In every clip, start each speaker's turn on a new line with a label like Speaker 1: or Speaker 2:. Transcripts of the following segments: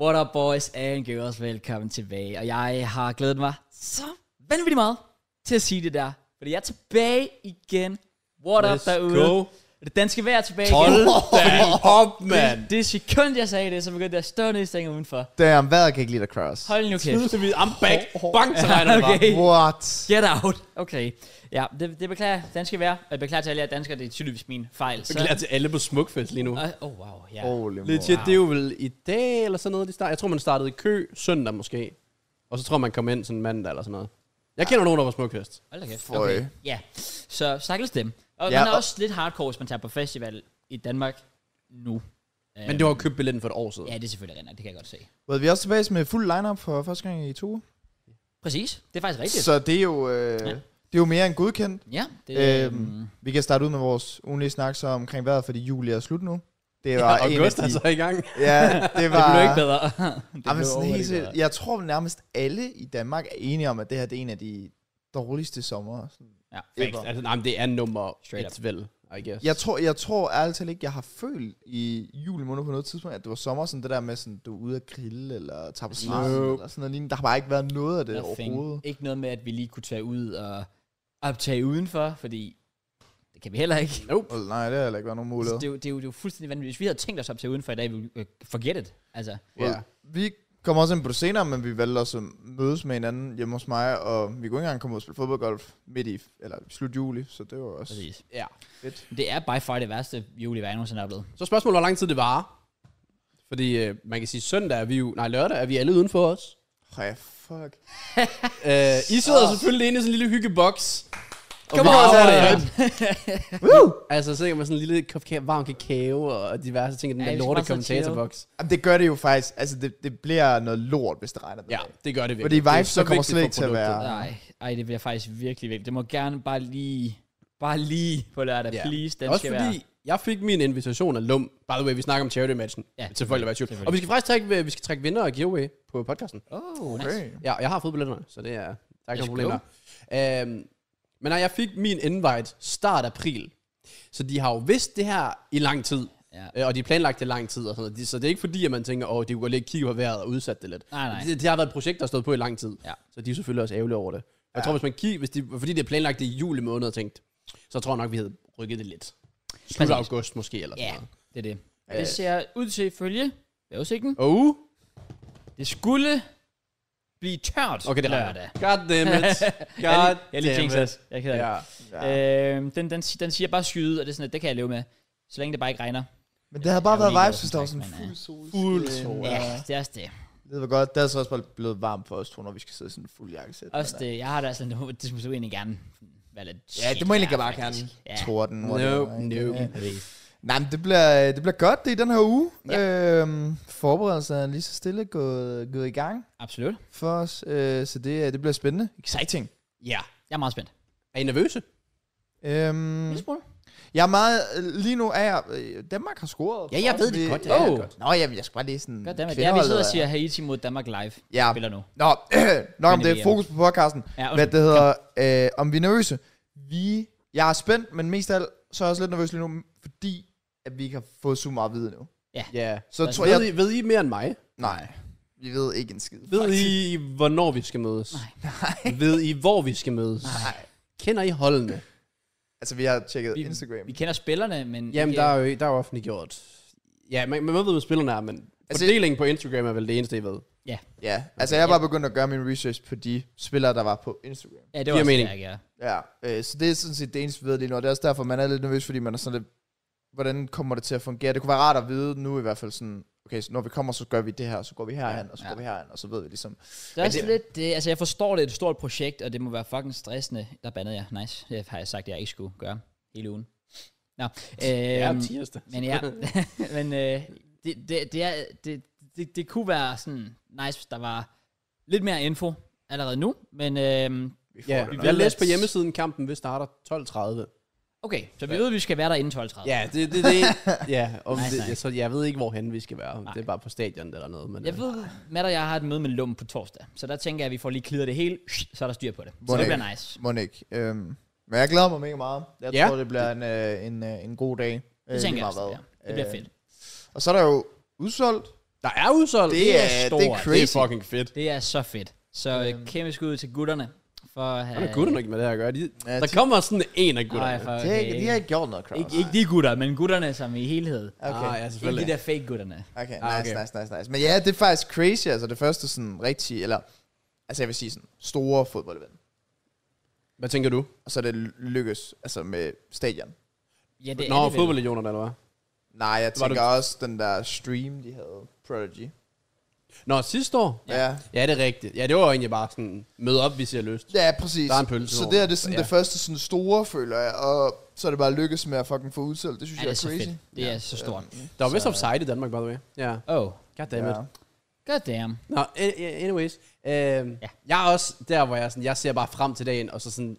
Speaker 1: What up boys and girls, velkommen tilbage. Og jeg har glædet mig så vanvittigt meget til at sige det der. Fordi jeg er tilbage igen. What up
Speaker 2: Let's
Speaker 1: derude.
Speaker 2: go.
Speaker 1: Det danske vejr er tilbage
Speaker 2: Hold
Speaker 1: igen.
Speaker 2: da op, mand.
Speaker 1: Det, det sekund, jeg sagde det, så begyndte jeg at stå nedstænge udenfor.
Speaker 3: Damn, vejret kan ikke lide dig, Kraus.
Speaker 1: Hold nu kæft.
Speaker 2: Så vi, I'm back. Bang, så regner det bare.
Speaker 1: Okay.
Speaker 3: What?
Speaker 1: Get out. Okay. Ja, det, det beklager jeg. danske vejr. Og jeg beklager til alle jer danskere, det er tydeligvis min fejl.
Speaker 2: Jeg glæder til alle på Smukfest lige nu.
Speaker 1: Åh, oh, wow, ja.
Speaker 3: Holy mor.
Speaker 2: Legit, det er jo vel i dag eller sådan noget, de start. Jeg tror, man startede i kø søndag måske. Og så tror man kom ind sådan mandag eller sådan noget. Jeg kender nogen, der var på Smukfest.
Speaker 1: Hold da kæft.
Speaker 3: Føj.
Speaker 1: Okay. Ja, så stakkels dem. Og ja,
Speaker 3: Ja,
Speaker 1: man er
Speaker 3: og-
Speaker 1: også lidt hardcore, hvis man tager på festival i Danmark nu. Øh,
Speaker 2: Men det var jo købt billetten for et år siden.
Speaker 1: Ja, det er selvfølgelig rent, det kan jeg godt se.
Speaker 3: Well, vi er også tilbage med fuld lineup for første gang i to uger.
Speaker 1: Præcis, det er faktisk rigtigt. Så,
Speaker 3: Så det er jo, øh,
Speaker 1: Ja.
Speaker 3: ja. det er jo mere end godkendt.
Speaker 1: ja, det,
Speaker 3: Øhm,
Speaker 1: øhm,
Speaker 3: Vi kan starte ud med vores ugenlige snak så omkring vejret, fordi juli er slut nu. Det var
Speaker 2: Og
Speaker 3: en af
Speaker 2: august
Speaker 3: de-
Speaker 2: er så i gang.
Speaker 3: Ja, det var...
Speaker 1: altså. det blev ikke bedre. det
Speaker 3: Jamen, sådan
Speaker 1: overhovedet
Speaker 3: helt,
Speaker 1: ikke
Speaker 3: seriøst, jeg tror nærmest alle i Danmark er enige om, at det her det er en af de dårligste sommer.
Speaker 1: bedre. Ja.
Speaker 3: Ever.
Speaker 2: Altså, nej, men det er nummer
Speaker 1: Straight
Speaker 2: et vel, I guess.
Speaker 3: Jeg tror, jeg tror ærligt talt ikke, jeg har følt i juli måned på noget tidspunkt, at det var sommer, sådan det der med, sådan, du er ude at grille, eller tager på stranden,
Speaker 2: Nope.
Speaker 3: eller sådan noget lignende. Der har bare ikke været noget af det
Speaker 1: Nothing.
Speaker 3: overhovedet.
Speaker 1: Ikke noget med, at vi lige kunne tage ud og optage udenfor, fordi det kan vi heller ikke.
Speaker 2: Nope.
Speaker 3: Oh, nej, det har heller ikke været nogen
Speaker 1: Altså,
Speaker 3: mulighed.
Speaker 1: det, er jo, det, er jo, det er jo fuldstændig vanvittigt. Hvis vi havde tænkt os at optage udenfor i dag, ville vi øh, forget it. Altså,
Speaker 2: Ja.
Speaker 3: Well, Vi kommer også ind på det senere, men vi valgte også at mødes med hinanden hjemme hos mig, og vi kunne ikke engang komme ud og spille fodboldgolf midt i, eller slut juli, så det var også
Speaker 1: præcis.
Speaker 2: Ja.
Speaker 3: fedt.
Speaker 1: Det er by far det værste juli, jeg nogensinde har oplevet.
Speaker 2: Så spørgsmålet, hvor lang tid det varer. Fordi øh, man kan sige, søndag er vi jo... Nej, lørdag er vi alle udenfor os.
Speaker 3: Ej, fuck.
Speaker 2: Øh, I
Speaker 3: Ah.
Speaker 2: sidder selvfølgelig inde i sådan en lille hyggeboks. Og
Speaker 1: Come
Speaker 2: vi
Speaker 1: on,
Speaker 2: arbejder-
Speaker 1: man.
Speaker 3: Woo!
Speaker 2: Altså, så sidder man med sådan en lille kop ka- varm kakao og diverse ting i den
Speaker 1: Ja,
Speaker 2: der
Speaker 1: vi skal
Speaker 2: lorte
Speaker 1: bare sidde og
Speaker 2: kommentatorboks.
Speaker 3: Jamen, det gør det jo faktisk, altså det, det bliver noget lort, hvis det regner. den
Speaker 2: Ja,
Speaker 3: dag.
Speaker 2: det gør det
Speaker 3: Fordi
Speaker 2: virkelig. Det er
Speaker 3: vibes,
Speaker 2: så
Speaker 3: så kommer
Speaker 2: vigtigt
Speaker 3: slet
Speaker 2: for
Speaker 3: ikke til at
Speaker 2: produktet.
Speaker 3: være...
Speaker 1: Nej, ej, det bliver faktisk virkelig vigtigt. Det må gerne bare lige, bare lige på lørdag,
Speaker 2: Ja.
Speaker 1: please. Den
Speaker 2: Også
Speaker 1: skal
Speaker 2: fordi,
Speaker 1: være.
Speaker 2: jeg fik min invitation af Lum. By the way, vi snakker om charity-matchen
Speaker 1: Ja,
Speaker 2: ja, til folk, der var i tvivl.
Speaker 1: selvfølgelig.
Speaker 2: Og vi skal faktisk trække, øh, vi skal trække vinder og giveaway på podcasten.
Speaker 1: Oh,
Speaker 3: Okay.
Speaker 2: Ja, jeg har fået billetterne, så det er, der er ikke
Speaker 1: Let's
Speaker 2: nogen problemer. Øhm, men nej, jeg fik min invite start april. Så de har jo vidst det her i lang tid.
Speaker 1: Ja.
Speaker 2: Øh, og de har planlagt det lang tid. Og sådan noget. De- Så det er ikke fordi, at man tænker, åh, de kunne godt lige kigge på vejret og udsætte det lidt.
Speaker 1: Nej, nej.
Speaker 2: Det, det, har været et projekt, der har stået på i lang tid.
Speaker 1: Ja.
Speaker 2: Så de er selvfølgelig også ærgerlige over det. Jeg tror, hvis man kigger, hvis de, fordi det er planlagt det i juli måned, og tænkt, så tror jeg nok, vi havde rykket det lidt. Slut
Speaker 1: Præcis.
Speaker 2: august måske, eller
Speaker 1: Ja,
Speaker 2: sådan noget.
Speaker 1: det er det. Og det ser ud til følge vejrudsigten.
Speaker 2: Oh,
Speaker 1: Det skulle blive tørt
Speaker 2: okay, det regner.
Speaker 1: lørdag.
Speaker 2: God damn it. God
Speaker 1: jeg lige
Speaker 2: damn
Speaker 1: jinxed
Speaker 2: it.
Speaker 1: os. Jeg keder ja.
Speaker 2: Ja.
Speaker 1: øhm, den, den, si- den siger bare skyde, og det er sådan, at det kan jeg leve med. Så længe det bare ikke regner.
Speaker 3: Men det havde bare
Speaker 1: Jeg er jo
Speaker 3: været
Speaker 1: ligeglad,
Speaker 3: vibes, hvis der var
Speaker 1: som
Speaker 3: sådan
Speaker 1: sagt, men,
Speaker 3: fuld sol.
Speaker 2: Fuld sol.
Speaker 1: Ja, ja det er også det.
Speaker 3: Det var godt. Det er så også bare blevet varmt for os to, når vi skal sidde i sådan en fuld jakkesæt.
Speaker 1: Også det. Jeg har da sådan, det, det skulle egentlig gerne være lidt
Speaker 3: Ja, det må
Speaker 1: shit vejr,
Speaker 3: egentlig bare gerne
Speaker 1: faktisk. Ja,
Speaker 3: torden.
Speaker 2: Nope,
Speaker 3: whatever, ikke?
Speaker 2: nope.
Speaker 3: Ja.
Speaker 1: præcis.
Speaker 3: Nej, men det bliver, det bliver godt det i den her uge. Ja. Øhm, forberedelsen er lige så stille gået, gået i gang
Speaker 1: Absolut.
Speaker 3: for os, øh, så det, det bliver spændende. Exciting.
Speaker 2: Ja.
Speaker 1: Jeg er meget spændt.
Speaker 2: Er I nervøse?
Speaker 3: Øhm,
Speaker 1: Mm.
Speaker 3: jeg er meget, lige nu er jeg, øh, Danmark har scoret.
Speaker 2: Ja, jeg ved det
Speaker 3: Vi-
Speaker 2: godt, jeg ved det
Speaker 3: Åh.
Speaker 2: godt.
Speaker 3: Nå, jamen, jeg skal bare lige
Speaker 2: Mm.
Speaker 3: sådan...
Speaker 1: Godt, dammit. Det er, vi
Speaker 3: kvindeholdet
Speaker 1: sidder og
Speaker 3: er-
Speaker 1: siger Haiti mod Danmark live.
Speaker 3: Ja,
Speaker 1: Spiller nu.
Speaker 3: Nå, nok om det.
Speaker 1: VM.
Speaker 3: Fokus på podcasten.
Speaker 1: Ja,
Speaker 3: Hvad det hedder, øh, om vi er nervøse. Vi, jeg er spændt, men mest af alt, så er jeg også lidt nervøs lige nu, fordi at vi ikke har fået så meget viden nu.
Speaker 2: Ja.
Speaker 3: Så
Speaker 1: Altså,
Speaker 3: tror
Speaker 2: Ved
Speaker 3: jeg...
Speaker 2: I, ved I mere end mig?
Speaker 3: Nej, vi ved ikke en skid.
Speaker 2: Ved I, hvornår vi skal mødes? Nej. Ved I, hvor vi skal mødes?
Speaker 1: Nej.
Speaker 2: Kender I holdene?
Speaker 3: Altså, vi har tjekket
Speaker 1: Vi-
Speaker 3: Instagram.
Speaker 1: Vi kender spillerne,
Speaker 3: Mm,
Speaker 1: men...
Speaker 2: Jamen,
Speaker 1: ikke-
Speaker 2: der er jo der er jo offentliggjort. Ja, man, man ved, hvem spillerne er, men
Speaker 3: Altså-
Speaker 2: fordelingen på Instagram er vel det eneste, I ved.
Speaker 3: Ja, altså jeg er bare begyndt at gøre min research på de spillere, der var på Instagram.
Speaker 1: Ja, det var
Speaker 2: giver
Speaker 1: også
Speaker 2: mening.
Speaker 1: stærkt, ja.
Speaker 3: Ja, øh, så det er sådan set det eneste, vi ved lige nu, og det er også derfor, man er lidt nervøs, fordi man er sådan lidt, hvordan kommer det til at fungere? Det kunne være rart at vide nu i hvert fald sådan, okay, så når vi kommer, så gør vi det her, og så går vi herhen, og så
Speaker 1: Ja.
Speaker 3: går vi herhen, og så ved vi ligesom.
Speaker 1: Det er også lidt... Det, altså, jeg forstår, det er et stort projekt, og det må være fucking stressende. Der bandede jeg. Nice. Det har jeg sagt, at jeg ikke skulle gøre hele ugen. Nå. Øhm,
Speaker 2: tirsdag.
Speaker 1: men ja, men øh, det, det, det, er, det, det, det kunne være sådan nice, hvis der var lidt mere info allerede nu, men øh,
Speaker 3: Vi får
Speaker 2: ja,
Speaker 3: det nok.
Speaker 2: jeg
Speaker 1: ved,
Speaker 2: læste
Speaker 1: at-
Speaker 2: på hjemmesiden, kampen vil starter 12.30.
Speaker 1: okay, så vi ved, at vi skal være der inden 12.30.
Speaker 2: Ja, det det, det. ja, om
Speaker 1: Nej, nej.
Speaker 2: det, jeg, så jeg ved ikke, hvorhen vi skal være. Det er bare på stadion eller noget. Men,
Speaker 1: Jeg
Speaker 2: øh,
Speaker 1: ved, Matt og jeg har et møde med Lum på torsdag, så der tænker jeg, at vi får lige klidret det hele, så er der styr på det. Så det
Speaker 3: Hvordan?
Speaker 1: bliver nice.
Speaker 3: Må ikke. Øhm, men jeg glæder mig mega meget. Jeg
Speaker 2: Ja.
Speaker 3: tror, det bliver en, øh, en, øh, en god dag.
Speaker 1: Det
Speaker 3: lige
Speaker 1: tænker jeg
Speaker 3: meget
Speaker 1: også,
Speaker 3: hvad.
Speaker 1: ja. Det bliver
Speaker 3: Øh,
Speaker 1: fedt.
Speaker 3: Og så er der jo udsolgt.
Speaker 2: Der er udsolgt.
Speaker 3: Det er- det er
Speaker 2: Det er
Speaker 3: crazy.
Speaker 2: fucking fedt.
Speaker 1: Det er så fedt. Så øhm.
Speaker 3: Øhm.
Speaker 1: kæmpe skud til gutterne for at have...
Speaker 2: Hvad er gutterne ikke med det her at gøre? De,
Speaker 3: Ja,
Speaker 2: der
Speaker 3: det-
Speaker 2: kommer sådan en af
Speaker 1: Nej,
Speaker 2: gutterne.
Speaker 1: for
Speaker 3: Det er
Speaker 1: okay.
Speaker 3: ikke, de har ikke gjort noget, Kraus.
Speaker 1: ikke, ikke de gutter, men gutterne som i helhed.
Speaker 3: Okay.
Speaker 2: Ah, ja,
Speaker 1: Ikke
Speaker 2: selvfølgelig.
Speaker 1: de der fake gutterne.
Speaker 3: Okay,
Speaker 2: Ah,
Speaker 3: nice,
Speaker 2: okay.
Speaker 3: okay. nice, nice, nice. Men ja, det er faktisk crazy, altså det første sådan rigtig, eller, altså jeg vil sige sådan, store fodboldevent.
Speaker 2: Hvad tænker du?
Speaker 3: Og så er det lykkes, altså med stadion.
Speaker 1: Ja, det
Speaker 2: Nå,
Speaker 1: er det vel.
Speaker 2: fodboldlegioner, eller hvad?
Speaker 3: Nej, jeg
Speaker 2: Var
Speaker 3: tænker også den der stream, de havde, Prodigy.
Speaker 2: Nå, sidste år?
Speaker 3: Ja. Ja,
Speaker 2: Ja, det er rigtigt. Ja, det var egentlig bare sådan, mød op, hvis I har lyst.
Speaker 3: ja præcis.
Speaker 2: Der er en pølse
Speaker 3: Så
Speaker 2: over.
Speaker 3: det her, det er sådan
Speaker 2: Ja.
Speaker 3: ja. det første sådan store, føler jeg, og så er det bare lykkes med at fucking få udsolgt. Det synes
Speaker 1: Ja,
Speaker 3: jeg
Speaker 1: det
Speaker 3: er,
Speaker 1: er så
Speaker 3: crazy.
Speaker 1: fedt. Det er så stort.
Speaker 2: Der var vist
Speaker 1: Så-
Speaker 2: offside i Danmark, by the way. Ja.
Speaker 1: Oh,
Speaker 2: Goddammit. Ja.
Speaker 1: god damn.
Speaker 2: Nå, a- a- anyways. Øhm, ja. Jeg er også der, hvor jeg, sådan, jeg ser bare frem til dagen, og så sådan,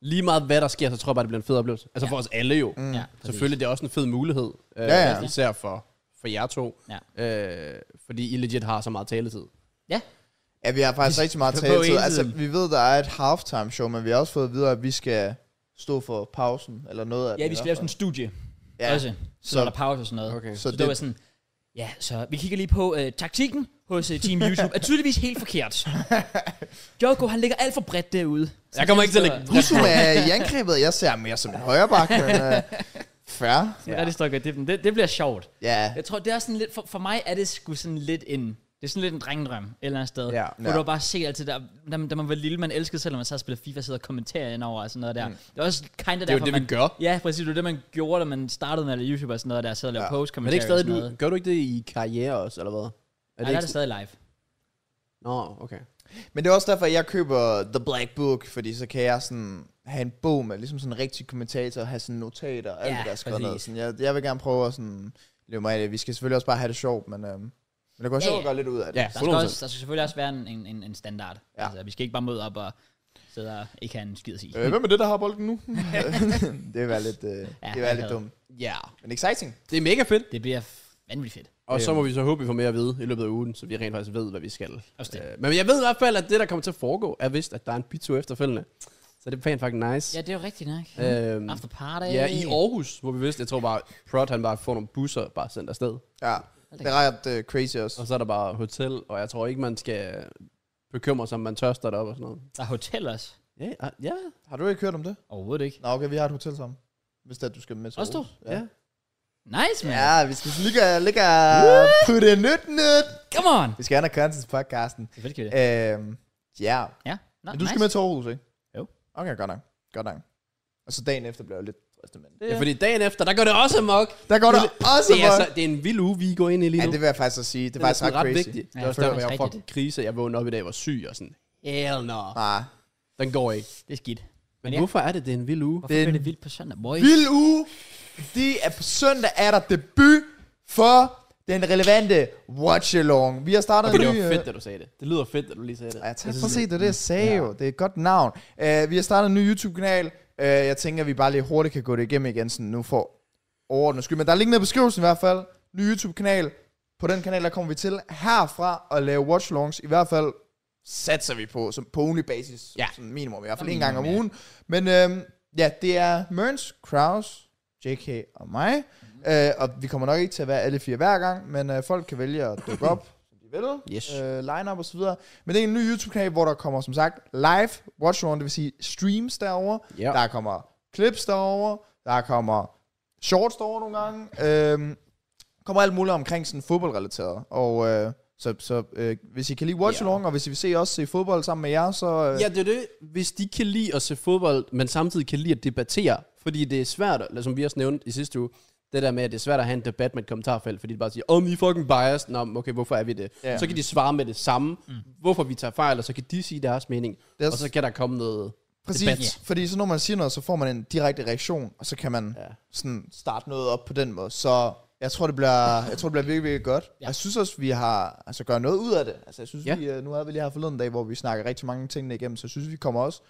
Speaker 2: lige meget hvad der sker, så tror jeg bare, det bliver en fed oplevelse. Altså ja. for os alle jo. Mm.
Speaker 1: Ja,
Speaker 2: Selvfølgelig, det er også en fed mulighed. Øh,
Speaker 3: Ja, ja.
Speaker 2: Især for, for jer to.
Speaker 1: Ja.
Speaker 2: Øh, fordi I legit har så meget taletid.
Speaker 1: Ja,
Speaker 3: Ja, vi har faktisk rigtig meget
Speaker 1: På
Speaker 3: taletid.
Speaker 1: ene
Speaker 3: Altså,
Speaker 1: side.
Speaker 3: vi ved, der er et halftime show, men vi har også fået at vide, at vi skal stå for pausen, eller noget af
Speaker 1: ja
Speaker 3: den
Speaker 1: vi
Speaker 3: i
Speaker 1: skal
Speaker 3: hvert
Speaker 1: lave sådan en studie
Speaker 3: fald.
Speaker 1: ja. også. Så,
Speaker 3: Så-
Speaker 1: så der er pause og sådan noget.
Speaker 2: Okay.
Speaker 1: Så,
Speaker 3: Så
Speaker 1: så det,
Speaker 3: det-
Speaker 1: var sådan, ja, så vi kigger lige på øh, taktikken hos øh, Team YouTube. er tydeligvis helt forkert. Joko, han ligger alt for bredt derude. Så
Speaker 2: Jeg kommer ikke til at
Speaker 1: står-
Speaker 2: lægge-
Speaker 3: Husum er i angrebet, jeg ser mere som en højreback, men uh, fair.
Speaker 1: Ja. det står godt i dybden. det, det bliver sjovt.
Speaker 3: Ja,
Speaker 1: Jeg tror, det er sådan lidt, for, for mig er det sgu sådan lidt en, det er sådan lidt en drengedrøm et eller andet sted.
Speaker 2: Ja.
Speaker 1: Hvor
Speaker 3: Ja.
Speaker 1: du bare se altid, der, da, man- da man var lille, man elskede, selvom man så spiller FIFA, sidder og kommenterer ind over og sådan noget der. Mm. Det er også kind of
Speaker 2: Det er jo
Speaker 1: derfor,
Speaker 2: det, vi
Speaker 1: man,
Speaker 2: gør.
Speaker 1: Ja, præcis. Det var det, man gjorde, da man startede med at lave YouTube og sådan noget der, sad og lavede ja.
Speaker 3: Ja.
Speaker 1: post
Speaker 2: Men det er ikke stadig,
Speaker 1: stadig,
Speaker 2: du, gør du ikke det i karriere også, eller hvad?
Speaker 1: Er det, er det stadig live?
Speaker 2: Nå, okay.
Speaker 3: men det er også derfor, jeg køber The Black Book, fordi så kan jeg sådan have en bog med ligesom sådan en rigtig kommentator, og have sådan notater og alt
Speaker 1: Ja,
Speaker 3: det der er skrevet ned.
Speaker 1: præcis.
Speaker 3: Sådan, jeg, jeg vil gerne prøve at sådan løbe mig af det. Vi skal selvfølgelig også bare have det sjovt, men, øhm, men det går
Speaker 1: Ja,
Speaker 3: sjovt
Speaker 1: ja.
Speaker 3: at gøre lidt ud af det.
Speaker 2: Ja,
Speaker 1: Der skal,
Speaker 2: 100%.
Speaker 1: også, der skal selvfølgelig også være en, en, en, en standard. Ja.
Speaker 3: Ja.
Speaker 1: Altså, vi skal ikke bare møde op og sidde og ikke have en skid at sige.
Speaker 3: Øh, hvem er det, der har bolden nu? det var lidt, øh, det var
Speaker 1: jeg
Speaker 3: lidt
Speaker 1: havde.
Speaker 3: dumt.
Speaker 2: Ja. Yeah.
Speaker 3: Men exciting.
Speaker 2: Det er mega fedt.
Speaker 1: Det bliver f- vanvittigt fedt.
Speaker 2: Og så må vi så håbe, vi får mere at vide i løbet af ugen, så vi rent faktisk ved, hvad vi skal.
Speaker 1: Også det.
Speaker 2: Øh, men jeg ved i hvert fald, at det, der kommer til at foregå, er vist, at der er en pizza efterfølgende. Så det er pænt faktisk nice.
Speaker 1: Ja, det er jo rigtigt nok.
Speaker 3: Øh,
Speaker 2: Øhm,
Speaker 1: After party.
Speaker 2: ja, i Aarhus, hvor vi vidste, jeg tror bare, Prod han bare får nogle busser bare sendt afsted.
Speaker 3: Ja, det er ret øh, crazy også.
Speaker 2: Og så er der bare hotel, og jeg tror ikke, man skal bekymre sig, om man tørster deroppe og sådan noget.
Speaker 1: Der er hotel også.
Speaker 2: Ja, ah, ja.
Speaker 3: Har du ikke hørt om det?
Speaker 1: Overhovedet ikke.
Speaker 3: Nå, okay, vi har et hotel sammen. Hvis det er, du skal med til
Speaker 1: Også
Speaker 3: Aarhus.
Speaker 2: ja. ja.
Speaker 1: Nice, man.
Speaker 3: Ja, vi skal lige gøre, lige gøre putte nyt nyt.
Speaker 1: Come on.
Speaker 3: Vi skal have noget content til podcasten.
Speaker 1: Selvfølgelig skal vi det.
Speaker 3: Øhm, ja.
Speaker 1: Ja. Nå,
Speaker 3: Men du
Speaker 1: Ah,
Speaker 3: skal
Speaker 1: nice.
Speaker 3: med til Aarhus, ikke?
Speaker 1: Jo.
Speaker 3: Okay, godt nok. Godt nok. Og så dagen efter bliver jeg lidt stresset, men...
Speaker 2: ja. fordi dagen efter, der går det også amok.
Speaker 3: Der går der også
Speaker 2: Det er,
Speaker 3: for...
Speaker 2: så, det er en vild uge, vi går ind i lige
Speaker 3: Ja,
Speaker 2: nu.
Speaker 3: det vil jeg faktisk også sige. Det er
Speaker 2: Den
Speaker 3: faktisk ret
Speaker 2: sådan
Speaker 3: crazy.
Speaker 2: vigtig. Det
Speaker 1: Ja,
Speaker 2: var også
Speaker 1: det er
Speaker 2: derfor, jeg
Speaker 1: faktisk
Speaker 2: var fucking krise. Jeg vågnede op i dag, var syg og sådan, hell no.
Speaker 3: Nej.
Speaker 2: Den går ikke.
Speaker 1: Det er skidt.
Speaker 2: Men
Speaker 1: ja.
Speaker 2: hvorfor er det, det er en vild uge?
Speaker 1: Hvorfor
Speaker 3: Den-
Speaker 1: bliver det vildt på søndag, boys?
Speaker 3: Vild uge. Det er på søndag er der debut for den relevante Watch Along. Vi har startet
Speaker 2: Okay, det
Speaker 3: en ny...
Speaker 2: var
Speaker 3: øh,
Speaker 2: fedt, da du sagde det. Det lyder fedt, da du lige sagde det.
Speaker 3: Ja, tak for at se, det er det, jeg sagde jo. Det er et godt navn. Uh, vi har startet en ny YouTube-kanal. Uh, jeg tænker, at vi bare lige hurtigt kan gå det igennem igen, sådan nu for overordnet skyld. Men der er link nede i beskrivelsen i hvert fald. Ny YouTube-kanal. På den kanal, der kommer vi til herfra at lave watchlongs. I hvert fald satser vi på, som på ugenlig basis.
Speaker 2: Ja.
Speaker 3: Sådan minimum, i hvert fald
Speaker 1: Som
Speaker 3: en gang om
Speaker 1: minimum,
Speaker 3: ugen. Men øhm, ja, det er Mørns, Kraus, JK og mig. Mm-hmm. Øh, og vi kommer nok ikke til at være alle fire hver gang, men øh, folk kan vælge at dukke op, som de vil
Speaker 2: Yes.
Speaker 3: øh, line-up og så videre. Men det er en ny YouTube-kanal, hvor der kommer, som sagt, live watch det vil sige streams derover.
Speaker 2: Ja.
Speaker 3: Der kommer clips derover, der kommer shorts derover nogle gange. Øhm, kommer alt muligt omkring sådan fodboldrelateret. Og øh, så, så øh, hvis I kan lide watch
Speaker 2: Ja.
Speaker 3: along, og hvis I vil se os se fodbold sammen med jer, så... Øh,
Speaker 2: Ja, det er det. Hvis de kan lide at se fodbold, men samtidig kan lide at debattere, fordi det er svært, eller som vi også nævnte i sidste uge, det der med, at det er svært at have en debat med et kommentarfelt, fordi de bare siger, om oh, I er fucking biased, nå, men okay, hvorfor er vi det?
Speaker 3: Ja.
Speaker 2: Så kan de svare med det samme, mm. hvorfor vi tager fejl, og så kan de sige deres mening,
Speaker 3: Det er
Speaker 2: og så kan der komme noget
Speaker 3: Præcis,
Speaker 2: debat.
Speaker 3: yeah. fordi så når man siger noget, så får man en direkte reaktion, og så kan man
Speaker 2: Ja.
Speaker 3: ja. sådan starte noget op på den måde. Så jeg tror, det bliver, jeg tror, det bliver virkelig, virkelig godt. Ja. Jeg synes også, vi har altså, gør noget ud af det. Altså, jeg synes,
Speaker 2: Ja.
Speaker 3: ja. vi, øh, nu har vi lige her forleden dag, hvor vi snakker rigtig mange ting igennem, så jeg synes, vi kommer også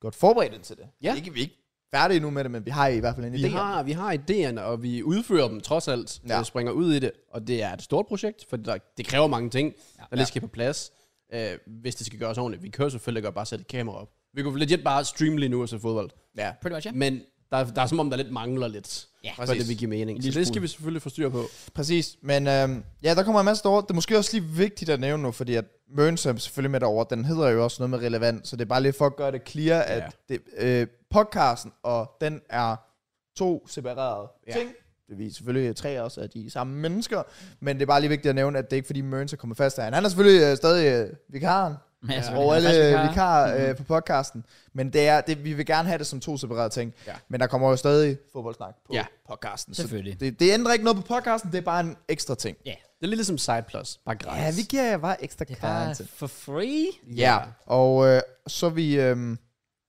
Speaker 3: godt forberedt ind til det.
Speaker 2: Ja.
Speaker 3: Ikke, vi er ikke færdige endnu med det, men vi har i hvert fald en
Speaker 2: Vi
Speaker 3: idé. om
Speaker 2: har, vi har idéerne, og vi udfører dem trods alt, ja.
Speaker 3: Ja.
Speaker 2: og springer ud i det. Og det er et stort projekt, for der, det kræver mange ting, ja. der lige skal på plads, øh, hvis det skal gøres ordentligt. Vi kører selvfølgelig ikke og bare sætte et kamera op. Vi kunne legit bare streame lige nu og se fodbold.
Speaker 3: det. Ja.
Speaker 1: Pretty much, ja.
Speaker 2: Men Der er, der er som om, der lidt mangler lidt,
Speaker 1: Ja.
Speaker 2: for det vil give mening.
Speaker 1: En
Speaker 2: Så
Speaker 1: lille
Speaker 2: det
Speaker 1: smule.
Speaker 2: skal vi selvfølgelig få styr på.
Speaker 3: Præcis, men øhm, ja, der kommer en masse derovre. Det er måske også lige vigtigt at nævne nu, fordi at Møns er selvfølgelig med derovre. Den hedder jo også noget med relevant, så det er bare lige for at gøre det clear, at det, øh, podcasten og den er to separerede
Speaker 2: Ja.
Speaker 3: ja. ting. Det vi selvfølgelig tre også af de samme mennesker, men det er bare lige vigtigt at nævne, at det er ikke fordi Møns er kommet fast herinde. Han er selvfølgelig øh, stadig øh, vikaren
Speaker 1: Men altså,
Speaker 3: over
Speaker 1: han er
Speaker 3: alle
Speaker 1: faktisk
Speaker 3: vikarer øh, på podcasten, men det er, det, vi vil gerne have det som to separerede ting.
Speaker 2: Ja.
Speaker 3: Men der kommer jo stadig fodboldsnak på
Speaker 2: Ja.
Speaker 3: ja. podcasten. så
Speaker 1: Selvfølgelig.
Speaker 3: det, det ændrer ikke noget på podcasten, det er bare en ekstra ting.
Speaker 1: Ja,
Speaker 2: Det er lidt ligesom Side Plus, bare gratis.
Speaker 3: Ja, vi giver jer bare ekstra altså.
Speaker 1: det er bare
Speaker 3: content.
Speaker 1: for free.
Speaker 3: Ja, og øh, så er vi... Øh,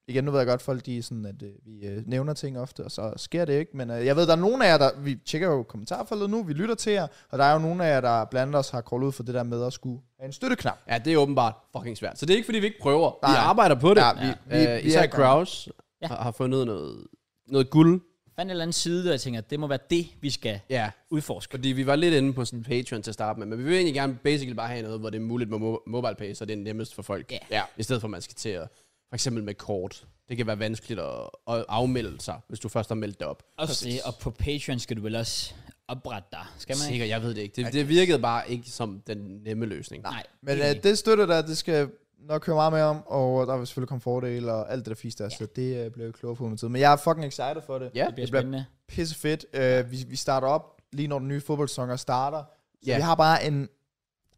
Speaker 3: igen, nu ved jeg godt, folk de er sådan, at øh, vi øh, nævner ting ofte, og så sker det ikke. Men øh, jeg ved, der er nogen af jer, der... Vi tjekker jo kommentarfeltet nu, vi lytter til jer, og der er jo nogen af jer, der blandt os har crawlet ud for det der med at skulle have en støtteknap.
Speaker 2: Ja, det er åbenbart fucking svært. Så det er ikke, fordi vi ikke prøver. Nej. Vi
Speaker 3: Nej.
Speaker 2: arbejder på det.
Speaker 3: Ja, vi- vi-
Speaker 2: øh,
Speaker 3: vi
Speaker 2: især
Speaker 3: er i gang.
Speaker 2: Kraus
Speaker 1: Ja.
Speaker 2: ja. har har fundet noget, noget guld.
Speaker 1: Fandt en eller anden side, og jeg tænker, det må være det, vi skal
Speaker 2: Ja.
Speaker 1: udforske.
Speaker 2: Fordi vi var lidt inde på sådan Patreon til at starte med, men vi vil egentlig gerne basically bare have noget, hvor det er muligt med mo- mobile pay, så det er nemmest for folk.
Speaker 1: Ja.
Speaker 2: ja. I stedet for, at man skal til at, for eksempel med kort. Det kan være vanskeligt at, at afmelde sig, hvis du først har meldt dig op.
Speaker 1: Også det, og på Patreon skal du vel også oprette dig, skal man ikke?
Speaker 2: Sikkert, jeg ved det ikke. Det, det virkede bare ikke som den nemme løsning.
Speaker 1: Nej.
Speaker 3: Men
Speaker 1: enig.
Speaker 3: øh, det støtte der, det skal nok køre meget mere om, og der vil selvfølgelig komme fordele og alt det der fisk der, ja. så det øh, bliver jeg klogere på med tiden. Men jeg er fucking excited for det.
Speaker 2: Ja,
Speaker 1: det bliver
Speaker 3: det bliver-
Speaker 1: spændende.
Speaker 3: pisse fedt. Øh, vi, vi starter op lige når den nye fodboldsæson starter. Så
Speaker 2: Ja.
Speaker 3: vi har bare en der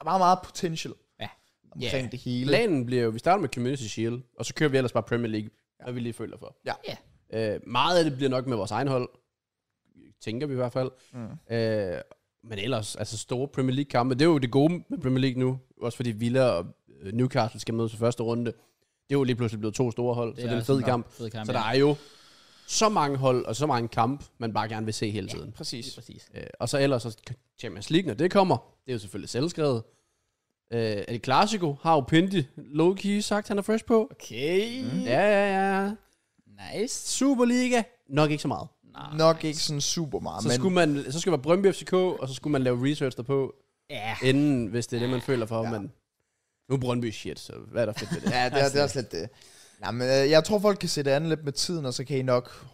Speaker 3: er meget, meget potential
Speaker 1: Ja.
Speaker 3: omkring
Speaker 2: Ja.
Speaker 3: det hele.
Speaker 2: Planen bliver jo, vi starter med Community Shield, og så kører vi ellers bare Premier League, ja. hvad vi lige føler for.
Speaker 3: Ja.
Speaker 2: Øh, meget af det bliver nok med vores egen hold, tænker vi i hvert fald. Mm. Øh, men ellers, altså store Premier League-kampe, det er jo det gode med Premier League nu, også fordi Villa og øh, Newcastle skal mødes i første runde. Det er jo lige pludselig blevet to store hold, det så det er en
Speaker 1: også
Speaker 2: fed kamp.
Speaker 1: Fed kamp,
Speaker 2: Så der
Speaker 1: ja.
Speaker 2: er jo så mange hold og så mange kampe, man bare gerne vil se hele tiden.
Speaker 3: Præcis.
Speaker 1: Præcis.
Speaker 2: Øh, og så ellers så Champions League, når det kommer, det er jo selvfølgelig selvskrevet. Øh, El Clasico har jo Pindy low-key sagt, han er fresh på.
Speaker 1: Okay. Mm.
Speaker 2: Ja, ja, ja.
Speaker 1: Nice.
Speaker 2: Superliga, nok ikke så meget.
Speaker 1: Nej.
Speaker 3: Nok ikke sådan super meget,
Speaker 2: Så,
Speaker 3: men
Speaker 2: skulle man, så skulle man Brøndby FCK, og så skulle man lave research derpå,
Speaker 1: Ja.
Speaker 2: inden, hvis det er det, man føler for.
Speaker 3: Ja.
Speaker 2: Ja. Men nu er Brøndby shit, så hvad er der fedt ved det?
Speaker 3: ja, det, er, det er også lidt det. Nej, men øh, jeg tror, folk kan sætte an lidt med tiden, og så kan I nok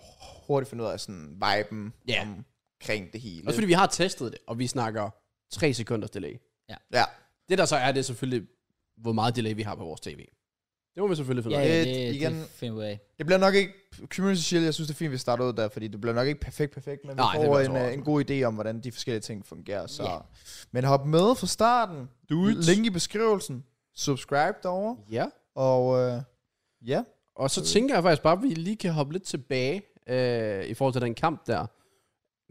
Speaker 3: hurtigt finde ud af sådan viben
Speaker 2: Ja.
Speaker 3: omkring det hele.
Speaker 2: Også fordi vi har testet det, og vi snakker tre sekunders delay.
Speaker 3: ja.
Speaker 2: Det der så er, det er selvfølgelig, hvor meget delay vi har på vores tv. Det må vi selvfølgelig finde
Speaker 1: Ja,
Speaker 2: ud af.
Speaker 1: ja,
Speaker 3: Et-
Speaker 1: det, igen.
Speaker 3: igen.
Speaker 1: det finder vi ud af.
Speaker 3: Det bliver nok ikke, Community Shield, jeg synes det er fint, vi starter ud der, fordi det bliver nok ikke perfekt, perfekt, men vi
Speaker 2: Nej, det
Speaker 3: får
Speaker 2: bliver så
Speaker 3: en, øh,
Speaker 2: overraskende.
Speaker 3: en god idé om, hvordan de forskellige ting fungerer. Så.
Speaker 1: Ja.
Speaker 3: Men hop med fra starten,
Speaker 2: Do it.
Speaker 3: link i beskrivelsen, subscribe derovre,
Speaker 2: Ja.
Speaker 3: og øh, ja,
Speaker 2: Og så tænker jeg faktisk bare, at vi lige kan hoppe lidt tilbage øh, i forhold til den kamp der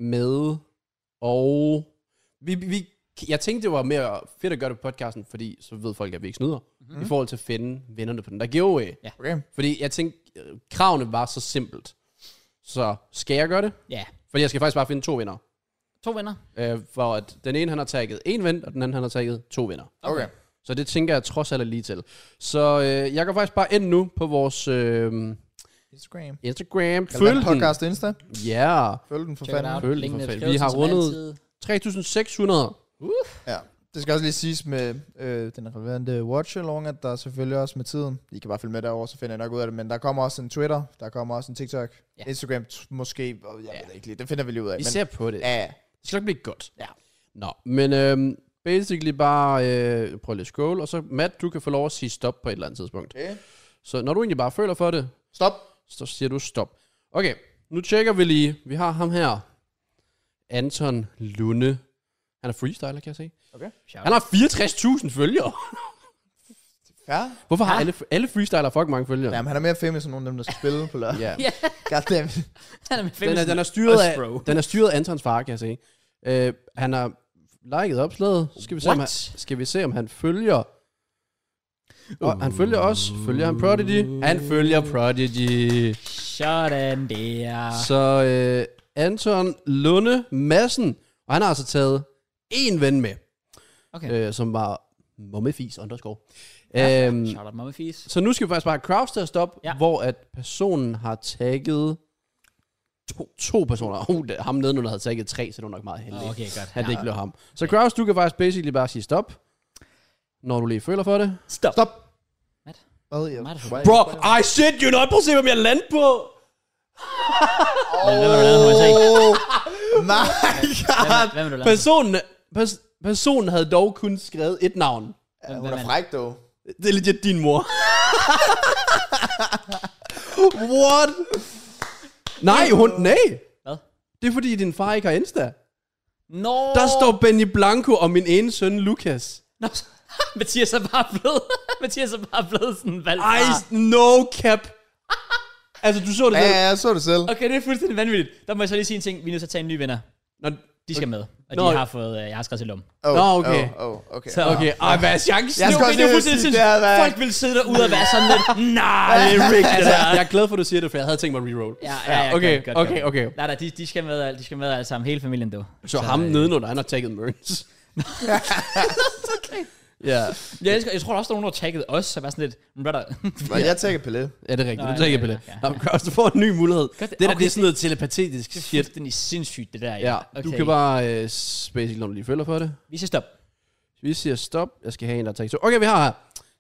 Speaker 2: med, og vi, vi, jeg tænkte, det var mere fedt at gøre det på podcasten, fordi så ved folk, at vi ikke snyder, mm-hmm. i forhold til at finde vinderne på den der giveaway.
Speaker 1: Ja.
Speaker 3: okay.
Speaker 2: Fordi jeg tænkte, øh, kravene var så simpelt. Så skal jeg gøre det?
Speaker 1: Ja.
Speaker 2: Fordi jeg skal faktisk bare finde to vinder.
Speaker 1: To venner.
Speaker 2: Øh, for at den ene, han har tagget en ven, og den anden, han har tagget to vinder.
Speaker 3: Okay.
Speaker 2: Så det tænker jeg trods alt er lige til. Så øh, jeg går faktisk bare ind nu på vores øh,
Speaker 3: Instagram.
Speaker 2: Instagram.
Speaker 3: Følg podcast Insta.
Speaker 2: Ja,
Speaker 3: Følg den for
Speaker 1: Check it out.
Speaker 3: fanden.
Speaker 2: Følg det
Speaker 1: Linken
Speaker 2: for
Speaker 1: i
Speaker 2: fanden. Vi
Speaker 1: beskrivelsen,
Speaker 2: har
Speaker 1: som
Speaker 2: rundet-
Speaker 1: altid.
Speaker 2: 3.600.
Speaker 3: Ja. Det skal også lige siges med øh, den relevante watch along, at der er selvfølgelig også med tiden. I kan bare følge med derover, så finder jeg nok ud af det. Men der kommer også en Twitter, der kommer også en TikTok,
Speaker 1: Ja.
Speaker 3: ja. Instagram t- måske, og jeg
Speaker 2: Ja.
Speaker 3: ja. ved det ikke lige. Det finder vi lige ud af.
Speaker 2: Vi ser på det.
Speaker 3: men, ja,
Speaker 2: Det skal nok blive godt.
Speaker 1: Ja.
Speaker 2: Nå, men øhm, basically bare øh, prøv lige at scroll, og så Matt, du kan få lov at sige stop på et eller andet tidspunkt.
Speaker 3: okay.
Speaker 2: Så når du egentlig bare føler for det,
Speaker 3: Stop.
Speaker 2: så siger du stop. Okay, nu tjekker vi lige. Vi har ham her. Anton Lunde. Han er freestyler, kan jeg se.
Speaker 3: Okay.
Speaker 1: Shout
Speaker 2: Han har 64.000 følgere.
Speaker 3: Ja.
Speaker 2: Hvorfor har
Speaker 1: Ja.
Speaker 2: alle, alle freestyler fucking mange følgere?
Speaker 3: Jamen, han er mere famous end nogen af dem, der skal spille på lørdag.
Speaker 2: Ja.
Speaker 1: Ja,
Speaker 3: Goddamn.
Speaker 1: han er med fem.
Speaker 2: Den er, den er styret
Speaker 1: Us,
Speaker 2: af,
Speaker 1: bro.
Speaker 2: den er styret af Antons far, kan jeg se. Øh, han har liket opslaget. Så Skal vi, se, om han,
Speaker 1: What?
Speaker 2: skal vi se, om han følger... Og han følger os. Følger han Prodigy? Han følger Prodigy.
Speaker 1: Sådan der.
Speaker 2: Så øh, Anton Lunde Madsen. Og han har altså taget en ven med,
Speaker 1: Okay.
Speaker 2: øh, som var Mummefis underscore. Ja, øhm,
Speaker 1: Shout out Mummifis.
Speaker 2: så nu skal vi faktisk bare have crowds til at stoppe,
Speaker 1: Ja.
Speaker 2: ja. hvor at personen har tagget to, to personer. Oh, det, ham nedenunder havde tagget tre, så det var nok meget heldigt.
Speaker 1: Nå, okay, godt.
Speaker 2: At det
Speaker 1: Ja.
Speaker 2: ikke blev ham. Så Kraus, du kan faktisk basically bare sige stop, når du lige føler for det.
Speaker 1: Stop.
Speaker 3: Stop.
Speaker 1: Matt.
Speaker 3: Hvad? Altså, Jeg,
Speaker 1: Mig, der-
Speaker 3: Why-
Speaker 2: I shit, you not. Prøv at se, hvem jeg landte på.
Speaker 1: Hvem hvem har du lavet HSA?
Speaker 3: Oh, my
Speaker 1: Hvem-
Speaker 3: god.
Speaker 1: Hvem har du lavet?
Speaker 2: Personen, pers, personen havde dog kun skrevet et navn.
Speaker 3: Ja, hun
Speaker 1: Hvem
Speaker 3: er
Speaker 1: er
Speaker 3: fræk, dog.
Speaker 2: Det er legit din mor.
Speaker 3: What?
Speaker 2: Nej, hun, nej.
Speaker 1: Hvad?
Speaker 2: Det er fordi, din far ikke har Insta.
Speaker 1: Nå!
Speaker 2: Der står Benny Blanco og min ene søn, Lukas.
Speaker 1: Nå, så- Mathias er bare blevet... Mathias er bare blevet sådan Ah. en valg.
Speaker 2: Ej, no cap. Altså, du så det
Speaker 3: Ja,
Speaker 2: selv.
Speaker 3: ja, jeg så det selv.
Speaker 1: Okay, det er fuldstændig vanvittigt. Der må jeg så lige sige en ting. Vi er nødt til at tage en ny vinder.
Speaker 2: Nå,
Speaker 1: De skal med. Og
Speaker 2: Nå.
Speaker 1: de har fået... øh, Jeg har skrevet til lum.
Speaker 3: Oh,
Speaker 2: Nå, okay.
Speaker 3: Oh, oh, okay.
Speaker 1: Så-
Speaker 2: Okay, ej, hvad er chancen?
Speaker 3: Jeg
Speaker 1: Det er
Speaker 3: skal
Speaker 1: jo- det
Speaker 3: også
Speaker 1: er jo
Speaker 3: lige
Speaker 1: fuldstændig
Speaker 3: sige,
Speaker 1: sindssygt.
Speaker 3: det er, hvad-
Speaker 1: Folk vil sidde derude og være sådan lidt... Nej, det er rigtigt. Altså,
Speaker 2: Altså, jeg er glad for, at du siger det, for jeg havde tænkt mig at reroll.
Speaker 1: Ja, ja, ja, godt,
Speaker 2: okay,
Speaker 1: godt,
Speaker 2: okay,
Speaker 1: godt.
Speaker 2: okay.
Speaker 1: Nej, nej, de, de skal med, alt- de skal med alle sammen. Hele familien, du.
Speaker 2: Så, ham nedenunder, han har tagget Merns.
Speaker 1: Okay.
Speaker 2: ja.
Speaker 1: Jeg, elsker, jeg tror der også, der er nogen, der har tagget os, så var sådan lidt... "Men Brother,
Speaker 3: Men jeg tager Pelé.
Speaker 2: ja, det er rigtigt.
Speaker 1: Nå,
Speaker 2: Du
Speaker 1: ja, ja,
Speaker 2: tagger på det.
Speaker 1: ja, ja.
Speaker 2: Nå, men Kraus, du får en ny mulighed.
Speaker 1: Gør det.
Speaker 2: Det der,
Speaker 1: Okay,
Speaker 2: det er sådan noget telepatetisk
Speaker 1: det er
Speaker 2: shit.
Speaker 1: fuldstændig sindssygt, det der.
Speaker 2: Ja, du kan bare øh, space ikke, når du lige følger for det.
Speaker 1: Vi siger stop.
Speaker 2: Vi siger stop. Jeg skal have en, der tager to. Okay, vi har her.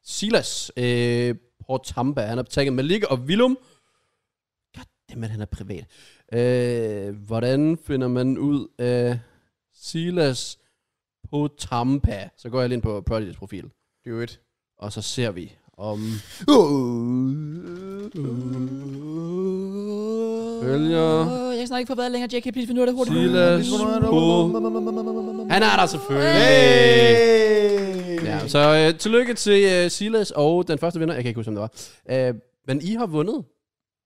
Speaker 2: Silas øh, Portampa. Han har tagget Malik og Willum. Goddammit, han er privat. Øh, hvordan finder man ud af Silas Portampa? Så går jeg lige ind på Prodigy's profil.
Speaker 3: Do it.
Speaker 2: Og så ser vi om følger
Speaker 1: Oh, jeg snakker ikke på hvad længere, JK. Please, find ud af det hurtigt.
Speaker 2: Silas på... Han er der selvfølgelig.
Speaker 3: Hey!
Speaker 2: Ja, så øh, tillykke til øh, Silas og den første vinder. Jeg kan ikke huske, hvem det var. Øh, men I har vundet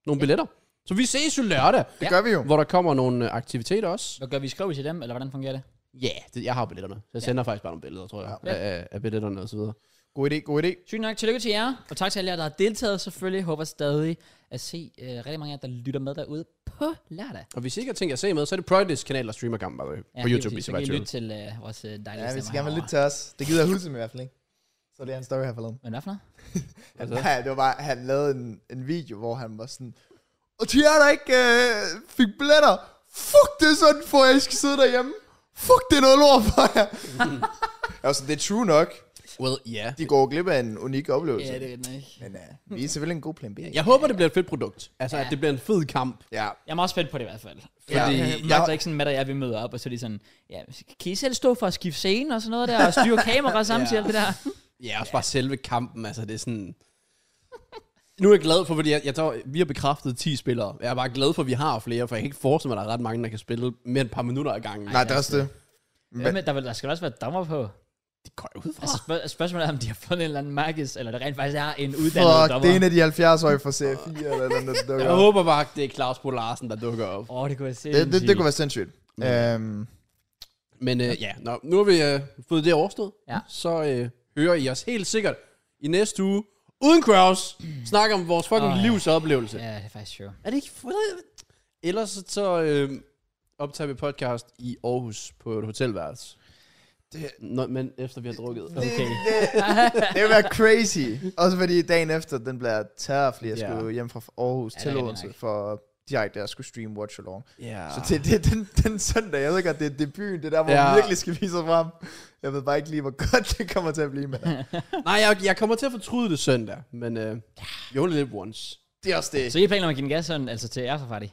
Speaker 2: nogle billetter. Så vi ses jo lørdag,
Speaker 3: Det gør vi jo.
Speaker 2: hvor der kommer nogle øh, aktiviteter også.
Speaker 1: Hvad gør vi? Skriver vi til dem, eller hvordan fungerer det?
Speaker 2: Ja, yeah, jeg har billetterne. Så jeg sender faktisk bare nogle billeder, tror jeg,
Speaker 1: Ja.
Speaker 2: af, af- af billetterne og så videre.
Speaker 3: God idé, god idé.
Speaker 1: Sygt nok, tillykke til jer, og tak til alle jer, der har deltaget selvfølgelig. Håber stadig at se øh, rigtig mange af jer, der lytter med derude på lørdag.
Speaker 2: Og hvis I ikke har tænkt jer at se med, så er det Prodigy's kanal, der streamer kampen by the way, på
Speaker 1: lige præcis.
Speaker 2: YouTube, hvis I
Speaker 1: så
Speaker 2: var
Speaker 1: kan
Speaker 2: i
Speaker 1: I
Speaker 2: tvivl.
Speaker 1: lytte til øh, vores øh, dejlige
Speaker 3: Ja, vi skal
Speaker 1: stemmer
Speaker 3: gerne være
Speaker 1: herovre.
Speaker 3: lidt til os. Det gider Hulsen i hvert fald ikke. Så det er en story her forleden.
Speaker 1: Men hvad for noget?
Speaker 3: Han,
Speaker 2: så?
Speaker 3: nej, det var bare, han lavede en, en video, hvor han var sådan, og til jer, der ikke øh, fik billetter, fuck det er sådan, for jeg skal sidde derhjemme. Fuck, det er noget lort for jer. jeg var sådan, det er true nok.
Speaker 2: Well, yeah.
Speaker 3: De går jo glip af en unik oplevelse.
Speaker 1: Ja, det
Speaker 3: det...
Speaker 1: er rigtig nok.
Speaker 3: Men uh, vi er selvfølgelig en god plan B. Ja.
Speaker 2: Jeg håber, det bliver et fedt produkt. Altså,
Speaker 1: Ja.
Speaker 2: at det bliver en fed kamp.
Speaker 3: ja.
Speaker 1: Jeg er meget spændt på det i hvert fald. Fordi
Speaker 3: Ja.
Speaker 1: ja,
Speaker 3: Ja.
Speaker 1: jeg magter ikke sådan, at jeg vil møde op, og så er de sådan, ja, kan I selv stå for at skifte scene og sådan noget der, og styre kamera samtidig, alt det der?
Speaker 2: Ja, også bare selve kampen, altså det er sådan... Nu er jeg glad for, fordi jeg, jeg tror, vi har bekræftet 10 spillere. Jeg er bare glad for, at vi har flere, for jeg kan ikke forestille mig, at der er ret mange, der kan spille mere end et par minutter ad gangen. altså,
Speaker 3: Nej, det er også det.
Speaker 1: Ja, men der, vil- der skal også være dommer på.
Speaker 2: det går jeg ud fra.
Speaker 1: Altså, spørg- spørgsmålet er, om de har fundet en eller anden markeds, eller der rent faktisk er en uddannet
Speaker 3: Fuck,
Speaker 1: dommer.
Speaker 3: det er en af de 70-årige fra serie 4 eller noget, der dukker
Speaker 2: Jeg
Speaker 3: op.
Speaker 2: håber bare, at det er Claus Bo Larsen, der dukker op.
Speaker 1: Åh, oh, det kunne jeg se.
Speaker 3: det, det, det kunne være sindssygt. Øhm,
Speaker 2: Men øh, ja, nå, nu har vi øh, fået det overstået.
Speaker 1: Ja.
Speaker 2: Så øh, hører I os helt sikkert i næste uge, uden Kraus, snakke om vores fucking
Speaker 1: Åh, ja.
Speaker 2: livsoplevelse.
Speaker 1: Ja, det er faktisk sjovt.
Speaker 2: Er det ikke fedt? Ellers så øh, optager vi podcast i Aarhus på et hotelværelse.
Speaker 3: Det-
Speaker 2: Nå, men efter vi har drukket.
Speaker 1: Okay.
Speaker 3: Det vil være crazy. Også fordi dagen efter, den bliver terror, fordi jeg
Speaker 2: Ja.
Speaker 3: skulle hjem fra Aarhus
Speaker 1: Ja,
Speaker 3: til
Speaker 1: det er
Speaker 3: Odense
Speaker 1: nok.
Speaker 3: for direkte at skulle streame Watch Along.
Speaker 2: Ja.
Speaker 3: Så det, det er den, den søndag, jeg ved godt, det er debuten, det er der, hvor
Speaker 2: Ah. Ja.
Speaker 3: man virkelig skal vise sig frem. Jeg ved bare ikke lige, hvor godt det kommer til at blive med.
Speaker 2: Nej, jeg, jeg kommer til at fortryde det søndag, men øh, you only live once.
Speaker 3: Det er også det.
Speaker 1: Så I planer om at give den gas sådan, altså til Ersafarti?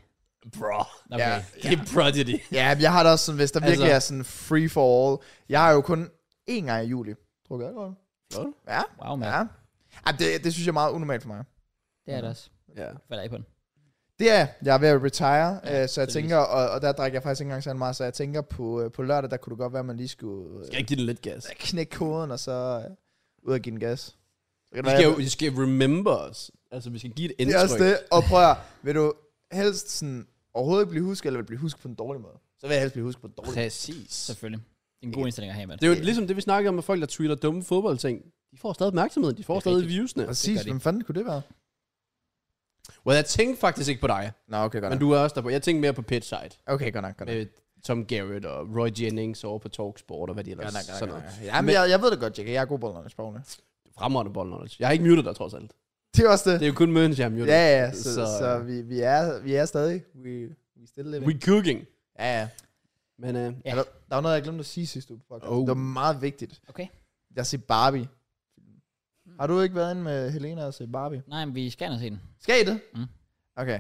Speaker 2: Bro.
Speaker 1: Okay.
Speaker 3: Ja.
Speaker 1: Ja.
Speaker 2: Det er prodigy.
Speaker 3: Ja, men jeg har det også sådan, hvis der virkelig
Speaker 2: Altså-
Speaker 3: er sådan free for all. Jeg har jo kun én gang i juli drukket alkohol.
Speaker 2: Flot.
Speaker 3: Ja,
Speaker 1: Wow, man. Ja.
Speaker 3: ja. ja det, det synes jeg er meget unormalt for mig.
Speaker 1: Det er det også.
Speaker 2: Ja.
Speaker 1: Falder ikke på den.
Speaker 3: Det er jeg. Jeg er ved at retire,
Speaker 1: Ja,
Speaker 3: ja, øh, så jeg
Speaker 1: selvfølgelig.
Speaker 3: tænker, og, og der drikker jeg faktisk ikke engang så meget, så jeg tænker på, øh, på lørdag, der kunne det godt være, at man lige skulle
Speaker 2: Skal jeg give den lidt gas?
Speaker 3: øh, knække koden, og så øh, ud og give den gas. Det,
Speaker 2: Vi skal jo vi skal remember os. Altså, vi skal give et
Speaker 3: det er
Speaker 2: indtryk.
Speaker 3: også det. Og prøv at, høre, vil du helst sådan, overhovedet ikke blive husket, eller vil du blive husket på en dårlig måde? Så vil jeg helst blive husket på en dårlig måde.
Speaker 2: Præcis.
Speaker 1: Selvfølgelig. Det er en god indstilling at have, mand.
Speaker 2: Det er jo ligesom det, vi snakkede om med folk, der tweeter dumme fodboldting. De får stadig opmærksomhed, de får
Speaker 1: Det er
Speaker 2: stadig
Speaker 1: rigtigt.
Speaker 2: viewsene.
Speaker 3: Præcis,
Speaker 1: gør de.
Speaker 3: hvem fanden kunne det være?
Speaker 2: Well, jeg tænkte faktisk ikke på dig,
Speaker 3: Nå, okay,
Speaker 2: men
Speaker 3: godt
Speaker 2: Øh,
Speaker 3: nok.
Speaker 2: du er også der på. Jeg tænkte mere på pitchside.
Speaker 3: Okay, godt nok, godt nok.
Speaker 2: Med Tom Garrett og Roy Jennings over på Talksport og hvad de
Speaker 3: Godt
Speaker 2: ellers
Speaker 3: nok, godt
Speaker 2: sådan
Speaker 3: nok,
Speaker 2: noget.
Speaker 3: godt nok. Jamen, jeg, jeg ved det godt, Jake. Jeg er god på London Sprogne.
Speaker 2: Fremragende bold knowledge. Jeg har ikke muted dig, trods alt.
Speaker 3: Det er også det.
Speaker 2: Det er jo kun Møns, jeg har muted.
Speaker 3: Ja, ja, så, så,
Speaker 2: Så-
Speaker 3: så vi, vi, er, vi er stadig. We, we still living.
Speaker 2: We cooking.
Speaker 3: ja, ja.
Speaker 2: Men øh,
Speaker 1: Ja.
Speaker 3: Ja. Der, der var noget, jeg glemte at sige sidste uge på podcast.
Speaker 2: Oh.
Speaker 3: Oh. Det var meget vigtigt.
Speaker 1: Okay.
Speaker 3: Jeg ser Barbie. Har du ikke været inde med Helena og set Barbie?
Speaker 2: Mm.
Speaker 1: Nej, men vi skal nok se den.
Speaker 3: Skal I det?
Speaker 1: Mm.
Speaker 3: Okay.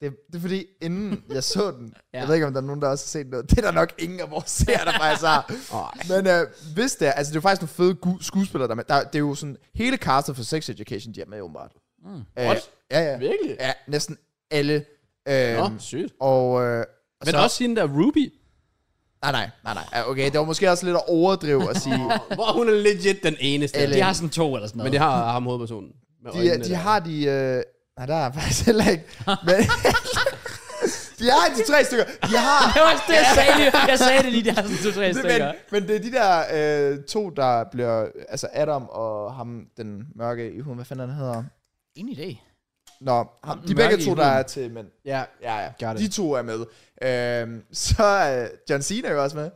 Speaker 3: Det, det er fordi, inden jeg så den,
Speaker 1: Ja.
Speaker 3: ja. jeg ved ikke, om der er nogen, der også har set noget. Det er der nok ingen af vores seere, der faktisk har. Men øh, hvis det er, altså det er jo faktisk nogle fede gu- skuespillere, der er med. Der, det er jo sådan, hele castet for Sex Education, de er med åbenbart.
Speaker 1: Mm.
Speaker 3: Øh,
Speaker 2: What?
Speaker 3: Ja, ja.
Speaker 2: Virkelig?
Speaker 3: Ja, næsten alle. Øh,
Speaker 2: Nå, sygt.
Speaker 3: Og, øh,
Speaker 2: Men
Speaker 3: så-
Speaker 2: også hende der Ruby.
Speaker 3: Nej, nej, nej, nej. Ja, Okay, det var måske også lidt at overdrive at sige.
Speaker 2: Hvor hun er legit den eneste.
Speaker 3: Eller-
Speaker 1: De har sådan to eller sådan noget.
Speaker 2: Men det har ham hovedpersonen. Med
Speaker 3: De,
Speaker 2: øjnene
Speaker 3: de
Speaker 2: der.
Speaker 3: har de... Øh, nej, der er faktisk heller ikke. Men, de har de tre stykker. De har...
Speaker 1: det var også det, jeg sagde lige. Jeg sagde det lige, de har sådan to-tre
Speaker 3: Det,
Speaker 1: stykker.
Speaker 3: men, men det er de der øh, to, der bliver... Altså Adam og ham, den mørke i huden. Hvad fanden han hedder?
Speaker 1: En idé.
Speaker 3: Nå, ham, de
Speaker 1: Den
Speaker 3: begge
Speaker 1: mørke i
Speaker 3: to, der
Speaker 1: huden.
Speaker 3: er til mænd.
Speaker 2: Ja,
Speaker 3: Ja, ja.
Speaker 2: Got it.
Speaker 3: De to er med. Øhm, så er øh, John Cena er jo også med.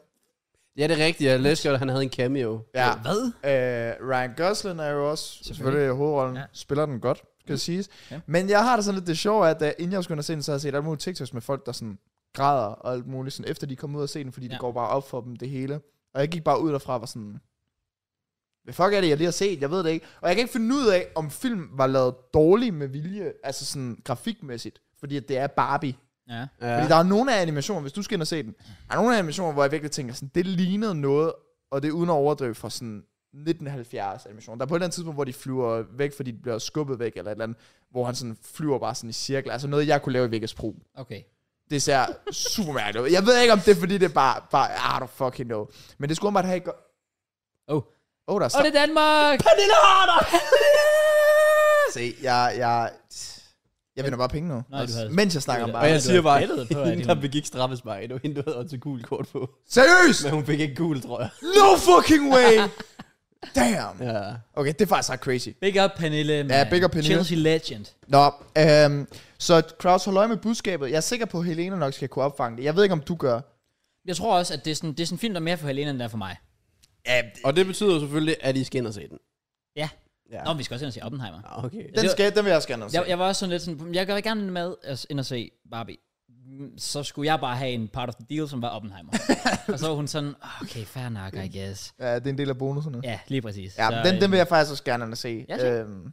Speaker 2: ja, det er rigtigt. Jeg læste godt, at han havde en cameo.
Speaker 3: Ja.
Speaker 1: Hvad?
Speaker 3: Øh, Ryan Gosling er jo også selvfølgelig hovedrollen.
Speaker 1: Ja.
Speaker 3: Ja. Spiller den godt, skal det siges.
Speaker 1: Ja.
Speaker 3: Ja. Men jeg har da sådan lidt det sjove, at øh, inden jeg skulle ind og se den, så har jeg set alle mulige TikToks med folk, der sådan græder og alt muligt, sådan efter de kom ud og se den, fordi ja.
Speaker 1: Ja.
Speaker 3: det går bare op for dem det hele. Og jeg gik bare ud derfra og var sådan, hvad fuck er det, jeg lige har set? Jeg ved det ikke. Og jeg kan ikke finde ud af, om film var lavet dårlig med vilje, altså sådan grafikmæssigt. Fordi at det er Barbie.
Speaker 1: Ja.
Speaker 2: Ja.
Speaker 3: Fordi der er nogle af animationer, hvis du skal ind og se den, der er nogle af animationer, hvor jeg virkelig tænker, sådan, det lignede noget, og det er uden at overdrive fra sådan 1970 animation. Der er på et eller andet tidspunkt, hvor de flyver væk, fordi de bliver skubbet væk, eller et eller andet, hvor han sådan flyver bare sådan i cirkler. Altså noget, jeg kunne lave i Vegas Pro.
Speaker 1: Okay.
Speaker 3: Det ser super mærkeligt ud. Jeg ved ikke, om det er, fordi det er bare, bare ah, du fucking know. Men det skulle man have ikke...
Speaker 1: Oh.
Speaker 3: Oh, der er
Speaker 1: Og det er Danmark! Pernille Harder!
Speaker 3: Se, jeg, jeg, jeg vinder bare penge nu.
Speaker 1: Nej, du havde-
Speaker 3: mens jeg snakker om
Speaker 1: Og
Speaker 2: Og
Speaker 3: bare.
Speaker 2: jeg siger bare,
Speaker 1: Du har billedet på, at
Speaker 2: hende,
Speaker 1: hun-
Speaker 2: der begik straffespark, det var hende, der havde også gul kort på.
Speaker 3: Seriøst?
Speaker 2: Men hun fik ikke gul, tror jeg.
Speaker 3: No fucking way! Damn.
Speaker 2: Ja.
Speaker 3: Okay, det er faktisk ret crazy.
Speaker 1: Big up, Pernille. Man.
Speaker 3: big up, Pernille.
Speaker 1: Chelsea legend.
Speaker 3: Nå, øhm, så Kraus, hold øje med budskabet. Jeg er sikker på, at Helena nok skal kunne opfange det. Jeg ved ikke, om du gør.
Speaker 1: Jeg tror også, at det er sådan, det er sådan en film, der er mere for Helena, end der er for mig.
Speaker 3: Ja,
Speaker 2: Og det betyder jo selvfølgelig, at I skal ind og se den.
Speaker 1: Ja.
Speaker 2: Ja.
Speaker 1: Nå, men vi skal også ind og se Oppenheimer.
Speaker 2: Ah, Okay.
Speaker 3: den, skal, den vil jeg også gerne se.
Speaker 1: Jeg, jeg var også sådan lidt sådan, jeg går gerne med at- ind og se Barbie. Mm, Så skulle jeg bare have en part of the deal, som var Oppenheimer. og så var hun sådan, "Ah, okay, fair nok, I guess.
Speaker 3: Ja, det er en del af bonuserne.
Speaker 1: Ja, lige præcis.
Speaker 3: Ja,
Speaker 1: så,
Speaker 3: den, den
Speaker 1: øh,
Speaker 3: vil jeg faktisk også gerne ind og se.
Speaker 1: Ja, tak.
Speaker 3: øhm,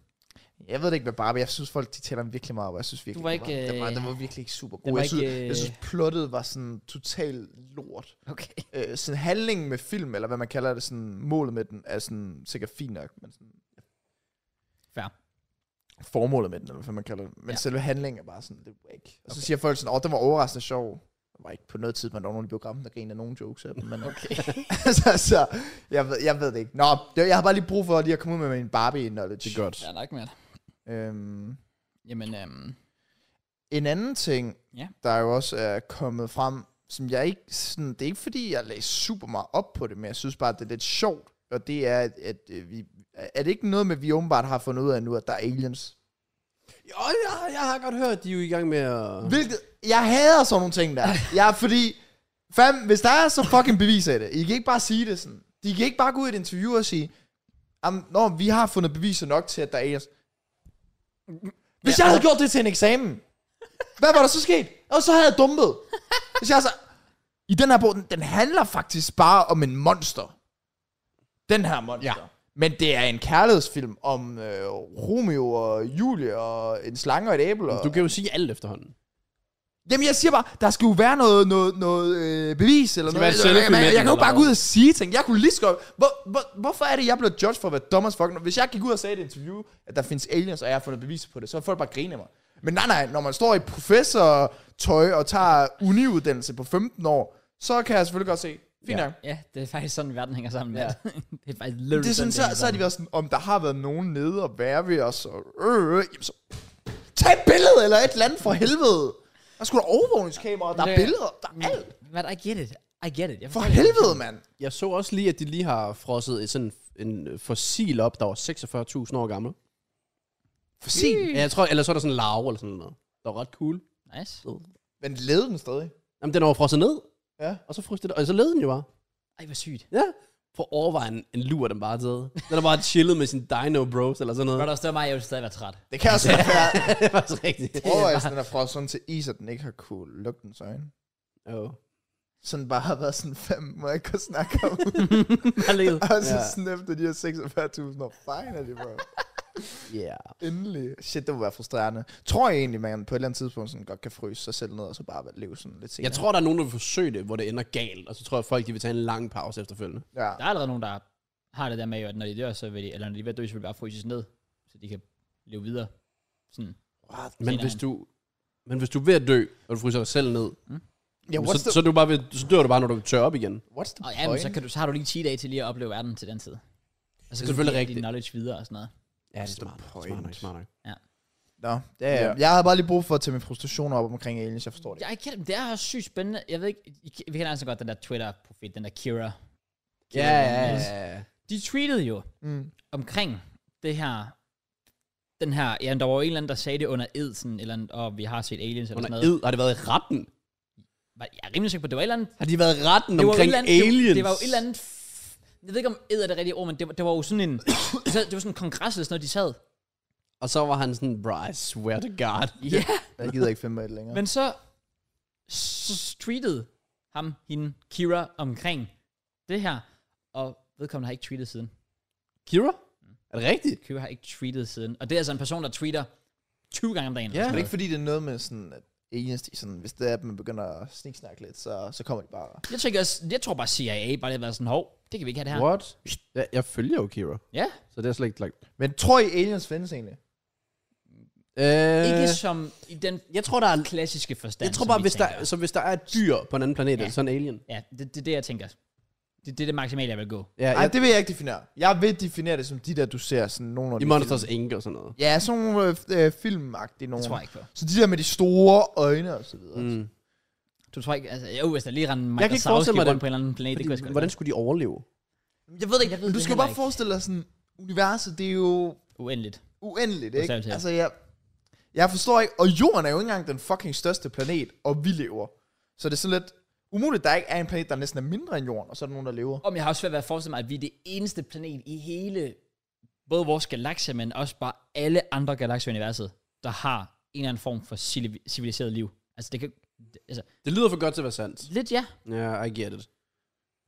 Speaker 3: jeg ved det ikke med Barbie. Jeg synes, folk de taler den virkelig meget op, og jeg synes virkelig,
Speaker 1: Du var
Speaker 3: den
Speaker 1: ikke,
Speaker 3: den, var,
Speaker 1: øh,
Speaker 3: den var virkelig ikke super
Speaker 1: den
Speaker 3: god.
Speaker 1: var
Speaker 3: Jeg synes,
Speaker 1: ikke, øh,
Speaker 3: jeg synes, plottet var sådan totalt lort.
Speaker 1: Okay.
Speaker 3: Øh, sådan handlingen med film, eller hvad man kalder det, sådan målet med den, er sådan sikkert fint nok, men sådan,
Speaker 1: Fair.
Speaker 3: formålet med den, eller hvad man kalder det. Men
Speaker 1: Ja.
Speaker 3: ja. selve handlingen er bare sådan, det var ikke. Og så siger folk sådan, åh, den var overraskende sjov. Det var ikke på noget tidspunkt, der var nogen i biografen, der grinede nogen jokes af dem. Men okay. så, så jeg, ved, jeg ved det ikke. Nå, det- jeg har bare lige brug for lige at komme ud med min Barbie-knowledge.
Speaker 2: Det er godt.
Speaker 1: Ja, nok med det.
Speaker 3: Øhm,
Speaker 1: Jamen, øhm,
Speaker 3: en anden ting,
Speaker 1: Ja.
Speaker 3: der jo også er kommet frem, som jeg ikke, sådan, det er ikke fordi, jeg lagde super meget op på det, men jeg synes bare, at det er lidt sjovt, og det er, at, at øh, vi, er det ikke noget med, at vi åbenbart har fundet ud af nu, at der er aliens?
Speaker 2: Jo, jeg, jeg har godt hørt, at de er jo i gang med at...
Speaker 3: Hvilket, jeg hader sådan nogle ting der. Jeg er fordi, fam, hvis der er så fucking bevis af det, I kan ikke bare sige det sådan. De kan ikke bare gå ud i et interview og sige, "Jamen, Nå, vi har fundet beviser nok til, at der er aliens. Hvis jeg havde gjort det til en eksamen, hvad var der så sket? Og så havde jeg dumpet. Hvis jeg så, i den her bog, den, den handler faktisk bare om en monster. Den her monster.
Speaker 2: Ja.
Speaker 3: Ja. Men det er en kærlighedsfilm om øh, Romeo og Julie og en slange og et æble. Og...
Speaker 2: Du kan jo sige alt efterhånden.
Speaker 3: Jamen jeg siger bare, der skal jo være noget, noget, noget øh, bevis eller
Speaker 2: skal
Speaker 3: noget.
Speaker 2: være et selfie
Speaker 3: jeg,
Speaker 2: med
Speaker 3: jeg,
Speaker 2: den,
Speaker 3: jeg kan jo
Speaker 2: eller
Speaker 3: bare gå
Speaker 2: hvad?
Speaker 3: ud og sige ting. Jeg kunne lige så godt... Hvor, hvor, hvorfor er det, jeg blev judged for at være dumb as fuck? Hvis jeg gik ud og sagde i et interview, at der findes aliens, og jeg har fundet beviser på det, så vil folk bare grine af mig. Men nej, nej, når man står i professortøj og tager uniuddannelse på 15 år, så kan jeg selvfølgelig godt se. Fint
Speaker 2: Ja.
Speaker 3: nok.
Speaker 1: ja, det er faktisk sådan, verden hænger sammen. Ja.
Speaker 2: Ja.
Speaker 1: det er faktisk
Speaker 3: Det er sådan, så, så har de været sådan, om der har været nogen nede og være ved os, og øh, øh, jamen så, tag et billede eller et eller andet for helvede. Der skulle der overvågningskameraer, der er
Speaker 1: Det-
Speaker 3: billeder, der er alt.
Speaker 1: But I get it. I get it. Jeg
Speaker 3: For
Speaker 1: forstår det.
Speaker 3: helvede, mand!
Speaker 2: Jeg så også lige, at de lige har frosset et sådan en fossil op, der var 46.000 år gammel.
Speaker 3: Fossil.
Speaker 2: Ja, jeg tror, eller så er der sådan en larve eller sådan noget. Der var ret cool.
Speaker 1: Nice.
Speaker 3: Men levede den stadig?
Speaker 2: Jamen, den var frosset ned,
Speaker 3: Ja.
Speaker 2: og så fryste det, og så led den jo bare.
Speaker 1: Ej, hvor sygt.
Speaker 2: Ja. For overvej en, en lur, den bare taget. Den er bare chillet med sin dino bros eller sådan noget.
Speaker 1: Når der stod mig, jeg ville stadig være træt.
Speaker 3: Det kan også være.
Speaker 2: det er faktisk rigtigt.
Speaker 3: Overvejelsen den er fra sådan til is, at den ikke har kunne lukke dens øjne.
Speaker 2: Oh.
Speaker 3: Sådan bare har været sådan fem, må jeg ikke kunne snakke om.
Speaker 1: Jeg levede.
Speaker 3: Og så
Speaker 2: Ja.
Speaker 3: sådan efter de her 46.000 år, fine er de bare.
Speaker 2: Yeah.
Speaker 3: Endelig. Shit, det må være frustrerende. Tror jeg egentlig, man på et eller andet tidspunkt sådan godt kan fryse sig selv ned, og så bare leve sådan lidt senere?
Speaker 2: Jeg tror, der er nogen, der vil forsøge det, hvor det ender galt, og så tror jeg, folk de vil tage en lang pause efterfølgende.
Speaker 3: Ja.
Speaker 1: Der er allerede nogen, der har det der med, jo, at når de dør, så vil de, eller når de er ved at dø, så vil de bare fryses ned, så de kan leve videre. Sådan.
Speaker 2: Men
Speaker 1: Senere
Speaker 2: hvis
Speaker 1: hen.
Speaker 2: du, men hvis du er ved at dø, og du fryser dig selv ned,
Speaker 3: Ja,
Speaker 2: yeah,
Speaker 3: what's,
Speaker 2: så,
Speaker 3: the,
Speaker 2: så, er du bare ved, så dør du bare, når du tør op igen.
Speaker 3: what's the
Speaker 1: Og
Speaker 3: point?
Speaker 1: ja, men så, kan du, så har du lige 10 dage til lige at opleve verden til den tid. Og så kan
Speaker 2: selvfølgelig
Speaker 1: du give
Speaker 2: rigtigt.
Speaker 1: din knowledge videre og sådan noget.
Speaker 2: Ja, det
Speaker 3: What's
Speaker 2: er
Speaker 3: the
Speaker 2: smart.
Speaker 3: point?
Speaker 2: Smart nok, smart nok.
Speaker 3: Nå, det er,
Speaker 2: Ja.
Speaker 3: jeg havde bare lige brug for at tage min frustration op omkring aliens, jeg forstår det.
Speaker 1: Jeg kan, det er også sygt spændende. Jeg ved ikke, I, I- vi kender altså godt den der Twitter-profil, den der Kira.
Speaker 2: Ja, ja, ja.
Speaker 1: De tweetede jo
Speaker 3: Mm.
Speaker 1: omkring det her, den her, ja, der var jo en eller anden, der sagde det under ed, sådan, et eller andet, og vi har set aliens eller
Speaker 2: Under
Speaker 1: sådan noget.
Speaker 2: ed, har det været i retten?
Speaker 1: Var- Jeg er rimelig sikker på, at det var et eller andet
Speaker 2: Har de været i retten
Speaker 1: det var jo
Speaker 2: omkring
Speaker 1: et eller andet,
Speaker 2: aliens?
Speaker 1: Det, det var jo et eller andet... f- Jeg ved ikke, om æder det rigtige ord, men det, var- det var jo sådan en... de sad- det var sådan en kongres, eller sådan noget, de sad.
Speaker 2: Og så var han sådan, bro, I swear to God.
Speaker 1: Ja.
Speaker 3: Jeg gider ikke finde mig i det længere.
Speaker 1: Men så streetede ham, hende, Kira, omkring det her. Og vedkommende har ikke tweetet siden.
Speaker 2: Kira? Er det rigtigt?
Speaker 1: Kira har ikke tweetet siden. Og det er altså en person, der tweeter 20 gange om dagen. Altså,
Speaker 2: Ja.
Speaker 1: eller sådan
Speaker 3: Men det er
Speaker 1: noget.
Speaker 3: ikke fordi, det er noget med sådan, at aliens, de sådan, hvis det er, at man begynder at sniksnakke lidt, så, så kommer de bare.
Speaker 1: Jeg, tænker, også- jeg tror bare CIA bare det har været sådan, hov, det kan vi ikke have det her.
Speaker 2: What? Ja, jeg følger jo Kira,
Speaker 1: Ja,
Speaker 2: så det er slet ikke lagt.
Speaker 3: Men tror I, aliens findes egentlig?
Speaker 2: Øh,
Speaker 1: ikke som i den
Speaker 2: jeg tror, der er...
Speaker 1: klassiske forstand.
Speaker 2: Jeg tror
Speaker 1: som
Speaker 2: bare,
Speaker 1: vi
Speaker 2: hvis
Speaker 1: tænker.
Speaker 2: der, så hvis der er et dyr på en anden planet, ja. er det sådan en alien.
Speaker 1: Ja, det er det, er det, jeg tænker. Det, det er det maksimale, jeg vil gå.
Speaker 2: Ja,
Speaker 3: Nej,
Speaker 2: jeg,
Speaker 3: det vil jeg ikke definere. Jeg vil definere det som de der, du ser sådan nogle af
Speaker 2: I
Speaker 3: de
Speaker 2: Monsters
Speaker 3: film.
Speaker 2: Inc. og sådan noget. Mm.
Speaker 3: Ja, sådan nogle øh, f- øh, filmagtige
Speaker 1: Det
Speaker 3: nogle.
Speaker 1: tror jeg ikke på.
Speaker 3: Så de der med de store øjne og så videre. Mm.
Speaker 2: Mm.
Speaker 1: Du tror ikke, altså, jo, hvis der lige rendte
Speaker 2: kan
Speaker 1: Mike
Speaker 2: ikke
Speaker 1: Sowski
Speaker 2: forestille mig
Speaker 1: rundt
Speaker 2: det,
Speaker 1: på en eller anden planet, det kunne jeg sgu
Speaker 2: Fordi,
Speaker 1: da
Speaker 2: hvordan skulle de overleve?
Speaker 3: Jeg ved det ikke,
Speaker 1: Jeg ved
Speaker 3: men du
Speaker 1: det
Speaker 3: skal jo
Speaker 1: heller
Speaker 3: bare
Speaker 1: ikke.
Speaker 3: forestille dig sådan, universet, det er jo
Speaker 1: godt. Uendeligt.
Speaker 3: uendeligt, ikke?
Speaker 1: Bogstaveligt talt.
Speaker 3: Altså, jeg, jeg forstår ikke, og jorden er jo ikke engang den fucking største planet, og vi lever. Så det er sådan lidt umuligt, at der ikke er en planet, der næsten er mindre end jorden, og så er der nogen, der lever.
Speaker 1: Om jeg har også svært ved at forestille mig, at vi er det eneste planet i hele, både vores galakse, men også bare alle andre galakser i universet, der har en eller anden form for civili- civiliseret liv. Altså, det kan... det- Altså,
Speaker 2: Det lyder for godt til at være sandt.
Speaker 1: lidt ja.
Speaker 2: Ja, yeah, I get it.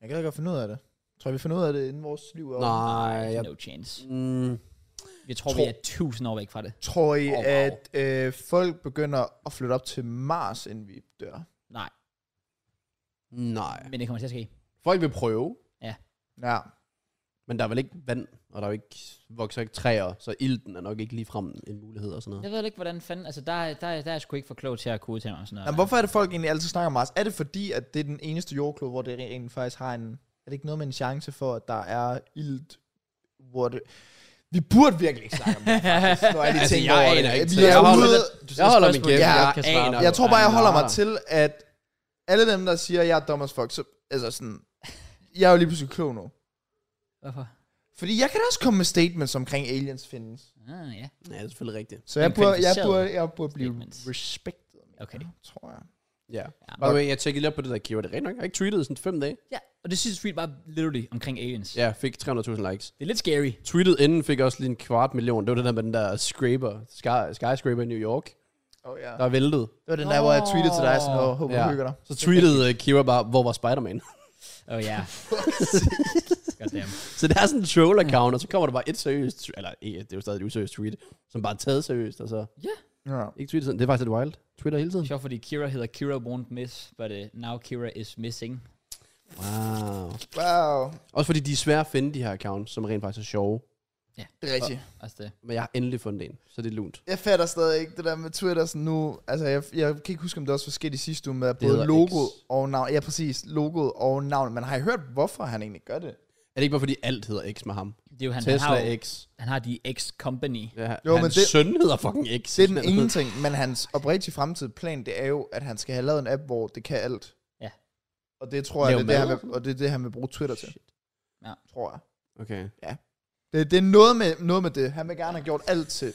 Speaker 3: Jeg kan ikke finde ud af det. Tror jeg, vi finder ud af det, inden vores liv er over?
Speaker 2: Nej, jeg...
Speaker 1: No chance.
Speaker 2: Mm.
Speaker 1: Jeg tror,
Speaker 3: Tror-
Speaker 1: vi er tusind år væk fra det.
Speaker 3: Tror I,
Speaker 2: Oh, wow.
Speaker 3: at øh, folk begynder at flytte op til Mars, inden vi dør?
Speaker 1: Nej,
Speaker 2: Nej.
Speaker 1: men det kommer til at ske.
Speaker 2: Folk vil prøve,
Speaker 3: Ja.
Speaker 2: men der er vel ikke vand, og der er jo ikke, vokser ikke træer, så ilten er nok ikke ligefrem en mulighed og sådan noget.
Speaker 1: Jeg ved ikke, hvordan fanden... Altså, der, er- der, er- der er jeg sgu ikke for klog til at kode til mig og sådan noget.
Speaker 3: Jamen, hvorfor er det, folk egentlig altid snakker om Mars? Er det fordi, at det er den eneste jordklode, hvor det rent faktisk har en... Er det ikke noget med en chance for, at der er ilt, hvor det... Vi burde virkelig ikke snakke om det, faktisk, når jeg lige
Speaker 2: Altså,
Speaker 3: tænker
Speaker 2: jeg
Speaker 3: over
Speaker 2: aner ikke,
Speaker 3: det.
Speaker 2: så
Speaker 3: Vi
Speaker 2: jeg
Speaker 3: er
Speaker 2: holder
Speaker 3: ude...
Speaker 2: Jeg holder min kæft,
Speaker 3: Ja, Ah.
Speaker 2: jeg,
Speaker 1: kan svare
Speaker 2: aner.
Speaker 1: på.
Speaker 3: Jeg tror bare, jeg holder mig
Speaker 2: Nej.
Speaker 3: til, at alle dem, der siger, at jeg er dum as fuck, så... Altså sådan... Jeg er jo lige pludselig klog nu.
Speaker 1: Hvorfor?
Speaker 3: Fordi jeg kan da også komme med statements omkring aliens findes.
Speaker 1: Ah, ja.
Speaker 2: Ja, det er selvfølgelig rigtigt.
Speaker 3: Så jeg
Speaker 1: Men
Speaker 3: burde, jeg
Speaker 1: kvalificerede
Speaker 3: burde, jeg burde blive
Speaker 1: statements.
Speaker 3: respektet,
Speaker 1: Okay.
Speaker 3: tror jeg.
Speaker 2: Ja.
Speaker 1: Ja.
Speaker 2: By the way, jeg tjekkede lige op på det der keyword. Det er rent nok. Jeg har ikke tweetet i sådan fem dage.
Speaker 1: Ja, og det sidste tweet var literally omkring aliens.
Speaker 2: Ja, fik 300.000 likes.
Speaker 1: Det er lidt scary.
Speaker 2: Tweetet inden fik også lige en kvart million. Det var den der med den der scraper, sky, skyscraper i New York,
Speaker 3: Oh, ja.
Speaker 2: der er væltet.
Speaker 3: Det var den der, hvor jeg tweetede til dig, sådan, oh, håber
Speaker 2: Ja.
Speaker 3: du hygger dig.
Speaker 2: Så tweetede uh, Kira bare, hvor var Spider-Man?
Speaker 1: Oh ja. Goddamn.
Speaker 2: så det er sådan en troll-account, og så kommer der bare et seriøst, tw- eller eh, det er jo stadig et useriøst tweet, som bare er taget seriøst, altså. og så
Speaker 3: Ja.
Speaker 2: ikke tweetet sådan. Det er faktisk lidt wild. Twitter hele tiden.
Speaker 1: Sjovt, fordi Kira hedder Kira won't miss, but uh, now Kira is missing.
Speaker 2: Wow.
Speaker 3: Wow.
Speaker 2: Også fordi de er svære at finde, de her accounts, som rent faktisk er sjove.
Speaker 3: Det er rigtigt.
Speaker 1: Altså det.
Speaker 2: Men jeg har endelig fundet en, så det er lunt.
Speaker 3: Jeg fatter stadig ikke det der med Twitter sådan nu. Altså, jeg, jeg kan ikke huske, om det også var sket i sidste uge med at
Speaker 2: hedder
Speaker 3: både logoet
Speaker 2: X.
Speaker 3: og navn. Ja, præcis. Logoet og navn. Men har I hørt, hvorfor han egentlig gør det?
Speaker 2: Er det ikke bare fordi alt hedder X med ham?
Speaker 1: Det er jo, han, han, har,
Speaker 2: Tesla
Speaker 1: jo,
Speaker 2: X.
Speaker 1: han har de X-company.
Speaker 2: Ja, jo,
Speaker 3: Jo,
Speaker 2: hans
Speaker 3: men
Speaker 2: men
Speaker 3: det-
Speaker 2: det, søn hedder fucking X.
Speaker 3: Det er den ene ting, men hans oprigtige fremtidige plan, det er jo, at han skal have lavet en app, hvor det kan alt.
Speaker 1: Ja.
Speaker 3: Og det tror jeg,
Speaker 2: Lave
Speaker 3: det er det, han
Speaker 2: mad?
Speaker 3: vil, og det er det, han vil bruge Twitter til.
Speaker 1: Ja.
Speaker 3: Tror jeg.
Speaker 2: Okay.
Speaker 3: Det, det er noget med, noget med det. Han vil gerne have gjort alt til.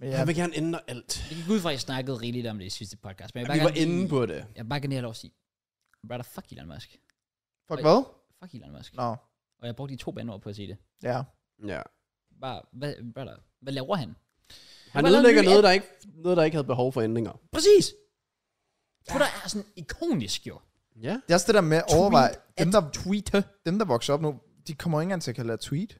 Speaker 3: Men
Speaker 2: Ja.
Speaker 3: ja,
Speaker 2: Jeg vil gerne ændre alt.
Speaker 1: Jeg gik ud fra, at I snakkede rigeligt om det i sidste podcast. Men jeg vil
Speaker 2: Vi
Speaker 1: bare
Speaker 2: var
Speaker 1: gerne
Speaker 2: inde
Speaker 1: lige-
Speaker 2: på det.
Speaker 1: Jeg vil bare gerne lige have lov at sige, brother, fuck Elon Musk.
Speaker 3: fuck hvad?
Speaker 1: Fuck Elon Musk.
Speaker 3: Nå,
Speaker 1: Og jeg brugte de to bandord på at sige det.
Speaker 3: ja.
Speaker 2: Ja.
Speaker 1: Bare, hvad, brother, hvad laver han?
Speaker 2: Han
Speaker 1: var lavet
Speaker 2: ødelægger
Speaker 1: en ny
Speaker 2: noget der, ikke, noget, der ikke havde behov for ændringer.
Speaker 1: Præcis! Twitter er sådan ikonisk jo.
Speaker 2: Ja.
Speaker 3: Det er også det der med at overveje, dem der,
Speaker 1: Tweeter.
Speaker 3: dem der vokser op nu, de kommer ikke engang til at kalde det at tweet.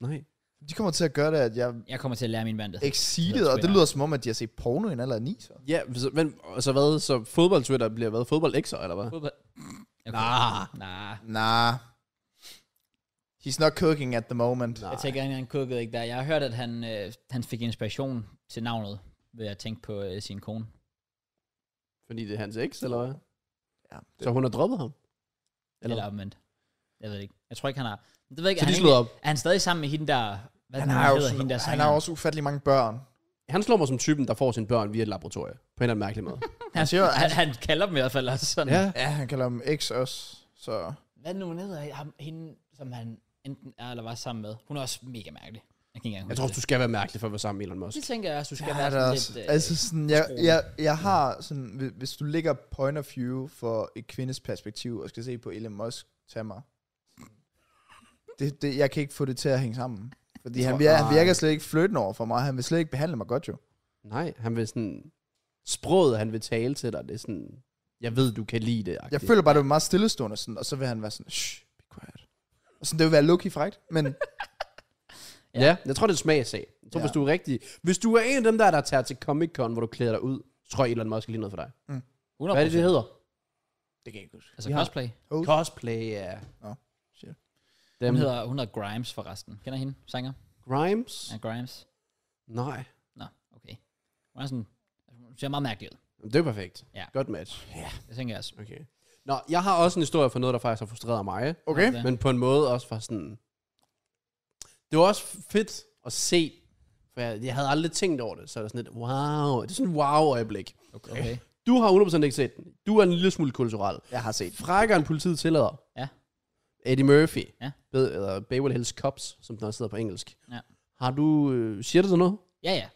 Speaker 2: Nej.
Speaker 3: De kommer til at gøre det, at jeg
Speaker 1: Jeg kommer til at lære min vandet.
Speaker 3: exceeded, og det lyder som om, at de har set porno i en alder af 9, så.
Speaker 2: Ja, så, men, altså hvad, så fodboldtwitter bliver hvad? Fodboldexer, eller hvad?
Speaker 1: Fodbold. Okay. Nah. Nah.
Speaker 3: Nah. He's not cooking at the moment.
Speaker 1: Jeg tænker, at han kukkede ikke der. Jeg har hørt, at han, øh, han fik inspiration til navnet ved at tænke på øh, sin kone.
Speaker 2: Fordi det er hans eks, eller hvad?
Speaker 3: Ja, det,
Speaker 2: Så hun har droppet ham? Eller-
Speaker 1: Eller, eller omvendt. Jeg ved det ikke. Jeg tror ikke, han har... Det ved jeg ikke. er
Speaker 2: Så de
Speaker 1: han
Speaker 2: slået
Speaker 1: egentlig- Er han stadig sammen med hende der... Hvad
Speaker 3: han,
Speaker 1: den
Speaker 3: har jo
Speaker 1: hedder, hende der
Speaker 3: sådan, han
Speaker 1: sanger?
Speaker 3: har også ufattelig mange børn.
Speaker 2: Han slår mig som typen, der får sine børn via et laboratorie. På en eller anden mærkelig måde.
Speaker 1: Han,
Speaker 3: siger jo,
Speaker 1: han, han kalder dem i hvert fald også sådan.
Speaker 2: ja.
Speaker 3: Ja, han kalder dem X også. Så
Speaker 1: Hvad nu hun hedder ham, hende, som han enten er eller var sammen med? Hun er også mega mærkelig. Jeg kan ikke engang
Speaker 2: Jeg
Speaker 1: huske
Speaker 2: tror også, du skal være mærkelig for at være sammen med Elon Musk.
Speaker 1: det. det tænker jeg også, du skal
Speaker 3: Ja,
Speaker 1: være
Speaker 3: der er
Speaker 1: sådan
Speaker 3: også,
Speaker 1: lidt... øh,
Speaker 3: altså sådan, jeg,
Speaker 1: troende.
Speaker 3: jeg, jeg har sådan, hvi- hvis du ligger point of view for et kvindes perspektiv, og skal se på Elon Musk tage mig, det, det, jeg kan ikke få det til at hænge sammen. Fordi
Speaker 2: Jeg
Speaker 3: han,
Speaker 2: tror-
Speaker 3: virker, han
Speaker 2: nej.
Speaker 3: virker slet ikke flyttende over for mig, han vil slet ikke behandle mig godt jo.
Speaker 2: Nej, han vil sådan... Sproget, han vil tale til dig, det er sådan... Jeg ved, du kan lide det.
Speaker 3: Jeg føler bare, det var meget stillestående, sådan, og så vil han være sådan, shh, be quiet. Og sådan, det vil være low-key frækt, men
Speaker 2: Ja. ja. jeg tror, det er en smagsag. Jeg tror,
Speaker 3: Ja.
Speaker 2: ja. hvis du er rigtig... Hvis du er en af dem, der, der tager til Comic-Con, hvor du klæder dig ud, så tror jeg, Elon Musk er lige noget for dig.
Speaker 1: 100%.
Speaker 2: Hvad er det, det hedder?
Speaker 3: det kan jeg ikke huske.
Speaker 1: Altså
Speaker 2: Vi har-
Speaker 1: cosplay.
Speaker 2: Cosplay, ja.
Speaker 3: Nå, shit.
Speaker 2: Dem.
Speaker 1: Hun
Speaker 2: hedder...
Speaker 1: hedder, hun hedder Grimes forresten. Kender hende? Sanger?
Speaker 2: Grimes?
Speaker 1: Ja, Grimes.
Speaker 2: Nej.
Speaker 1: Nå, okay. Hun er sådan... Hun ser meget mærkelig ud.
Speaker 2: Det er perfekt.
Speaker 1: Ja.
Speaker 2: Godt match.
Speaker 1: Det tænker jeg også.
Speaker 2: Okay. Nå, jeg har også en historie for noget, der faktisk har frustreret mig.
Speaker 3: Okay,
Speaker 1: Ja.
Speaker 2: Ja. Men på en måde også var sådan... Det var også fedt at se, for jeg, jeg havde aldrig tænkt over det, så er det sådan et wow, det er sådan et wow-øjeblik.
Speaker 1: Okay. okay.
Speaker 2: Du har 100% ikke set den. Du er en lille smule kulturel.
Speaker 3: jeg har set.
Speaker 2: Frækker en politiet tillader.
Speaker 1: Ja.
Speaker 2: Eddie Murphy.
Speaker 1: Ja.
Speaker 2: Bed, eller Beverly Hills Cops, som den også hedder på engelsk.
Speaker 1: Ja.
Speaker 2: Har du... Øh, siger det sådan noget?
Speaker 1: Ja, ja.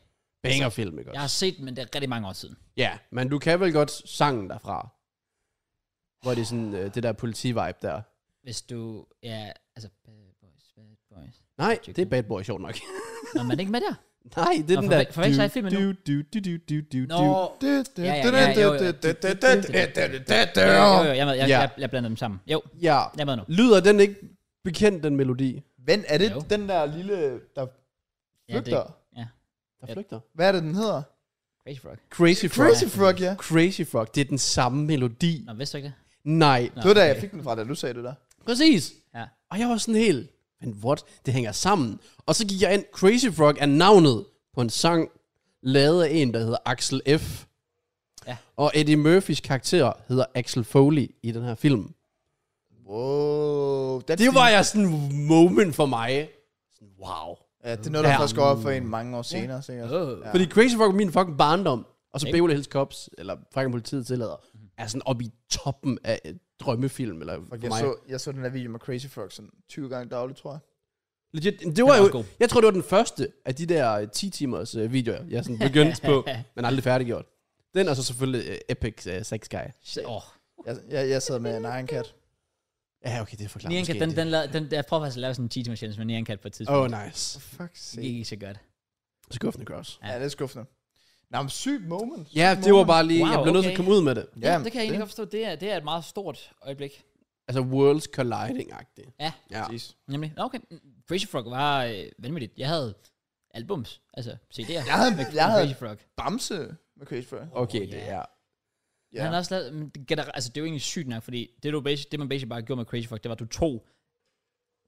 Speaker 2: Bangerfilm, ikke også?
Speaker 1: Jeg har set den, men det er rigtig mange år siden.
Speaker 2: Ja, men du kan vel godt sangen derfra. Hvor det er sådan, øh, det der politi-vibe der.
Speaker 1: Hvis du... Ja, altså... Bad boys, bad boys.
Speaker 2: Nej, det er Bad Boy, sjovt nok.
Speaker 1: Nå, man er ikke med der?
Speaker 2: Nej, det
Speaker 1: Nå,
Speaker 2: er den
Speaker 1: forve-
Speaker 2: der...
Speaker 1: forveksler jeg filmen nu?
Speaker 2: du, du, du, du, du, du,
Speaker 1: Nå,
Speaker 2: du.
Speaker 1: ja, ja, ja, jo, jo. jo, jo, jo, jeg, er med, jeg,
Speaker 2: Ja.
Speaker 1: jeg, jeg blander dem sammen. Jo,
Speaker 2: Ja.
Speaker 1: jeg er med nu.
Speaker 2: Lyder den ikke bekendt, den melodi?
Speaker 3: Men er
Speaker 1: Jo.
Speaker 3: det den der lille,
Speaker 1: Ja,
Speaker 3: der
Speaker 1: det,
Speaker 3: flygter?
Speaker 1: ja.
Speaker 2: Der
Speaker 1: Ja.
Speaker 2: flygter.
Speaker 3: Hvad er det, den hedder?
Speaker 1: Crazy Frog.
Speaker 2: Crazy Frog.
Speaker 3: Crazy Frog, ja.
Speaker 2: Crazy Frog, det er den samme melodi.
Speaker 1: Nå, vidste du ikke det?
Speaker 2: Nej.
Speaker 1: Nå,
Speaker 3: Det var da, jeg
Speaker 1: okay.
Speaker 3: fik den fra, da du sagde det der.
Speaker 2: Præcis.
Speaker 1: Ja.
Speaker 2: Og jeg var sådan helt, men what? Det hænger sammen. Og så gik jeg ind, Crazy Frog er navnet på en sang, lavet af en, der hedder Axel F.
Speaker 1: Ja.
Speaker 2: Og Eddie Murphys karakter hedder Axel Foley i den her film.
Speaker 3: Wow. That's
Speaker 2: Det var jeg sådan moment for mig. Sådan, wow.
Speaker 3: Ja, det er noget, der
Speaker 2: Ja.
Speaker 3: først går op for en mange år senere, ja. sikkert.
Speaker 1: Åh.
Speaker 3: Ja.
Speaker 2: Fordi Crazy Frog er min fucking barndom. Og så
Speaker 1: Ikke? Mhm.
Speaker 2: Beverly Hills Cops, eller Franken Politiet tillader, er sådan oppe i toppen af et drømmefilm, eller for
Speaker 3: Fuck,
Speaker 2: mig.
Speaker 3: jeg, så, jeg så den der video med Crazy Frog sådan 20 gange dagligt, tror jeg.
Speaker 2: Legit, det var
Speaker 1: Den var
Speaker 2: jo,
Speaker 1: god.
Speaker 2: jeg tror, det var den første af de der øh, 10-timers øh, videoer, jeg sådan begyndte på, men aldrig færdiggjort. Den er så selvfølgelig øh, Epic øh, Sex Guy.
Speaker 1: Shit. Åh.
Speaker 3: Jeg, jeg, jeg sad med en Iron Cat.
Speaker 2: Ja, okay, det forklarer
Speaker 1: Niankat, den, den, lavede, den, jeg prøver faktisk at lave sådan en cheat machine med Niankat på et tidspunkt.
Speaker 2: Oh, nice.
Speaker 3: Fuck
Speaker 1: Det gik ikke så godt.
Speaker 2: Skuffende cross.
Speaker 3: Ja, det er skuffende. Nå, men sygt moment.
Speaker 2: Ja, det var bare lige, wow,
Speaker 1: Wow,
Speaker 2: jeg blev nødt til at
Speaker 1: okay.
Speaker 2: komme ud med det.
Speaker 1: Ja, det kan jeg egentlig godt forstå. Det er, det er et meget stort øjeblik.
Speaker 2: Altså, worlds colliding-agtigt.
Speaker 1: Ja,
Speaker 2: Ja.
Speaker 3: Præcis.
Speaker 1: nemlig. Nå, Okay, Crazy Frog var øh, vanvittigt. Jeg havde albums, altså CD'er.
Speaker 3: Jeg havde, jeg havde
Speaker 1: Crazy Frog.
Speaker 3: Bamse med Crazy Frog.
Speaker 2: Okay,
Speaker 1: Åh,
Speaker 2: det
Speaker 1: ja.
Speaker 2: er...
Speaker 1: Ja.
Speaker 3: Ja.
Speaker 1: Han har også lavet, men det gener- altså det er jo egentlig sygt nok, fordi det, du basic, det man basic bare gjorde med Crazy Frog, det var, at du tog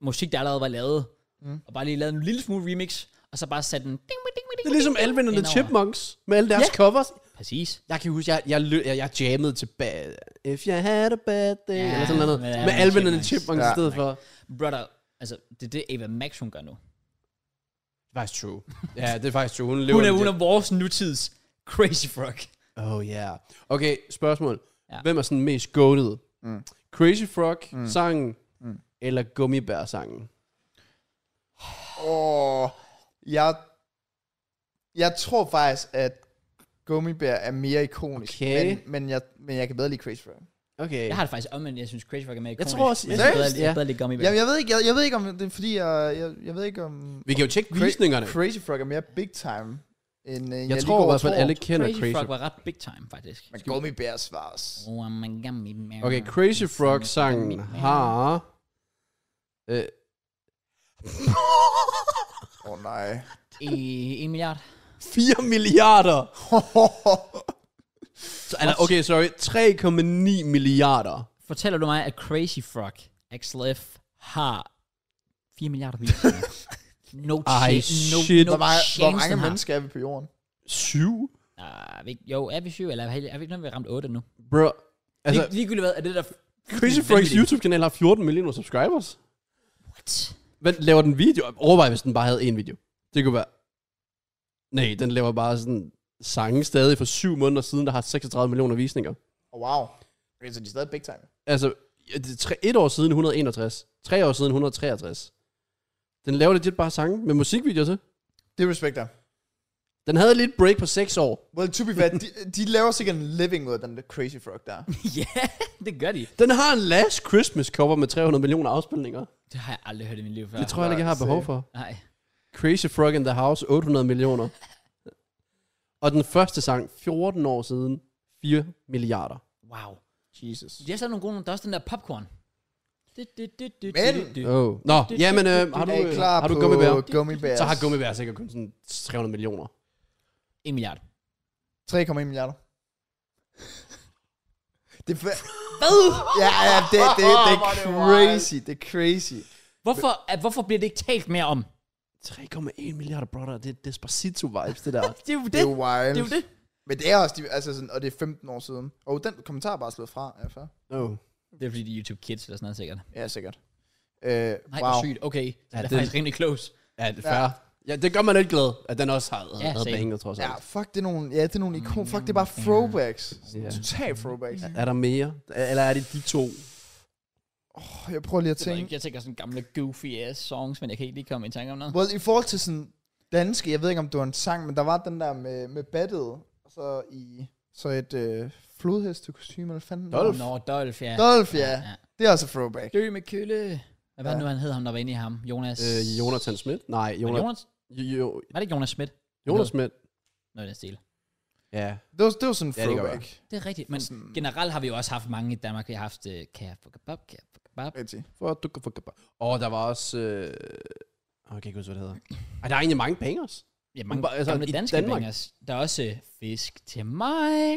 Speaker 1: musik, der allerede var lavet, mm. og bare lige lavede en lille smule remix, og så bare satte den ding, ding, ding,
Speaker 2: Det er ligesom Alvin and the
Speaker 1: indover.
Speaker 2: Chipmunks med alle deres
Speaker 1: Ja.
Speaker 2: covers.
Speaker 1: Præcis.
Speaker 2: Jeg kan huske, jeg, jeg, lø- jeg, jeg jammede til bad. If you had a bad day,
Speaker 1: Ja,
Speaker 2: eller sådan noget.
Speaker 1: med Alvin
Speaker 2: Med
Speaker 1: and
Speaker 2: Alvin and the
Speaker 1: Chipmunks.
Speaker 2: Chipmunks i
Speaker 3: Ja.
Speaker 2: stedet for.
Speaker 1: Brother, altså det er det, Ava Max, hun gør nu.
Speaker 2: Det er faktisk true. Ja, det er faktisk true. Hun, lever
Speaker 1: Hun er,
Speaker 2: en
Speaker 1: hun er vores nutids Crazy Frog.
Speaker 2: Oh yeah. Okay, spørgsmål.
Speaker 1: Ja.
Speaker 2: Ja. Hvem er sådan mest goated?
Speaker 3: Mm.
Speaker 2: Crazy Frog-sangen, mm. eller Gummibær-sangen?
Speaker 3: Åh, jeg, jeg tror faktisk, at Gummibær er mere ikonisk.
Speaker 2: Okay.
Speaker 3: Men, men, jeg, men jeg kan bedre lide Crazy Frog.
Speaker 2: Okay.
Speaker 1: Jeg har det faktisk omvendt, jeg synes Crazy Frog er med i
Speaker 2: Jeg
Speaker 1: Konish,
Speaker 2: tror også-
Speaker 1: men
Speaker 2: ja.
Speaker 1: jeg bedre,
Speaker 2: Seriøst?
Speaker 1: jeg
Speaker 2: Ja.
Speaker 1: bedre lige gummi
Speaker 3: Jamen, jeg ved ikke, jeg, jeg ved ikke om det er fordi, jeg, jeg, jeg ved ikke om...
Speaker 2: Vi kan jo tjekke
Speaker 3: Cra-
Speaker 2: visningerne.
Speaker 3: Crazy Frog er mere big time, end øh,
Speaker 2: jeg
Speaker 3: lige
Speaker 2: tror
Speaker 3: går
Speaker 2: i
Speaker 3: og
Speaker 2: hvert fald, alle kender
Speaker 1: Crazy,
Speaker 2: Crazy
Speaker 1: Frog var
Speaker 2: Frog.
Speaker 1: ret big time, faktisk.
Speaker 3: Men gummibær svars.
Speaker 1: Oh, I'm a gummy bear.
Speaker 2: Okay, Crazy
Speaker 1: Gummy
Speaker 2: Frog-sangen
Speaker 1: bear.
Speaker 2: har... Øh,
Speaker 3: Åh, nej.
Speaker 1: I en milliard.
Speaker 2: 4 milliarder. Så, eller, okay, sorry. 3,9 milliarder.
Speaker 1: Fortæller du mig, at Crazy Frog XLF har 4 milliarder visninger? No,
Speaker 2: Ej,
Speaker 1: chance-
Speaker 2: shit.
Speaker 1: no,
Speaker 3: Hvor,
Speaker 1: no
Speaker 3: mange,
Speaker 1: chance,
Speaker 3: hvor
Speaker 1: den
Speaker 3: mange
Speaker 1: har.
Speaker 3: mennesker er vi på jorden?
Speaker 2: 7?
Speaker 1: Ah, er vi, ikke- jo, er vi syv, eller er vi, er vi ikke nødt til at ramme 8 nu?
Speaker 2: Bro.
Speaker 1: Altså,
Speaker 2: Altså,
Speaker 1: Lig, ligegyldigt hvad, er det der...
Speaker 2: Crazy Frank's YouTube-kanal har 14 millioner subscribers.
Speaker 1: What?
Speaker 2: Hvad laver den video? Overvej, hvis den bare havde en video. Det kunne være... Nej, den laver bare sådan sange stadig for syv måneder siden, der har 36 millioner visninger.
Speaker 3: Oh, wow. Okay, så de er stadig big time.
Speaker 2: Altså, ja, det er tre, et år siden 161. Tre år siden 163. Den laver legit bare sange med musikvideoer til.
Speaker 3: Det respekter.
Speaker 2: Den havde lidt break på 6 år.
Speaker 3: Well, to be fair, de, de laver sikkert en living ud af den der crazy frog der.
Speaker 1: ja, det gør de.
Speaker 2: Den har en Last Christmas cover med 300 millioner afspilninger.
Speaker 1: Det har jeg aldrig hørt i mit liv før.
Speaker 2: Det tror jeg ikke, jeg har
Speaker 3: se.
Speaker 2: behov for.
Speaker 1: Nej.
Speaker 2: Crazy Frog in the House, 800 millioner. Og den første sang, 14 år siden, 4 milliarder.
Speaker 1: Wow.
Speaker 3: Jesus.
Speaker 1: De har så nogle gode nogle. Der er også den der popcorn. Du, du, du, du,
Speaker 3: Men-
Speaker 1: du, du.
Speaker 2: Oh. Nå, jamen, øh, har du,
Speaker 3: Er I
Speaker 2: øh,
Speaker 3: klar
Speaker 2: har du
Speaker 3: på
Speaker 2: gummibær?
Speaker 3: gummibær?
Speaker 2: Så har gummibær sikkert kun sådan 300 millioner.
Speaker 1: En milliard.
Speaker 3: 3,1 milliarder. Det er fa-
Speaker 1: Hvad?
Speaker 3: ja, ja, det, det, det,
Speaker 2: Hvor
Speaker 3: er
Speaker 2: er det
Speaker 3: crazy, det er crazy.
Speaker 1: Hvorfor, at, hvorfor bliver det ikke talt mere om?
Speaker 2: 3,1 milliarder, brother. Det er Despacito-vibes, det der.
Speaker 1: Det er jo det.
Speaker 3: Det er jo wild.
Speaker 1: Det er jo det.
Speaker 3: Men det er også, de, altså sådan, og det er 15 år siden. Og den kommentar er bare slået fra, ja, fair.
Speaker 2: oh.
Speaker 1: Det er fordi, de er YouTube Kids eller sådan noget sikkert.
Speaker 3: Ja, sikkert. Øh,
Speaker 1: Nej, wow.
Speaker 3: wow.
Speaker 1: sygt. Okay. Ja, det er
Speaker 2: det-
Speaker 1: faktisk rimelig close.
Speaker 2: Ja, det er fair. Ja, det gør man ikke glad, at den også har
Speaker 1: Ja,
Speaker 2: ja, havde
Speaker 1: same.
Speaker 2: banget, trods alt.
Speaker 3: Ja, fuck, det er nogle, ja, det er nogle ikon. Fuck, det er
Speaker 1: Mm,
Speaker 3: bare throwbacks.
Speaker 2: Ja.
Speaker 3: Total throwbacks.
Speaker 2: Er der mere? Eller er det de to?
Speaker 3: Åh, Jeg prøver lige at
Speaker 1: Det er
Speaker 3: tænke.
Speaker 1: ikke, jeg tænker sådan gamle goofy ass songs, men jeg kan ikke lige komme i tanke om noget.
Speaker 3: Well, i forhold til sådan danske, jeg ved ikke, om det var en sang, men der var den der med, med battet, og så i så et øh, flodhestekostyme, eller fanden. det var.
Speaker 2: Dolph.
Speaker 1: Nå, Dolph, ja.
Speaker 3: Dolph, ja.
Speaker 1: ja.
Speaker 3: Det er også et throwback.
Speaker 1: Dø med kølle. Hvad var det
Speaker 3: Ja.
Speaker 1: nu, han hed ham, der var inde i ham? Jonas...
Speaker 2: Øh, Jonathan Schmidt? Nej,
Speaker 1: Jonas.
Speaker 2: Jonas,
Speaker 1: Jonas?
Speaker 2: jo,
Speaker 1: Var det ikke Jonas Schmidt?
Speaker 2: Jonas Schmidt.
Speaker 1: Noget i den stil.
Speaker 2: Ja.
Speaker 3: Det var, det var sådan en
Speaker 2: Ja, det kan
Speaker 3: throwback.
Speaker 1: Det er rigtigt, men
Speaker 3: Sådan-
Speaker 1: generelt har vi jo også haft mange i Danmark. Vi har haft uh, Kære Fugabab, Kære Fugabab.
Speaker 3: Rigtig.
Speaker 2: For du kan fucka Og der var også... Øh... åh, Jeg kan ikke huske, hvad det hedder. Ej, der er egentlig mange bangers.
Speaker 1: Ja, mange
Speaker 2: Bare, altså,
Speaker 1: gamle
Speaker 2: i
Speaker 1: danske
Speaker 2: Danmark.
Speaker 1: bangers. Der er også øh, Fisk til mig,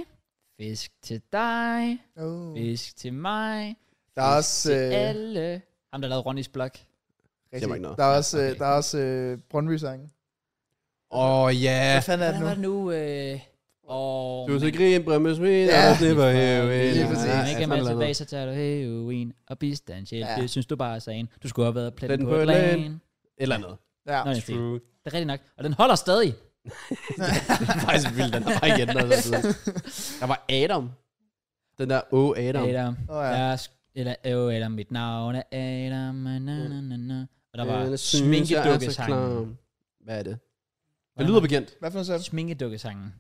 Speaker 1: Fisk til dig,
Speaker 3: Oh.
Speaker 1: Fisk til mig,
Speaker 3: Der er også...
Speaker 1: til
Speaker 3: Øh,
Speaker 1: alle. Ham, der lavede Ronnys blog.
Speaker 2: Siger mig ikke
Speaker 3: rigtig.
Speaker 2: noget.
Speaker 3: Der er også,
Speaker 1: Okay.
Speaker 3: øh, der er også øh, Brøndby-sangen.
Speaker 2: Åh, oh, ja.
Speaker 3: Hvad
Speaker 2: Yeah.
Speaker 3: fanden er
Speaker 1: Hvad
Speaker 3: det
Speaker 1: var
Speaker 3: nu?
Speaker 1: det nu? Øh, og
Speaker 2: Du så grin, bremmes min,
Speaker 3: Ja.
Speaker 2: og slipper heroin.
Speaker 3: Lige præcis.
Speaker 1: Ja,
Speaker 3: Ja,
Speaker 1: ikke med tilbage, så tager du heroin og bistandshjælp.
Speaker 3: Ja.
Speaker 1: Det synes du bare er sagen. Du skulle have været pletten
Speaker 2: Pletten
Speaker 1: på,
Speaker 2: på
Speaker 1: et
Speaker 2: et
Speaker 1: plan.
Speaker 2: lan. Eller noget.
Speaker 3: Ja.
Speaker 1: Nå, ja, det
Speaker 2: True.
Speaker 1: er rigtigt nok. Og den holder stadig.
Speaker 2: Det er faktisk vildt, den har bare ikke ændret sig siden. Der var Adam. Den der O Adam.
Speaker 1: Adam.
Speaker 3: Åh, ja.
Speaker 1: Jeg er sk- eller, øh, eller mit navn er Adam. Na, na, na, na, na. Og der var
Speaker 2: Den Øh, synes jeg er så
Speaker 1: sminkedukkesang.
Speaker 2: klam. Hvad er det? Det lyder bekendt.
Speaker 3: Hvad for noget sagde du?
Speaker 1: Sminkedukkesangen.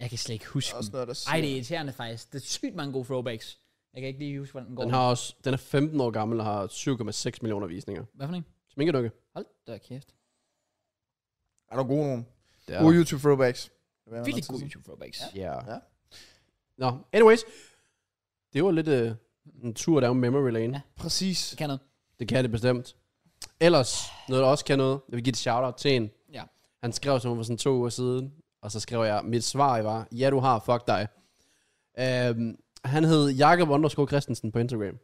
Speaker 1: Jeg kan slet ikke
Speaker 3: Der
Speaker 1: huske
Speaker 3: er Også
Speaker 1: den.
Speaker 3: noget, der siger.
Speaker 1: Ej, det er irriterende faktisk. Det er sygt mange gode throwbacks. Jeg kan ikke lige huske, hvordan den går.
Speaker 2: Den, har også, den er 15 år gammel og har 7,6 millioner visninger.
Speaker 1: Hvad for en?
Speaker 2: Sminkedukke.
Speaker 1: Hold da kæft.
Speaker 3: Er der gode nogen?
Speaker 2: Det
Speaker 3: Gode YouTube throwbacks. Det var
Speaker 1: Vildt
Speaker 3: noget
Speaker 1: gode
Speaker 3: tid
Speaker 1: YouTube throwbacks.
Speaker 2: Yeah.
Speaker 3: Ja.
Speaker 2: Ja. Nå, anyways. Det var lidt øh, en tur down memory lane.
Speaker 1: Ja.
Speaker 2: Ja.
Speaker 3: siden. Præcis.
Speaker 1: Det kan noget.
Speaker 2: Det kan det bestemt. Ellers, noget der også kan noget. Jeg vil give et shout-out til en.
Speaker 1: Ja.
Speaker 2: Han skrev som for sådan to uger siden. Og så skrev jeg, mit svar var, ja du har, fuck dig. Øhm, han hed Jakob underscore Christensen på Instagram.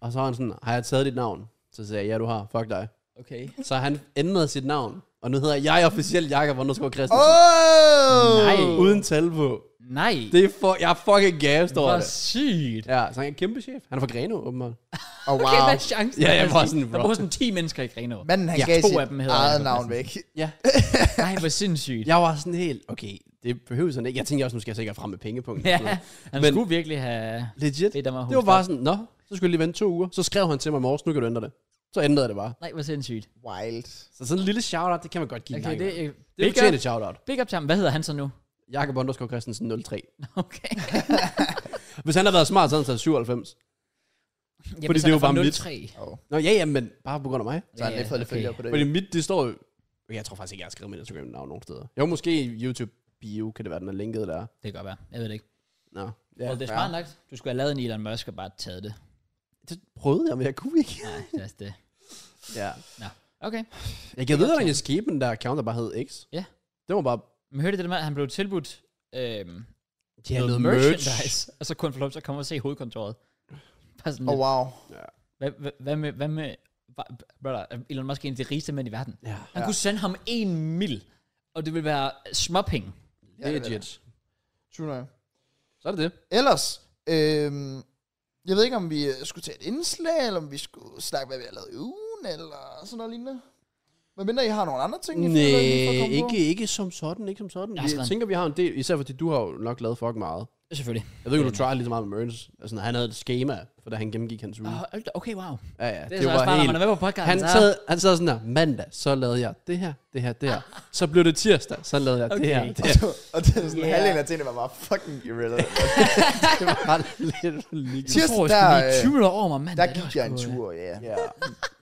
Speaker 2: Og så har han sådan, har jeg taget dit navn? Så sagde jeg, ja du har, fuck dig.
Speaker 1: Okay.
Speaker 2: Så han ændrede sit navn, og nu hedder jeg officielt Jakob underscore Christensen.
Speaker 3: Oh!
Speaker 1: Nej.
Speaker 2: Uden tal på.
Speaker 1: Nej.
Speaker 2: Det er for, jeg er fucking gave, står
Speaker 1: var
Speaker 2: det.
Speaker 1: sygt.
Speaker 2: Ja, så han er en kæmpe chef. Han er fra Greno, åbenbart.
Speaker 3: Oh,
Speaker 1: Okay,
Speaker 3: wow.
Speaker 1: hvad er chancen?
Speaker 2: Ja, jeg
Speaker 1: Altså,
Speaker 2: var sådan,
Speaker 1: Der
Speaker 2: bro.
Speaker 1: bor sådan 10 mennesker i Grenå.
Speaker 3: Manden, han
Speaker 2: Ja,
Speaker 3: gav
Speaker 1: to
Speaker 3: sit
Speaker 1: af dem hedder
Speaker 3: eget
Speaker 1: Jacob
Speaker 3: navn væk.
Speaker 1: Madsen.
Speaker 2: Ja.
Speaker 1: Nej, hvor sindssygt.
Speaker 2: Jeg var sådan helt, okay, det behøver sådan ikke. Jeg tænkte også, nu skal jeg sikkert frem med pengepunkten.
Speaker 1: Ja,
Speaker 2: og sådan noget.
Speaker 1: han
Speaker 2: Men-
Speaker 1: skulle virkelig have...
Speaker 2: Legit.
Speaker 1: Det, der var
Speaker 2: Det var bare sådan, nå, så skulle jeg lige vente to uger. Så skrev han til mig i morges, nu kan du ændre det. Så ændrede jeg det bare.
Speaker 1: Nej, hvor sindssygt.
Speaker 3: Wild.
Speaker 2: Så sådan en lille shout-out, det kan man godt give
Speaker 1: Okay,
Speaker 2: en
Speaker 1: det,
Speaker 2: gang. Det,
Speaker 1: det
Speaker 2: det er
Speaker 1: big,
Speaker 2: fortjent
Speaker 1: up,
Speaker 2: et shout-out.
Speaker 1: big up til ham. Hvad hedder han så nu?
Speaker 2: Jakob underscore Christensen 03.
Speaker 1: Okay.
Speaker 2: Hvis han havde været smart, så havde han taget 97.
Speaker 1: Jamen,
Speaker 2: Fordi
Speaker 1: så
Speaker 2: det
Speaker 1: er
Speaker 2: er jo bare
Speaker 1: fra
Speaker 2: mit.
Speaker 1: 03.
Speaker 3: Oh.
Speaker 2: Nå ja, ja, men bare på grund af mig.
Speaker 3: Så han
Speaker 1: Ja,
Speaker 3: lige fået lidt
Speaker 1: okay.
Speaker 3: følgere på det.
Speaker 2: Fordi mit, det står jo... Okay, Jeg tror faktisk ikke, jeg har skrevet mit Instagram-navn nogen steder. Jo, måske i YouTube-bio, kan det være, den er linket der.
Speaker 1: Det kan godt være. Jeg ved det ikke.
Speaker 2: Nå.
Speaker 1: Ja, well, det er
Speaker 3: ja.
Speaker 1: smart nok. Du skulle have lavet en Elon Musk og bare taget det.
Speaker 2: Det prøvede jeg, men jeg kunne ikke.
Speaker 1: Nej, det er også det.
Speaker 2: Ja.
Speaker 1: Nå. Okay.
Speaker 2: Jeg kan vide, at der er en skæben, der counter bare hed X.
Speaker 1: Ja.
Speaker 2: Det var bare...
Speaker 1: Men hørte I det der med, at han blev tilbudt øhm,
Speaker 2: De havde
Speaker 1: noget
Speaker 2: noget merch.
Speaker 1: merchandise, og så kunne han få lov til at komme og se hovedkontoret. Bare sådan
Speaker 3: Oh,
Speaker 1: lidt,
Speaker 3: wow.
Speaker 1: hvad, hvad, hvad med, hvad med, hva- brother, Elon Musk er en af de rigeste mænd i verden.
Speaker 2: Ja.
Speaker 1: Han
Speaker 3: Ja.
Speaker 1: kunne sende ham en mil, og det ville være småpenge.
Speaker 3: Ja, det er
Speaker 2: Legit.
Speaker 3: True nok.
Speaker 2: Så er det det.
Speaker 3: Ellers, øhm, jeg ved ikke, om vi øh, skulle tage et indslag, eller om vi skulle snakke, hvad vi har lavet i ugen, eller sådan noget lignende. Hvad mindre I har nogle andre ting, I føler, I lige får
Speaker 2: Nej,
Speaker 3: kommet
Speaker 2: ikke, ikke som sådan, ikke som sådan.
Speaker 1: Jeg
Speaker 2: Jeg,
Speaker 1: har skrevet-
Speaker 2: tænker, vi har en del, især fordi du har jo nok lavet fucking meget.
Speaker 1: Selvfølgelig.
Speaker 2: Jeg ved ikke, om du tryede lige så meget med Merns. Altså, han havde et schema, for da han gennemgik hans uge.
Speaker 1: Oh, okay, wow.
Speaker 2: Ja, ja,
Speaker 1: Det er det så også bare, når man er med på podcasten.
Speaker 2: han,
Speaker 1: så-
Speaker 2: sad, han sad sådan der, mandag, så lavede jeg det her, det her, det her. Så blev det tirsdag, så lavede jeg
Speaker 1: Okay.
Speaker 2: det her, det
Speaker 3: Og
Speaker 2: her.
Speaker 3: det- Og det er sådan
Speaker 1: Ja.
Speaker 3: yeah. halvdelen af tingene var bare fucking irrelevant.
Speaker 2: Det var ret lidt ligegyldigt.
Speaker 1: Du får
Speaker 3: Tirsdag,
Speaker 1: sgu lige
Speaker 3: øh,
Speaker 1: 20 minutter over mig, mand.
Speaker 3: Der
Speaker 1: Det var
Speaker 3: gik jeg en
Speaker 1: sgu, øh,
Speaker 3: tur, ja.
Speaker 2: Ja.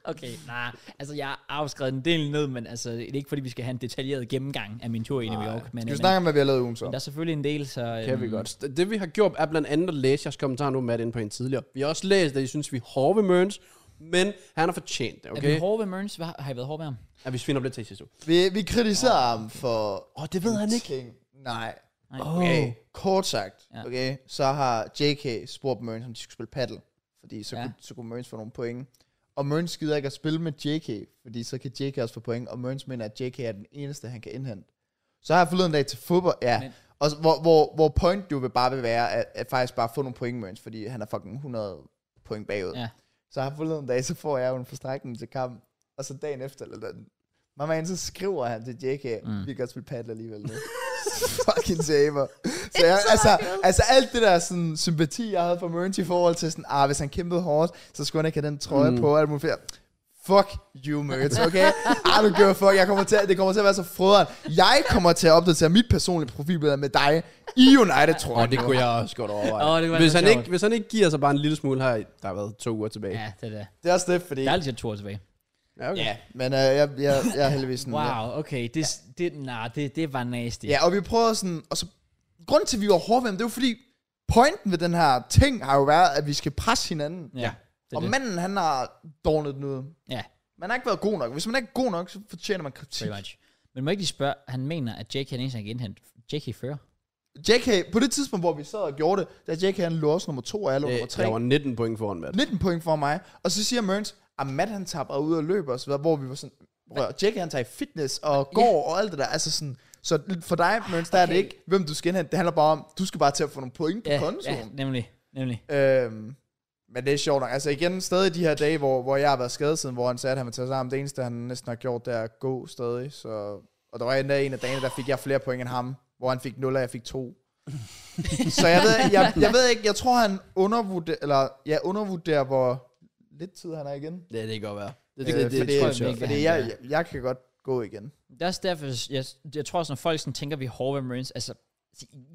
Speaker 1: Okay, nej. Altså, jeg har afskrevet en del ned, men altså, det er ikke, fordi vi skal have en detaljeret gennemgang af min tur i New
Speaker 2: Nej.
Speaker 1: York. Men,
Speaker 3: Skal vi
Speaker 1: men,
Speaker 3: snakke om, hvad vi har lavet i ugen så?
Speaker 1: men der er selvfølgelig en del, så... øhm,
Speaker 2: Kan vi godt. Det- Det vi har gjort er blandt andet at læse jeres kommentarer nu, Matt, ind på en tidligere. Vi har også læst, at I synes, vi er hårde ved Mørns, men han har fortjent det,
Speaker 1: Er vi
Speaker 2: okay?
Speaker 1: hårde ved Mørns? Hvad- Har I været hårde ved ham?
Speaker 2: At vi sviner lidt til sidste uge.
Speaker 3: Vi, vi kritiserer ham for...
Speaker 2: Åh, det ved han ikke.
Speaker 3: Ting. Nej.
Speaker 1: Nej.
Speaker 3: Okay, kort sagt,
Speaker 1: Ja.
Speaker 3: okay, så har JK spurgt Mørns, om de skulle spille paddle. Fordi så,
Speaker 1: Ja.
Speaker 3: ja. kunne, så kunne Mørns få nogle point. Og Mørns gider ikke at spille med JK, fordi så kan JK også få point. Og Mørns mener, at JK er den eneste, han kan indhente. Så har jeg forleden dag til fodbold, ja.
Speaker 1: Men-
Speaker 3: Men. Og s- hvor, hvor, hvor point jo vil bare vil være, at, at faktisk bare få nogle point, Mørns, fordi han er fucking 100 point bagud.
Speaker 1: Ja.
Speaker 3: Så har jeg forleden dag, så får jeg jo en forstrækning til kamp. Og så dagen efter, eller den, Mamma, så skriver han til JK, mm. vi kan godt spille paddle alligevel nu. fucking saver. Så jeg, altså, altså alt det der sådan, sympati, jeg havde for Mørns i forhold til sådan, ah, hvis han kæmpede hårdt, så skulle han ikke have den trøje mm. på, og alt muligt. flere. Fuck you, Mørns, okay? ah, du gør fuck, jeg kommer til, at- det kommer til at være så frøderen. Jeg kommer til at opdatere mit personlige profilbillede med dig i United, tror
Speaker 2: Og
Speaker 3: jeg.
Speaker 2: det
Speaker 3: nu.
Speaker 2: kunne jeg også godt overveje.
Speaker 1: Åh, det kunne være
Speaker 2: hvis,
Speaker 1: så
Speaker 2: han
Speaker 1: sjovt.
Speaker 2: ikke, hvis han ikke giver sig bare en lille smule her, i- der har været to uger tilbage.
Speaker 1: Ja, det er det.
Speaker 3: Det er også det, fordi...
Speaker 1: Der er lidt tur tilbage.
Speaker 2: Ja, okay.
Speaker 3: Ja, men øh, jeg, jeg, jeg er heldigvis sådan...
Speaker 1: Wow, okay. Det, det, nej, det, det var nasty.
Speaker 3: Ja, og vi prøvede sådan... Og så, grunden til, at vi var hårde ved ham, det var fordi... Pointen ved den her ting har jo været, at vi skal presse hinanden.
Speaker 1: ja det, er
Speaker 3: og
Speaker 1: det.
Speaker 3: manden, han har dårnet den ud.
Speaker 1: Ja,
Speaker 3: Man har ikke været god nok. Hvis man ikke er god nok, så fortjener man kritik.
Speaker 1: pretty much. Men må jeg ikke lige spørge, han mener, at JK er den eneste, han kan indhente. JK fører.
Speaker 3: JK, på det tidspunkt, hvor vi sad og gjorde det, der JK han lå også nummer to, og jeg lå nummer
Speaker 2: Det, der var
Speaker 3: tre.
Speaker 2: 19 point foran, Matt.
Speaker 3: 19 point for mig. Og så siger Mørns, at Matt han taber ud og løber osv., hvor vi var sådan, Rør, JK han tager i fitness og går og alt det der. Altså sådan, så for dig, Mørns, der er det
Speaker 1: Okay.
Speaker 3: ikke, hvem du skal indhente. Det handler bare om, du skal bare til at få nogle point på
Speaker 1: Ja,
Speaker 3: kontoen.
Speaker 1: ja, nemlig. nemlig.
Speaker 3: Øhm, men det er sjovt nok. Altså igen, stadig de her dage, hvor, hvor jeg har været skadet siden, hvor han sagde, at han ville tage sig sammen. Det eneste, han næsten har gjort, det er at gå stadig. Så... Og der var endda en af dagene, der fik jeg flere point end ham, hvor han fik 0, og jeg fik 2. så jeg ved, jeg, jeg ved ikke, jeg tror, han undervurderer, eller ja, undervurderer, hvor lidt tid han er igen.
Speaker 2: Ja, det kan godt være. Det,
Speaker 3: Øh, fordi,
Speaker 1: tror jeg virkelig,
Speaker 3: fordi
Speaker 1: han
Speaker 3: jeg, jeg, jeg, kan godt gå igen.
Speaker 1: Det er også derfor, jeg, jeg tror også, når folk sådan tænker, at vi er hårde ved Marines, altså,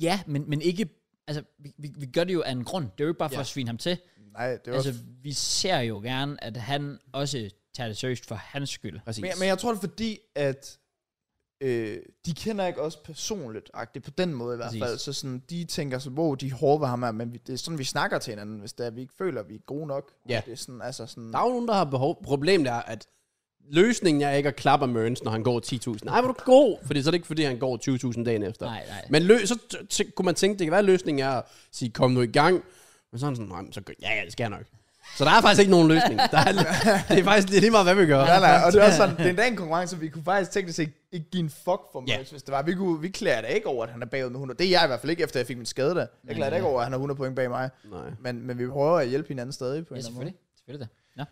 Speaker 1: ja, men, men ikke, altså, vi, vi, vi gør det jo af en grund. Det er jo ikke bare for
Speaker 2: Ja.
Speaker 1: at svine ham til.
Speaker 3: Nej, det var...
Speaker 1: Altså, vi ser jo gerne, at han også tager det seriøst for hans skyld.
Speaker 2: Præcis.
Speaker 3: Men, men jeg tror, det er fordi, at øh, de kender ikke os personligt, agtigt, på den måde i hvert
Speaker 1: Præcis.
Speaker 3: fald. Så sådan, de tænker så, wow, de er hårde ved ham her, men vi, det er sådan, vi snakker til hinanden, hvis det er, vi ikke føler, at vi er gode nok.
Speaker 2: Ja.
Speaker 3: Det er sådan, altså sådan,
Speaker 2: Der er jo nogen, der har behov. Problemet er, at løsningen er ikke at klappe Mørns, når han går 10.000. Nej, hvor er du god, fordi så er det ikke, fordi han går 20.000 dagen efter.
Speaker 1: Nej, nej.
Speaker 2: Men lø- så t- t- kunne man tænke, det kan være, at løsningen er at sige, kom nu i gang. Men så er han sådan, nej, men så gør, ja, ja, det skal jeg nok. Så der er faktisk ikke nogen løsning. Der er, det er faktisk det er lige meget, hvad vi gør.
Speaker 3: Nej, nej, og det er også sådan, det er endda en konkurrence, vi kunne faktisk teknisk ikke, ikke give en fuck for
Speaker 2: Ja.
Speaker 3: yeah. hvis det var. Vi, kunne, vi klæder da ikke over, at han er bagud med 100. Det er jeg i hvert fald ikke, efter jeg fik min skade der. Jeg klæder da ikke over, at han er 100 point bag mig.
Speaker 2: Nej.
Speaker 3: Men, men vi prøver at hjælpe hinanden stadig på en
Speaker 1: Ja,
Speaker 3: eller anden måde.
Speaker 1: selvfølgelig. Selvfølgelig det. Nå,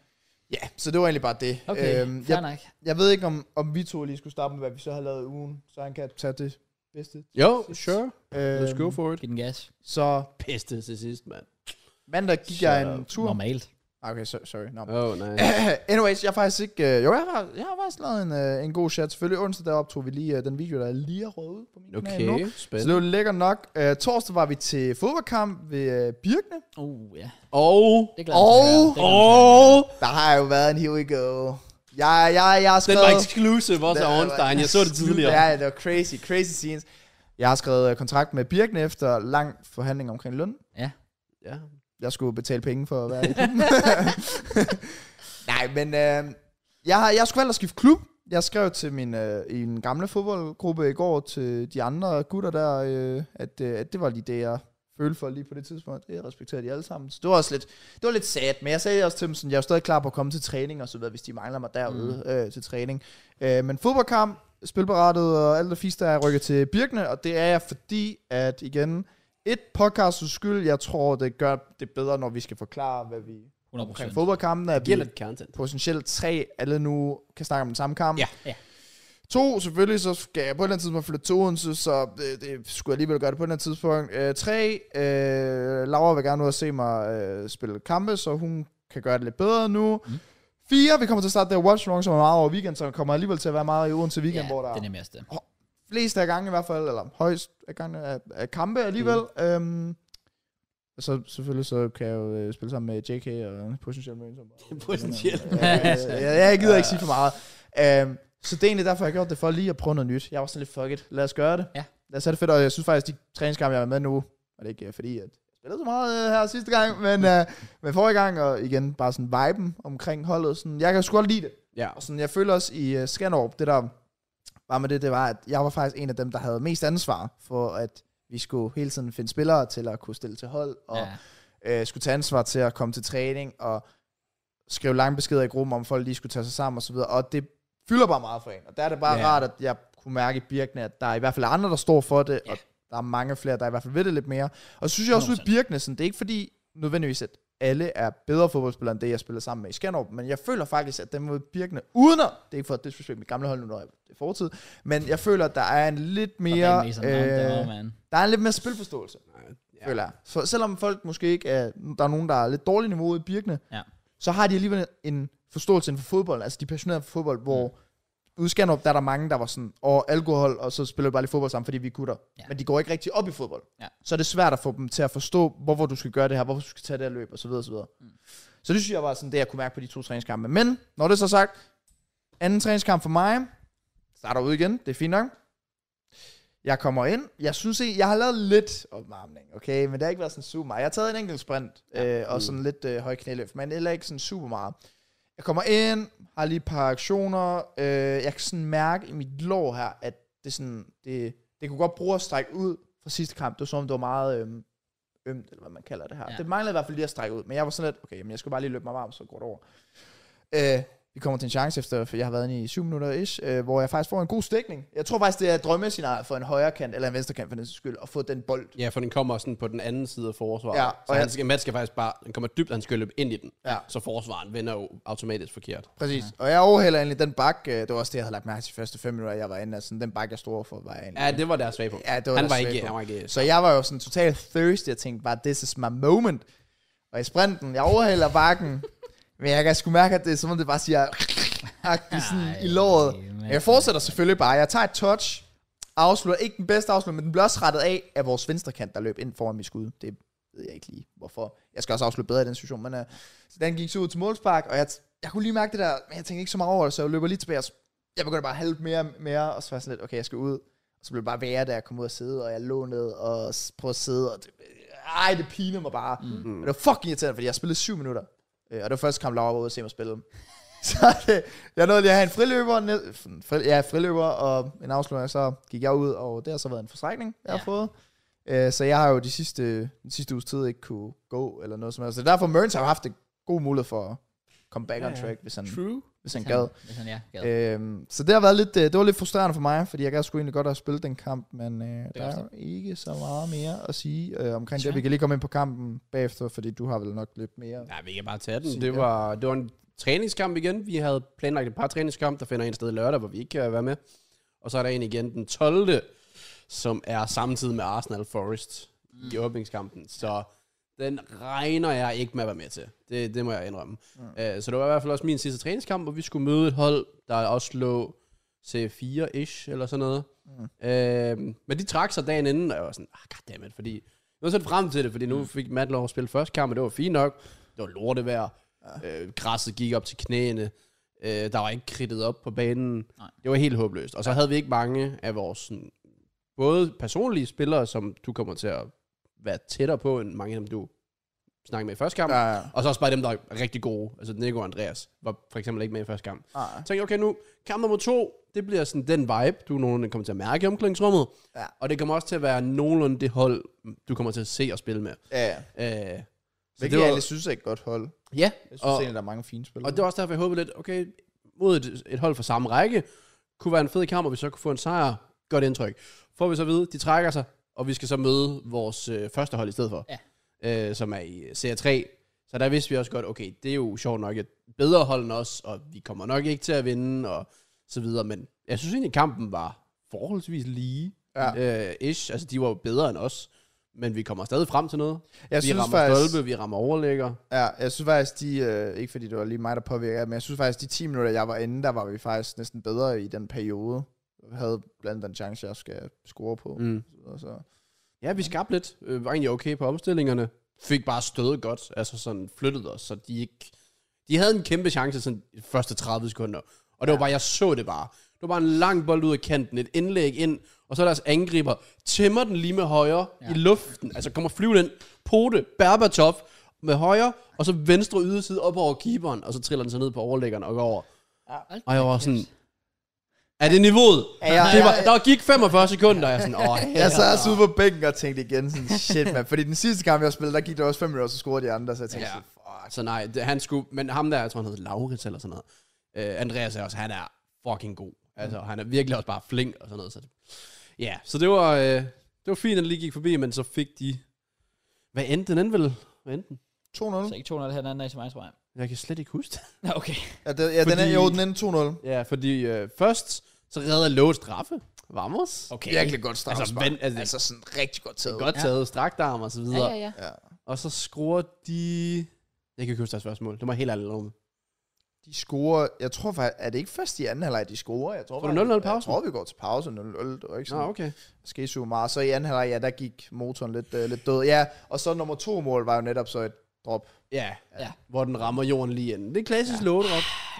Speaker 3: Ja, så det var egentlig bare det.
Speaker 1: okay. Øhm,
Speaker 3: jeg,
Speaker 1: Fair nok.
Speaker 3: Jeg ved ikke, om, om vi to lige skulle starte med, hvad vi så har lavet i ugen, så han kan tage det bedste.
Speaker 2: Jo, sure.
Speaker 3: Øh,
Speaker 2: Let's go for it.
Speaker 1: Giv den gas.
Speaker 3: så
Speaker 2: Pisse til sidst, mand.
Speaker 3: mandag gik
Speaker 2: Shut
Speaker 3: jeg en
Speaker 2: up.
Speaker 3: tur.
Speaker 1: Normalt.
Speaker 3: Ah, Okay, so, sorry. No.
Speaker 2: Oh, nej.
Speaker 3: Anyways, jeg har faktisk ikke... Øh, jo, jeg har, jeg har faktisk lavet en, øh, en god chat. Selvfølgelig onsdag, der optog vi lige øh, den video, der er lige rød ud på min kanal nu.
Speaker 2: Okay,
Speaker 3: Så det
Speaker 2: spændende.
Speaker 3: var lækker nok. Øh, torsdag var vi til fodboldkamp ved øh, Birkene.
Speaker 1: Uh, ja.
Speaker 2: Og,
Speaker 1: Det er klart.
Speaker 3: Og-
Speaker 2: og,
Speaker 3: Der har jo været en here we go. Jeg, jeg, jeg har
Speaker 2: den
Speaker 3: skrevet...
Speaker 2: var exclusive også af
Speaker 3: Den-
Speaker 2: Ornstein. Jeg så det tidligere.
Speaker 3: Ja, det var crazy, crazy scenes. Jeg har skrevet øh, kontrakt med Birken efter lang forhandling omkring løn.
Speaker 1: Ja.
Speaker 2: Ja.
Speaker 3: Jeg skulle betale penge for at være i den. Nej, men øh, Jeg, har, jeg skulle valgt at skifte klub. Jeg skrev til min, øh, i en gamle fodboldgruppe i går til de andre gutter der, øh, at, øh, at det var lige det, jeg følte for lige på det tidspunkt. Det respekterede de alle sammen. Så det var også lidt, det var lidt sad, men jeg sagde også til dem sådan, jeg er jo stadig klar på at komme til træning og så videre, hvis de mangler mig derude mm. øh, til træning. Øh, men fodboldkamp, spilberettet og alt det fisk, der er rykket til Birkene, og det er jeg fordi, at igen, et podcast skyld, jeg tror, det gør det bedre, når vi skal forklare, hvad vi
Speaker 1: 100
Speaker 3: omkring fodboldkampen, at vi
Speaker 2: Giver lidt content.
Speaker 3: potentielt tre alle nu kan snakke om den samme kamp.
Speaker 2: Ja.
Speaker 1: Ja.
Speaker 3: To, selvfølgelig, så skal jeg på et eller andet tidspunkt flytte til Odense, så det, det skulle jeg alligevel gøre det på et eller andet tidspunkt. Øh, tre, øh, Laura vil gerne ud og se mig øh, spille kampe, så hun kan gøre det lidt bedre nu.
Speaker 1: Mm.
Speaker 3: Mm. Fire, vi kommer til at starte der watch along, som er meget over weekend, så kommer alligevel til at være meget i Odense weekend, ja, hvor der
Speaker 1: den
Speaker 3: er
Speaker 1: er mere sted.
Speaker 3: flest af gange i hvert fald, eller højst af gange af, af kampe alligevel. Mm. Øhm, så selvfølgelig så kan jeg jo øh, spille sammen med JK og potentielt med en, som
Speaker 2: Potentielt.
Speaker 3: Øh, jeg, jeg gider ikke sige for meget. Øhm, så det er egentlig derfor, jeg har gjort det, for lige at prøve noget nyt. Jeg var sådan lidt, fuck it, lad os gøre det.
Speaker 1: Ja.
Speaker 3: Lad os have det fedt, og jeg synes faktisk, de træningskampe, jeg var med nu, og det er ikke øh, fordi, at jeg spillede så meget øh, her sidste gang, men, øh, men forrige gang, og igen, bare sådan viben omkring holdet. Sådan, jeg kan sgu godt lide det.
Speaker 2: Ja.
Speaker 3: Og sådan, jeg føler også i uh, Skanderup, det der var med det, det var, at jeg var faktisk en af dem, der havde mest ansvar for, at vi skulle hele tiden finde spillere til at kunne stille til hold, og
Speaker 1: Ja.
Speaker 3: ja. øh, skulle tage ansvar til at komme til træning, og skrive lange beskeder i gruppen, om folk lige skulle tage sig sammen osv., og det fylder bare meget for en. Og der er det bare
Speaker 1: Ja.
Speaker 3: ja. rart, at jeg kunne mærke i Birkene, at der er i hvert fald andre, der står for det,
Speaker 1: Ja.
Speaker 3: ja. og der er mange flere, der i hvert fald ved det lidt mere. Og så synes jeg også ud i
Speaker 1: 100%.
Speaker 3: Birkene, sådan, det er ikke fordi nødvendigvis, at alle er bedre fodboldspillere, end det, jeg spiller sammen med i Skanderup, men jeg føler faktisk, at dem mod Birkene udenom, det er ikke for at disrespect mit gamle hold nu, når jeg det er fortid, men jeg føler, at der er en lidt mere,
Speaker 1: Mere,
Speaker 3: øh, der
Speaker 1: man.
Speaker 3: er en lidt mere spilforståelse,
Speaker 2: Ja.
Speaker 3: ja. føler jeg. Så selvom folk måske ikke er, der er nogen, der er lidt dårlig niveau i Birkene,
Speaker 1: Ja.
Speaker 3: så har de alligevel en forståelse inden for fodbold, altså de er passionerede for fodbold,
Speaker 1: Mm.
Speaker 3: hvor ude i Skanderup, der er der mange, der var sådan, og alkohol, og så spiller vi bare lidt fodbold sammen, fordi vi er gutter.
Speaker 1: Ja.
Speaker 3: Ja. Men de går ikke rigtig op i fodbold.
Speaker 1: Ja.
Speaker 3: Så er det svært at få dem til at forstå, hvorfor du skal gøre det her, hvorfor du skal tage det her løb, osv. Så, videre, og så, videre. Mm. så det synes jeg var sådan det, jeg kunne mærke på de to træningskampe. Men, når det er så sagt, anden træningskamp for mig, starter ud igen, det er fint nok. Jeg kommer ind, jeg synes, ikke- jeg har lavet lidt opvarmning, okay, men det har ikke været sådan super meget. Jeg har taget en enkelt sprint, ja. øh, og sådan lidt øh, høj knæløft, men heller ikke sådan super meget. Jeg kommer ind, har lige et par aktioner. Øh, jeg kan sådan mærke i mit lår her, at det, sådan, det, det kunne godt bruge at strække ud fra sidste kamp. Det var som om, det var meget øhm, ømt, eller hvad man kalder det her.
Speaker 1: Ja.
Speaker 3: Ja. Det manglede i hvert fald lige at strække ud, men jeg var sådan lidt, okay, men jeg skal bare lige løbe mig varm, så går det over. Øh, vi kommer til en chance efter, for jeg har været inde i 7 minutter ish, øh, hvor jeg faktisk får en god stikning. Jeg tror faktisk, det er et drømmescenarie for en højre kant, eller en venstre kant for den sags skyld, at få den bold.
Speaker 2: Ja, for den kommer sådan på den anden side af forsvaret.
Speaker 3: Ja,
Speaker 2: så
Speaker 3: og
Speaker 2: han
Speaker 3: jeg-
Speaker 2: skal, man skal faktisk bare, den kommer dybt, og han skal løbe ind i den.
Speaker 3: Ja.
Speaker 2: Så forsvaren vender jo automatisk forkert.
Speaker 3: Præcis. Og jeg overhælder egentlig den bak, øh, det var også det, jeg havde lagt mærke til de første 5 minutter, jeg var inde, altså den bak, jeg stod overfor, var jeg egentlig
Speaker 2: Ja, det var deres svage punkt.
Speaker 3: Ja, det var
Speaker 2: han,
Speaker 3: deres
Speaker 2: var
Speaker 3: svage
Speaker 2: ikke,
Speaker 3: punkt.
Speaker 2: han var ikke...
Speaker 3: Så jeg var jo sådan totalt thirsty, jeg tænkte bare, this is my moment. Og i sprinten, jeg overhælder bakken, men jeg kan sgu mærke, at det er som om det bare siger, agtigt sådan i låret.
Speaker 1: mand.
Speaker 3: Men Jeg fortsætter selvfølgelig bare, jeg tager et touch, afslutter, ikke den bedste afslutning, men den bliver også rettet af, af vores venstre kant, der løb ind foran mit skud. Det ved jeg ikke lige, hvorfor. Jeg skal også afslutte bedre i den situation, men uh, så den gik så ud til målspark, og jeg, t- jeg kunne lige mærke det der, men jeg tænkte ikke så meget over det, så jeg løber lige tilbage, og så- jeg begynder bare at halve mere og mere, og så var jeg sådan lidt, okay, jeg skal ud. Og så blev det bare værre, da jeg kom ud og sidde, og jeg lå ned og s- prøvede at sidde, og det, ej, det piner mig bare. Mm. Og det var fucking irriterende, fordi jeg spillede syv minutter. Øh, Og det var første kamp, Laura var ude og se mig spille. så det, jeg nåede lige at have en friløber, ned, f- fri, ja, friløber og en afslutning, og så gik jeg ud, og det har så været en forstrækning, jeg ja.
Speaker 1: Ja.
Speaker 3: har fået. Øh, Så jeg har jo de sidste, den sidste uges tid ikke kunne gå, eller noget som helst. Så derfor Mørens har jo haft en god mulighed for at komme back
Speaker 2: Ja,
Speaker 3: ja, on
Speaker 2: ja.
Speaker 3: track, hvis han,
Speaker 2: True.
Speaker 3: hvis han gad.
Speaker 1: Hvis han, ja, gad.
Speaker 3: Øhm, så det har været lidt, øh, det var lidt frustrerende for mig, fordi jeg gad sgu egentlig godt have spillet den kamp, men øh, der
Speaker 1: også
Speaker 3: er jo ikke så meget mere at sige øh, omkring
Speaker 1: Sure.
Speaker 3: det. Vi kan lige komme ind på kampen bagefter, fordi du har vel nok lidt mere.
Speaker 2: Ja, vi kan bare tage den.
Speaker 3: Sige,
Speaker 2: Det
Speaker 3: ja.
Speaker 2: var, det var en træningskamp igen. Vi havde planlagt et par træningskampe, der finder en sted lørdag, hvor vi ikke kan være med. Og så er der en igen den 12., som er samtidig med Arsenal Forest i åbningskampen. Så den regner jeg ikke med at være med til. Det, det må jeg indrømme. Mm. Uh, så det var i hvert fald også min sidste træningskamp, hvor vi skulle møde et hold, der også lå C4-ish eller sådan noget. Mm. Uh, men de trak sig dagen inden, og jeg var sådan, ah, goddammit, fordi... Nu så frem til det, fordi nu fik Matt lov at spille første kamp, og det var fint nok. Det var lortevejr. Ja. Øh, græsset gik op til knæene. Øh, der var ikke kridtet op på banen.
Speaker 1: Nej.
Speaker 2: Det var helt håbløst. Og så havde vi ikke mange af vores sådan, både personlige spillere, som du kommer til at være tættere på, end mange af dem, du snakkede med i første kamp.
Speaker 3: Ja, ja.
Speaker 2: Og så også bare dem, der er rigtig gode. Altså Nico og Andreas var for eksempel ikke med i første kamp.
Speaker 3: Nej.
Speaker 2: Så tænkte jeg, okay nu, kamp nummer to, det bliver sådan den vibe, du nogenlunde kommer til at mærke i omklædningsrummet.
Speaker 3: Ja.
Speaker 2: Og det kommer også til at være nogenlunde det hold, du kommer til at se og spille med.
Speaker 3: Ja, ja.
Speaker 2: Øh, så det
Speaker 3: Hvilket jeg
Speaker 2: var,
Speaker 3: egentlig synes er et godt hold.
Speaker 2: ja,
Speaker 3: Jeg synes
Speaker 2: og,
Speaker 3: egentlig, der er mange fine spillere.
Speaker 2: og det var også derfor, jeg håbede lidt, okay, mod et, et hold fra samme række, kunne være en fed kamp, og vi så kunne få en sejr. Godt indtryk. Får vi så at vide, de trækker sig, og vi skal så møde vores øh, første hold i stedet for, ja. øh, som er i Serie 3. Så der vidste vi også godt, okay, det er jo sjovt nok et bedre hold end os, og vi kommer nok ikke til at vinde, og så videre. Men jeg synes egentlig, kampen var forholdsvis lige. Ja. Øh, ish. Altså, de var jo bedre end os, men vi kommer stadig frem til noget.
Speaker 3: jeg
Speaker 2: vi
Speaker 3: synes
Speaker 2: rammer
Speaker 3: faktisk,
Speaker 2: stolpe, vi rammer overlægger.
Speaker 3: ja, jeg synes faktisk, de, øh, ikke fordi det var lige mig, der påvirkede, det, men jeg synes faktisk, de 10 minutter, jeg var inde, der var vi faktisk næsten bedre i den periode. Jeg havde blandt andet en chance, jeg skal score på. Mm.
Speaker 2: Mm.
Speaker 3: Og så.
Speaker 2: Ja, vi skabte lidt. Øh, var egentlig okay på omstillingerne. Fik bare stødet godt. Altså sådan flyttet os, så de ikke... De havde en kæmpe chance sådan de første 30 sekunder. Og det var bare, jeg så det bare. Det var bare en lang bold ud af kanten, et indlæg ind, og så er deres angriber tæmmer den lige med højre ja. i luften. Altså kommer flyvende ind, pote, Berbatov med højre, og så venstre yderside op over keeperen, og så triller den så ned på overlæggeren og går over. Og jeg var sådan, er det niveauet?
Speaker 3: Ja, ja,
Speaker 2: Det var,
Speaker 3: ja.
Speaker 2: der gik 45 sekunder, og jeg er sådan, åh,
Speaker 3: Jeg sad også ude på bænken og tænkte igen sådan, shit man. Fordi den sidste kamp, jeg spillede, der gik det også 5 minutter, og så scorede de andre, så jeg tænkte,
Speaker 2: Ja.
Speaker 3: ja.
Speaker 2: Altså, Så nej, det, han skulle... Men ham der, jeg tror, han hedder Laurits eller sådan noget. Uh, Andreas er også, han er fucking god. Altså, han er virkelig også bare flink og sådan noget. Så, ja, så det var, uh, det var fint, at den lige gik forbi, men så fik de... Hvad endte den end vel? Hvad endte den?
Speaker 1: Så
Speaker 3: 2-0.
Speaker 1: ikke 200 her den anden dag til mig, tror jeg.
Speaker 2: Jeg kan slet ikke huske det.
Speaker 1: Nå, okay.
Speaker 3: Ja, det, ja den er,
Speaker 2: Fordi-
Speaker 3: jo, den endte 2-0.
Speaker 2: Ja, fordi uh, først så redder Lowe straffe. Vamos.
Speaker 1: Okay.
Speaker 3: Virkelig godt straffespark.
Speaker 2: Altså, vent, altså-
Speaker 3: altså, sådan rigtig godt taget.
Speaker 2: Godt taget, ja. strakt arm og så videre.
Speaker 1: Ja, ja, ja.
Speaker 3: Ja.
Speaker 2: Og så scorer de... Jeg kan ikke huske deres spørgsmål. Det var helt ærligt om.
Speaker 3: De scorer, jeg tror faktisk, er det ikke først i anden halvleg, de scorer? Jeg tror,
Speaker 2: Får du
Speaker 3: faktisk-
Speaker 2: 0-0 pausen?
Speaker 3: Jeg tror, vi går til pause 0-0. Det var ikke
Speaker 2: Nå,
Speaker 3: sådan, okay.
Speaker 2: okay.
Speaker 3: skete super meget. Så i anden halvleg, ja, der gik motoren lidt, øh, lidt død. Ja, og så nummer to mål var jo netop så et drop.
Speaker 2: Ja,
Speaker 1: Ja.
Speaker 2: ja. Hvor den rammer jorden lige inden. Det er klassisk ja.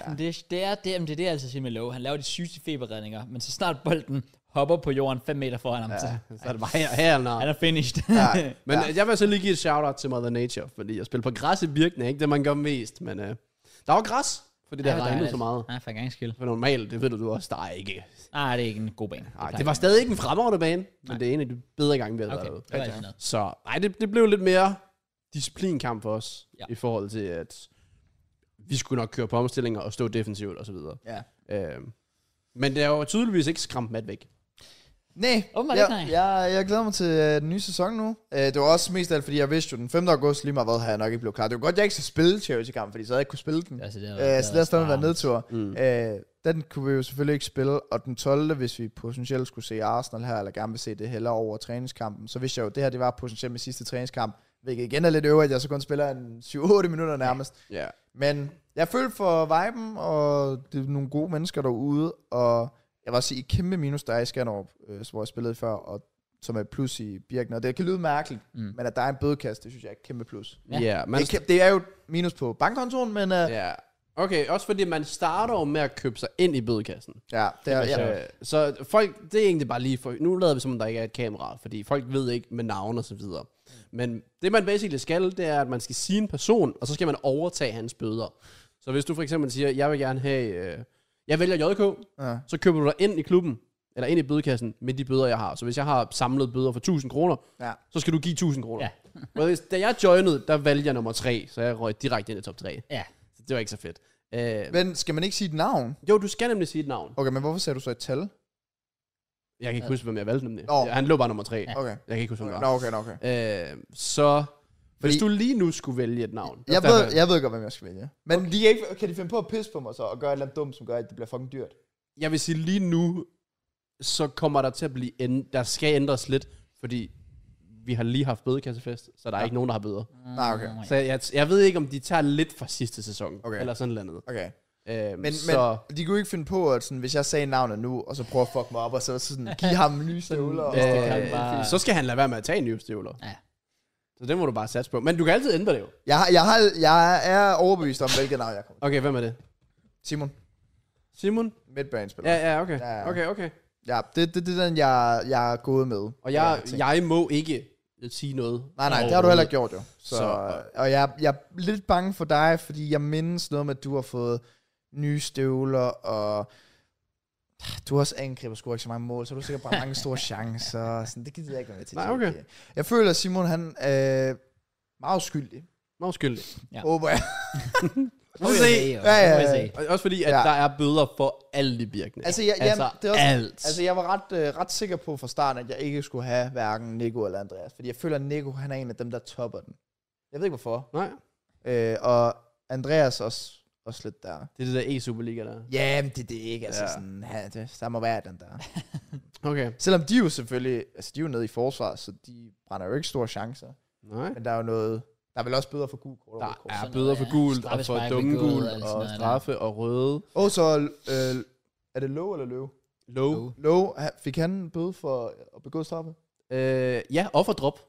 Speaker 1: Men Det, det, er det, men det er det, jeg altid siger med Lowe. Han laver de sygeste feberredninger, men så snart bolden hopper på jorden 5 meter foran ham, ja. så
Speaker 2: Så er det bare her, her eller
Speaker 1: han er finished.
Speaker 3: Ja.
Speaker 2: Men ja. jeg vil så lige give et shout-out til Mother Nature, fordi jeg spiller på græs i Birkene, ikke det man gør mest, men øh, der var græs, fordi det ja, regnede så meget.
Speaker 1: Nej, for en gang skyld.
Speaker 2: For normalt, det ved du, du også, der er ikke.
Speaker 1: Nej, det er ikke en god bane.
Speaker 2: Ej, det var stadig ikke en fremragende bane, men det er en af de bedre gange, vi har
Speaker 1: Okay,
Speaker 2: været
Speaker 1: det
Speaker 2: derude.
Speaker 1: var altid noget.
Speaker 2: Så nej, det, det blev lidt mere disciplinkamp for os,
Speaker 1: Ja.
Speaker 2: ja. i forhold til, at vi skulle nok køre på omstillinger og stå defensivt osv.
Speaker 3: Ja.
Speaker 2: Øh, men det er jo tydeligvis ikke skræmt mat væk.
Speaker 3: Nej,
Speaker 1: Åbenbart
Speaker 3: jeg,
Speaker 1: ikke, nej.
Speaker 3: jeg, jeg glæder mig til øh, den nye sæson nu. Øh, det var også mest af alt, fordi jeg vidste jo, den 5. august lige meget hvad, havde jeg nok ikke blevet klar. Det var godt, jeg ikke skulle spille Chelsea-kampen, fordi så havde jeg ikke kunne spille den.
Speaker 1: Altså, det er-
Speaker 3: Øh,
Speaker 1: det
Speaker 3: så der
Speaker 1: er
Speaker 3: har stadig været
Speaker 1: varmt.
Speaker 3: nedtur.
Speaker 2: Mm.
Speaker 3: Øh, den kunne vi jo selvfølgelig ikke spille, og den 12. hvis vi potentielt skulle se Arsenal her, eller gerne vil se det heller over træningskampen, så vidste jeg jo, at det her det var potentielt min sidste træningskamp, hvilket igen er lidt øvrigt, at jeg så kun spiller en 7-8 minutter nærmest.
Speaker 2: Ja.
Speaker 3: Men jeg følte for viben, og det er nogle gode mennesker derude, og jeg vil også sige, et kæmpe minus, der er i Skanderup, øh, hvor jeg spillede før, og som er et plus i Birken, og det kan lyde mærkeligt, mm. men at der er en bødekast, det synes jeg er et kæmpe plus.
Speaker 1: Ja.
Speaker 2: Ja, ja man,
Speaker 3: Det, kan, det er jo et minus på bankkontoen, men øh, ja.
Speaker 2: Ja. Okay, også fordi man starter jo med at købe sig ind i bødekassen.
Speaker 3: ja, det er,
Speaker 1: Det er
Speaker 3: ja,
Speaker 1: sjovt.
Speaker 2: Øh, så folk, det er egentlig bare lige for... Nu lader vi som om, der ikke er et kamera, fordi folk ved ikke med navn og så videre. Men det man basically skal, det er, at man skal sige en person, og så skal man overtage hans bøder. Så hvis du for eksempel siger, jeg vil gerne have... Øh, jeg vælger JK,
Speaker 3: ja.
Speaker 2: så køber du dig ind i klubben, eller ind i bødekassen, med de bøder, jeg har. Så hvis jeg har samlet bøder for 1000 kroner,
Speaker 3: ja.
Speaker 2: så skal du give 1000 kroner.
Speaker 1: Ja.
Speaker 2: Men hvis, da jeg joinede, der valgte jeg nummer 3, så jeg røg direkte ind i top 3.
Speaker 1: Ja.
Speaker 2: Så det var ikke så fedt. Øh,
Speaker 3: Men skal man ikke sige et navn?
Speaker 2: Jo, du skal nemlig sige et navn.
Speaker 3: Okay, men hvorfor sagde du så et tal?
Speaker 2: Jeg kan ikke huske, hvem jeg valgte nemlig.
Speaker 3: Nå.
Speaker 2: Oh. Han lå bare nummer tre. Ja.
Speaker 3: Okay.
Speaker 2: Jeg kan ikke huske, hvem
Speaker 3: okay.
Speaker 2: han
Speaker 3: Nå,
Speaker 2: var.
Speaker 3: okay, nå, okay.
Speaker 2: Øh, så hvis
Speaker 3: Fordi-
Speaker 2: du lige nu skulle vælge et navn.
Speaker 3: Jeg ved, jeg ved godt, hvem jeg skal vælge. Men okay. de kan, ikke, kan de finde på at pisse på mig så, og gøre et eller andet dumt, som gør, at det bliver fucking dyrt?
Speaker 2: jeg vil sige lige nu, så kommer der til at blive end, der skal ændres lidt, fordi vi har lige haft bødekassefest, så der er ikke nogen, der har bøder.
Speaker 1: Mm,
Speaker 3: Nej, okay.
Speaker 2: Så jeg, jeg ved ikke, om de tager lidt fra sidste sæson,
Speaker 3: Okay.
Speaker 2: okay. eller sådan noget.
Speaker 3: Okay.
Speaker 2: Øh,
Speaker 3: Men, så...
Speaker 2: så,
Speaker 3: men de kunne ikke finde på, at sådan, hvis jeg sagde navnet nu, og så prøver at fuck mig op, og så sådan, give ham nye støvler. og...
Speaker 1: det kan
Speaker 2: øh,
Speaker 1: bare-
Speaker 2: så skal han lade være med at tage nye støvler.
Speaker 1: Ja.
Speaker 2: Så det må du bare satse på. Men du kan altid ændre det jo.
Speaker 3: Jeg, har- jeg, har, jeg er overbevist om, hvilket navn jeg kommer
Speaker 2: Okay, hvem er det?
Speaker 3: til. Simon,
Speaker 2: Simon?
Speaker 3: midtbanespiller. Ja.
Speaker 2: Ja, ja, okay.
Speaker 3: Ja, ja.
Speaker 2: Okay, okay.
Speaker 3: ja, det er det, det, er den, jeg, jeg er gået med.
Speaker 2: Og jeg,
Speaker 3: Ja,
Speaker 2: jeg må ikke øh, sige noget.
Speaker 3: Nej, nej, det har du heller ikke gjort jo. Så,
Speaker 2: Så-
Speaker 3: så, og jeg, jeg er lidt bange for dig, fordi jeg mindes noget med, at du har fået nye støvler, og du har også angriber scoret ikke så mange mål, så har du sikkert bare mange store chancer. Sådan, det gider jeg ikke være med til.
Speaker 2: Nej, okay.
Speaker 3: Jeg føler, at Simon han er øh, meget skyldig,
Speaker 2: Nå, skyldig.
Speaker 1: Ja.
Speaker 3: ja. håber jeg.
Speaker 1: Må vi
Speaker 2: se.
Speaker 1: se.
Speaker 3: Ja, ja,
Speaker 1: Må vi
Speaker 3: ja.
Speaker 1: se.
Speaker 2: Og også fordi, at ja.
Speaker 3: Ja.
Speaker 2: der er bøder for alle de virkninger.
Speaker 3: Altså, jeg,
Speaker 2: altså
Speaker 3: jamen, det er også,
Speaker 2: alt.
Speaker 3: Altså, jeg var ret, øh, ret sikker på fra starten, at jeg ikke skulle have hverken Nico eller Andreas, fordi jeg føler, at Nico han er en af dem, der topper den. Jeg ved ikke, hvorfor.
Speaker 2: Nej,
Speaker 3: Øh, og Andreas også, også lidt der.
Speaker 2: det er det der E-Superliga der.
Speaker 3: Ja, men det, det er ikke, altså
Speaker 2: Ja.
Speaker 3: ja. sådan, ja, det, der må være den der.
Speaker 2: Okay.
Speaker 3: Selvom de jo selvfølgelig, altså de er jo nede i forsvar, så de brænder jo ikke store chancer.
Speaker 2: Nej.
Speaker 3: Men der er jo noget, der er vel også bøder for gul kort og
Speaker 2: Der
Speaker 3: rødt kort.
Speaker 1: Sådan
Speaker 2: er
Speaker 1: noget,
Speaker 2: bøder for
Speaker 1: ja.
Speaker 2: gult, og for
Speaker 1: Straffespark ved
Speaker 2: dumme
Speaker 1: gult,
Speaker 2: gult,
Speaker 1: alt sådan
Speaker 2: og
Speaker 1: noget der.
Speaker 2: straffe og røde.
Speaker 3: Og så, øh, er det Low eller Løve?
Speaker 2: Low.
Speaker 1: Low.
Speaker 3: Low, ha- fik han en bøde for at begå straffe?
Speaker 2: Øh, ja, og for drop.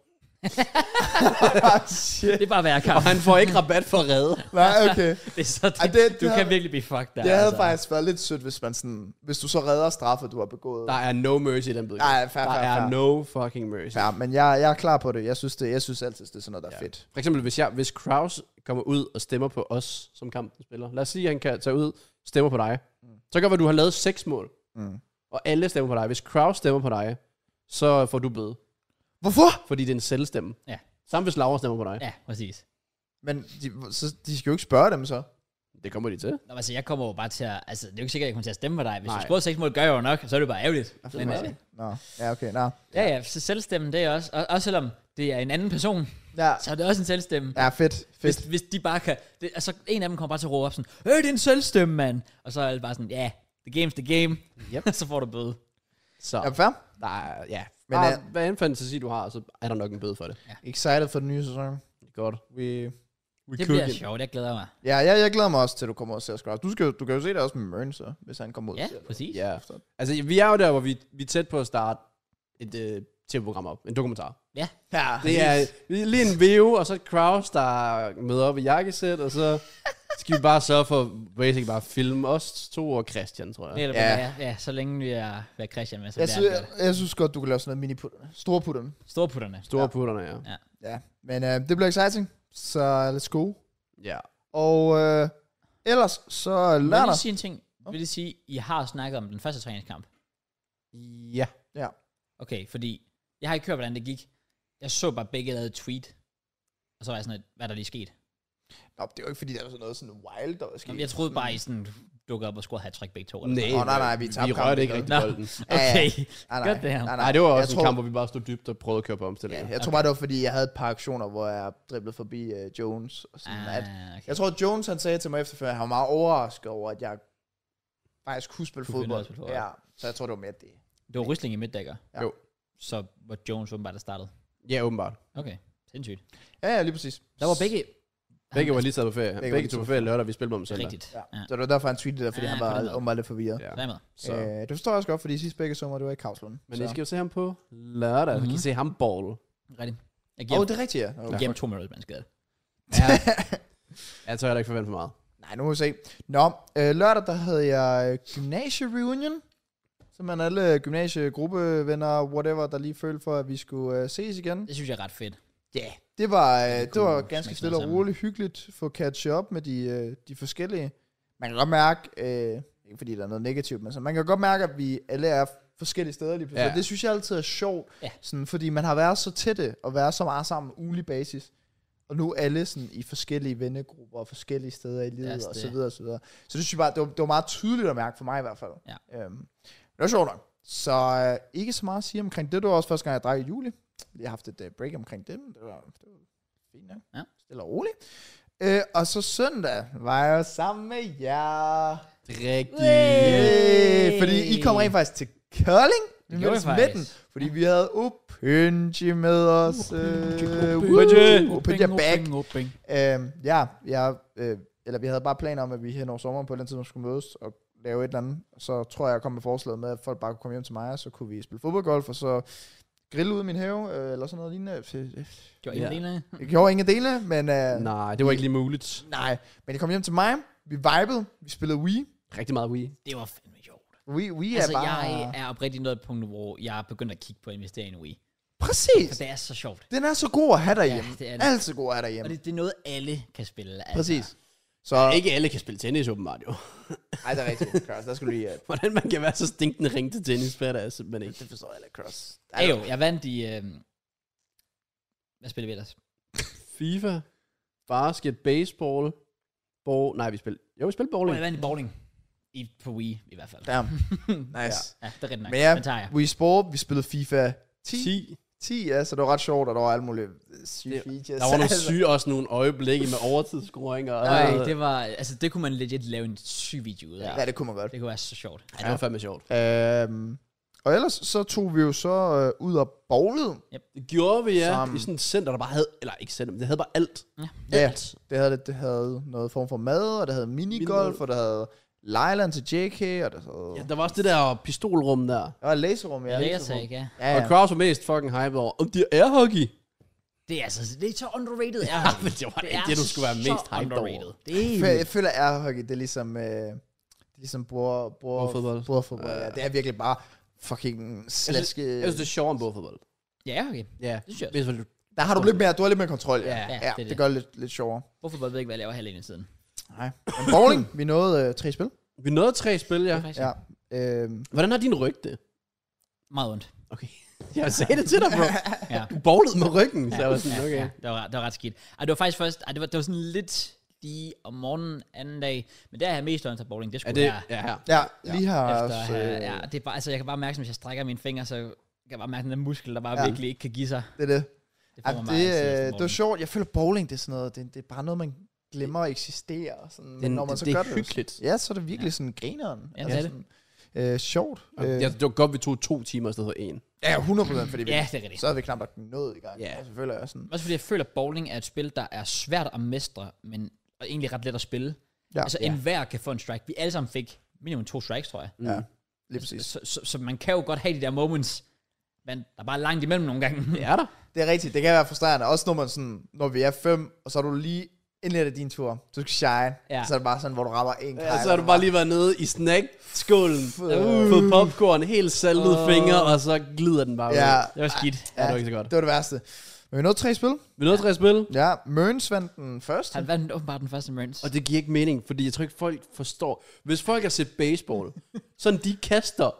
Speaker 1: Det er bare hver
Speaker 2: Og
Speaker 1: kamp.
Speaker 2: han får ikke rabat for redde.
Speaker 3: Nej, okay.
Speaker 1: Det er så, det,
Speaker 3: Ej, det-
Speaker 1: du
Speaker 3: det
Speaker 1: kan
Speaker 3: har-
Speaker 1: virkelig blive fucked der. altså.
Speaker 3: Det havde faktisk været lidt sødt, hvis man sådan, hvis du så redder straffe, du har begået.
Speaker 2: Der er no mercy i den bøde.
Speaker 3: Nej, fair,
Speaker 2: der
Speaker 3: fair,
Speaker 2: er
Speaker 3: fair.
Speaker 2: no fucking mercy.
Speaker 3: Ja, men jeg, jeg er klar på det. Jeg synes, det, jeg synes altid, det er sådan noget, der er fedt.
Speaker 2: For eksempel, hvis, jeg, hvis Kraus kommer ud og stemmer på os som kampen spiller. Lad os sige, at han kan tage ud stemmer på dig. Så kan du har lavet seks mål,
Speaker 3: Mm.
Speaker 2: og alle stemmer på dig. Hvis Kraus stemmer på dig, så får du bøde,
Speaker 3: Hvorfor?
Speaker 2: fordi det er en selvstemme.
Speaker 1: Ja.
Speaker 2: Samt hvis Laura stemmer på dig. Ja.
Speaker 1: Ja, præcis.
Speaker 3: Men de, så, de skal jo ikke spørge dem så.
Speaker 2: Det kommer de til.
Speaker 1: Nå, men altså, jeg kommer jo bare til at... Altså, det er jo ikke sikkert, at jeg kommer til at stemme på dig. Hvis Nej.
Speaker 2: Nej.
Speaker 1: du scorer seks mål, gør jeg jo nok, så er det bare ærgerligt. Men,
Speaker 3: Hvad er
Speaker 1: altså,
Speaker 3: det? Nå, ja, okay, nå.
Speaker 1: ja, ja, så selvstemmen, det er også... Og, også selvom det er en anden person,
Speaker 3: Ja,
Speaker 1: så er det også en selvstemme. Ja,
Speaker 3: ja fedt,
Speaker 1: hvis,
Speaker 3: fedt.
Speaker 1: hvis de bare kan... Det, altså, en af dem kommer bare til at råbe op sådan, Øh, det er en selvstemme, mand! Og så er det bare sådan, ja, the game's the game.
Speaker 2: Yep.
Speaker 1: så får du bøde.
Speaker 2: Så
Speaker 3: Er du fair?
Speaker 2: der er, ja. Men
Speaker 3: Men,
Speaker 2: Bare,
Speaker 3: øh,
Speaker 2: hvad end fantasi du har, så er der nok en bøde for det.
Speaker 3: Excited for den nye sæson.
Speaker 2: Godt.
Speaker 3: We, we
Speaker 1: Det bliver sjovt, jeg glæder mig.
Speaker 3: Ja, jeg, jeg glæder mig også til, at du kommer og ser Scrubs. Du, skal, jo- du kan jo se det også med Mørn, så, hvis han kommer ud. og
Speaker 1: Ja,
Speaker 3: ser det.
Speaker 1: præcis.
Speaker 2: Ja. Altså, vi er jo der, hvor vi, vi er tæt på at starte et øh, tv-program op. En dokumentar.
Speaker 1: Ja.
Speaker 3: ja.
Speaker 2: Det er lige en VU, og så et Kraus, der møder op i jakkesæt, og så skal vi bare sørge for basically bare at filme os to og Christian, tror jeg.
Speaker 1: Eller,
Speaker 3: Ja.
Speaker 1: ja. ja. så længe vi er, hvad Christian med, så
Speaker 3: Jeg,
Speaker 1: bliver
Speaker 3: synes,
Speaker 1: alt
Speaker 3: jeg, jeg synes godt, du kan lave sådan noget mini-putterne. Store putterne.
Speaker 1: godt. Storputterne.
Speaker 2: Store ja. putterne, ja.
Speaker 3: Ja, men øh, det bliver exciting. Så let's go.
Speaker 2: Ja.
Speaker 3: Og øh, ellers, så
Speaker 1: Må jeg
Speaker 3: lørdag.
Speaker 1: lige sige en ting? Vil det sige, I har snakket om den første træningskamp?
Speaker 2: Ja.
Speaker 1: Okay, fordi jeg har ikke hørt, hvordan det gik. Jeg så bare begge lavede et tweet. Og så var jeg sådan, lidt, hvad er der lige skete.
Speaker 3: Nå, det er jo ikke, fordi der er sådan noget sådan wild, der er
Speaker 1: Nå,
Speaker 3: sket.
Speaker 1: men jeg troede bare, I sådan dukkede op og scorede hat-trick begge to. Eller
Speaker 2: Nej,
Speaker 3: Åh, nej, nej, vi tabte
Speaker 2: vi rørte ikke
Speaker 3: kampen.
Speaker 1: Nå.
Speaker 2: rigtig bolden.
Speaker 1: sådan. Okay.
Speaker 3: Nej,
Speaker 1: Godt, det her.
Speaker 2: Nej, det var
Speaker 3: Jeg
Speaker 2: også en
Speaker 3: tror-
Speaker 2: kamp, hvor vi bare stod dybt og prøvede at køre på
Speaker 3: Ja,
Speaker 2: omstillingen.
Speaker 3: jeg tror bare, det var, fordi jeg havde et par aktioner, hvor jeg driblede forbi øh, Jones. Og sådan,
Speaker 1: Ah,
Speaker 3: at,
Speaker 1: okay.
Speaker 3: jeg tror, at Jones han sagde til mig efterfølgende, at han var meget overrasket over, at jeg faktisk kunne spille
Speaker 1: Du kunne
Speaker 3: fodbold.
Speaker 1: også spille fodbold.
Speaker 3: Ja, så jeg tror, det var mere det.
Speaker 1: Det var Rysling i midtdækker.
Speaker 3: Ja.
Speaker 2: Jo.
Speaker 1: Så var Jones åbenbart, der startede.
Speaker 2: Ja, åbenbart.
Speaker 1: Okay, sindssygt.
Speaker 3: Ja, ja, lige præcis.
Speaker 1: Der var begge... altså,
Speaker 2: Begge var lige taget på ferie.
Speaker 3: var
Speaker 2: Begge
Speaker 3: lige
Speaker 2: tog på
Speaker 3: taget
Speaker 2: ferie lørdag, vi spillede på om
Speaker 1: Det er
Speaker 2: søndag.
Speaker 1: rigtigt.
Speaker 3: Ja.
Speaker 1: Ja.
Speaker 3: Så det var derfor, han tweetede det, fordi
Speaker 1: Ja,
Speaker 3: ja, han
Speaker 1: på den
Speaker 3: var
Speaker 1: måde.
Speaker 3: åbenbart lidt forvirret.
Speaker 2: Ja.
Speaker 1: Så er jeg med.
Speaker 2: Så.
Speaker 3: Ja. Øh, det forstår jeg også godt, fordi sidste begge sommer, det var i Kavslund.
Speaker 2: Men I skal jo se ham på lørdag. Mm-hmm. Så kan I se ham ball.
Speaker 1: Rigtigt. Jeg
Speaker 3: Åh,
Speaker 1: giver,
Speaker 3: oh,
Speaker 1: oh,
Speaker 3: det er rigtigt, ja. Okay.
Speaker 1: jeg giver ham to minutter, hvis man skal.
Speaker 2: Ja. jeg tror, jeg da ikke forventer for meget.
Speaker 3: Nej, nu må vi se. Nå, øh, lørdag der havde jeg øh, gymnasiereunion. Simpelthen alle gymnasiegruppevenner, whatever, der lige følte for, at vi skulle øh, ses igen.
Speaker 1: Det synes jeg er ret fedt.
Speaker 3: Ja, yeah. det var, øh, det
Speaker 1: kunne
Speaker 3: var
Speaker 1: smække
Speaker 3: ganske stille
Speaker 1: noget
Speaker 3: og
Speaker 1: sammen.
Speaker 3: roligt, hyggeligt få catch up med de, øh, de forskellige. Man kan godt mærke, øh, ikke fordi der er noget negativt, men så man kan godt mærke, at vi alle er forskellige steder lige pludselig.
Speaker 2: Ja.
Speaker 3: Ja. Det synes jeg altid er sjovt,
Speaker 1: Ja.
Speaker 3: sådan, fordi man har været så tætte og været så meget sammen på ugelig basis. Og nu er alle sådan i forskellige vennegrupper og forskellige steder i livet
Speaker 1: også
Speaker 3: og
Speaker 1: altså det.
Speaker 3: så videre og så videre. Så det synes jeg bare, det var, det var meget tydeligt at mærke for mig i hvert fald.
Speaker 1: Ja.
Speaker 3: Øhm, men det var sjovt nok. Så øh, ikke så meget at sige omkring det. Det var også første gang, jeg drak i juli. Jeg har haft et øh, break omkring det, men det var, det var fint nok.
Speaker 1: Ja.
Speaker 3: Stille og roligt. Øh, og så søndag var jeg jo sammen med jer.
Speaker 2: Rigtigt.
Speaker 3: Øh, fordi I kom rent faktisk til Curling. Vi
Speaker 1: gjorde
Speaker 3: mødtes
Speaker 1: vi
Speaker 3: med
Speaker 1: faktisk.
Speaker 3: den, fordi vi havde Opinji med os. Øh,
Speaker 2: Opinji.
Speaker 3: Woo! Opinji er back. Øhm, ja, jeg, øh, eller vi havde bare planer om, at vi hen over sommeren på et eller andet tidspunkt skulle mødes og lave et eller andet. Så tror jeg, jeg kom med forslaget med, at folk bare kunne komme hjem til mig, og så kunne vi spille fodboldgolf, og så grille ud i min have, øh, eller sådan noget lignende.
Speaker 1: Gjorde I
Speaker 2: Ja.
Speaker 1: det
Speaker 3: Jeg gjorde ingen dele, men... Øh, nej.
Speaker 2: Nej, det var ikke lige muligt.
Speaker 3: nej. Men jeg kom hjem til mig, vi vibede, vi spillede Wii.
Speaker 2: Rigtig meget Wii.
Speaker 1: Det var fandme sjovt.
Speaker 3: Wii, Wii
Speaker 1: Altså,
Speaker 3: er bare...
Speaker 1: jeg er oprigtigt nået et punkt, hvor jeg er begyndt at kigge på at investere i en Wii.
Speaker 3: Præcis.
Speaker 1: For det er så sjovt.
Speaker 3: Den er så god at have derhjemme.
Speaker 1: det
Speaker 3: Ja,
Speaker 1: er
Speaker 3: det
Speaker 1: det.
Speaker 3: er Altid god at have
Speaker 1: Og
Speaker 3: derhjemme.
Speaker 1: det, det er noget, alle kan spille. Altså.
Speaker 3: Præcis. Så,
Speaker 2: Ikke alle kan spille tennis, åbenbart jo.
Speaker 3: ej, det er rigtigt, Cross. Der skulle lige... Uh,
Speaker 2: Hvordan man kan være så stinkende ring til tennis, fatter jeg simpelthen ikke.
Speaker 3: det forstår jeg heller ikke, Cross.
Speaker 1: Ja, jo, jeg vandt i... Øh... Hvad spiller vi ellers?
Speaker 2: FIFA, basket, baseball, ball. Nej, vi spiller... Jo, vi spiller
Speaker 1: Oh, jeg
Speaker 2: bowling.
Speaker 1: vandt i bowling. I, på Wii i hvert fald. Ja,
Speaker 3: Damn. Nice.
Speaker 1: det er rigtig nok.
Speaker 3: Men ja,
Speaker 1: Den tager jeg.
Speaker 3: Wii Sport, vi spillede FIFA 10.
Speaker 2: 10.
Speaker 3: 10, ja, så det var ret sjovt, og der var alle mulige øh, syge
Speaker 2: Det-
Speaker 3: features.
Speaker 2: Der var nogle
Speaker 3: Altså,
Speaker 2: syge også nogle øjeblikke med overtidsscoringer. og-
Speaker 1: Nej, det var... Altså, det kunne man legit lave en syg video ud af.
Speaker 3: Ja, det kunne man godt.
Speaker 1: Det kunne være så sjovt.
Speaker 2: Ej, det var fandme sjovt.
Speaker 3: Øhm, og ellers så tog vi jo så øh, ud og bowlede.
Speaker 2: Det gjorde vi, ja.
Speaker 3: Sammen.
Speaker 2: I sådan et center, der bare havde... Eller ikke center, men det havde bare alt.
Speaker 1: Ja.
Speaker 3: Ja, det havde, det havde noget form for mad, og det havde minigolf,
Speaker 2: Minigolf.
Speaker 3: og det havde Lejland til JK, og det havde...
Speaker 2: Ja, der var også det der pistolrum der.
Speaker 3: Der var laserrum, ja.
Speaker 1: Ja, Laser
Speaker 3: laserrum.
Speaker 1: tag, ja.
Speaker 3: Ja,
Speaker 2: Og
Speaker 3: ja.
Speaker 2: Kraus var mest fucking hype over, om de er airhockey.
Speaker 1: Det er altså... Det er så underrated, ja.
Speaker 2: men det var ikke det, du skulle være mest hyped over.
Speaker 1: Det er
Speaker 3: Jeg føler- Jeg føler, at hockey det er ligesom, øh, det er ligesom bror, bror,
Speaker 2: Bordfodbold.
Speaker 3: Brorfodbold, ja. Det er virkelig bare fucking
Speaker 2: Jeg synes,
Speaker 3: slaske...
Speaker 2: jeg synes, det
Speaker 3: øh-
Speaker 2: er sjovere end bordfodbold.
Speaker 1: Ja, okay.
Speaker 2: Ja,
Speaker 1: Det synes jeg også.
Speaker 2: hvis du
Speaker 3: Der har du lidt mere, du har lidt mere kontrol, ja.
Speaker 2: Ja,
Speaker 3: ja,
Speaker 1: det
Speaker 3: ja
Speaker 1: er
Speaker 3: det,
Speaker 1: det.
Speaker 3: det, gør det lidt, lidt sjovere.
Speaker 1: Hvorfor ved jeg ikke, hvad jeg laver halvdelen af tiden?
Speaker 3: Nej. Men bowling, vi nåede øh, tre spil.
Speaker 2: Vi nåede tre spil,
Speaker 1: Det
Speaker 2: ja.
Speaker 1: er faktisk
Speaker 3: Ja. Øhm,
Speaker 2: Hvordan har din ryg det?
Speaker 1: meget ondt.
Speaker 2: Okay. Jeg sagde det til dig, bro.
Speaker 1: Ja.
Speaker 2: Du bowlede med ryggen, så jeg var sådan, okay.
Speaker 1: Ja, det var, det var ret skidt. Ej, det var faktisk først, ej, det, var, det var sådan lidt lige om morgenen anden dag, men der er jeg mest ondt af bowling, det
Speaker 2: Er
Speaker 1: skulle
Speaker 2: det,
Speaker 1: være
Speaker 2: ja, her.
Speaker 3: ja, lige her...
Speaker 1: efter,
Speaker 3: så,
Speaker 1: øh, ja, det er bare, altså jeg kan bare mærke, som hvis jeg strækker mine fingre, så kan jeg bare mærke den der muskel, der bare
Speaker 3: Ja.
Speaker 1: ja. virkelig ikke kan give sig.
Speaker 3: Det er det.
Speaker 1: Det
Speaker 3: Ja,
Speaker 1: får
Speaker 3: det,
Speaker 1: mig meget angst i
Speaker 3: øh,
Speaker 1: næste
Speaker 3: det var
Speaker 1: morgen.
Speaker 3: sjovt. Jeg føler, bowling, det er sådan noget, det, det er bare noget, man glemmer at eksistere. og Sådan, men
Speaker 2: Den-
Speaker 3: når man
Speaker 2: det-
Speaker 3: så
Speaker 2: det er
Speaker 3: gør det,
Speaker 2: hyggeligt.
Speaker 3: Ja, så er det virkelig sådan grineren. Altså
Speaker 1: Ja, det er
Speaker 3: sådan, Øh, sjovt. Øh,
Speaker 2: Ja, det var godt, vi tog to timer i stedet for en.
Speaker 3: ja, 100 fordi vi,
Speaker 1: Ja, det er rigtigt.
Speaker 3: så havde vi knap nok nået i gang.
Speaker 2: Ja.
Speaker 3: Og selvfølgelig også sådan.
Speaker 1: Også fordi jeg føler, at bowling er et spil, der er svært at mestre, men og egentlig ret let at spille.
Speaker 3: Ja,
Speaker 1: altså
Speaker 2: ja.
Speaker 1: enhver kan få en strike. Vi alle sammen fik minimum to strikes, tror jeg.
Speaker 2: Mm.
Speaker 3: Ja, lige præcis.
Speaker 1: Så, så, så man kan jo godt have de der moments, men der er bare langt imellem nogle gange.
Speaker 2: Det er der.
Speaker 3: Det er rigtigt. Det kan være frustrerende. Også når, man sådan, når vi er fem, og så er du lige indledt af din tur. Du skal shine.
Speaker 1: Ja.
Speaker 3: Så er det bare sådan, hvor du rammer en kaj.
Speaker 2: Ja, så har du bare lige været nede i snackskålen,
Speaker 3: Øh.
Speaker 2: fået popcorn, helt saltede
Speaker 1: Åh.
Speaker 2: fingre, og så glider den bare ud.
Speaker 3: Ja,
Speaker 1: det var skidt.
Speaker 2: Ja, det var ikke så godt.
Speaker 3: det var det værste. Men vi nåede tre spil.
Speaker 2: Vi nåede tre spil,
Speaker 3: Ja, Mørens vandt den første.
Speaker 1: Han vandt åbenbart den første Mørns.
Speaker 2: og det giver ikke mening, fordi jeg tror ikke, folk forstår. Hvis folk har set baseball, sådan de kaster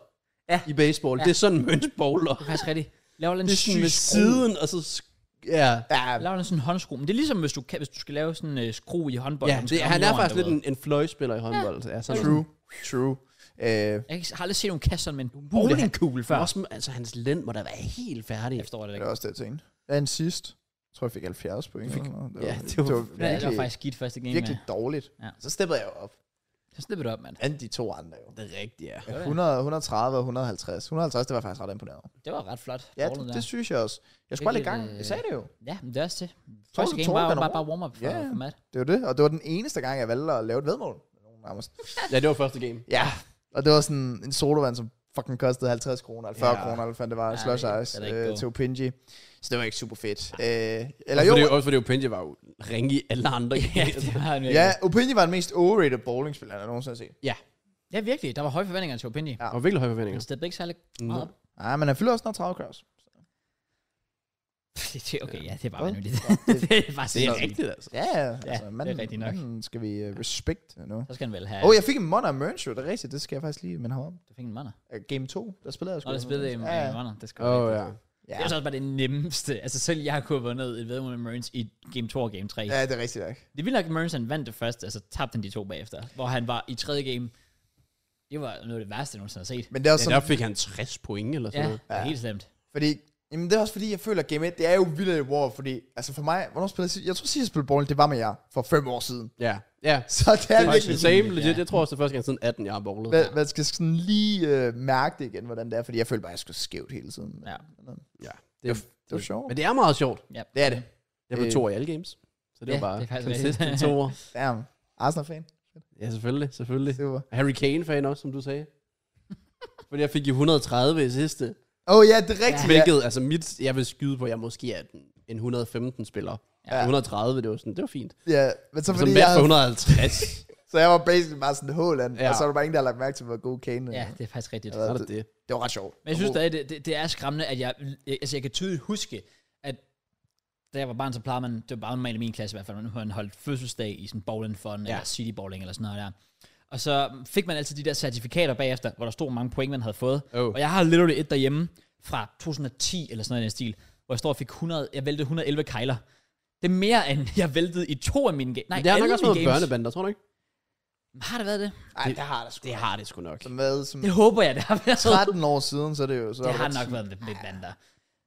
Speaker 1: Ja.
Speaker 2: i baseball.
Speaker 1: Ja.
Speaker 2: Det er sådan, mønt bowler.
Speaker 1: Det er faktisk rigtigt. Laver en
Speaker 2: Det er
Speaker 1: syg
Speaker 2: sådan med
Speaker 1: skru.
Speaker 2: siden, og så... sk- Ja,
Speaker 3: Ja,
Speaker 1: Laver en sådan en håndskru. Men det er ligesom, hvis du, kan, hvis du skal lave sådan en øh, skru i håndbold.
Speaker 2: ja
Speaker 1: når man
Speaker 2: det,
Speaker 1: skal ramme
Speaker 2: han er
Speaker 1: jorden
Speaker 2: faktisk lidt
Speaker 1: derude.
Speaker 2: en, en fløjspiller i håndbold. Ja, sådan
Speaker 3: true. True. Øh,
Speaker 1: Jeg kan- har aldrig set nogen kaste sådan med en bowlingkugle før.
Speaker 2: Men Også, altså, hans lænd må da være helt færdig.
Speaker 1: Jeg forstår det
Speaker 3: det
Speaker 1: ikke.
Speaker 3: er også det, jeg tænkte. Ja, en sidst. Jeg tror, jeg fik 70 point. Fik, det var,
Speaker 2: ja, det var-
Speaker 3: det var
Speaker 1: Ja, det var
Speaker 3: virkelig,
Speaker 1: faktisk skidt første game.
Speaker 3: virkelig
Speaker 1: Virkelig.
Speaker 3: dårligt.
Speaker 1: Ja.
Speaker 3: Så steppede jeg jo op.
Speaker 1: Så slipper du op, mand.
Speaker 3: Andet de to andre jo.
Speaker 2: Det er rigtigt, ja.
Speaker 1: det.
Speaker 3: 100, 130 og 150. 150, det var jeg faktisk ret imponeret over.
Speaker 1: Det var ret flot.
Speaker 3: Ja,
Speaker 1: Bowlen
Speaker 3: det,
Speaker 1: der. øh,
Speaker 3: det synes jeg også. Jeg skulle bare lidt i gang.
Speaker 1: Virkelig,
Speaker 3: Jeg sagde det jo.
Speaker 1: Ja, men det er også det.
Speaker 3: Tål-
Speaker 1: Første game
Speaker 3: tål
Speaker 1: var
Speaker 3: den
Speaker 1: jo bare,
Speaker 3: over.
Speaker 1: bare warm-up for,
Speaker 3: Ja, ja.
Speaker 1: for Matt.
Speaker 3: Det var det. Og det var den eneste gang, jeg valgte at lave et vedmål. Nærmest.
Speaker 2: Ja, det var første game.
Speaker 3: Ja, og det var sådan en sodavand, som fucking kostede 50 kroner, eller 40
Speaker 2: Ja.
Speaker 3: ja. kroner, eller hvad det var,
Speaker 1: Ja,
Speaker 3: ja, slush
Speaker 1: det er-
Speaker 3: ice
Speaker 1: det er da ikke
Speaker 3: øh,
Speaker 1: god. Altså,
Speaker 3: til Opinji. Så det var ikke super fedt. Øh, eller
Speaker 2: Eller jo.
Speaker 3: jo,
Speaker 2: Fordi, også fordi Opinje var jo ringe i alle andre.
Speaker 1: Ja,
Speaker 2: games.
Speaker 1: det var han virkelig.
Speaker 3: ja, Opinji var den mest overrated bowlingspiller, jeg nogensinde har set.
Speaker 1: Ja, virkelig. Der var høje forventninger til Opinji.
Speaker 3: Ja.
Speaker 2: Og virkelig høje
Speaker 1: Han
Speaker 2: forventninger.
Speaker 1: steppede ikke særlig
Speaker 2: Nå.
Speaker 1: meget op.
Speaker 3: Nej, men han fylder også snart 30 cross.
Speaker 1: Det- det- Okay, ja, det var
Speaker 3: Hvad?
Speaker 1: vanvittigt.
Speaker 3: det-
Speaker 1: Det er bare
Speaker 2: Det er
Speaker 1: sindssygt.
Speaker 2: rigtigt, altså.
Speaker 3: Ja, ja, altså,
Speaker 1: det er
Speaker 3: manden,
Speaker 1: rigtigt nok.
Speaker 3: manden skal vi uh, respekt nu.
Speaker 1: Så skal han vel have...
Speaker 3: Åh, oh, jeg fik en Monner Merch, jo, det er rigtigt, det skal jeg faktisk lige minde ham om.
Speaker 1: Du fik en mander.
Speaker 3: Øh, Game 2, der spillede jeg sgu.
Speaker 1: Nå, det spillede i
Speaker 3: ja, ja.
Speaker 1: Runner. Det skal
Speaker 2: Åh, oh, ja.
Speaker 1: Ja. Det er
Speaker 3: Ja.
Speaker 1: så også bare det nemmeste. Altså selv jeg kunne have vundet et vedmål med Marines i Game 2 og Game 3. Ja.
Speaker 3: ja, det er rigtigt nok.
Speaker 1: Det ville nok, at Marines han vandt det første, altså tabte han de to bagefter. Hvor han var i tredje game. Det var noget af det værste, jeg nogensinde har set.
Speaker 3: Men det er også
Speaker 2: ja.
Speaker 3: sådan,
Speaker 2: Der fik han 60 point eller sådan
Speaker 1: Ja,
Speaker 2: noget.
Speaker 1: det er helt slemt.
Speaker 3: Fordi, jamen det er også fordi, jeg føler, at Game 1, det er jo vildt i war, fordi, altså for mig, hvornår spillede jeg sidst? Jeg tror sidst, jeg spillede bowling, det var med jer, for fem år siden.
Speaker 2: Ja. Ja.
Speaker 3: Så det er
Speaker 2: Det er
Speaker 3: virkelig
Speaker 2: faktisk same,
Speaker 1: sådan,
Speaker 2: legit.
Speaker 1: ja.
Speaker 2: Jeg tror også, det er første gang siden 18, jeg har bowlet.
Speaker 3: Man, man skal sådan lige øh, mærke det igen, hvordan det er, fordi jeg føler bare, at jeg skulle skævt hele tiden.
Speaker 1: Ja.
Speaker 2: Ja. Det,
Speaker 3: Det, var- det var sjovt.
Speaker 2: men det er meget sjovt.
Speaker 1: Ja.
Speaker 3: Det er det.
Speaker 2: Jeg blev
Speaker 3: Øh.
Speaker 2: to i alle games. Så det
Speaker 1: Ja,
Speaker 2: var bare
Speaker 1: det er faktisk
Speaker 2: consistent
Speaker 1: rigtigt.
Speaker 2: to år.
Speaker 3: Damn. Arsenal-fan.
Speaker 2: Ja, selvfølgelig. Selvfølgelig.
Speaker 3: Super.
Speaker 2: Harry Kane-fan også, som du sagde. Fordi jeg fik jo 130 i sidste.
Speaker 3: Åh oh, ja, det er rigtigt. Ja.
Speaker 2: Hvilket, altså mit, jeg vil skyde på, at jeg måske er en, en 115 spiller.
Speaker 1: Ja.
Speaker 2: Ja. 130, det var sådan, det var fint.
Speaker 3: ja. Men så
Speaker 2: Så
Speaker 3: fordi
Speaker 2: Matt
Speaker 3: jeg
Speaker 2: for
Speaker 3: havde,
Speaker 2: 150.
Speaker 3: Så jeg var basically bare sådan Håland, ja.
Speaker 2: Ja.
Speaker 3: og så var der bare ingen, der havde lagt mærke til, hvor god Kane er.
Speaker 1: Ja, det er faktisk rigtigt.
Speaker 2: Så er det det.
Speaker 3: Det var ret sjovt.
Speaker 1: Men jeg synes stadig, det, det, det er skræmmende, at jeg, jeg- altså jeg kan tydeligt huske, at da jeg var barn, så plejede man, det var bare normalt i min klasse i hvert fald, man- man holdt fødselsdag i sådan bowling fund, ja. eller city bowling, eller sådan noget der. Og så fik man altid de der certifikater bagefter, hvor der stod hvor mange point, man havde fået.
Speaker 2: Oh.
Speaker 1: Og jeg har literally et derhjemme fra 2010, eller sådan noget i den stil, hvor jeg står og fik 100, jeg væltede 111 kejler. Det er mere, end jeg væltede i to af mine games. Nej,
Speaker 2: Men det har
Speaker 1: alle
Speaker 2: nok også
Speaker 1: mine
Speaker 2: været
Speaker 1: games.
Speaker 2: børnebander, tror du ikke?
Speaker 1: Har det været det?
Speaker 3: Ej, det har der sgu.
Speaker 2: Det har det sgu nok.
Speaker 3: Som hvad, som
Speaker 1: Det håber jeg, det har været.
Speaker 3: 13 år siden, så er det jo... Så
Speaker 1: Det har nok været lidt, lidt bander.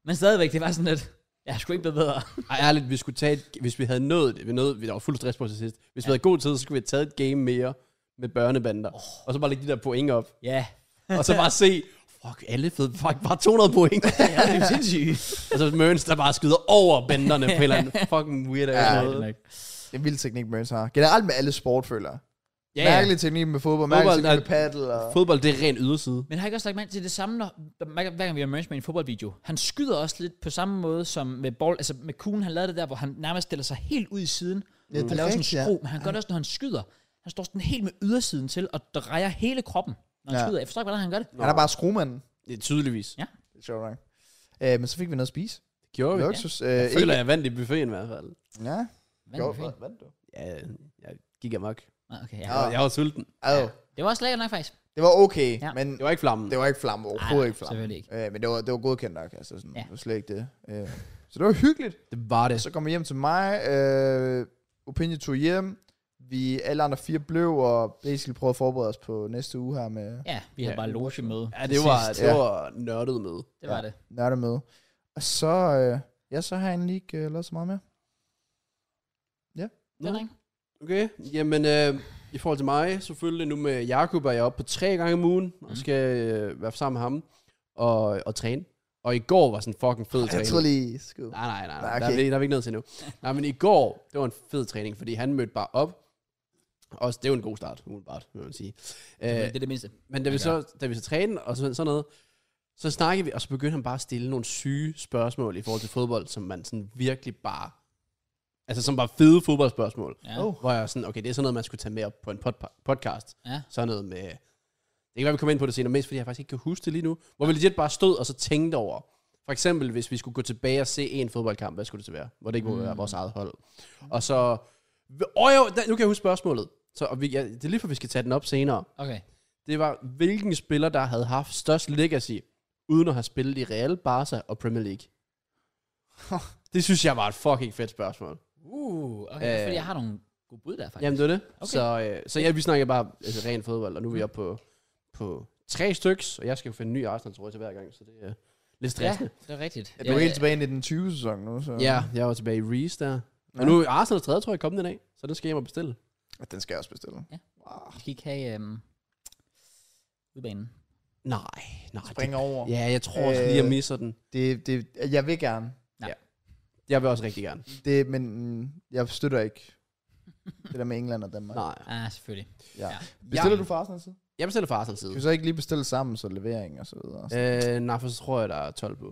Speaker 1: Men stadigvæk, det var sådan lidt, jeg skulle ikke blive bedre.
Speaker 2: Ej, ærligt, vi skulle tage et, hvis vi havde nået det, vi, nåede, vi var fuld stress på til sidst. Hvis ja. vi havde god tid, så skulle vi have taget et game mere med børnebander. Oh. Og så bare lægge de der point op.
Speaker 1: Ja,
Speaker 2: Og så bare se, fuck, alle fede, fuck, bare 200 point.
Speaker 1: ja det er jo sindssygt.
Speaker 2: og så Mørens, der bare skyder over banderne på en eller anden fucking weird ass
Speaker 3: Ja,
Speaker 1: ja,
Speaker 2: måde.
Speaker 1: det er nok.
Speaker 3: Det er en vild teknik, Mørens har. Generelt med alle sportfølger.
Speaker 1: ja,
Speaker 3: ja.
Speaker 1: ja.
Speaker 3: Mærkelig teknik med fodbold, mærkelig
Speaker 2: Fodbold,
Speaker 3: teknik med
Speaker 2: der-
Speaker 3: paddle. Og...
Speaker 2: Fodbold, det er ren yderside.
Speaker 1: Men har I ikke også lagt mærke til det samme, når, hver hver gang vi har Merge med en fodboldvideo? Han skyder også lidt på samme måde som med ball, altså med kuglen, han lavede det der, hvor han nærmest stiller sig helt ud i siden.
Speaker 3: Ja, det
Speaker 1: og
Speaker 3: er
Speaker 1: laver sådan en
Speaker 3: rigtigt, ja.
Speaker 1: skru, men han gør det også, når han skyder. Han står sådan helt med ydersiden til og drejer hele kroppen, når han
Speaker 3: Ja.
Speaker 1: ja. skyder. Jeg forstår ikke, hvordan han gør det.
Speaker 3: Han er bare skruemanden.
Speaker 2: Det er tydeligvis.
Speaker 1: Ja.
Speaker 3: Det er sjovt, ikke? Øh, men så fik vi noget at spise.
Speaker 2: Gjorde vi?
Speaker 3: Luksus. Øh,
Speaker 2: Jeg føler, jeg vandt i buffeten i hvert fald.
Speaker 3: Ja.
Speaker 1: Hvad
Speaker 3: Jo,
Speaker 1: er det for en?
Speaker 3: vandt du?
Speaker 2: Ja, jeg gik amok.
Speaker 1: Nå, okay, ja.
Speaker 3: Ja.
Speaker 2: Jeg var sulten.
Speaker 3: Ad.
Speaker 1: Det var også lækkert nok, faktisk.
Speaker 3: Det var okay,
Speaker 1: Ja.
Speaker 3: men
Speaker 2: Det var ikke flammen.
Speaker 3: det var ikke flamme. Overhovedet
Speaker 1: nej,
Speaker 3: ikke flamme.
Speaker 1: selvfølgelig ikke.
Speaker 3: Øh, men det var, det var godkendt nok. Altså, sådan,
Speaker 1: Ja.
Speaker 3: det var slet ikke det. Øh, så det var hyggeligt.
Speaker 2: Det var det.
Speaker 3: Så kom vi hjem til mig. Øh, Opinion tog hjem. Vi alle andre fire blev, og basically prøvede at forberede os på næste uge her med
Speaker 1: Ja, vi havde
Speaker 2: Ja.
Speaker 1: bare logemøde.
Speaker 2: Ja, det var,
Speaker 3: Sidst,
Speaker 2: det
Speaker 3: ja.
Speaker 2: var nørdet med.
Speaker 1: Det var
Speaker 3: Ja.
Speaker 1: det.
Speaker 3: nørdemøde. Og så, øh, ja, så har jeg egentlig ikke øh, lavet så meget mere.
Speaker 1: Det var det.
Speaker 2: Okay, jamen øh, i forhold til mig, selvfølgelig nu med Jakob er jeg oppe på tre gange om ugen, og skal øh, være sammen med ham og, og træne. Og i går var sådan en fucking fed
Speaker 3: Ah, Jeg
Speaker 2: træning.
Speaker 3: tror lige, skud.
Speaker 2: Nej, nej, nej,
Speaker 3: Nej,
Speaker 2: nej der,
Speaker 3: okay.
Speaker 2: er vi, der er vi ikke nødt til nu. Nej, men i går, det var en fed træning, fordi han mødte bare op. Også, det er jo en god start, umiddelbart, vil man sige. Øh,
Speaker 1: Det er det mindste.
Speaker 2: men da vi, så, da vi så trænede og sådan, sådan noget, så snakkede vi, og så begyndte han bare at stille nogle syge spørgsmål i forhold til fodbold, som man sådan virkelig bare... Altså som bare fede fodboldspørgsmål.
Speaker 1: Ja.
Speaker 3: Oh.
Speaker 2: Hvor jeg var sådan, okay, det er sådan noget, man skulle tage med op på en pod- podcast.
Speaker 1: Ja.
Speaker 2: Sådan noget med... Det kan være, vi kommer ind på det senere, mest fordi jeg faktisk ikke kan huske det lige nu. Hvor vi legit bare stod og så tænkte over. For eksempel, hvis vi skulle gå tilbage og se en fodboldkamp, hvad skulle det så være? Hvor det ikke må være
Speaker 1: Mm.
Speaker 2: vores eget hold. Og så... Åh jo, der, nu kan jeg huske spørgsmålet. Så, og vi, ja, det er lige for, vi skal tage den op senere.
Speaker 1: Okay.
Speaker 2: Det var, hvilken spiller, der havde haft størst legacy, uden at have spillet i Real, Barca og Premier League? det synes jeg var et fucking fedt spørgsmål.
Speaker 1: Uh, okay. Øh.
Speaker 2: Øh.
Speaker 1: Fordi jeg har nogle gode bud der, faktisk.
Speaker 2: Jamen, det er det.
Speaker 1: Okay.
Speaker 2: Okay. Så, øh, så ja, vi snakker bare altså, ren fodbold, og nu er vi oppe på, på tre styks, og jeg skal jo finde en ny Arsenal, tror jeg, til hver gang, så det er øh, lidt stressende.
Speaker 1: Ja, det er rigtigt.
Speaker 3: Ja, du er helt tilbage i den 20. sæson nu, så...
Speaker 2: Ja, ja jeg var tilbage i Reese der.
Speaker 3: Ja.
Speaker 2: Og nu er Arsenal tredje, tror jeg, kommet i dag, så den skal jeg hjem og bestille.
Speaker 3: Og Den skal jeg også bestille.
Speaker 1: Vi skal ikke have øhm, udbanen.
Speaker 2: Nej, nej.
Speaker 3: Spring over.
Speaker 2: Det, ja, jeg tror også lige, jeg
Speaker 3: Øh.
Speaker 2: misser den.
Speaker 3: Det, det, jeg vil gerne.
Speaker 2: Jeg vil også rigtig gerne.
Speaker 3: Det, men mm, jeg støtter ikke det der med England og Danmark.
Speaker 2: Nej.
Speaker 1: Ah, selvfølgelig.
Speaker 3: Ja.
Speaker 1: Ja.
Speaker 3: Bestiller
Speaker 2: Ja.
Speaker 3: du fra Arsenal side?
Speaker 2: Jeg bestiller fra Arsenal
Speaker 3: Kan
Speaker 2: side.
Speaker 3: vi så ikke lige bestille sammen, så levering og så videre? Nej,
Speaker 2: Øh, nej, for så tror jeg, der er 12 på.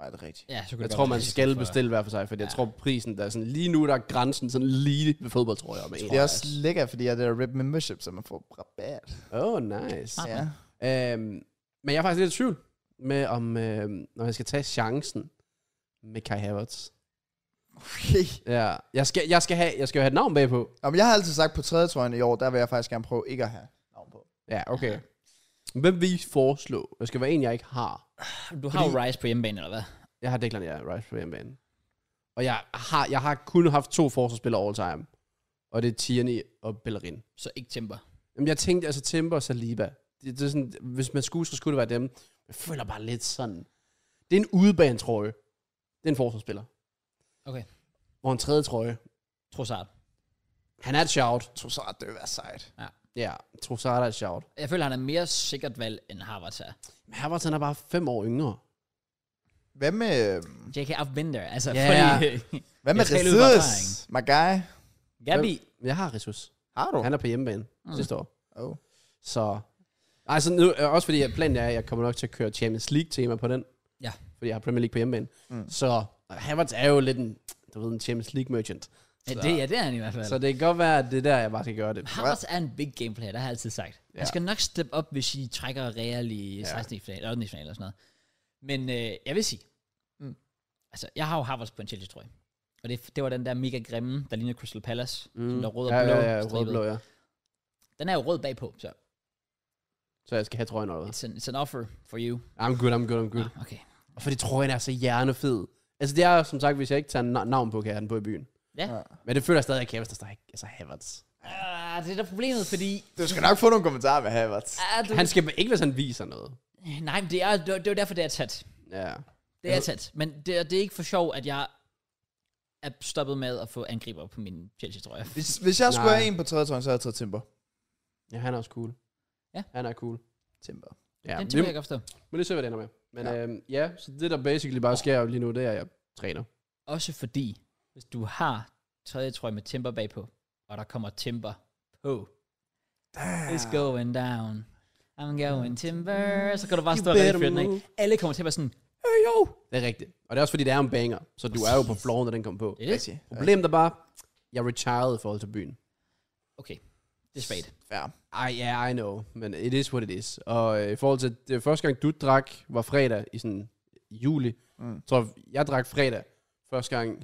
Speaker 3: det er rigtigt.
Speaker 1: Ja, så kunne
Speaker 2: Jeg
Speaker 1: det
Speaker 2: tror,
Speaker 1: godt
Speaker 2: man
Speaker 1: være,
Speaker 2: skal
Speaker 1: for-
Speaker 2: bestille hver for sig, fordi ja.
Speaker 1: Ja.
Speaker 2: jeg tror, prisen der er sådan, lige nu der er grænsen sådan lige ved fodboldtrøjer med en.
Speaker 3: Det er også lækkert, fordi jeg er der rip membership, så man får rabat.
Speaker 2: Åh, oh, nice.
Speaker 1: Smart.
Speaker 3: Ja.
Speaker 2: Øhm, men jeg er faktisk lidt i tvivl med, om øhm, når jeg skal tage chancen med Kai Havertz.
Speaker 3: Okay.
Speaker 2: Ja, jeg skal, jeg skal, have, jeg skal jo have et navn bagpå.
Speaker 3: Nå, men jeg har altid sagt, på tredje trøjen i år, der vil jeg faktisk gerne prøve ikke at have navn på.
Speaker 2: Ja, okay. Hvem vil I foreslå? Det skal være en, jeg ikke har.
Speaker 1: Du har jo
Speaker 2: Fordi-
Speaker 1: Rice på hjemmebane, eller hvad?
Speaker 2: Jeg har Declan ja, Rice på hjemmebane. Og jeg har, jeg har kun haft to forsvarsspillere all time. Og det er Tierney og Bellerin.
Speaker 1: Så ikke Timber.
Speaker 2: Jamen, jeg tænkte altså Timber og Saliba. Det, det er sådan, hvis man skulle, så skulle det være dem. Jeg føler bare lidt sådan... Det er en udebanetrøje. Det er en forsvarsspiller.
Speaker 1: Okay.
Speaker 2: Og en tredje trøje.
Speaker 1: Trossard.
Speaker 2: Han er et shout.
Speaker 3: Trossard, det vil være sejt.
Speaker 2: Ja, Trossard er et shout.
Speaker 1: Jeg føler, han er mere sikkert valg, end Harvard er.
Speaker 2: Men Havertz, han er bare fem år yngre.
Speaker 3: Hvad med, øhm,
Speaker 1: JK, I've been there. Altså,
Speaker 2: Ja.
Speaker 1: fordi...
Speaker 3: hvad med
Speaker 1: Jeg taler ud fra
Speaker 3: Ressus?
Speaker 1: erfaring.
Speaker 3: My guy?
Speaker 1: Gabi.
Speaker 2: Men Jeg har Ressus.
Speaker 3: Har du?
Speaker 2: Han er på hjemmebane
Speaker 1: Mm.
Speaker 2: mm. sidste år.
Speaker 3: Oh.
Speaker 2: Så... Ej, så nu, øh, også fordi jeg, planen er, at jeg kommer nok til at køre Champions League-tema på den.
Speaker 1: Ja.
Speaker 2: Fordi jeg har Premier League på hjemmebane.
Speaker 3: Mm.
Speaker 2: Mm. Så Havertz er jo lidt en, du ved, en Champions League-merchant.
Speaker 1: Ja, det, ja, det er han i hvert fald.
Speaker 2: Så det kan godt være, at det er der, jeg bare skal gøre det.
Speaker 1: Hammers er en big game player, det har jeg altid sagt. Ja.
Speaker 2: Ja.
Speaker 1: Han skal nok steppe op, hvis I trækker Real i 16. Ja. final, 8. final eller sådan noget. Men øh, jeg vil sige,
Speaker 3: Mm.
Speaker 1: mm. altså, jeg har jo Havertz på en Chelsea trøje. Og det, det var den der mega grimme, der ligner Crystal Palace, mm. som der er rød og
Speaker 2: ja,
Speaker 1: blå.
Speaker 2: ja, ja, rød
Speaker 1: stribet.
Speaker 2: og blå, ja.
Speaker 1: Den er jo rød bagpå, så
Speaker 2: Så jeg skal have trøjen over.
Speaker 1: it's an, it's an offer for you.
Speaker 2: Altså, I'm good, I'm good, I'm good.
Speaker 1: Ah, okay.
Speaker 2: Og fordi trøjen er så hjernefed. Altså det er som sagt, hvis jeg ikke tager na- navn på, kan jeg have den på i byen.
Speaker 1: Ja.
Speaker 3: Ja.
Speaker 2: Men det føler jeg stadig, at jeg kan, hvis der står ikke- altså Havertz.
Speaker 1: Ah, det er da problemet, fordi...
Speaker 3: Du skal nok få nogle kommentarer med Havertz.
Speaker 1: Ah, du,
Speaker 2: Han skal ikke, hvis han viser noget.
Speaker 1: Nej, men det er, det, var- det var derfor, det er tæt.
Speaker 2: Ja.
Speaker 1: Det er tæt. Men det, er- det er ikke for sjov, at jeg er stoppet med at få angriber på min Chelsea trøje.
Speaker 3: Hvis, hvis jeg skulle
Speaker 2: Nej.
Speaker 3: have en på tredje tøjen, så havde jeg taget Timber.
Speaker 2: Ja, han er også cool.
Speaker 1: Ja.
Speaker 2: Han er cool.
Speaker 3: Timber.
Speaker 2: Ja.
Speaker 1: Den
Speaker 2: Men
Speaker 1: tror jeg
Speaker 2: det,
Speaker 1: godt forstå.
Speaker 2: men det ser vi, hvad det ender med. Men
Speaker 3: Ja.
Speaker 2: ja. Øhm, ja, så det der basically bare sker lige nu, det er, at jeg træner.
Speaker 1: Også fordi, hvis du har tredje trøje med timber bagpå, og der kommer timber på. It's going down. I'm going timber. Så kan du bare stå
Speaker 2: You
Speaker 1: der
Speaker 2: better
Speaker 1: i fyrt,
Speaker 2: move.
Speaker 1: ikke? Alle kommer til at være sådan, hey yo.
Speaker 2: Det er rigtigt. Og det er også, fordi det er en banger. Så du er jo på floor, når den kommer på.
Speaker 1: Det er det.
Speaker 3: Rigtig.
Speaker 2: Problemet er bare, jeg retired i forhold til byen.
Speaker 1: Okay, det er svagt.
Speaker 3: Ja.
Speaker 2: Ej, ja, yeah, I know, men it is what it is. Og øh, i forhold til, det første gang du drak, var fredag i sådan juli.
Speaker 3: Mm.
Speaker 2: Mm. Så jeg drak fredag første gang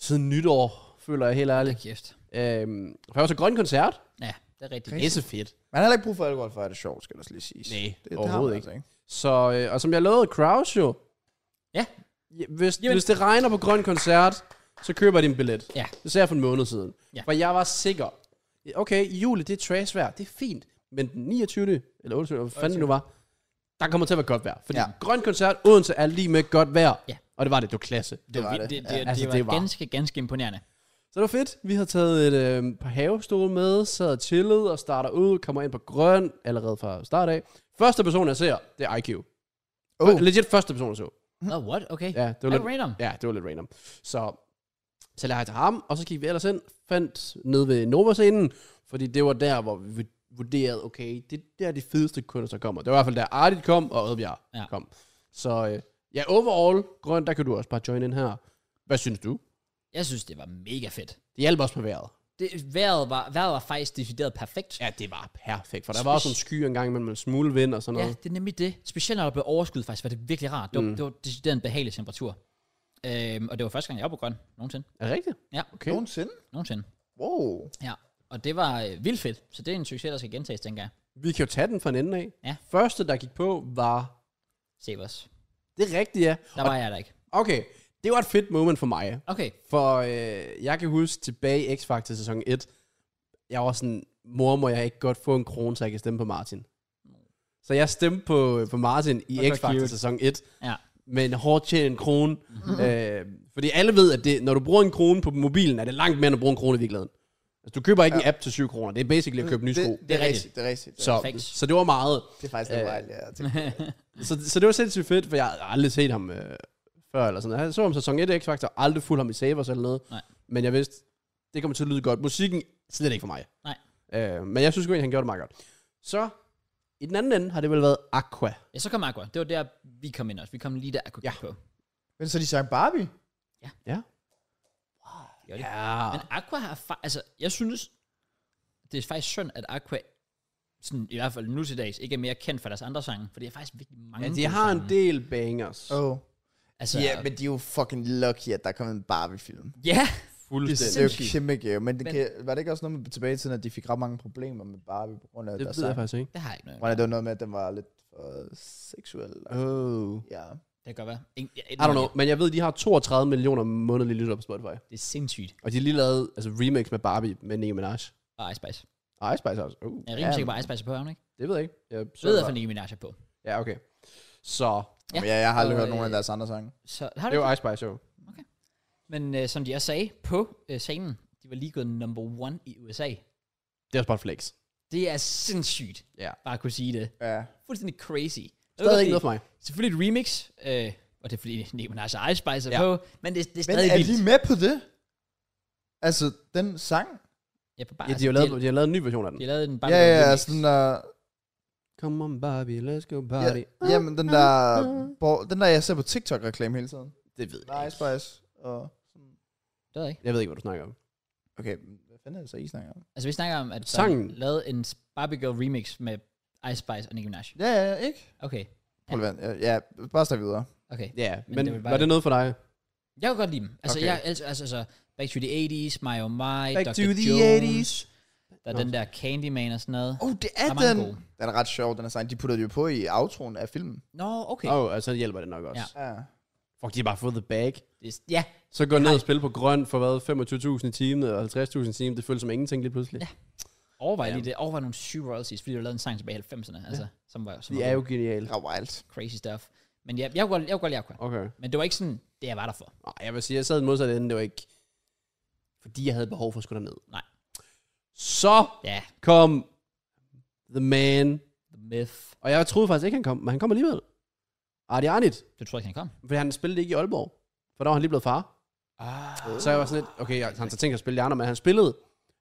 Speaker 2: siden nytår, føler jeg helt
Speaker 1: Hold
Speaker 2: ærligt.
Speaker 1: kæft.
Speaker 2: Øhm, for jeg var til grøn koncert.
Speaker 1: Ja, det er rigtigt.
Speaker 2: Det er så fedt.
Speaker 3: Man har heller ikke brug for alkohol, for at have det sjovt, skal der lige siges.
Speaker 2: Nej,
Speaker 3: det, det har man
Speaker 2: overhovedet ikke.
Speaker 3: Altså, ikke.
Speaker 2: Så, øh, og som jeg lavede Kraus jo.
Speaker 1: Ja.
Speaker 2: Ja, Hvis,
Speaker 1: Jamen.
Speaker 2: hvis det regner på grøn koncert, så køber jeg din billet.
Speaker 1: Ja.
Speaker 2: Det sagde jeg for en måned siden.
Speaker 1: Ja.
Speaker 2: For jeg var sikker. Okay, i juli, det er trash vejr. Det er fint. Men den 29. eller 28. hvad fanden det nu var, der kommer til at være godt vejr. Fordi
Speaker 3: Ja.
Speaker 2: ja. grøn koncert, Odense er lige med godt vejr.
Speaker 1: Ja.
Speaker 2: Og det var det, det var klasse.
Speaker 1: Det var,
Speaker 3: var
Speaker 1: det,
Speaker 3: det.
Speaker 1: det, det,
Speaker 2: altså,
Speaker 1: det,
Speaker 2: det
Speaker 1: var
Speaker 2: var-
Speaker 1: ganske, ganske imponerende.
Speaker 2: Så det var fedt. Vi havde taget et øh, par havestole med, sad og chillet og starter ud, kommer ind på grøn allerede fra start af. Første person, jeg ser, det er IQ.
Speaker 3: Oh.
Speaker 2: Legit første person, jeg så.
Speaker 1: Oh, what? Okay.
Speaker 2: Mhm. Ja, det
Speaker 1: Det
Speaker 2: var lidt,
Speaker 1: var random.
Speaker 2: Ja, det var lidt random. Så, så lagde jeg til ham, og så gik vi ellers ind, fandt ned ved Nova-scenen, fordi det var der, hvor vi vurderede, okay, det er der de fedeste kunder, der kommer. Det var i hvert fald der Artit kom, og Oddbjerg
Speaker 1: Ja.
Speaker 2: ja. kom. Så øh, ja, overall, grøn, der kan du også bare join in her. Hvad synes du?
Speaker 1: Jeg synes, det var mega fedt.
Speaker 2: Det hjalp også på vejret.
Speaker 1: Det, vejret, var, vejret var faktisk decideret perfekt.
Speaker 2: Ja, det var perfekt, for der var også nogle skyer engang, men man smule vind og sådan
Speaker 1: Ja,
Speaker 2: noget.
Speaker 1: det er nemlig det. Specielt når der blev overskud, faktisk, var det virkelig rart. Det var, mm.
Speaker 2: Mm.
Speaker 1: det var decideret en behagelig temperatur. Øhm, og det var første gang, jeg var på grøn. Nogensinde.
Speaker 2: Er det rigtigt?
Speaker 1: Ja.
Speaker 2: Okay.
Speaker 3: Nogensinde?
Speaker 1: Nogensinde.
Speaker 3: Wow.
Speaker 1: Ja. Og det var øh, vildt fedt. Så det er en succes, der skal gentages, tænker jeg.
Speaker 2: Vi kan jo tage den fra en ende af.
Speaker 1: Ja.
Speaker 2: Første, der gik på, var...
Speaker 1: Se os.
Speaker 2: Det er rigtigt, ja.
Speaker 1: Der var jeg der ikke.
Speaker 2: Okay, det var et fedt moment for mig.
Speaker 1: Okay.
Speaker 2: For øh, jeg kan huske tilbage i X-Factor sæson 1, jeg var sådan, mor må jeg ikke godt få en krone, så jeg kan stemme på Martin. Så jeg stemte på, på Martin i
Speaker 1: Hvor
Speaker 2: X-Factor
Speaker 1: cute.
Speaker 2: sæson 1,
Speaker 1: Ja.
Speaker 2: med en hårdt tjent krone. Mm-hmm. Øh, fordi alle ved, at det, når du bruger en krone på mobilen, er det langt mere, end at bruge en krone i virkeligheden. Altså, du køber ikke ja. en app til 7 kroner. Det er basically at købe nye
Speaker 3: det,
Speaker 2: sko.
Speaker 3: Det er
Speaker 1: rigtigt.
Speaker 3: rigtigt, det er rigtigt. Så.
Speaker 2: Så,
Speaker 1: Facts.
Speaker 2: så det var meget.
Speaker 3: Det er faktisk lidt
Speaker 2: Øh.
Speaker 3: vejligt, jeg
Speaker 2: Så, så det var sindssygt fedt, for jeg har aldrig set ham øh, før, eller sådan noget. Jeg så ham sæson 1 i X-Factor, aldrig fuldt ham i Savers eller noget.
Speaker 1: Nej.
Speaker 2: Men jeg vidste, det kommer til at lyde godt. Musikken, slet ikke for mig.
Speaker 1: Nej.
Speaker 2: Øh, men jeg synes godt, han gjorde det meget godt. Så, i den anden ende har det vel været Aqua.
Speaker 1: Ja, så kom Aqua. Det var der, vi kom ind også. Vi kom lige der, Aqua
Speaker 2: Ja.
Speaker 1: ja. på.
Speaker 3: Men så de sang Barbie?
Speaker 1: Ja, det-
Speaker 2: Ja.
Speaker 1: Men Aqua har fa- altså, jeg synes, det er faktisk synd, at Aqua, sådan, i hvert fald nu til dags, ikke er mere kendt for deres andre sange, for det er faktisk virkelig mange
Speaker 2: ja, de
Speaker 1: gode
Speaker 2: har en
Speaker 1: sange.
Speaker 2: del bangers.
Speaker 3: Oh.
Speaker 1: Altså,
Speaker 3: Ja, yeah, men de er jo fucking lucky, at der er kommet en Barbie-film.
Speaker 1: ja,
Speaker 3: Det
Speaker 2: Fuldstændig.
Speaker 3: er jo
Speaker 1: Sindssygt.
Speaker 3: kæmpe gave. Men, det
Speaker 1: Men-
Speaker 3: kan, var det ikke også noget med tilbage i tiden, at de fik ret mange problemer med Barbie på grund af
Speaker 2: Det
Speaker 3: deres
Speaker 2: ved jeg
Speaker 3: sang?
Speaker 2: faktisk ikke.
Speaker 1: det har jeg ikke noget.
Speaker 3: Hvordan det var noget med, at den var lidt for seksuel.
Speaker 2: Oh.
Speaker 3: Ja.
Speaker 1: Det kan godt være. Ingen, jeg,
Speaker 2: I don't know, men jeg ved, de har 32 millioner månedlige lyttere på Spotify.
Speaker 1: Det er sindssygt.
Speaker 2: Og de har lige lavet altså, remix med Barbie med Nicki Minaj.
Speaker 1: Og Ice Spice.
Speaker 2: Og Ice Spice også. Uh,
Speaker 1: Jeg er rimelig sikker på, at Ice Spice er på, er hun ikke?
Speaker 2: Det ved jeg ikke. Jeg
Speaker 1: Så ved jeg, at Nicki Minaj er på.
Speaker 2: Ja, okay. Så,
Speaker 1: Ja.
Speaker 3: Ja. ja, jeg har aldrig
Speaker 1: Og,
Speaker 3: hørt nogen af
Speaker 1: øh,
Speaker 3: deres andre sange.
Speaker 1: Så har du
Speaker 2: det
Speaker 1: det
Speaker 2: var Ice Spice jo.
Speaker 1: Men øh, som de også sagde på øh, scenen, de var lige gået number one i USA.
Speaker 2: Det er også bare et flex.
Speaker 1: Det er sindssygt,
Speaker 2: Ja.
Speaker 1: bare at kunne sige det.
Speaker 3: Ja.
Speaker 1: Fuldstændig crazy.
Speaker 2: Stadig ikke noget for mig.
Speaker 1: Selvfølgelig et remix, øh, og det er fordi Nicki Minaj og Ice Spice er
Speaker 2: Ja.
Speaker 1: på, men det, det er
Speaker 3: Men
Speaker 1: stadig
Speaker 3: er
Speaker 1: vildt.
Speaker 3: de med på det? Altså, den sang?
Speaker 1: Ja, på bare,
Speaker 2: Ja, de har lavet, de har lavet en ny version af
Speaker 1: de
Speaker 2: den.
Speaker 1: har lavet en bare
Speaker 3: ja,
Speaker 1: en
Speaker 3: ja, ja,
Speaker 1: remix.
Speaker 3: sådan der...
Speaker 2: Come on, Barbie, let's go
Speaker 3: Ja,
Speaker 2: party.
Speaker 3: jamen, den der... Bo, den der, jeg ser på TikTok-reklame hele tiden.
Speaker 2: Det ved jeg
Speaker 3: Nej,
Speaker 2: ikke.
Speaker 3: Spice. Og,
Speaker 1: Det ved jeg ikke.
Speaker 2: Jeg ved ikke, hvad du snakker om.
Speaker 3: Okay, hvad fanden er det så, I snakker om?
Speaker 1: Altså, vi snakker om, at
Speaker 2: Sangen.
Speaker 1: der er lavet en Barbie Girl remix med Ice Spice og Nicki Minaj.
Speaker 3: Ja, ja, ikke?
Speaker 1: Okay,
Speaker 3: Relevant. Ja, ja, bare start videre.
Speaker 1: okay.
Speaker 2: Ja,
Speaker 1: Men
Speaker 2: men,
Speaker 1: det vil
Speaker 2: men
Speaker 1: bare-
Speaker 2: var det noget for dig?
Speaker 1: Jeg kan godt lide dem. Altså,
Speaker 2: Okay.
Speaker 1: okay. jeg elsker, altså, altså, Back to the 80s, My Oh My,
Speaker 2: Back
Speaker 1: Dr.
Speaker 2: to the
Speaker 1: Jones,
Speaker 2: 80s.
Speaker 1: Der er
Speaker 2: Nå.
Speaker 1: den der Candyman og sådan noget.
Speaker 3: Oh, det
Speaker 1: Der
Speaker 3: er,
Speaker 1: er mange
Speaker 3: den.
Speaker 1: gode.
Speaker 3: Den er ret sjov, den er sang. De puttede det jo på i outroen af filmen.
Speaker 1: Nå, okay.
Speaker 2: Åh, oh, altså hjælper det nok også.
Speaker 1: Ja.
Speaker 3: Ja.
Speaker 2: Fuck, de har bare fået the bag.
Speaker 1: Det- Ja,
Speaker 2: Så går ned og spille på grøn for hvad, 25.000 i timen og 50.000 i timen. Det føles som ingenting lige pludselig.
Speaker 1: Ja. overvej
Speaker 2: Ja.
Speaker 1: lige det. Overvej nogle syge royalties, fordi du lavede en sang tilbage i 90'erne, altså, som var, som
Speaker 2: De
Speaker 1: var
Speaker 2: er jo
Speaker 1: god.
Speaker 2: geniale.
Speaker 3: Det er wild.
Speaker 1: crazy stuff. Men ja, jeg kunne godt, jeg kunne godt lide Aqua.
Speaker 2: Okay.
Speaker 1: Men det var ikke sådan, det jeg var der for.
Speaker 2: Nej, jeg vil sige, jeg sad i den modsatte ende. Det var ikke, fordi jeg havde behov for at skulle derned.
Speaker 1: Nej.
Speaker 2: Så
Speaker 1: Ja,
Speaker 2: kom The Man.
Speaker 1: The Myth.
Speaker 2: Og jeg troede faktisk ikke, han kom, men han kom alligevel. Arti Arnit,
Speaker 1: Du tror ikke, han kom?
Speaker 2: fordi han spillede ikke i Aalborg. For der var han lige blevet far.
Speaker 1: Ah.
Speaker 2: Så jeg var sådan lidt, okay, jeg, han så tænkt at spille de andre, men han spillede.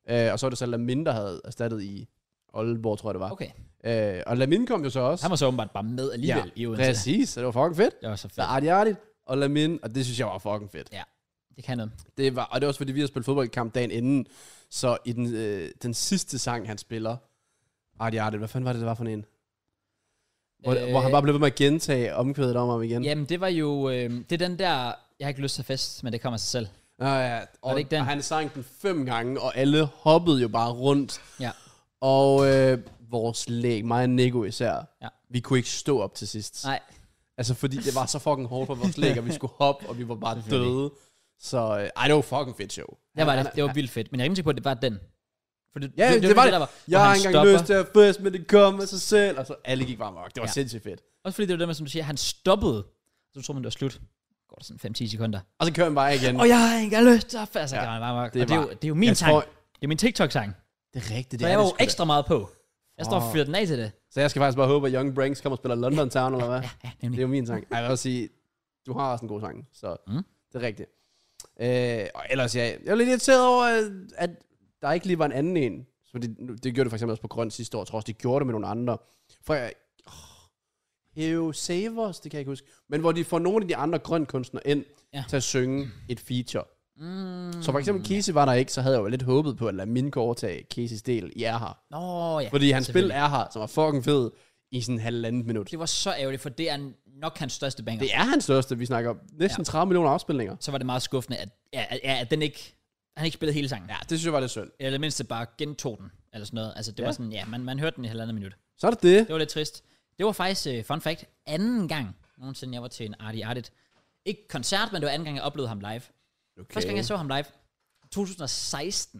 Speaker 2: Øh, og så var det så Lamin, der havde erstattet i Aalborg, tror jeg det var.
Speaker 1: Okay.
Speaker 2: Øh, og Lamin kom jo så også.
Speaker 1: Han var så åbenbart bare med alligevel i Odense.
Speaker 2: præcis, så det var fucking fedt.
Speaker 1: Det var så
Speaker 2: Så
Speaker 1: fedt.
Speaker 2: Arti Arnit og Lamin, og det synes jeg var fucking fedt.
Speaker 1: Det kan noget.
Speaker 2: Det var, og det var også fordi, vi havde spillet fodboldkamp dagen inden. Så i den, øh, den sidste sang, han spiller, Arti Arti, hvad fanden var det, det var for en? Hvor, øh, hvor han bare blev ved med at gentage omkvædet om og om igen.
Speaker 1: Jamen, det var jo... Øh, det er den der... Jeg har ikke lyst til fest, men det kommer af sig selv.
Speaker 2: Nå ja, og,
Speaker 1: det ikke den?
Speaker 2: og han sang den fem gange, og alle hoppede jo bare rundt.
Speaker 1: Ja.
Speaker 2: Og øh, vores læg, mig og Nico især,
Speaker 1: Ja.
Speaker 2: vi kunne ikke stå op til sidst.
Speaker 1: Nej,
Speaker 2: Altså fordi det var så fucking hårdt for vores læg, og vi skulle hoppe, og vi var bare
Speaker 1: Selvfølgelig.
Speaker 2: døde. Så øh, ej, det var fucking fedt show.
Speaker 1: det var, det, det var vildt fedt. Men jeg er rimelig sikker på, at det var den. For det,
Speaker 2: Ja, det, det, var det.
Speaker 1: der
Speaker 2: Var,
Speaker 1: hvor
Speaker 2: jeg har
Speaker 1: han
Speaker 2: engang
Speaker 1: stopper.
Speaker 2: lyst til at fest, men det kom af sig selv. Og så alle gik bare mok. Det var
Speaker 1: Ja.
Speaker 2: sindssygt fedt.
Speaker 1: Også fordi det var det med, som du siger, han stoppede. Så tror man, det var slut. Går der sådan 5-10 sekunder.
Speaker 2: Og så kører han bare igen.
Speaker 1: Og jeg har ikke engang lyst til at fest. Ja, det, var, og
Speaker 2: det
Speaker 1: det, er jo,
Speaker 2: var-
Speaker 1: det er jo min
Speaker 2: Jeg
Speaker 1: sang.
Speaker 2: tror-
Speaker 1: Det er min TikTok-sang.
Speaker 2: Det er rigtigt.
Speaker 1: Så
Speaker 2: Det er
Speaker 1: jeg var
Speaker 2: det
Speaker 1: jo
Speaker 2: sgu da.
Speaker 1: ekstra meget på. Jeg står og fyrer den af til det.
Speaker 2: Så jeg skal faktisk bare håbe, at Young Branks kommer og spiller London Town, eller hvad?
Speaker 1: Ja, ja,
Speaker 2: Det
Speaker 1: nemlig.
Speaker 2: er jo min sang. Ej, Jeg vil også sige, du har også en god sang, så
Speaker 1: Mm.
Speaker 2: mm. det er rigtigt. Øh, og ellers, ja, jeg er lidt irriteret over, at- at der ikke lige var en anden en. Så det, nu- det gjorde det for eksempel også på Grøn sidste år. Jeg tror også, de gjorde det med nogle andre. For jeg... Oh, Heo Savers, det kan jeg ikke huske. Men hvor de får nogle af de andre grøn kunstnere ind
Speaker 1: Ja.
Speaker 2: ja. til at synge et feature.
Speaker 1: Mm.
Speaker 2: Så for eksempel Casey var der ikke, så havde jeg jo lidt håbet på, at Lamin kunne overtage Caseys del i Er her.
Speaker 1: Nå ja.
Speaker 2: Fordi hans spil
Speaker 1: selvfølgelig.
Speaker 2: Er her, som var fucking fed, i sådan en halvandet minut.
Speaker 1: Det var så ærgerligt, for det er nok hans største banger.
Speaker 2: Det er hans største, vi snakker om. Næsten 30 millioner afspilninger.
Speaker 1: Så var det meget skuffende, at, ja, at, ja, at den ikke, han ikke spillede hele sangen.
Speaker 2: Ja, det synes jeg var lidt synd.
Speaker 1: Eller mindst bare gentog den, eller sådan noget. Altså, det ja.
Speaker 2: Ja.
Speaker 1: var sådan, ja, man, man hørte den i halvandet minut.
Speaker 2: Så er det det.
Speaker 1: Det var lidt trist. Det var faktisk, uh, fun fact, anden gang nogensinde, jeg var til en Artie Artit. Ikke koncert, men det var anden gang, jeg oplevede ham live. Okay.
Speaker 2: Okay.
Speaker 1: Første gang, jeg så ham live, 2016,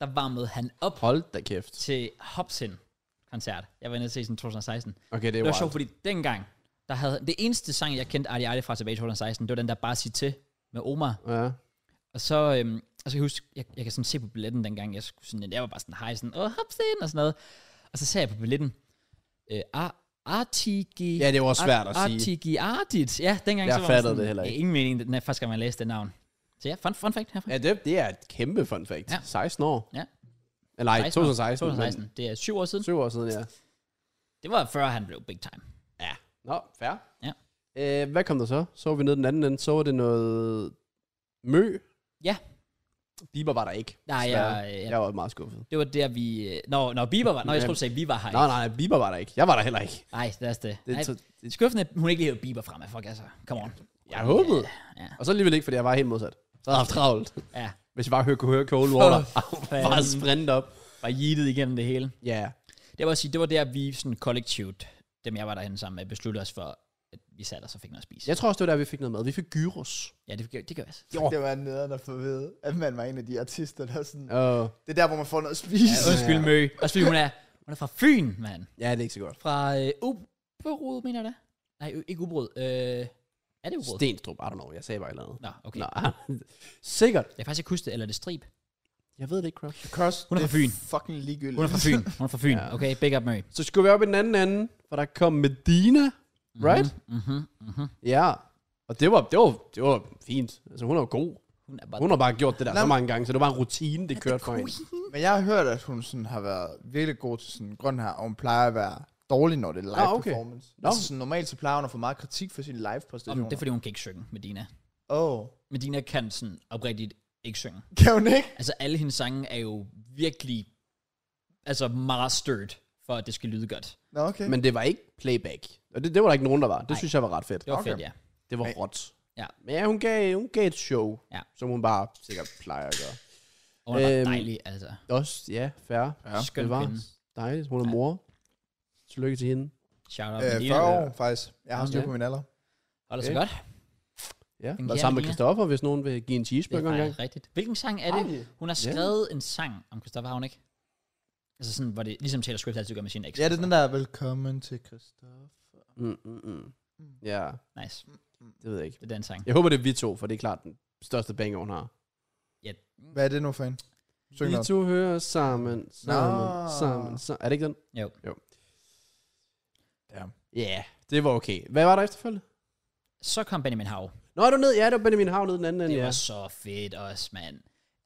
Speaker 1: der varmede han op
Speaker 2: Hold da kæft.
Speaker 1: til Hobson-koncert. Jeg var inde og se sådan 2016.
Speaker 2: Okay, det er
Speaker 1: Det var sjovt,
Speaker 2: wild.
Speaker 1: fordi dengang, der havde, det eneste sang, jeg kendte Artie Artie fra tilbage i 2016, det var den der Bare Sig Til med Omar.
Speaker 2: Ja.
Speaker 1: Og så, øhm, og så kan jeg huske, jeg, jeg kan sådan se på billetten dengang, jeg, skulle sådan, jeg var bare sådan, hej, sådan, åh, hopsten, og sådan noget. Og så ser jeg på billetten, øh, A- Artigi...
Speaker 2: Ja, det var svært at sige.
Speaker 1: Artigi Ardit. Ja, dengang
Speaker 2: Jeg
Speaker 1: så var man
Speaker 2: fattede
Speaker 1: sådan,
Speaker 2: det heller ikke.
Speaker 1: "Ja, Ingen mening, den her første gang, man læste det navn. Så ja, fun, fun fact herfra.
Speaker 2: Ja, det, det er et kæmpe fun fact.
Speaker 1: Ja.
Speaker 2: Ja. 16 år.
Speaker 1: Ja.
Speaker 2: Eller nej,
Speaker 1: 16 år.
Speaker 2: 2016. 2016.
Speaker 1: 2016. Det er syv år siden.
Speaker 2: Men, syv år siden, ja.
Speaker 1: Det var før han blev big time.
Speaker 2: Ja. Nå, fair.
Speaker 1: Ja.
Speaker 2: Øh, hvad kom der så? Så var vi nede den anden ende. Så var det noget mø.
Speaker 1: Ja.
Speaker 2: Bieber var der ikke.
Speaker 1: Nej, jeg,
Speaker 2: desværre.
Speaker 1: jeg,
Speaker 2: Jeg var meget skuffet.
Speaker 1: det var der, vi... øh, Nå, når Bieber var... Nå, jeg
Speaker 2: Ja.
Speaker 1: skulle sige, vi var her.
Speaker 2: Nej, nej, Bieber var der ikke. Jeg var der heller ikke.
Speaker 1: Nej, det er også det.
Speaker 2: Det,
Speaker 1: Nej,
Speaker 2: så, det,
Speaker 1: skuffende, at hun ikke lige havde Bieber frem. Fuck altså, come on.
Speaker 2: jeg håbede.
Speaker 1: ja.
Speaker 2: Og så alligevel ikke, fordi jeg var helt modsat. Så havde jeg haft travlt.
Speaker 1: Ja,
Speaker 2: Hvis jeg bare hørte, kunne høre Cold Water.
Speaker 1: fanden.
Speaker 2: bare sprint op.
Speaker 1: var yeetet igennem det hele.
Speaker 2: Ja. Yeah.
Speaker 1: Det var sige, det var der, vi sådan kollektivt, dem jeg var derhen sammen med, besluttede os for, at vi satte os og fik noget at spise.
Speaker 2: Jeg tror også, det var der, vi fik noget mad. Vi fik gyros.
Speaker 1: Ja, det, gør- det gør jeg også.
Speaker 2: Åh.
Speaker 3: Det var nederen at få ved, at man var en af de artister, der sådan...
Speaker 2: Uh,
Speaker 3: Det er der, hvor man får noget at spise.
Speaker 1: Ja, undskyld, Mø. Også fordi hun er, hun er fra Fyn, mand.
Speaker 2: ja, det er ikke så godt.
Speaker 1: Fra øh, Uberud, mener du det? Nej, ø- ikke Uberud. Øh, er det Uberud?
Speaker 2: Stenstrup, I don't know. Jeg sagde bare et eller andet.
Speaker 1: Nå, okay.
Speaker 2: Nå. Sikkert.
Speaker 1: Jeg kan faktisk ikke huske det, eller er det Strib?
Speaker 2: Jeg ved det ikke, Cross.
Speaker 3: Cross,
Speaker 1: Hun er
Speaker 3: det
Speaker 1: fra Fyn.
Speaker 3: fucking ligegyldigt.
Speaker 1: Hun er fra Fyn. Hun er fra Fyn.
Speaker 2: Ja.
Speaker 1: Okay, big up, Mø. Mhm.
Speaker 2: Så skulle vi op i den anden ende, for der kom Medina, right?
Speaker 1: Mm-hmm, mm-hmm.
Speaker 2: Ja. Og det var, det var, det var fint. Altså, hun er jo god.
Speaker 1: Hun er bare...
Speaker 2: Hun har bare gjort det der
Speaker 3: Nej,
Speaker 2: så
Speaker 3: men-
Speaker 2: mange gange, så det var en rutine, det kørte for hende.
Speaker 3: Men jeg har hørt, at hun sådan har været virkelig god til sådan grøn her, og hun plejer at være dårlig, når det er live
Speaker 2: Ah, okay.
Speaker 3: performance.
Speaker 2: Nå.
Speaker 3: Altså, sådan, normalt så plejer hun at få meget kritik for sine live
Speaker 1: Om,
Speaker 3: præstationer.
Speaker 1: det er fordi, hun kan ikke synge, Medina.
Speaker 3: Åh, oh,
Speaker 1: Medina kan sådan oprigtigt ikke synge.
Speaker 3: Kan hun ikke?
Speaker 1: Altså alle hendes sange er jo virkelig altså mastered for at det skal lyde godt.
Speaker 3: Nå, okay.
Speaker 2: Men det var ikke playback. Og det, det var der ikke nogen, der var. Det synes jeg var ret fedt.
Speaker 1: Det var
Speaker 3: Okay.
Speaker 1: okay. fedt, ja.
Speaker 2: Det var
Speaker 3: Ej.
Speaker 2: råt.
Speaker 1: Ja.
Speaker 2: Men ja, hun gav, hun gav et show,
Speaker 1: Ja.
Speaker 2: som hun bare sikkert plejer at gøre.
Speaker 1: Og hun er
Speaker 2: Øhm,
Speaker 1: øhm, dejlig, altså.
Speaker 2: Også, ja, fair.
Speaker 3: Ja,
Speaker 1: Skøn
Speaker 2: det var
Speaker 1: kvinde.
Speaker 2: dejligt. Hun er mor. Tillykke til hende.
Speaker 1: Shout out.
Speaker 3: Øh, 40 år, faktisk. Jeg har
Speaker 2: Ja.
Speaker 3: styr på min alder.
Speaker 1: Og det så
Speaker 2: Okay.
Speaker 1: godt.
Speaker 2: Ja.
Speaker 1: Den
Speaker 2: Var
Speaker 1: kære
Speaker 2: sammen med
Speaker 1: Lina.
Speaker 2: Christoffer, hvis nogen vil give en
Speaker 1: Det
Speaker 2: cheeseburger
Speaker 1: er
Speaker 2: engang.
Speaker 1: faktisk rigtigt. Hvilken sang er det?
Speaker 2: Ej.
Speaker 1: Hun har
Speaker 2: Ja.
Speaker 1: skrevet en sang om Christoffer, har hun ikke? Altså sådan, hvor det ligesom Taylor Swift altid gør med sin eks.
Speaker 3: Ja, det er den der, velkommen til Christoffer.
Speaker 2: Mm, mm, mm. Ja,
Speaker 1: Nice.
Speaker 2: det ved jeg ikke.
Speaker 1: Det er den sang.
Speaker 2: Jeg håber, det er vi to, for det er klart den største banger, hun har.
Speaker 3: Hvad er det nu for en? Syng
Speaker 2: Vi
Speaker 3: noget.
Speaker 2: to hører sammen, sammen,
Speaker 3: Nå.
Speaker 2: sammen, sammen. Er det ikke den?
Speaker 1: Jo.
Speaker 3: Ja.
Speaker 2: Ja, yeah, det var okay. Hvad var der efterfølgende?
Speaker 1: Så kom Benjamin Hav.
Speaker 2: Nå, er du ned? Ja, det var Benjamin Hav ned den anden
Speaker 1: Det
Speaker 2: ende,
Speaker 1: ja.
Speaker 2: ja.
Speaker 1: var så fedt også, mand.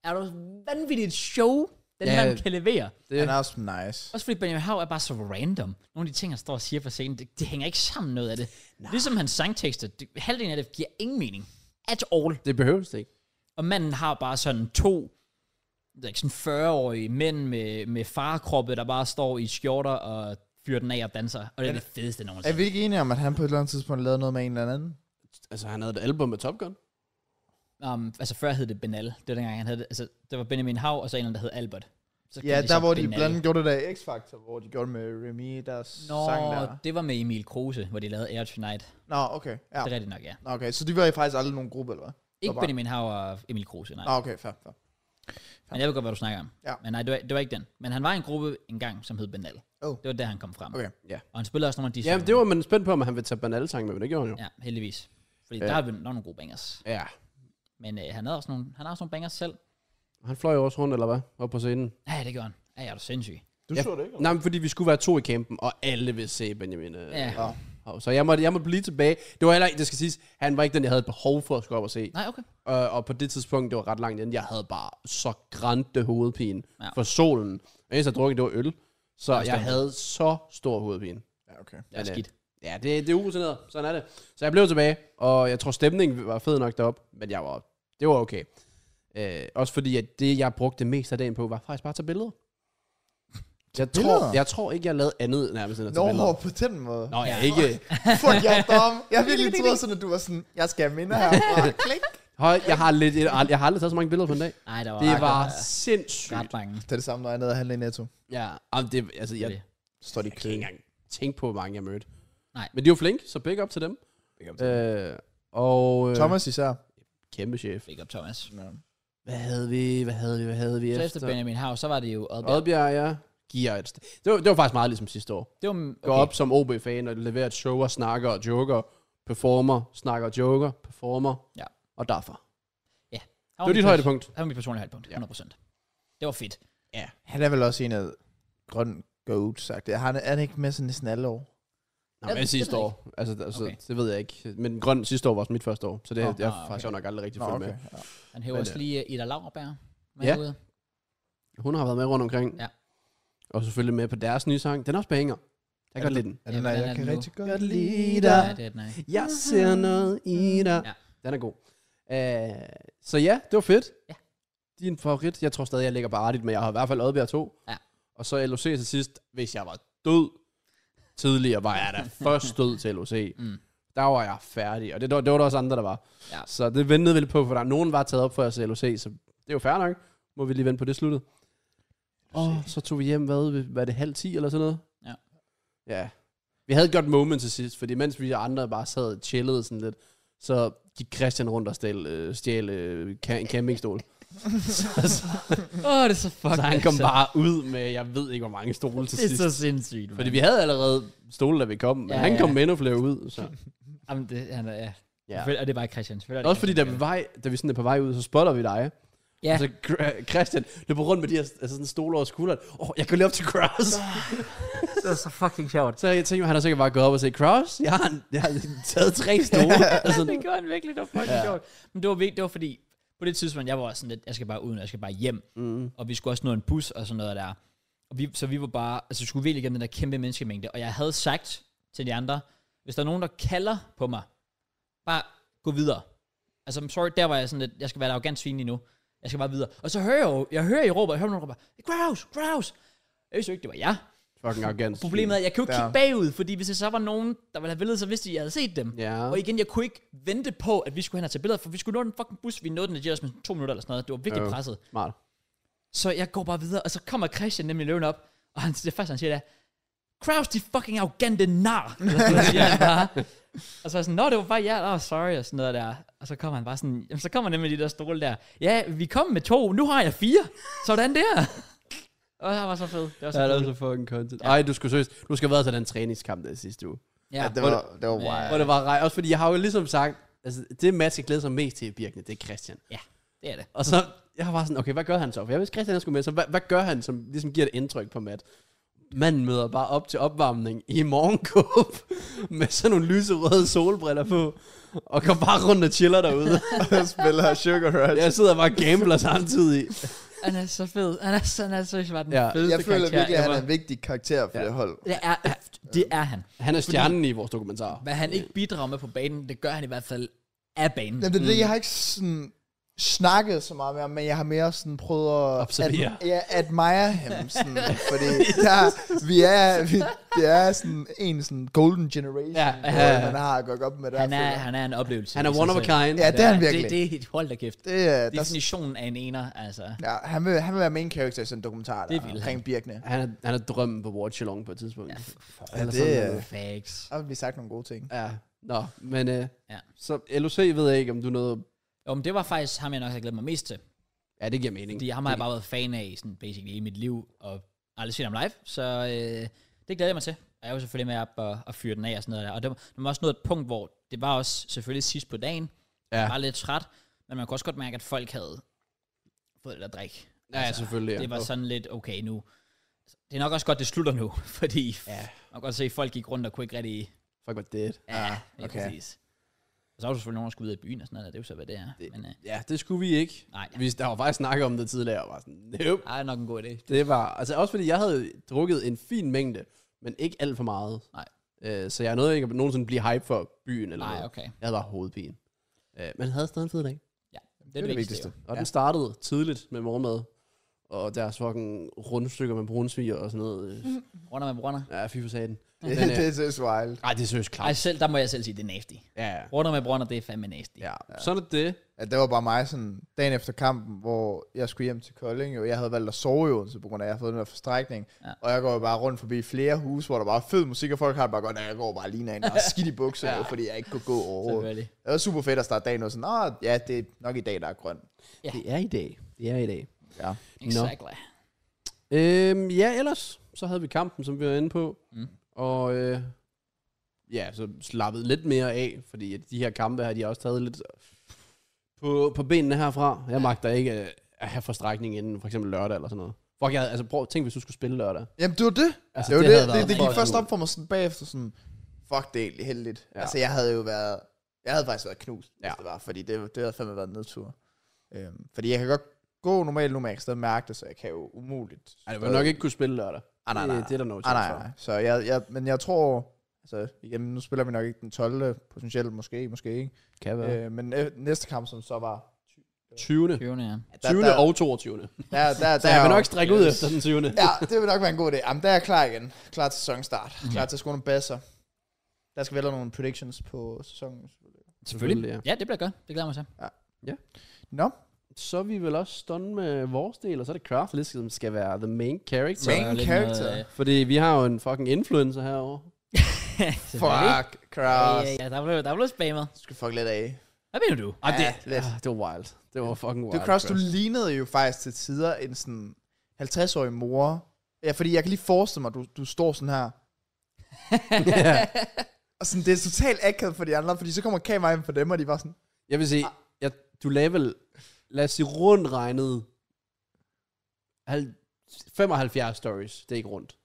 Speaker 1: Er du vanvittigt show, den
Speaker 2: Ja.
Speaker 1: ja. mand kan levere?
Speaker 3: Den
Speaker 2: Det,
Speaker 3: er også nice.
Speaker 1: Også fordi Benjamin Hav er bare så random. Nogle af de ting, han står og siger på scenen, det, det hænger ikke sammen noget af det. Nej. Ligesom hans sangtekster, det, halvdelen af det giver ingen mening. At all.
Speaker 2: det behøves det ikke.
Speaker 1: Og manden har bare sådan to jeg ved ikke, sådan 40-årige mænd med, med farkroppe, der bare står i skjorter og fyrer den af og danser. Og det er det fedeste
Speaker 3: Er
Speaker 1: nogensinde.
Speaker 3: vi ikke enige om, at han på et eller andet tidspunkt lavede noget med en eller anden?
Speaker 2: Altså, han havde et album med Top Gun.
Speaker 1: Um, altså før hed det Benal. Det var dengang, han havde det. Altså, det var Benjamin Hav, og så en eller anden, der hed Albert. Så
Speaker 3: Ja,
Speaker 1: kaldte
Speaker 3: der
Speaker 1: sig
Speaker 3: hvor de
Speaker 1: Benal.
Speaker 3: blandt andet gjorde det der X-Factor, hvor de gjorde det med Remy, deres
Speaker 1: Nå,
Speaker 3: sang der.
Speaker 1: det var med Emil Kruse, hvor de lavede Air Tonight. Ja.
Speaker 3: Nå, okay. Ja.
Speaker 1: Det er rigtigt nok, ja.
Speaker 3: Nå, Okay, så de var jo faktisk aldrig nogen gruppe, eller hvad?
Speaker 1: Ikke
Speaker 3: var-
Speaker 1: Benjamin Hav og Emil Kruse, nej.
Speaker 3: Nå, okay, fair, fair.
Speaker 1: Men jeg ved godt, hvad du snakker om.
Speaker 3: Ja.
Speaker 1: Men nej, det var, det var ikke den. Men han var i en gruppe engang, som hed Benal.
Speaker 3: Oh.
Speaker 1: Det var der, han kom frem.
Speaker 3: Okay.
Speaker 2: Ja.
Speaker 1: Og han spillede også nogle af de
Speaker 2: Ja, det var man spændt på, om han ville tage banalsang med, men det gjorde han jo.
Speaker 1: Ja, heldigvis. Fordi
Speaker 2: Ja.
Speaker 1: ja. der er nok nogle gode bangers.
Speaker 2: Ja.
Speaker 1: Men øh, han, havde også nogle, han har også nogle bangers selv.
Speaker 2: Han fløj jo også rundt, eller hvad? Op på scenen.
Speaker 1: Ja, det gør han. Ja, er du sindssyg?
Speaker 3: Du
Speaker 2: Ja.
Speaker 3: så det ikke?
Speaker 2: Nej, men fordi vi skulle være to i campen, og alle ville se Benjamin. Øh,
Speaker 1: Ja.
Speaker 3: Nå.
Speaker 2: Hav. Så jeg måtte, jeg måtte blive tilbage. Det var heller ikke, det skal siges, han var ikke den, jeg havde et behov for at skulle op og se.
Speaker 1: Nej, okay.
Speaker 2: Og, og på det tidspunkt, det var ret langt inden, jeg havde bare så grænte hovedpine ja.
Speaker 1: Ja.
Speaker 2: for solen. Og eneste, jeg drukket, det var øl. Så
Speaker 1: forstår
Speaker 2: jeg
Speaker 1: det.
Speaker 2: havde så stor hovedpine.
Speaker 3: Ja, okay.
Speaker 1: Det er
Speaker 2: Men, øh,
Speaker 1: skidt.
Speaker 2: Ja, det, det er urutineret. Sådan er det. Så jeg blev tilbage, og jeg tror, stemningen var fed nok deroppe, men jeg var, det var okay. Øh, også fordi, at det, jeg brugte mest af dagen på, var faktisk bare at tage billeder. Jeg
Speaker 3: billeder?
Speaker 2: tror, jeg tror ikke, jeg lavede andet nærmest end at
Speaker 3: Nå,
Speaker 2: tage billeder.
Speaker 3: på den måde.
Speaker 2: Nå, jeg ikke.
Speaker 3: Fuck, jeg er dum. Jeg har virkelig troede sådan, at du var sådan, jeg skal have minder herfra. Klik.
Speaker 2: Høj, jeg har, lidt, jeg har aldrig taget så mange billeder på en dag.
Speaker 1: Nej, der var,
Speaker 2: Det var
Speaker 1: ret-
Speaker 2: sindssygt.
Speaker 1: ret mange.
Speaker 3: Det er det samme, når jeg er nede og handler i Netto.
Speaker 2: Ja, jamen, det, altså, jeg,
Speaker 1: Det.
Speaker 3: Så står de i
Speaker 2: jeg
Speaker 3: kø.
Speaker 2: kan ikke engang tænke på, hvor mange jeg mødte.
Speaker 1: Nej.
Speaker 2: Men de var flinke, så big up til dem. Øh, og øh,
Speaker 3: Thomas især.
Speaker 2: kæmpe chef.
Speaker 1: Big up, Thomas.
Speaker 3: Ja.
Speaker 2: Hvad havde vi, hvad havde vi, hvad havde vi
Speaker 1: Så
Speaker 2: efter?
Speaker 1: efter Benjamin Hav, så var det jo Oddbjerg.
Speaker 2: Oddbjerg, ja. Giver et st- det, var, det var faktisk meget ligesom sidste år.
Speaker 1: Det var,
Speaker 2: Gå
Speaker 1: okay.
Speaker 2: op som OB-fan og levere et show og snakker og joker, performer, snakker og joker, performer.
Speaker 1: Ja.
Speaker 2: Og derfra.
Speaker 1: Han
Speaker 2: Det
Speaker 1: var
Speaker 2: var
Speaker 1: min
Speaker 2: dit
Speaker 1: pers-
Speaker 2: højdepunkt.
Speaker 1: Han var mit personlige højdepunkt, 100%. Det var fedt.
Speaker 3: Han er vel også en af grøn goat, sagt det. Han er han ikke med sådan næsten alle år.
Speaker 2: Nå,
Speaker 1: Ja,
Speaker 2: men
Speaker 1: det
Speaker 2: sidste
Speaker 1: ved jeg
Speaker 2: år. Altså, altså
Speaker 1: Okay.
Speaker 2: det ved jeg ikke. Men grøn sidste år var også mit første år, så det
Speaker 3: Nå,
Speaker 2: oh, jeg
Speaker 1: ah,
Speaker 2: har faktisk
Speaker 1: okay.
Speaker 2: nok aldrig rigtig
Speaker 3: Nå,
Speaker 2: fulgt
Speaker 3: okay. Ja.
Speaker 1: Han hæver
Speaker 2: Men,
Speaker 1: også lige øh, Ida Laurberg. med
Speaker 2: ja.
Speaker 1: derude.
Speaker 2: med. Hun har været med rundt omkring.
Speaker 1: Ja.
Speaker 2: Og selvfølgelig med på deres nye sang. Den er også banger. Jeg kan
Speaker 3: Er
Speaker 2: godt
Speaker 3: det-
Speaker 2: lide den.
Speaker 3: Er den
Speaker 1: Ja,
Speaker 3: der,
Speaker 1: hvordan
Speaker 3: jeg
Speaker 1: er
Speaker 3: kan
Speaker 1: den nu?
Speaker 3: rigtig godt lide
Speaker 2: lide
Speaker 3: dig.
Speaker 2: dig.
Speaker 1: Ja, det er den ikke.
Speaker 2: Jeg ser noget i dig.
Speaker 1: Ja.
Speaker 2: Den er god. Uh, så ja, det var fedt.
Speaker 1: Ja.
Speaker 2: Din favorit. Jeg tror stadig, jeg ligger på Ardit, men jeg har i hvert fald Oddbjerg 2.
Speaker 1: Ja.
Speaker 2: Og så LOC til sidst. Hvis jeg var død tidligere, var jeg da først død til LOC.
Speaker 1: Mm.
Speaker 2: Der var jeg færdig, og det, det var der også andre, der var.
Speaker 1: Ja.
Speaker 2: Så det ventede vi lidt på, for der nogen var taget op for os LOC, så det er jo fair nok. Må vi lige vente på det sluttet. Og så tog vi hjem, hvad, ved- var det halv ti eller sådan noget?
Speaker 1: Ja.
Speaker 2: Ja. Vi havde et godt moment til sidst, fordi mens vi andre bare sad og chillede sådan lidt, så gik Christian rundt og stjal, øh, stjal øh, ca- en campingstol. så, så,
Speaker 1: Åh, oh, det er så fucking
Speaker 2: så han kom bare ud med, jeg ved ikke hvor mange stole til
Speaker 1: Det er
Speaker 2: sidst.
Speaker 1: så sindssygt,
Speaker 2: Fordi vi havde allerede stole, da vi kom, men ja,
Speaker 1: Ja,
Speaker 2: han
Speaker 1: ja.
Speaker 2: kom med endnu flere ud. Så.
Speaker 1: Jamen, det, han er, ja.
Speaker 2: Ja.
Speaker 1: Selvfølgelig- Og det er bare Christian. Selvfølgelig er det
Speaker 2: Også fordi, da
Speaker 1: Christian,
Speaker 2: vi,
Speaker 1: der
Speaker 2: vej, da vi sådan er på vej ud, så spotter vi dig.
Speaker 1: Ja.
Speaker 2: Og så Chr- Christian løber rundt med de her altså sådan stole over skulderen. Åh, oh, jeg går lige op til Cross.
Speaker 1: gør det. Det er så fucking sjovt.
Speaker 2: Så jeg tænkte, han har sikkert bare gået op og set Cross. Jeg har, jeg har taget tre stole.
Speaker 1: Altså,
Speaker 2: altså,
Speaker 1: det gjorde han virkelig, det var fucking
Speaker 2: Ja.
Speaker 1: ja. sjovt. Men det var, virkelig, det var fordi, på det tidspunkt, jeg var også sådan lidt, jeg skal bare ud, jeg skal bare hjem.
Speaker 2: mm,
Speaker 1: Og vi skulle også nå en bus og sådan noget der. Og vi, så vi var bare, altså vi skulle virkelig igennem den der kæmpe menneskemængde. Og jeg havde sagt til de andre, hvis der er nogen, der kalder på mig, bare gå videre. Altså, I'm sorry, der var jeg sådan lidt, jeg skal være et arrogant svin lige nu. Jeg skal bare videre. Og så hører jeg jo, jeg hører, I råber, jeg hører nogen råber, Grouse, Grouse. Jeg vidste jo ikke, det var jeg.
Speaker 2: Fucking arrogant.
Speaker 1: Problemet er, at jeg kunne ikke
Speaker 3: Ja.
Speaker 1: kigge bagud, fordi hvis der så var nogen, der ville have billedet, så vidste de, at jeg havde set dem.
Speaker 2: Ja.
Speaker 1: Og igen, jeg kunne ikke vente på, at vi skulle hen og tage billeder, for vi skulle nå den fucking bus, vi nåede den i Jellers med to minutter eller sådan noget. Det var virkelig
Speaker 2: Jo.
Speaker 1: presset.
Speaker 2: Smart.
Speaker 1: Så jeg går bare videre, og så kommer Christian nemlig løven op, og han, det første, han siger, det er, Kraus, de fucking arrogante nar. Eller sådan noget, siger han bare. og så er jeg sådan, nå, det var bare jer, yeah, oh, sorry, og sådan noget der. Og så kommer han bare sådan, jamen, så kommer nemlig de der stole der, ja, vi kom med to, nu har jeg fire. Sådan der. og det var så fedt. Det var så
Speaker 2: Ja, det
Speaker 1: fedt.
Speaker 2: var så fucking content. Ej, du skulle seriøst. Du skal have været til den træningskamp der sidste uge.
Speaker 1: Ja,
Speaker 3: det var, det var
Speaker 1: Ja.
Speaker 2: Hvor
Speaker 3: wild.
Speaker 2: det var rej. Også fordi jeg har jo ligesom sagt, altså det Mads skal glæde sig mest til i Birkene, det er Christian.
Speaker 1: det er det.
Speaker 2: Og så, jeg var sådan, okay, hvad gør han så? For jeg vidste, Christian han skulle med, så hvad, hvad gør han, som ligesom giver et indtryk på Matt? Manden møder bare op til opvarmning i morgenkåb, med sådan nogle lyserøde solbriller på, og går bare rundt og chiller derude.
Speaker 3: Jeg spiller Sugar Rush.
Speaker 2: jeg sidder bare og gambler samtidig.
Speaker 1: Han er så fed. Han er, så, han er så var den
Speaker 2: Ja.
Speaker 1: ja. fedeste
Speaker 3: Jeg føler
Speaker 1: karakter
Speaker 3: virkelig, at han
Speaker 1: ever.
Speaker 3: er en vigtig karakter for
Speaker 2: Ja.
Speaker 3: det hold.
Speaker 1: Det er, det er han.
Speaker 2: Han er stjernen i vores dokumentar.
Speaker 1: Hvad han ikke bidrager med på banen, det gør han i hvert fald af banen.
Speaker 3: Jamen, det, er det, jeg har ikke sådan snakket så meget med ham, men jeg har mere sådan prøvet at
Speaker 2: Observere.
Speaker 3: At, ja, admire ham, sådan, fordi der, vi er, vi, det er sådan en sådan golden generation,
Speaker 2: Ja,
Speaker 3: ja,
Speaker 2: ja,
Speaker 3: ja,
Speaker 2: ja.
Speaker 3: man har at gøre op med det
Speaker 1: Han
Speaker 3: her,
Speaker 1: er,
Speaker 3: føler jeg.
Speaker 1: han er en oplevelse.
Speaker 2: Han er
Speaker 1: i sig
Speaker 2: one of a
Speaker 1: selv.
Speaker 2: kind.
Speaker 3: Ja, det er han virkelig.
Speaker 1: Det, det er et hold da kæft.
Speaker 3: Det, er- der,
Speaker 1: Definitionen af en ener, altså.
Speaker 3: ja, han, vil, han vil være main character i sådan en dokumentar,
Speaker 1: Det
Speaker 3: der,
Speaker 1: vil han.
Speaker 3: omkring Birkene.
Speaker 2: Han er, han er drømmen på Watch Along på et tidspunkt. Ja,
Speaker 3: Ja, det, er-
Speaker 1: Facts.
Speaker 3: der vil blive sagt nogle gode ting.
Speaker 2: Ja, nå, men øh, ja.
Speaker 1: Ja.
Speaker 2: så LOC ved jeg ikke, om du nåede...
Speaker 1: Jo, men det var faktisk ham, jeg nok havde glædet mig mest til.
Speaker 2: Ja, det giver mening.
Speaker 1: Fordi ham har jeg bare været fan af sådan basically i mit liv, og aldrig set ham live. Så øh, det glæder jeg mig til. Og jeg var selvfølgelig med op og, og fyre den af og sådan noget der. Og det var, det var også noget et punkt, hvor det var også selvfølgelig sidst på dagen.
Speaker 2: Ja.
Speaker 1: Ja. Jeg var lidt træt, men man kunne også godt mærke, at folk havde fået lidt at drikke.
Speaker 2: Ja, ja, selvfølgelig. Ja.
Speaker 1: Det var sådan lidt, okay nu. Det er nok også godt, det slutter nu, fordi ja. man kan godt se, at folk gik rundt og kunne ikke rigtig...
Speaker 2: Fuck, var det.
Speaker 1: Ja, ja
Speaker 3: okay.
Speaker 1: okay. præcis. Og så var der selvfølgelig nogen, der skulle ud af byen og sådan noget, og det er jo så, hvad det er. Det, men øh,
Speaker 2: Ja, det skulle vi ikke.
Speaker 1: nej,
Speaker 2: Vi, der var faktisk snakket om det tidligere, og var sådan, nope.
Speaker 1: ej, det er nok en god idé.
Speaker 2: Det var, altså også fordi jeg havde drukket en fin mængde, men ikke alt for meget.
Speaker 1: Nej.
Speaker 2: Øh, så jeg nåede ikke at nogensinde blive hype for byen eller
Speaker 1: Nej,
Speaker 2: noget.
Speaker 1: okay.
Speaker 2: Jeg havde bare hovedpine. Øh, men jeg havde stadig en fed dag.
Speaker 1: Det er det, vigtigste. jo.
Speaker 2: Og ja. den startede tidligt med morgenmad. Og deres fucking rundstykker med brunsviger og sådan noget. øh,
Speaker 1: Runder med brunner.
Speaker 2: Ja, fy for satan.
Speaker 3: Det,
Speaker 2: Men, øh,
Speaker 3: det, det er så wild.
Speaker 2: Ej, det er seriøst klart.
Speaker 1: Ej, selv, der må jeg selv sige, det er nasty.
Speaker 2: Ja, ja.
Speaker 1: Runder med brunner, det er fandme nasty.
Speaker 2: ja. Sådan er det.
Speaker 3: at det var bare mig sådan dagen efter kampen, hvor jeg skulle hjem til Kolding, og jeg havde valgt at sove i Odense, på grund af, at jeg havde fået den der forstrækning.
Speaker 1: Ja.
Speaker 3: Ja. Og jeg går jo bare rundt forbi flere huse, hvor der bare er fed musik, og folk har det bare godt, at jeg går bare lige en, der er skidt i bukserne,
Speaker 2: Ja.
Speaker 3: ja. fordi jeg ikke kunne gå over.
Speaker 1: Selvfølgelig.
Speaker 3: Det var super fedt at starte dagen, og sådan, Nå, ja, det er nok i dag, der er grøn.
Speaker 1: Ja.
Speaker 2: Det er i dag. Det er i dag.
Speaker 3: Ja.
Speaker 1: Exactly.
Speaker 2: Øhm, ja, ellers så havde vi kampen, som vi var inde på. Mm.
Speaker 1: Mm.
Speaker 2: Og øh, ja, så slappede lidt mere af, fordi at de her kampe her, de har også taget lidt på, på benene herfra. Jeg magter ikke øh, at have forstrækning inden for eksempel lørdag eller sådan noget. Fuck, jeg, altså prøv, tænk hvis du skulle spille lørdag.
Speaker 3: Jamen, det var det.
Speaker 2: Altså,
Speaker 3: Altså, det, var
Speaker 2: det havde
Speaker 3: det. det,
Speaker 2: været
Speaker 3: det, det gik
Speaker 2: fucking
Speaker 3: først
Speaker 2: cool.
Speaker 3: op for mig sådan bagefter, sådan, fuck, det er egentlig heldigt.
Speaker 2: Ja.
Speaker 3: Ja. Altså, jeg havde jo været, jeg havde faktisk været knust, ja.
Speaker 2: Ja.
Speaker 3: hvis det var, fordi det, det havde fandme været en nedtur. Øhm, fordi jeg kan godt gå normalt nu, men jeg kan stadig mærke det, så jeg kan jo umuligt.
Speaker 2: Ej, det var nok ikke kunne spille lørdag.
Speaker 3: Ah, nej, nej,
Speaker 2: Det, det er der noget
Speaker 3: Ah, nej, nej. Så jeg, jeg, men jeg tror, altså, igen, nu spiller vi nok ikke den 12. potentielt, måske, måske ikke.
Speaker 2: Kan være.
Speaker 3: Ja. Øh, men øh, næste kamp, som så var,
Speaker 2: 20. 20.
Speaker 1: Køvende, ja.
Speaker 3: Øh, der-
Speaker 2: og 22.
Speaker 3: der, der,
Speaker 2: Så
Speaker 3: der,
Speaker 2: jeg vil
Speaker 3: er-
Speaker 2: nok strække ud efter den 20.
Speaker 3: Ja, det vil nok være en god idé. Jamen, der er jeg klar igen. Klar til sæsonstart. Mm. Klar til at score nogle basser. Der skal være nogle predictions på sæsonen.
Speaker 1: Selvfølgelig.
Speaker 2: ja.
Speaker 1: Ja, det bliver godt. Det glæder jeg mig til.
Speaker 3: Nå,
Speaker 2: Så er vi vel også stående med vores del, og så er det Kraft, som skal være the main character.
Speaker 1: Så er der
Speaker 3: Main
Speaker 1: lidt
Speaker 3: character.
Speaker 1: noget, øh,
Speaker 2: Fordi vi har jo en fucking influencer herovre.
Speaker 1: selvfølgelig.
Speaker 3: fuck, Kraus.
Speaker 1: Ja, ja, der blev, der blev spammet.
Speaker 3: Du skal fuck lidt af.
Speaker 1: Hvad mener du?
Speaker 2: Ej, det,
Speaker 3: Ja, lidt.
Speaker 2: ah, det var wild. Det var fucking wild.
Speaker 3: Du, Kraus, du lignede jo faktisk til tider en sådan 50-årig mor. Ja, fordi jeg kan lige forestille mig, at du, du står sådan her.
Speaker 2: ja.
Speaker 3: Og sådan, det er totalt akavet for de andre, fordi så kommer kameraet ind på dem, og de var sådan,
Speaker 2: Jeg vil sige, jeg, du lavede vel, lad os sige, rundt regnet, hal- 75 stories. Det er ikke rundt.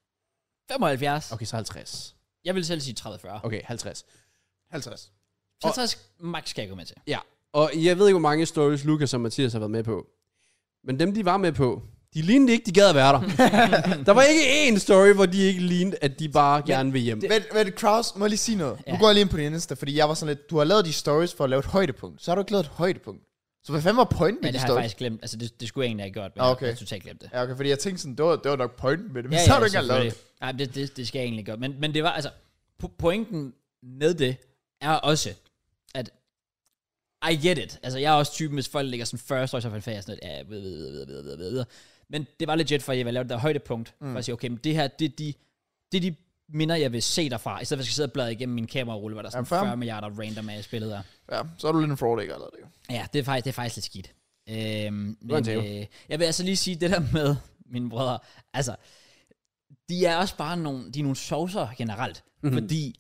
Speaker 1: 75. Okay.
Speaker 2: Okay, så 50.
Speaker 1: Jeg vil selv sige 30-40.
Speaker 2: Okay, 50.
Speaker 3: 50.
Speaker 1: 50 max skal jeg gå med til.
Speaker 2: Ja, og jeg ved ikke, hvor mange stories Lukas og Mathias har været med på. Men dem, de var med på, de lignede ikke, de gad at være der. der var ikke én story, hvor de ikke lignede, at de bare gerne vil hjem.
Speaker 3: Vent, vent, Kraus, må jeg lige sige noget? Ja.
Speaker 1: Ja.
Speaker 3: Nu går jeg lige ind på din Insta, fordi jeg var sådan lidt, du har lavet de stories for at lave et højdepunkt. Så har du ikke lavet et højdepunkt. Så Så hvad fanden var pointen
Speaker 1: Ja, det
Speaker 3: med de
Speaker 1: har jeg
Speaker 3: stops?
Speaker 1: faktisk glemt. Altså, det, det skulle jeg egentlig have gjort, men
Speaker 3: Ah,
Speaker 1: okay.
Speaker 3: okay.
Speaker 1: jeg har totalt glemt det.
Speaker 3: Ja, okay, fordi jeg tænkte sådan, det var, det var nok pointen med det, men så har du ikke engang lavet det.
Speaker 1: Nej, det, det, det skal jeg egentlig gøre. Men, men det var altså, po- pointen med det er også, at I get it. Altså, jeg er også typen, hvis folk ligger sådan 40 strøg, så falder jeg sådan lidt, ja, videre, videre, videre, videre, videre, videre. Men det var legit, for jeg ville lave det der højdepunkt, mm. for at sige, okay, men det her, det er de, det er de minder, jeg vil se derfra, i stedet for at jeg skal sidde og bladre igennem min kamera og rulle, hvor der er sådan
Speaker 3: Jamen, fair.
Speaker 1: 40 milliarder random af billeder.
Speaker 3: Ja, så er du lidt en fraud, ikke allerede det.
Speaker 1: Ja, det er faktisk, det er faktisk lidt skidt. Øhm,
Speaker 2: var en
Speaker 1: men,
Speaker 2: tæve.
Speaker 1: øh, jeg vil altså lige sige det der med mine brødre. Altså, de er også bare nogle, de er nogle sovser generelt,
Speaker 2: Mhm.
Speaker 1: mm-hmm. fordi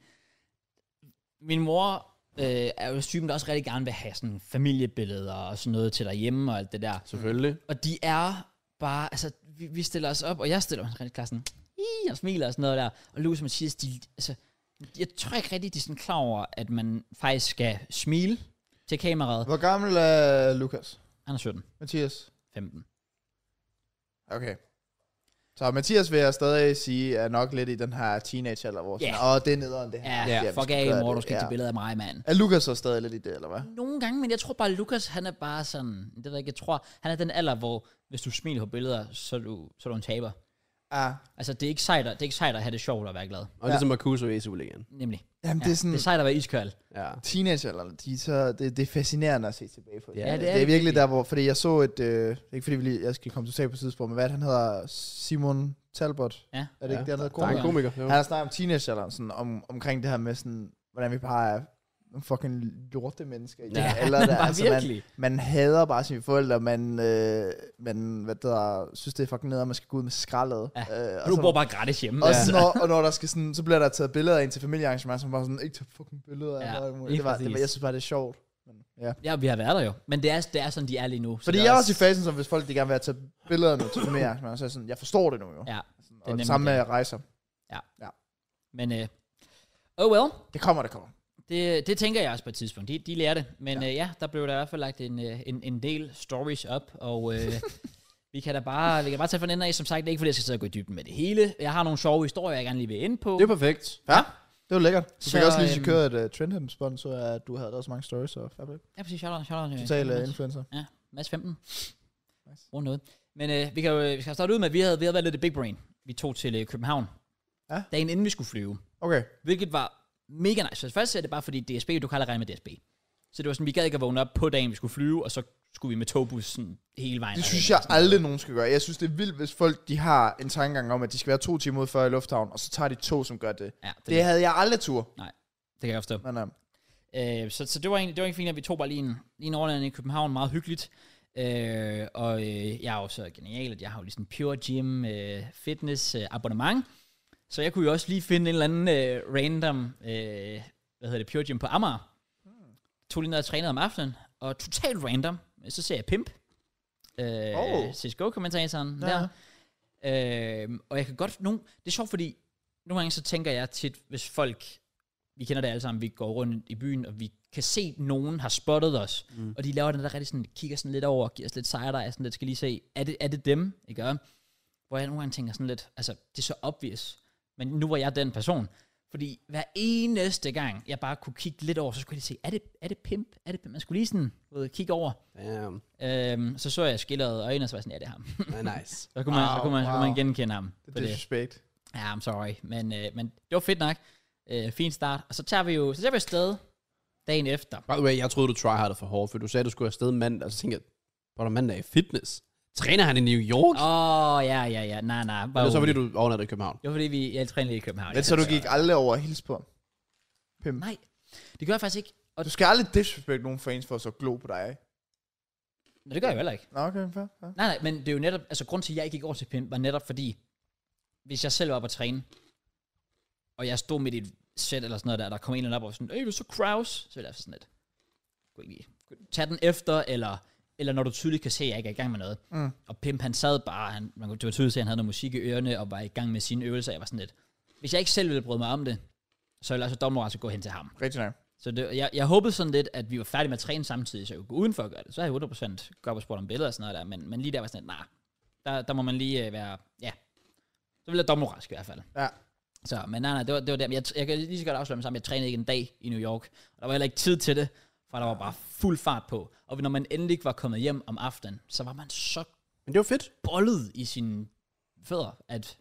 Speaker 1: min mor øh, er jo typen, der også rigtig gerne vil have sådan familiebilleder og sådan noget til derhjemme og alt det der.
Speaker 2: Selvfølgelig.
Speaker 1: Og de er bare, altså, vi, vi stiller os op, og jeg stiller mig rigtig klar sådan, "Ih," og smiler og sådan noget der. Og Louis og Mathias, de, altså, jeg tror ikke rigtig, de er sådan klar over, at man faktisk skal smile til kameraet.
Speaker 3: Hvor gammel er Lukas?
Speaker 1: Han er 17.
Speaker 3: Mathias?
Speaker 1: 15.
Speaker 3: Okay. Så Mathias vil jeg stadig sige, er nok lidt i den her teenagealder, hvor sådan,
Speaker 1: Ja.
Speaker 3: åh, yeah. det er nederen det
Speaker 1: Ja,
Speaker 3: her.
Speaker 1: yeah,
Speaker 3: vi
Speaker 1: fuck
Speaker 3: skal
Speaker 1: af,
Speaker 3: gøre
Speaker 1: mor, du
Speaker 3: det,
Speaker 1: skal ikke tage billeder af mig, mand.
Speaker 3: Er Lukas så stadig lidt i det, eller hvad?
Speaker 1: Nogle gange, men jeg tror bare, Lukas, han er bare sådan, det ved jeg ikke, jeg tror, han er den alder, hvor hvis du smiler på billeder, så er du, så er du en taber.
Speaker 3: Ja.
Speaker 1: Altså, det er ikke sejt, at- det er ikke sejt at have det sjovt og være glad.
Speaker 2: Og ja. ligesom Marcuso i su igen.
Speaker 1: Nemlig.
Speaker 3: Jamen,
Speaker 1: Ja,
Speaker 3: det er sådan,
Speaker 1: det er sejt at være iskold.
Speaker 2: Ja.
Speaker 3: teenagealderen, de er så, det, det er fascinerende at se tilbage på. Altså,
Speaker 2: Ja,
Speaker 1: det er
Speaker 3: det er
Speaker 1: det
Speaker 3: virkelig
Speaker 1: virkelig.
Speaker 3: der, hvor, fordi jeg så et, øh, ikke fordi vi lige, jeg skal komme totalt på sidespor, men hvad er det, han hedder Simon Talbot,
Speaker 1: Ja.
Speaker 3: er det ikke det, han hedder?
Speaker 2: Der er en
Speaker 1: Komiker.
Speaker 2: komiker. Jo.
Speaker 3: Han har snakket om teenagealderen, sådan om, omkring det her med sådan, hvordan vi bare er nogle fucking lorte mennesker. i den
Speaker 1: Ja,
Speaker 3: alder der. Altså,
Speaker 1: bare
Speaker 3: man,
Speaker 1: virkelig.
Speaker 3: man hader bare sine forældre, man, øh, man hvad der, synes, det er fucking ned, at man skal gå ud med skraldet.
Speaker 1: Ja.
Speaker 3: Øh,
Speaker 1: Og du bor bare gratis hjemme.
Speaker 3: og,
Speaker 1: altså.
Speaker 3: så, når, og når der skal sådan, så bliver der taget billeder ind til familiearrangementer, som bare sådan, ikke tage fucking billeder af
Speaker 1: Ja,
Speaker 3: mig, og alt muligt.
Speaker 1: lige
Speaker 3: det, var, det var,
Speaker 1: præcis.
Speaker 3: jeg synes bare, det er sjovt. Men, ja.
Speaker 1: Ja, vi har været der jo. Men det er, det er sådan, de er lige nu. Så
Speaker 3: Fordi
Speaker 1: det
Speaker 3: jeg er også i fasen, som hvis folk de gerne vil have tage billeder nu til familiearrangementer, så er jeg sådan, jeg forstår det nu jo.
Speaker 1: Ja,
Speaker 3: og det
Speaker 1: nemlig
Speaker 3: samme med
Speaker 1: det.
Speaker 3: rejser.
Speaker 1: men øh, oh well.
Speaker 3: Det kommer, det kommer.
Speaker 1: Det, det tænker jeg også på et tidspunkt. De, de lærer det. Men ja. Øh, ja, der blev der i hvert fald lagt en, øh, en, en del stories op, og øh, vi kan da bare, vi kan bare tage for den ende af. Som sagt, det er ikke fordi, jeg skal sidde og gå i dybden med det hele. Jeg har nogle sjove historier, jeg gerne lige vil ind på.
Speaker 2: Det er perfekt.
Speaker 3: Ja, det var lækkert. Du fik
Speaker 1: Så,
Speaker 3: også lige
Speaker 1: øhm,
Speaker 3: kørt et uh, Trendham-spons, så uh, du havde da også mange stories. Så fair play.
Speaker 1: Ja, præcis. Shout out, shout out.
Speaker 3: Total uh, influencer.
Speaker 1: Ja, Mads 15.
Speaker 3: Nice.
Speaker 1: Nice. Rundt noget. Men øh, vi, kan jo, vi skal starte ud med, at vi havde, vi havde været lidt i Big Brain. Vi tog til øh, København.
Speaker 3: Ja.
Speaker 1: Dagen inden vi skulle flyve.
Speaker 3: Okay,
Speaker 1: Hvilket var mega nice. Så først er det bare fordi DSB, du kan aldrig regne med DSB. Så det var sådan, vi gad ikke at vågne op på dagen, vi skulle flyve, og så skulle vi med togbussen hele vejen.
Speaker 3: det
Speaker 1: derhen,
Speaker 3: synes
Speaker 1: eller
Speaker 3: jeg
Speaker 1: sådan noget.
Speaker 3: aldrig nogen skal gøre. Jeg synes, det er vildt, hvis folk de har en tankegang om, at de skal være to timer ude før i lufthavnen, og så tager de to, som gør det.
Speaker 1: Ja, det,
Speaker 3: Det havde jeg aldrig tur.
Speaker 1: det kan jeg forstå.
Speaker 3: Men, uh,
Speaker 1: Øh, så, så det var egentlig, det var egentlig fint, at vi tog bare lige en, lige en overnatning i København, meget hyggeligt. Øh, og øh, jeg er jo så genial, at jeg har jo lige sådan Pure Gym øh, fitness øh, abonnement. Så jeg kunne jo også lige finde en eller anden øh, random, øh, hvad hedder det, Pure Gym på Amager. Tog lige ned og trænede om aftenen, og totalt random, så ser jeg Pimp. Øh,
Speaker 3: Oh.
Speaker 1: oh. CSGO-kommentatoren
Speaker 3: Ja.
Speaker 1: ja. der. Øh, og jeg kan godt... Nogle, det er sjovt, fordi nogle gange så tænker jeg tit, hvis folk... Vi kender det alle sammen, vi går rundt i byen, og vi kan se, at nogen har spottet os. Mm. Og de laver den der rigtig sådan, kigger sådan lidt over, og giver os lidt sejre, der er sådan lidt, skal lige se, er det, er det dem, ikke? Og Hvor jeg nogle gange tænker sådan lidt, altså, det er så obvious. Men nu var jeg den person. Fordi hver eneste gang, jeg bare kunne kigge lidt over, så skulle jeg lige se, er det, er det pimp? Er det pimp? Man skulle lige sådan, du ved, kigge over.
Speaker 2: Damn.
Speaker 1: Øhm, så så jeg skildret øjnene, og så var jeg sådan, ja, det er ham.
Speaker 2: Ja, nice.
Speaker 1: Så kunne man, wow, så
Speaker 3: Wow,
Speaker 1: kunne man, wow. så kunne
Speaker 3: wow.
Speaker 1: man genkende ham.
Speaker 3: det
Speaker 1: på
Speaker 3: er disrespect.
Speaker 1: Ja, I'm sorry. Men, øh, men det var fedt nok. Øh, fin start. Og så tager vi jo så tager vi afsted dagen efter.
Speaker 2: By the way, jeg troede, du tryhardet for hårdt, for du sagde, du skulle afsted mandag, og så tænkte jeg, hvor er der mandag i fitness? Træner han i New York? Oh,
Speaker 1: Åh, oh, ja, ja, ja. Nej, nej. Bare
Speaker 2: det er så,
Speaker 1: rolig.
Speaker 2: fordi du overnattede i København.
Speaker 1: Det var fordi, vi jeg trænede lidt i København.
Speaker 3: Men
Speaker 1: ja.
Speaker 3: så du gik aldrig over og hilse på ham? Pimp.
Speaker 1: Nej, det gør jeg faktisk ikke. Og
Speaker 3: Du skal aldrig disrespect nogen fans for at så glo på dig.
Speaker 1: Nå, det gør jeg jo heller ikke.
Speaker 3: Nå, okay, fair. fair.
Speaker 1: Nej, nej, men det er jo netop... Altså, grund til, at jeg ikke gik over til pimp, var netop fordi, hvis jeg selv var på at træne, og jeg stod midt i et sæt eller sådan noget der, og der kom en eller anden op og var sådan, Øh, vil du så Kraus? Så ville jeg sådan lidt. Gå ikke lige. Tag den efter, eller, eller når du tydeligt kan se, at jeg ikke er i gang med noget.
Speaker 3: Mm.
Speaker 1: Og Pimp, han sad bare, han, man kunne det var tydeligt se, at han havde noget musik i ørerne, og var i gang med sine øvelser. Jeg var sådan lidt, hvis jeg ikke selv ville bryde mig om det, så ville jeg altså dommer altså gå hen til ham.
Speaker 3: Rigtig nej.
Speaker 1: Så det, jeg, jeg håbede sådan lidt, at vi var færdige med at træne samtidig, så jeg kunne gå udenfor og gøre det. Så havde jeg 100% gået op og spurgt om billeder og sådan noget der, men, men lige der var sådan lidt, nej, der, der må man lige øh, være, ja, så ville jeg dommerask i hvert fald.
Speaker 3: Ja.
Speaker 1: Så, men nej, nej, det var, det var der. Men Jeg, jeg kan lige så godt afsløre mig sammen, jeg trænede ikke en dag i New York, og der var heller ikke tid til det. For der var bare fuld fart på. Og når man endelig var kommet hjem om aftenen, så var man så
Speaker 2: Men det var fedt.
Speaker 1: bollet i sine fødder, at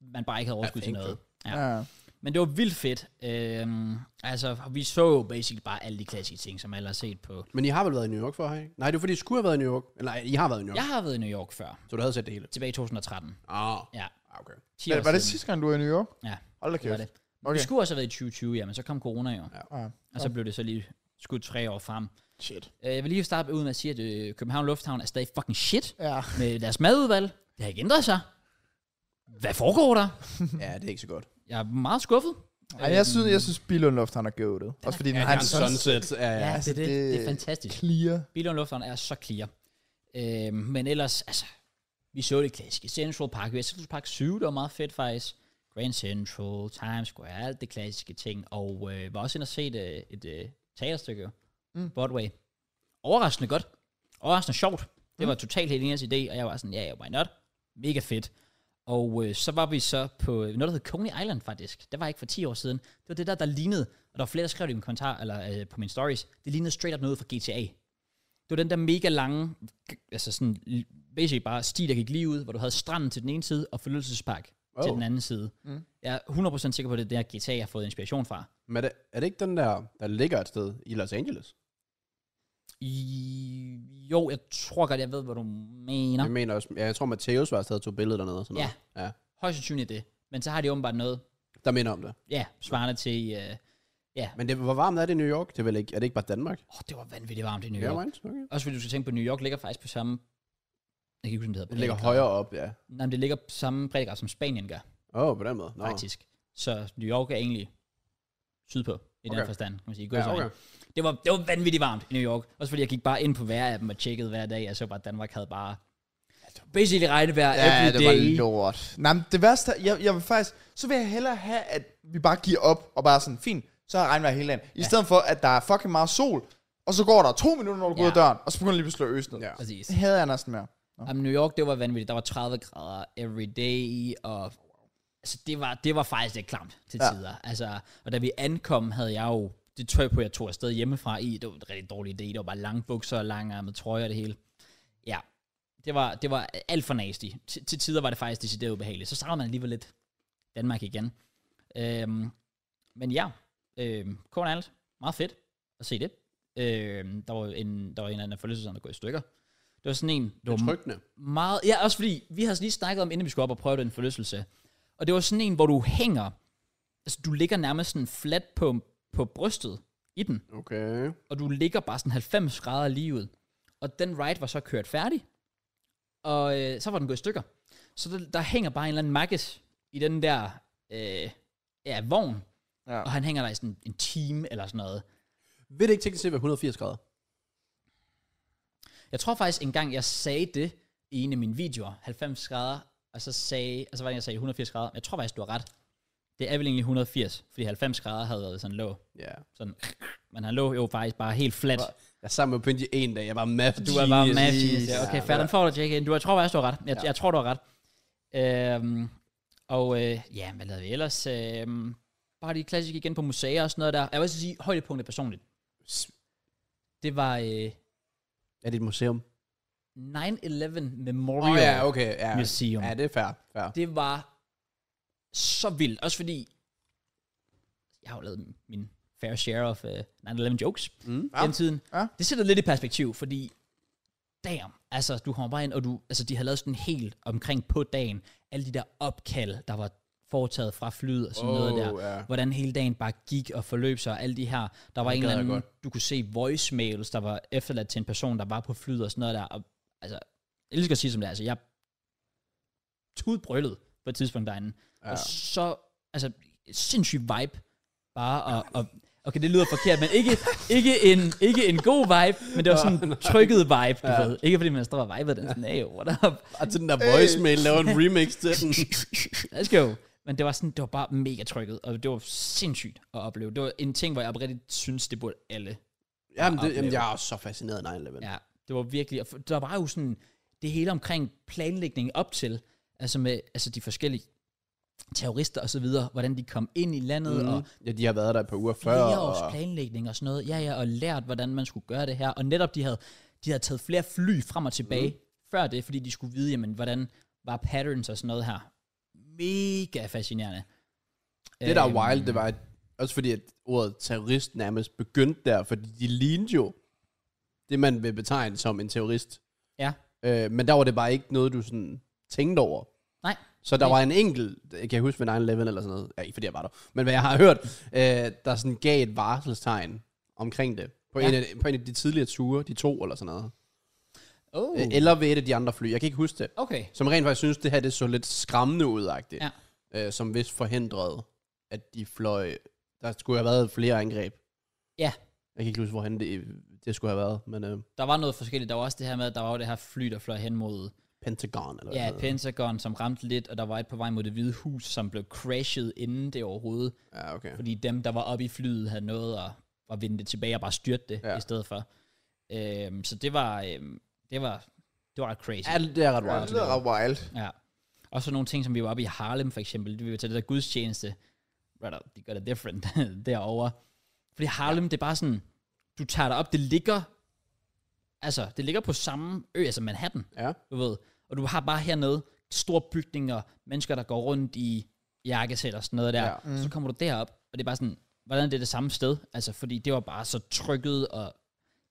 Speaker 1: man bare ikke havde overskud til
Speaker 2: thank
Speaker 1: noget. Ja.
Speaker 3: Ja.
Speaker 1: Men det var vildt fedt. Øhm, altså, vi så jo basically bare alle de klassiske ting, som alle har set på.
Speaker 2: Men I har vel været i New York før, har I? ikke? Nej, det var fordi, I skulle have været i New York. Eller nej, I har været i New York.
Speaker 1: Jeg har været i New York før,
Speaker 2: Så du havde set det hele.
Speaker 1: tilbage i 2013.
Speaker 2: Ah,
Speaker 1: Ja,
Speaker 2: ah, okay.
Speaker 1: 10
Speaker 3: Men
Speaker 1: år
Speaker 3: var det
Speaker 1: siden.
Speaker 3: sidste gang, du var i New York?
Speaker 1: Ja,
Speaker 3: Hold da
Speaker 1: det var
Speaker 3: kæft.
Speaker 1: det. Okay.
Speaker 3: Okay. Ah.
Speaker 1: Det skulle også have været i 2020, ja, men så kom corona jo.
Speaker 3: Ja.
Speaker 1: Og så blev det så lige skudt tre år frem.
Speaker 3: Shit.
Speaker 1: Øh, Jeg vil lige starte ud med at sige, at øh, København Lufthavn er stadig fucking shit
Speaker 3: Ja.
Speaker 1: med deres madudvalg. Det har ikke ændret sig. Hvad foregår der?
Speaker 2: ja, det er ikke så godt.
Speaker 1: Jeg er meget skuffet.
Speaker 3: Ej, jeg synes, jeg synes Bilund Lufthavn er goated. Også fordi den
Speaker 2: Ja,
Speaker 3: har en
Speaker 2: Hans
Speaker 3: sådan
Speaker 2: Sunset. Ja, ja.
Speaker 1: Ja,
Speaker 3: altså,
Speaker 1: det, er det,
Speaker 3: det-
Speaker 1: det er fantastisk.
Speaker 3: clear.
Speaker 1: Billund Lufthavn er så clear. Øh, men ellers, altså, vi så det klassiske. Central Park, vi har Central Park 7, der var meget fedt faktisk. Grand Central, Times Square, alt det klassiske ting. Og øh, var også inde og set øh, et øh, teaterstykke, mm. Broadway. Overraskende godt. Overraskende sjovt. Det var totalt Helenas idé, og jeg var sådan, ja, yeah, why not? Mega fedt. Og øh, så var vi så på noget, der hed Coney Island faktisk. Det var ikke for 10 år siden. Det var det der, der lignede, og der var flere, der skrev det i min kommentar, eller øh, på mine stories, det lignede straight up noget fra GTA. Det var den der mega lange, g- altså sådan, l- basically bare sti, der gik lige ud, hvor du havde stranden til den ene side, og forlystelsespark oh. til
Speaker 2: Oh.
Speaker 1: den anden side. Mm. Jeg er 100% sikker på, at det er der GTA, jeg har fået inspiration fra.
Speaker 2: Men er det, er det ikke den der, der ligger et sted i Los Angeles?
Speaker 1: I, jo, jeg tror godt, jeg ved, hvad du mener.
Speaker 2: Jeg mener også, ja, jeg tror, Mateus var afsted og tog billeder dernede og sådan
Speaker 1: Ja.
Speaker 2: noget. Ja.
Speaker 1: Højst sandsynligt det. Men så har de åbenbart noget,
Speaker 2: Der minder om det.
Speaker 1: ja, svarende til, øh,
Speaker 2: Men det, hvor varmt er det i New York? Det er, vel ikke, er det ikke bare Danmark?
Speaker 1: åh, det var vanvittigt varmt i New
Speaker 2: Ja,
Speaker 1: York.
Speaker 2: right? okay.
Speaker 1: Også fordi du skal tænke på, at New York ligger faktisk på samme, jeg kan ikke huske, om det hedder
Speaker 2: Det ligger
Speaker 1: breddegrad.
Speaker 2: højere op, ja.
Speaker 1: Nej, men det ligger på samme breddegrad, som Spanien gør.
Speaker 2: Åh, oh, på den måde. Nå.
Speaker 1: faktisk. Så New York er egentlig sydpå, i okay.
Speaker 2: Okay.
Speaker 1: den forstand, kan man sige.
Speaker 2: Ja,
Speaker 1: Ja, okay.
Speaker 2: okay.
Speaker 1: det, var, det var vanvittigt varmt i New York. Også fordi jeg gik bare ind på hver af dem og tjekkede hver dag. Jeg så bare, at Danmark havde bare basically regnevejr ja,
Speaker 3: Altså, Ja,
Speaker 1: every
Speaker 3: det var
Speaker 1: day.
Speaker 3: lort. Nej, men det værste, jeg, jeg vil faktisk, så vil jeg hellere have, at vi bare giver op og bare sådan, fint, så har regnvejr hele landet. I ja. stedet for, at der er fucking meget sol, og så går der to minutter, når du går ud
Speaker 1: Ja.
Speaker 3: af døren, og så begynder lige pludselig at øse ned.
Speaker 2: Ja.
Speaker 1: Præcis.
Speaker 3: Det havde jeg næsten mere.
Speaker 1: Jamen, New York, det var vanvittigt. Der var 30 grader every day, og altså, det, var, det var faktisk lidt klamt til ja.
Speaker 3: Ja.
Speaker 1: tider. Altså, og da vi ankom, havde jeg jo det tøj på, jeg tog afsted hjemmefra i. Det var en rigtig dårlig idé. Det var bare lange bukser og lange med trøjer og det hele. Ja, det var, det var alt for nasty. Til til tider var det faktisk decideret ubehageligt. Så savner man alligevel lidt Danmark igen. Øhm, men ja, øhm, kort og alt, meget fedt at se det. Øhm, der var en, der var en eller anden forlystelse, der går i stykker. Det var sådan en, det var
Speaker 2: Det er trykkende.
Speaker 1: meget... Ja, også fordi, vi har lige snakket om, inden vi skulle op og prøve den forlystelse. Og det var sådan en, hvor du hænger... Altså, du ligger nærmest sådan flat på, på brystet i den.
Speaker 2: Okay.
Speaker 1: Og du ligger bare sådan 90 grader lige ud. Og den ride var så kørt færdig. Og øh, så var den gået i stykker. Så der, der hænger bare en eller anden makkes i den der øh, ja, vogn.
Speaker 3: Ja.
Speaker 1: Og han hænger der i sådan en time eller sådan noget.
Speaker 2: Vil det ikke teknisk set være 180 grader?
Speaker 1: Jeg tror faktisk engang, jeg sagde det i en af mine videoer, 90 grader, og så sagde, og så var det, jeg sagde 180 grader, men jeg tror faktisk, du har ret. Det er vel egentlig 180, fordi 90 grader havde været sådan lå,
Speaker 2: Ja.
Speaker 1: sådan, men han lå jo faktisk bare helt flat.
Speaker 2: Jeg er sammen med Pindy en dag. Jeg var math
Speaker 1: Du er bare
Speaker 2: genius.
Speaker 1: magisk. Ja, okay, fair, den får du, Jake. Du, jeg tror faktisk, du har ret. Jeg, ja.
Speaker 2: Ja.
Speaker 1: jeg tror, du har ret. Øhm, og øh, ja, hvad lavede vi ellers? Øhm, bare de klassiske igen på museer og sådan noget der. Jeg vil også sige, højdepunktet personligt. Det var øh,
Speaker 2: Er det et museum?
Speaker 1: 9-11
Speaker 2: Åh
Speaker 1: Memorial.
Speaker 2: oh, ja, okay. Ja.
Speaker 1: Museum.
Speaker 2: Ja, det er fair. fair.
Speaker 1: Det var så vildt. Også fordi, jeg har jo lavet min fair share of uh, 9-11 jokes mm.
Speaker 3: Ja.
Speaker 1: den tiden.
Speaker 3: Ja.
Speaker 1: Det sætter lidt i perspektiv, fordi damn, altså du kommer bare ind, og du, altså de havde lavet sådan helt omkring på dagen, alle de der opkald, der var foretaget fra flyet og sådan oh, noget der.
Speaker 2: Åh, ja.
Speaker 1: Hvordan hele dagen bare gik og forløb sig, og alle de her, der var en eller
Speaker 2: gad jeg
Speaker 1: anden,
Speaker 2: godt.
Speaker 1: du kunne se voicemails, der var efterladt til en person, der var på flyet og sådan noget der. Og, altså, jeg elsker at sige som det er, altså jeg tudbrøllet på et tidspunkt derinde. Ja. Og så, altså, sindssyg vibe. Bare og, og okay, det lyder forkert, men ikke, ikke, en, ikke en god vibe, men det var sådan en trykket vibe, du ja. ved. Ikke fordi man står og viber den sådan, hey, what up?
Speaker 2: Og til den der voicemail laver en remix til den.
Speaker 1: Let's go. Men det var sådan, det var bare mega trykket, og det var sindssygt at opleve. Det var en ting, hvor jeg oprigtigt synes, det burde alle.
Speaker 2: Jamen, det, jamen, jeg er også så fascineret af 9-11.
Speaker 1: Ja, det var virkelig, og for- der var jo sådan det hele omkring planlægningen op til, altså med altså de forskellige terrorister og så videre, hvordan de kom ind i landet, mm. og
Speaker 2: Ja, de har været der et par uger før.
Speaker 1: flere års
Speaker 2: og-
Speaker 1: planlægning og sådan noget. Ja, ja, og lært, hvordan man skulle gøre det her. Og netop de havde, de havde taget flere fly frem og tilbage mm. før det, fordi de skulle vide, jamen, hvordan var patterns og sådan noget her. Mega fascinerende. Øhm,
Speaker 2: Det, der er wild, det var, at, også fordi at ordet terrorist nærmest begyndte der, fordi de lignede jo det, man vil betegne som en terrorist.
Speaker 1: Ja.
Speaker 2: Øh, men der var det bare ikke noget, du sådan tænkte over.
Speaker 1: Nej.
Speaker 2: Så der
Speaker 1: Nej.
Speaker 2: var en enkelt, jeg kan huske ved 9-11 eller sådan noget, ja, ikke fordi jeg var der, men hvad jeg har hørt, øh, der sådan gav et varselstegn omkring det. På, ja.
Speaker 1: Ja.
Speaker 2: en af, på en af de tidligere ture, de to eller sådan noget.
Speaker 1: Oh,
Speaker 2: Uh. Eller ved et af de andre fly, jeg kan ikke huske det.
Speaker 1: okay.
Speaker 2: Som rent faktisk synes, det her det så lidt skræmmende udagtigt.
Speaker 1: Ja.
Speaker 2: Øh, som vist forhindrede, at de fløj... Der skulle have været flere angreb.
Speaker 1: Ja.
Speaker 2: Jeg kan ikke huske, hvorhen det, det skulle have været, men øh,
Speaker 1: Der var noget forskelligt. Der var også det her med, at der var jo det her fly, der fløj hen mod
Speaker 2: Pentagon eller
Speaker 1: ja,
Speaker 2: hvad det hedder.
Speaker 1: Pentagon, som ramte lidt, og der var et på vej mod det hvide hus, som blev crashed inden det overhovedet,
Speaker 2: Ja, okay.
Speaker 1: fordi dem, der var oppe i flyet, havde noget at, at vinde det tilbage og bare styrte det
Speaker 2: Ja.
Speaker 1: ja. i stedet for. Øhm, så det var, øhm, det var, det var ret crazy.
Speaker 2: Ja, det er ret
Speaker 3: Ja, det
Speaker 2: wild.
Speaker 3: lyder ret wild.
Speaker 1: Ja. Og så nogle ting, som vi var oppe i Harlem for eksempel, vi var til det der gudstjeneste, right up, de gør det different derovre. Fordi Harlem, ja. det er bare sådan, du tager dig op, det ligger, altså, det ligger på samme ø, altså Manhattan,
Speaker 2: Ja.
Speaker 1: du ved. Og du har bare hernede store bygninger, mennesker, der går rundt i jakkesæt og sådan noget der.
Speaker 2: Ja.
Speaker 1: Ja. Mm. Så kommer du derop, og det er bare sådan, hvordan er det det samme sted? Altså, fordi det var bare så trykket, og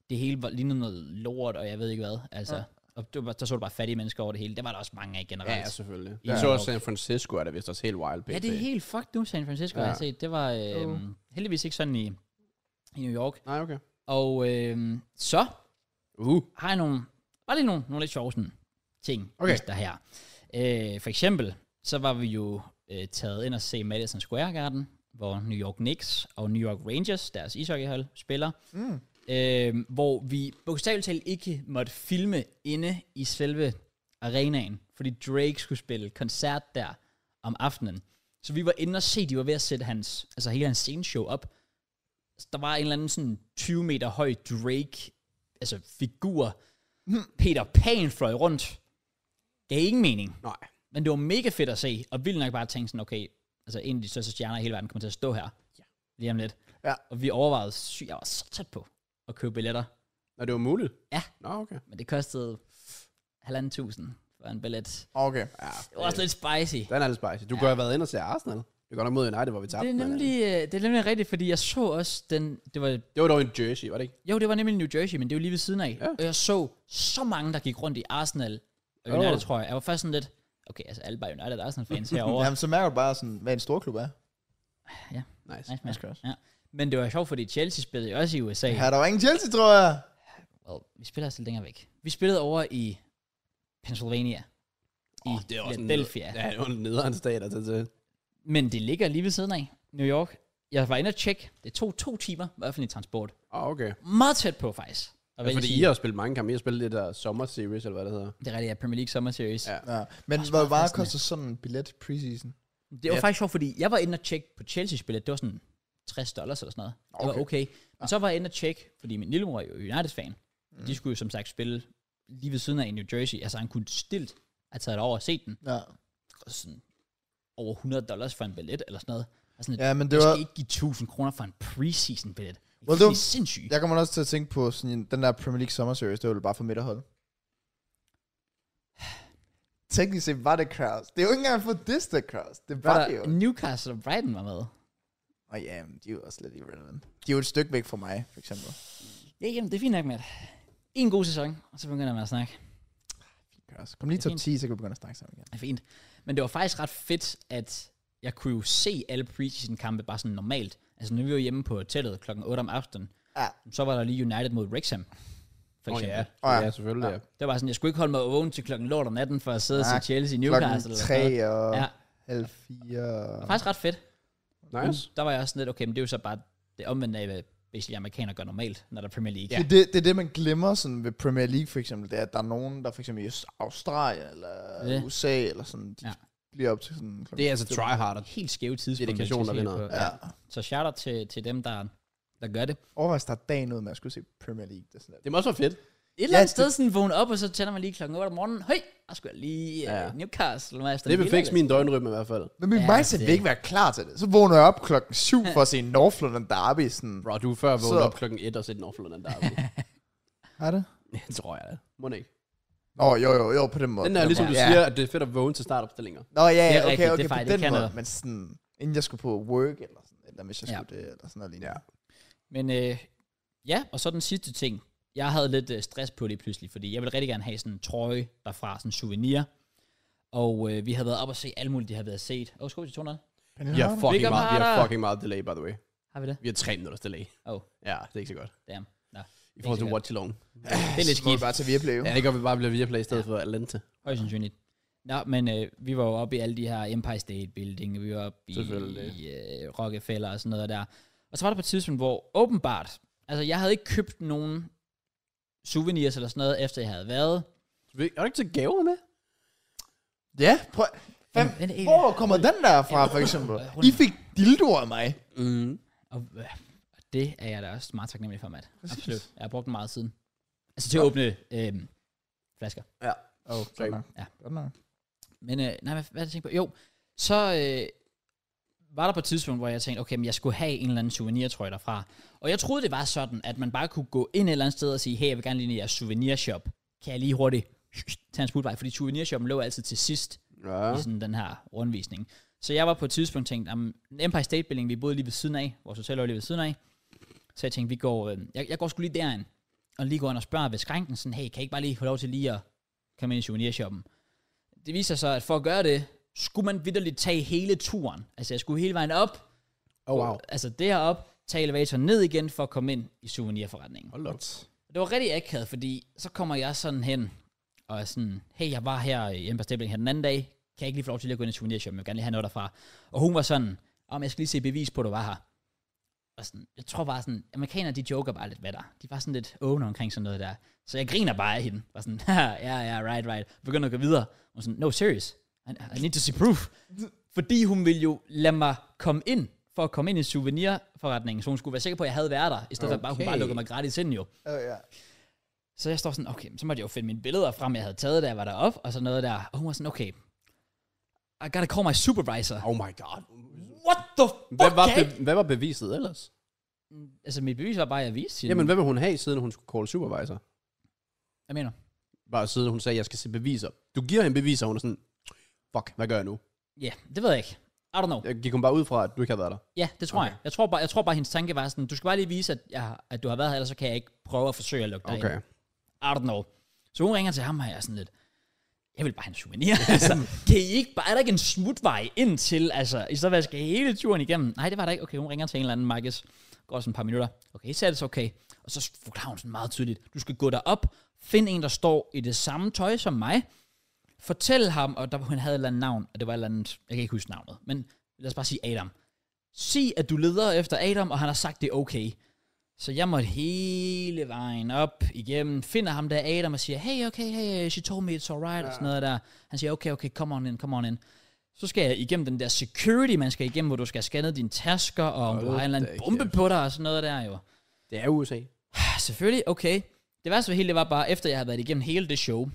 Speaker 1: det hele var lignede noget lort, og jeg ved ikke hvad. Altså, ja. og det var, der så du bare fattige mennesker over det hele. Det var der også mange af generelt.
Speaker 2: Ja,
Speaker 1: Ja,
Speaker 2: ja, selvfølgelig.
Speaker 1: Ja.
Speaker 2: Jeg så også San Francisco, er det vist også helt wild.
Speaker 1: ja
Speaker 2: pt.
Speaker 1: det er helt fucked nu, San Francisco,
Speaker 2: Ja.
Speaker 1: ja. har jeg set. Det var øh,
Speaker 3: Jo.
Speaker 1: heldigvis ikke sådan i, i New York.
Speaker 2: Nej, okay.
Speaker 1: Og øh, så
Speaker 2: Uh,
Speaker 1: har jeg nogle, bare lige nogle, nogle lidt sjove sådan, ting,
Speaker 2: Okay.
Speaker 1: okay. der her. Øh, for eksempel, så var vi jo øh, taget ind og se Madison Square Garden, hvor New York Knicks og New York Rangers, deres ishockeyhold, spiller.
Speaker 3: Mm.
Speaker 1: Øh, hvor vi bogstaveligt talt ikke måtte filme inde i selve arenaen, fordi Drake skulle spille koncert der om aftenen. Så vi var inde og se, de var ved at sætte hans, altså hele hans sceneshow op. Så Der var en eller anden sådan 20 meter høj Drake, altså figur. Peter Pan fløj rundt. Gav ingen mening.
Speaker 2: nej.
Speaker 1: Men det var mega fedt at se, og vildt nok bare tænke sådan, okay, altså en af de største stjerner i hele verden kommer til at stå her. Ja. Lige om lidt.
Speaker 3: Ja.
Speaker 1: Og vi overvejede, syg, jeg var så tæt på at købe billetter.
Speaker 2: Nå, det var muligt?
Speaker 1: Ja.
Speaker 2: Nå, okay.
Speaker 1: Men det kostede halvanden tusind for en billet.
Speaker 3: Okay.
Speaker 2: Ja,
Speaker 1: Det var også lidt spicy.
Speaker 2: Den er lidt spicy. Du ja. kunne have været ind og se Arsenal. Det går nok mod United, hvor vi tabte.
Speaker 1: Det er
Speaker 2: men, øh,
Speaker 1: nemlig, øh, det er nemlig rigtigt, fordi jeg så også den, det var,
Speaker 2: Det var dog en jersey, var det ikke?
Speaker 1: jo det var nemlig New Jersey, men det var lige ved siden af.
Speaker 2: Ja.
Speaker 1: Ja. Og jeg så så mange, der gik rundt i Arsenal og
Speaker 2: Oh.
Speaker 1: United, tror jeg. Jeg var først sådan lidt, okay, altså alle bare United og Arsenal fans herovre.
Speaker 3: Jamen, så mærker du bare, sådan, hvad en stor klub er.
Speaker 2: Nice.
Speaker 1: nice,
Speaker 3: Nice
Speaker 1: man.
Speaker 3: cross.
Speaker 1: Ja. Men det var sjovt, fordi Chelsea spillede jo også i USA.
Speaker 3: Her er der jo ingen Chelsea, tror jeg.
Speaker 1: Well, vi spiller altså lidt længere væk. Vi spillede over i Pennsylvania.
Speaker 2: Åh,
Speaker 1: I Philadelphia.
Speaker 2: Ja, det var en nederen stat at tage til.
Speaker 1: Men det ligger lige ved siden af New York. Jeg var inde og tjekke. Det tog to timer med offentlig transport.
Speaker 2: Åh, Ah, okay.
Speaker 1: Meget tæt på, faktisk. Og
Speaker 2: Ja, fordi I har spillet mange kampe. I har spillet det der Summer Series, eller hvad det hedder.
Speaker 1: Det er rigtigt, ja, Premier League Summer Series.
Speaker 2: Ja.
Speaker 1: Ja.
Speaker 3: Ja. Men
Speaker 1: Også
Speaker 3: hvor
Speaker 1: meget
Speaker 3: meget
Speaker 1: fristende.
Speaker 3: koster sådan en billet preseason?
Speaker 1: Det var
Speaker 2: Ja.
Speaker 1: faktisk sjovt, fordi jeg var inde og tjekke på Chelsea-spillet. Det var sådan 60 dollars eller sådan noget. Det okay. var okay. Men så var jeg inde og tjekke, fordi min lillemor er jo United-fan. Mm. De skulle jo som sagt spille lige ved siden af i New Jersey. Altså han kunne stilt have taget over og set den.
Speaker 3: Ja.
Speaker 1: Og sådan over 100 dollars for en billet eller sådan noget. Og sådan,
Speaker 3: ja, men det
Speaker 1: Jeg
Speaker 3: var...
Speaker 1: skal ikke give 1000 kroner for en preseason billet.
Speaker 3: Well,
Speaker 1: Well,
Speaker 3: det
Speaker 1: det
Speaker 3: var-
Speaker 1: er sindssygt. Ja.
Speaker 3: Jeg kommer også til at tænke på sådan, en- den der Premier League Summer Series, det var jo bare for midterhold. Teknisk set var det Kraus. Det er jo ikke engang for this, der Kraus. Det var,
Speaker 1: Var
Speaker 3: det jo.
Speaker 1: der Newcastle og Brighton var med.
Speaker 3: Og ja, men de er jo også lidt irrelevant. De er jo et stykke væk fra mig, for eksempel.
Speaker 1: Ja, jamen, det er fint nok, med En god sæson, og så begynder man at snakke.
Speaker 3: Kraus. Kom lige
Speaker 1: Det er
Speaker 3: top 10, så kan vi begynde at snakke sammen igen.
Speaker 1: Det er fint. Men det var faktisk ret fedt, at jeg kunne jo se alle preseason-kampe bare sådan normalt. Altså, nu er vi jo hjemme på hotellet klokken 8 om aftenen.
Speaker 3: Ja.
Speaker 1: Så var der lige United mod Wrexham, for eksempel. Oh,
Speaker 2: Oh, ja.
Speaker 3: Åh, ja.
Speaker 2: ja, selvfølgelig. Ja.
Speaker 1: Det var sådan, jeg skulle ikke holde mig vågen til klokken lort om natten for at sidde og
Speaker 3: Nej,
Speaker 1: se Chelsea i
Speaker 3: Klokken
Speaker 1: Newcastle. eller
Speaker 3: 3
Speaker 1: sådan noget.
Speaker 3: og
Speaker 1: Ja,
Speaker 3: halv 4.
Speaker 1: det var faktisk ret fedt.
Speaker 2: Nice.
Speaker 1: Der var jeg også sådan lidt, okay, men det er jo så bare det omvendte af, hvad basically amerikanere gør normalt, når der er Premier League.
Speaker 3: Ja. Det, er det, det er det, man glemmer sådan ved Premier League for eksempel, det er, at der er nogen, der for eksempel i Australien eller
Speaker 1: Det.
Speaker 3: det. USA eller sådan, de ja.
Speaker 1: Ja.
Speaker 3: bliver op til sådan klokken
Speaker 2: Det er altså tryhard.
Speaker 1: helt skæve tidspunkter.
Speaker 2: Dedikation,
Speaker 1: til at
Speaker 2: der
Speaker 1: se det
Speaker 2: vinder.
Speaker 1: på. Ja. Så shout out til, til dem, der, der gør det.
Speaker 3: Overvej at starte dagen ud med at skulle se Premier League. Det er sådan lidt.
Speaker 2: Det må også være fedt.
Speaker 1: Et eller andet sted sådan vågne op, og så tænder man lige klokken 8 om morgenen. Høj, jeg skulle lige
Speaker 2: Ja.
Speaker 1: ja. Newcastle. Hvad
Speaker 2: Det vil fikse min døgnrytme i hvert fald.
Speaker 3: Men min
Speaker 1: Ja,
Speaker 3: ja, mindset
Speaker 1: det-
Speaker 3: vil ikke være klar til det. Så vågner jeg op klokken 7 for at se North London Derby. Sådan.
Speaker 2: Bro, du er før vågnet
Speaker 3: Så-
Speaker 2: op klokken 1 og set North London der.
Speaker 3: Er det?
Speaker 2: Det tror jeg da. Må det ikke.
Speaker 3: Nå, jo, jo, jo, på den måde.
Speaker 2: Den der,
Speaker 3: på
Speaker 2: ligesom
Speaker 3: måde.
Speaker 2: du
Speaker 3: Ja.
Speaker 2: siger, at det er fedt at vågne til startopstillinger.
Speaker 3: Nå, ja,
Speaker 1: Det
Speaker 3: ja
Speaker 1: er
Speaker 3: okay,
Speaker 1: rigtigt, det
Speaker 3: okay,
Speaker 1: er
Speaker 3: på
Speaker 1: fejl, det
Speaker 3: den
Speaker 1: kan
Speaker 3: måde.
Speaker 1: noget.
Speaker 3: Men sådan, inden jeg skulle på work, eller sådan, eller hvis jeg
Speaker 1: Ja.
Speaker 3: skulle det, eller sådan noget lignende.
Speaker 2: Ja.
Speaker 1: Men øh, ja, og så den sidste ting. Jeg havde lidt øh, stress på det pludselig, fordi jeg ville rigtig gerne have sådan en trøje derfra, sådan en souvenir. Og øh, vi havde været op og se alt muligt, det har været set. Åh, oh, skål til 200.
Speaker 3: Pernille
Speaker 2: Vi har
Speaker 3: Harder?
Speaker 2: fucking
Speaker 1: Big up
Speaker 2: meget, vi har
Speaker 1: harder.
Speaker 2: fucking meget delay, by the way.
Speaker 1: Har vi det?
Speaker 2: Vi har tre minutters delay.
Speaker 1: Åh, oh,
Speaker 2: Ja, det er ikke så godt.
Speaker 1: damn. Nå,
Speaker 2: I forhold
Speaker 1: så
Speaker 2: til
Speaker 1: godt.
Speaker 2: Watch Along.
Speaker 1: det er lidt
Speaker 3: Så må vi
Speaker 1: skidt,
Speaker 3: bare til Viaplay. jo.
Speaker 2: Ja, det gør vi bare bliver Viaplay i stedet for Atlanta.
Speaker 1: højst sandsynligt. Nå, men øh, vi var jo oppe i alle de her Empire State Building, vi var oppe i
Speaker 2: Selvfølgelig.
Speaker 1: øh, Rockefeller og sådan noget der. Og så var der på et tidspunkt, hvor åbenbart, altså jeg havde ikke købt nogen souvenirs eller sådan noget, efter jeg havde været.
Speaker 2: Vi- Er du ikke til gaver med?
Speaker 3: Ja, prøv. Hvem,
Speaker 1: Men- men-
Speaker 3: hvor kommer den der fra, for eksempel?
Speaker 1: Rul-
Speaker 3: I fik dildoer af mig.
Speaker 2: Mm.
Speaker 1: Og øh, og det er jeg da også meget taknemmelig for, Matt. Absolut. Jeg har brugt den meget siden. Altså til at åbne øh, flasker.
Speaker 2: Ja.
Speaker 3: Oh,
Speaker 2: Same.
Speaker 1: Ja.
Speaker 3: Godt nok.
Speaker 1: Men øh, nej, hvad, hvad er det, jeg tænker på? Jo, så øh, var der på et tidspunkt, hvor jeg tænkte, okay, men jeg skulle have en eller anden souvenir, tror jeg, derfra. Og jeg troede, det var sådan, at man bare kunne gå ind et eller andet sted og sige, hey, jeg vil gerne lige ned i jeres souvenirshop. Kan jeg lige hurtigt tage en smutvej? Fordi souvenirshoppen lå altid til sidst
Speaker 2: Ja.
Speaker 1: i sådan den her rundvisning. Så jeg var på et tidspunkt tænkt, om Empire State Building, vi boede lige ved siden af, vores hotel lå lige ved siden af, så jeg tænkte, vi går, øh, jeg, jeg går sgu lige derind, og lige går ind og spørger ved skranken, sådan, hey, kan I ikke bare lige få lov til lige at komme ind i souvenirshoppen? Det viser sig, at for at gøre det, skulle man vidderligt tage hele turen. Altså, jeg skulle hele vejen op,
Speaker 2: Oh, wow.
Speaker 1: altså derop, tage elevatoren ned igen for at komme ind i souvenirforretningen.
Speaker 2: Hold op.
Speaker 1: Det var rigtig akavet, fordi så kommer jeg sådan hen, og er sådan, hey, jeg var her i Empire State Building her den anden dag, kan jeg ikke lige få lov til lige at gå ind i souvenirshop, jeg vil gerne lige have noget derfra. Og hun var sådan, om jeg skal lige se bevis på, at du var her. Og sådan, jeg tror bare sådan, amerikanere, de joker bare lidt med dig. De var sådan lidt åbne omkring sådan noget der. Så jeg griner bare af hende. Var sådan, ja, ja, right, right. Begynder at gå videre. Hun var sådan, no, serious. I, I need to see proof. Fordi hun ville jo lade mig komme ind, for at komme ind i souvenirforretningen, så hun skulle være sikker på, at jeg havde været der, i stedet okay. for at bare, hun bare
Speaker 2: Okay.
Speaker 1: lukkede mig gratis ind jo.
Speaker 3: Oh, ja.
Speaker 1: Så jeg står sådan, okay, så måtte jeg jo finde mine billeder frem, jeg havde taget, da jeg var deroppe, og sådan noget der. Og hun var sådan, okay, I gotta call my supervisor.
Speaker 2: Oh my god.
Speaker 1: What the fuck?
Speaker 2: Hvad var,
Speaker 1: kan jeg
Speaker 2: be- hvad var beviset ellers?
Speaker 1: ikke- altså, mit bevis var bare, at jeg viste hende.
Speaker 2: Jamen, hvad vil hun have, siden hun skulle call supervisor?
Speaker 1: Jeg mener,
Speaker 2: Bare siden hun sagde, jeg skal se beviser. Du giver hende beviser, og hun er sådan, fuck, hvad gør jeg nu?
Speaker 1: ja, yeah, det ved jeg ikke. I don't know.
Speaker 2: Jeg gik hun bare ud fra, at du ikke har været der.
Speaker 1: Ja, det tror okay. jeg. Jeg tror, bare, jeg tror bare, hendes tanke var sådan, du skal bare lige vise, at, jeg, at du har været her, ellers så kan jeg ikke prøve at forsøge at lukke dig ind.
Speaker 2: Okay.
Speaker 1: I don't know. Så hun ringer til ham, og jeg er sådan lidt, jeg vil bare have en souvenir. altså, kan I ikke bare, er der ikke en smutvej ind til, altså, i stedet for at jeg skal hele turen igennem? Nej, det var der ikke. Okay, hun ringer til en eller anden, Marcus. Går sådan et par minutter. Okay, så er det så okay. Og så forklarer hun sådan meget tydeligt, du skal gå derop, find en, der står i det samme tøj som mig, fortæl ham, og der, hun havde et eller andet navn, og det var et eller andet, jeg kan ikke huske navnet, men lad os bare sige Adam. Sig, at du leder efter Adam, og han har sagt, det er okay. Så jeg måtte hele vejen op igennem, finder ham der Adam og siger, hey, okay, hey, she told me it's alright, ja. og sådan noget der. Han siger, okay, okay, come on in, come on in. Så skal jeg igennem den der security, man skal igennem, hvor du skal have scannet dine tasker, og om du
Speaker 2: Hold
Speaker 1: har en eller
Speaker 2: da
Speaker 1: anden
Speaker 2: kæft.
Speaker 1: bombe på dig, og sådan noget der jo.
Speaker 2: Det er USA.
Speaker 1: Ah, Selvfølgelig, okay. Det værste ved hele det var bare, efter jeg havde været igennem hele det show,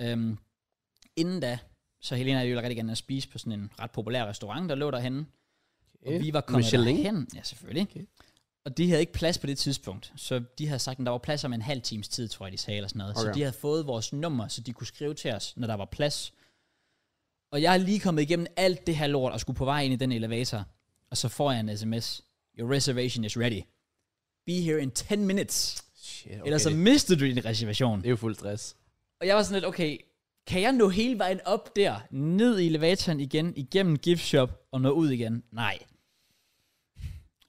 Speaker 1: øhm, inden da, så Helena og jeg ville rigtig gerne spise på sådan en ret populær restaurant, der lå derhenne. Og vi var kommet
Speaker 2: Michelin?
Speaker 1: derhen. Ja, selvfølgelig.
Speaker 2: Okay.
Speaker 1: Okay. Og de havde ikke plads på det tidspunkt. Så de havde sagt, at der var plads om en halv times tid, tror jeg, de sagde, eller sådan noget. Okay. Så
Speaker 2: Okay.
Speaker 1: de havde fået vores nummer, så de kunne skrive til os, når der var plads. Og jeg er lige kommet igennem alt det her lort, og skulle på vej ind i den elevator. Og så får jeg en sms. Your reservation is ready. Be here in 10 minutes.
Speaker 2: Shit,
Speaker 1: Okay.
Speaker 2: okay.
Speaker 1: Ellers så mister du din reservation.
Speaker 2: Det er jo fuld stress.
Speaker 1: Og jeg var sådan lidt, okay, kan jeg nå hele vejen op der, ned i elevatoren igen, igennem gift shop og nå ud igen? Nej.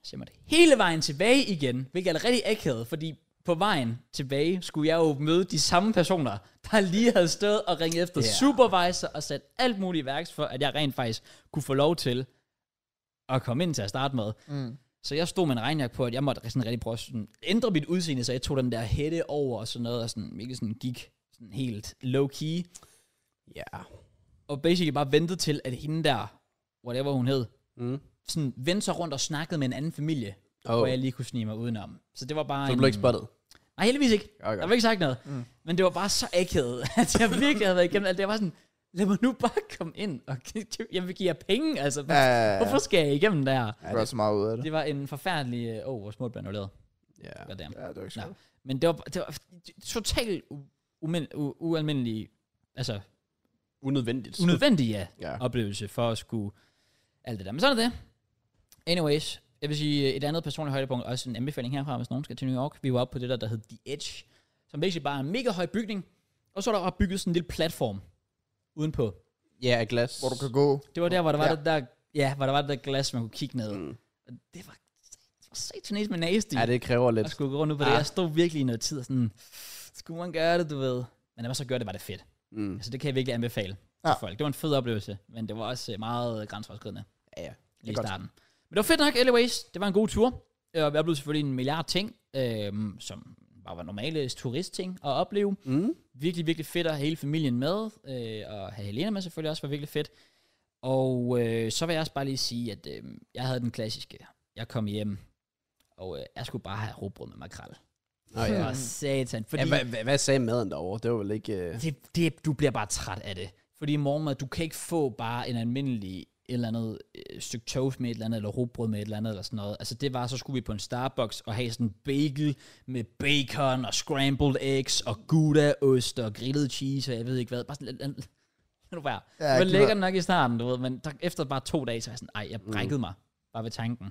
Speaker 1: Så jeg måtte hele vejen tilbage igen, hvilket er rigtig akavet, fordi på vejen tilbage skulle jeg jo møde de samme personer, der lige havde stået og ringet efter
Speaker 2: Ja.
Speaker 1: yeah. supervisor og sat alt muligt i værks for, at jeg rent faktisk kunne få lov til at komme ind til at starte med.
Speaker 3: Mm.
Speaker 1: Så jeg stod med en regnjakke på, at jeg måtte sådan rigtig prøve at sådan ændre mit udseende, så jeg tog den der hætte over og sådan noget, og sådan, virkelig sådan gik sådan helt low-key,
Speaker 2: Ja.
Speaker 1: og basically bare ventede til, at hende der, whatever hun hed,
Speaker 2: Mm.
Speaker 1: sådan vendte sig rundt og snakkede med en anden familie,
Speaker 2: Oh.
Speaker 1: hvor jeg lige kunne snige mig udenom. Så det var bare
Speaker 2: Så du
Speaker 1: en,
Speaker 2: blev ikke spottet?
Speaker 1: Nej, heldigvis ikke.
Speaker 2: Okay.
Speaker 1: Der var ikke sagt noget. Mm. Men det var bare så akavet, at jeg virkelig havde været igennem alt det. Jeg var sådan, lad mig nu bare komme ind, og jeg vil give jer penge, altså.
Speaker 3: Ja, ja, ja, ja.
Speaker 1: Hvorfor skal jeg igennem der?
Speaker 3: Jeg gør så meget ud af det.
Speaker 1: Det var en forfærdelig... øh, Åh, oh, hvor småt blev annulleret.
Speaker 2: Ja.
Speaker 1: Ja, damn.
Speaker 3: Ja, det var ikke
Speaker 1: Nå. Men det var, det var totalt u- umen- u- ualmindelig, altså
Speaker 2: Unødvendigt.
Speaker 1: unødvendig ja,
Speaker 2: Ja.
Speaker 1: oplevelse for at skulle alt det der. Men sådan er det. Anyways, jeg vil sige et andet personligt højdepunkt, også en anbefaling herfra, hvis nogen skal til New York. Vi var oppe på det der, der hed The Edge, som basically bare er en mega høj bygning, og så er der opbygget sådan en lille platform udenpå.
Speaker 2: Ja, af glas.
Speaker 3: Hvor du kan gå.
Speaker 1: Det var der, hvor der var
Speaker 3: Ja.
Speaker 1: det der, ja, hvor der var det der glas, man kunne kigge ned.
Speaker 2: Mm.
Speaker 1: Og Det var, det var satanæs med nasty.
Speaker 2: Ja, det kræver lidt.
Speaker 1: Jeg skulle gå rundt ud på det.
Speaker 2: Ah.
Speaker 1: Jeg stod virkelig i noget tid og sådan, skulle man gøre det, du ved. Men når man så gør det, var det fedt.
Speaker 2: Mm.
Speaker 1: Altså, det kan jeg virkelig anbefale ja.
Speaker 3: Ja.
Speaker 1: til folk. Det var en fed oplevelse, men det var også øh, meget øh, grænseoverskridende
Speaker 2: Ja, ja.
Speaker 1: lige i
Speaker 3: godt.
Speaker 1: starten. Men det var fedt nok, anyways. Det var en god tur. Øh, Og jeg oplevede selvfølgelig en milliard ting, øh, som bare var normale turistting at opleve.
Speaker 2: Mm.
Speaker 1: Virkelig, virkelig fedt at have hele familien med, øh, og have Helena med selvfølgelig også var virkelig fedt. Og øh, så vil jeg også bare lige sige, at øh, jeg havde den klassiske. Jeg kom hjem, og øh, jeg skulle bare have robrød med makrel.
Speaker 2: Nå, ja.
Speaker 1: For satan. altså, Fordi
Speaker 2: ja hvad, hvad, hvad sagde maden derovre? Det var vel ikke... Uh...
Speaker 1: det, det, du bliver bare træt af det. Fordi morgenmad, du kan ikke få bare en almindelig et eller andet øh, stykke toast med et eller andet, eller rugbrød med et eller andet, eller sådan noget. Altså det var, så skulle vi på en Starbucks og have sådan en bagel med bacon og scrambled eggs og goudaost og grillet cheese og jeg ved ikke hvad. Bare sådan lidt... lidt- Lad nu være.
Speaker 3: Ja,
Speaker 1: Ja, det
Speaker 3: giv
Speaker 1: lækker
Speaker 3: mig-
Speaker 1: nok i starten, du ved, men der, efter bare to dage, så er jeg sådan, ej, jeg brækkede mig bare ved tanken.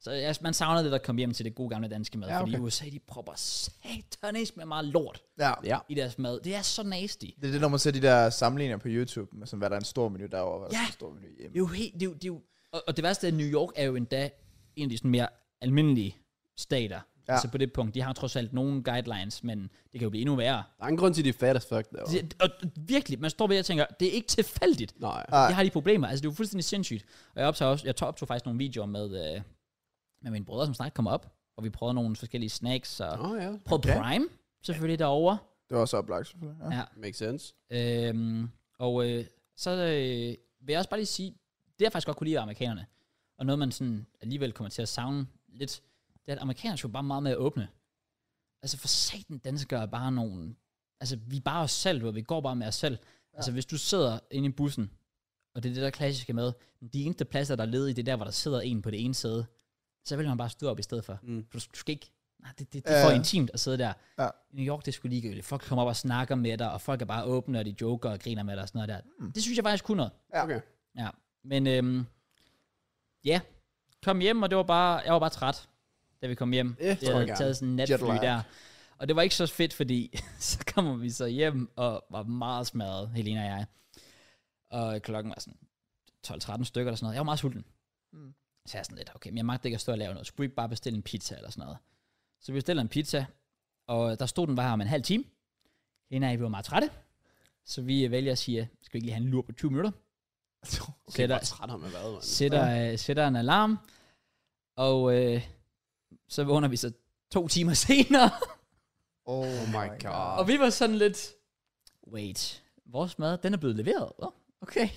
Speaker 1: Så jeg, man savner det, der kom hjem til det gode gamle danske mad, ja,
Speaker 3: Ja,
Speaker 1: okay. fordi
Speaker 3: okay.
Speaker 1: i USA, de propper satanis med meget lort
Speaker 3: Ja.
Speaker 2: Ja.
Speaker 1: i deres mad. Det er så nasty.
Speaker 3: Det er det, når man ser de der sammenligninger på YouTube, med sådan, hvad der er en stor menu derovre, hvad der
Speaker 1: Ja.
Speaker 3: er en stor menu hjemme.
Speaker 1: Det er jo helt, det er jo, det er jo, og, og det værste er, at New York er jo endda en af de sådan mere almindelige stater. Ja.
Speaker 3: Ja.
Speaker 1: Altså på det punkt, de har trods alt nogle guidelines, men det kan jo blive endnu værre. Altså,
Speaker 2: Der er en grund til, at de er fat as fuck derovre.
Speaker 1: Det, og virkelig, man står ved og tænker, det er ikke tilfældigt.
Speaker 2: Nej.
Speaker 3: Nej.
Speaker 1: Jeg har de problemer, altså det er jo fuldstændig sindssygt. Og jeg optog, også, jeg tog- optog faktisk nogle videoer med, øh, med mine brødre, som snart kommer op, og vi prøvede nogle forskellige snacks, og
Speaker 2: Nå ja,
Speaker 1: prøvede
Speaker 3: Okay.
Speaker 1: Prime, selvfølgelig derovre.
Speaker 3: Det var også oplagt, selvfølgelig. Ja.
Speaker 1: Ja.
Speaker 2: makes sense.
Speaker 1: Øhm, og øh, så øh, vil jeg også bare lige sige, det jeg faktisk godt kunne lide ved amerikanerne, og noget man sådan alligevel kommer til at savne lidt, det er, at amerikanerne er jo bare meget med at åbne. Altså for satan, danskere er bare nogen, altså vi er bare os selv, du ved, vi går bare med os selv. Ja. Altså hvis du sidder inde i bussen, og det er det der klassiske med, de eneste pladser, der er ledige, det er der, hvor der sidder en på det ene sæde, så vil man bare stå op i stedet for.
Speaker 2: Mm.
Speaker 1: For du, du skal ikke, nej, det, det, det er for
Speaker 3: Ja.
Speaker 1: intimt at sidde der.
Speaker 3: Ja.
Speaker 1: I New York, det skulle ligegyldigt. Folk kommer op og snakker med dig, og folk er bare åbne, og de joker og griner med dig og sådan noget der. Mm. Det synes jeg faktisk kunne noget.
Speaker 3: Ja.
Speaker 2: Okay.
Speaker 1: Ja. Men øhm, ja, kom hjem, og det var bare, jeg var bare træt, da vi kom hjem.
Speaker 2: Ja, tror jeg
Speaker 1: havde
Speaker 2: gerne.
Speaker 1: taget sådan en natfly
Speaker 3: Jetlag.
Speaker 1: der. Og det var ikke så fedt, fordi så kommer vi så hjem og var meget smadret, Helena og jeg. Og klokken var sådan 12-13 stykker eller sådan noget. Jeg var meget sulten.
Speaker 3: Mm.
Speaker 1: Så jeg er sådan lidt, okay, men jeg magter ikke at stå og lave noget. Skulle vi ikke bare bestille en pizza eller sådan noget? Så vi bestiller en pizza, og der stod den bare her om en halv time. Helena og jeg, vi var meget trætte. Så vi vælger at sige, skal vi ikke lige have en lur på 20 minutter?
Speaker 2: Okay,
Speaker 1: Sætter-
Speaker 2: hvor træt har man været, mand.
Speaker 1: sætter, øh, sætter en alarm, og øh, så vågner vi så to timer senere,
Speaker 3: Oh,
Speaker 2: my god.
Speaker 1: og vi var sådan lidt, wait, vores mad, den er blevet leveret, Nå, okay.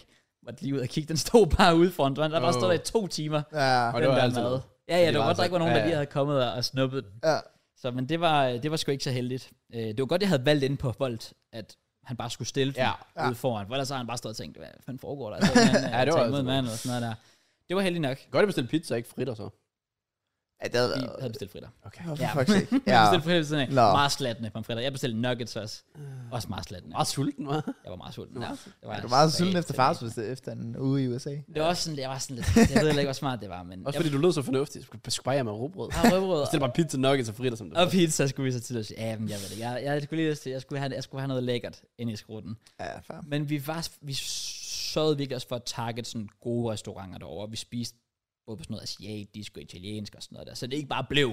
Speaker 1: Var lige ud og kigge, den stod bare ude foran døren, der var stået der i to timer,
Speaker 3: Ja,
Speaker 2: Og
Speaker 1: og
Speaker 2: det
Speaker 1: den
Speaker 2: var
Speaker 1: der
Speaker 2: altid
Speaker 1: mad.
Speaker 2: noget.
Speaker 1: Ja, ja, det
Speaker 2: det
Speaker 1: var
Speaker 2: var
Speaker 1: godt, der
Speaker 2: altså-
Speaker 1: ikke var nogen,
Speaker 2: ja,
Speaker 1: der
Speaker 2: ja.
Speaker 1: lige havde kommet og, og snuppet den.
Speaker 3: ja.
Speaker 1: Så, men det var, det var sgu ikke så heldigt. Øh, det var godt, jeg havde valgt ind på Volt, at han bare skulle stille den
Speaker 2: Ja.
Speaker 1: ja. ude foran. For ellers har han bare stået og tænkt, hvad fanden foregår der? Altså, man, ja, det var altså mand, og sådan noget der. Det var heldigt nok,
Speaker 2: Godt, at bestille pizza, ikke fritter så.
Speaker 3: ja det havde
Speaker 1: vi
Speaker 3: været...
Speaker 1: havde bestilt fritter.
Speaker 2: Okay.
Speaker 3: Hvorfor
Speaker 1: Ja.
Speaker 3: faktisk ikke?
Speaker 1: Ja.
Speaker 3: Ja.
Speaker 1: Jeg bestilte fritter ved siden af.
Speaker 3: Nå.
Speaker 1: Meget slattende pomfritter. Jeg bestilte nuggets også. Også meget slattende.
Speaker 2: Meget sulten, hva'?
Speaker 1: Jeg var meget sulten. Ja, det var,
Speaker 3: Du var meget
Speaker 1: sat-
Speaker 3: sulten efter fars, hvis det er efter en uge i USA.
Speaker 1: Det var også sådan, jeg var sådan lidt, jeg ved heller ikke, hvor smart det var, men
Speaker 2: Også
Speaker 1: jeg
Speaker 2: fordi du lød så fornuftig. Jeg skulle skulle bare hjem med råbrød.
Speaker 1: har røvbrød
Speaker 2: Bestil bare pizza nuggets og fritter som det.
Speaker 1: og
Speaker 2: var.
Speaker 1: pizza, skulle vi så til at sige, ja, men jeg ved det, jeg, jeg skulle lige lyst til, jeg skulle have, jeg skulle have noget lækkert ind i skrutten.
Speaker 3: Ja, far.
Speaker 1: Men vi var, vi sørgede virkelig også for at target sådan gode restauranter derovre. Vi spiste både på sådan noget asiatisk og italiensk og sådan noget der, så det ikke bare blev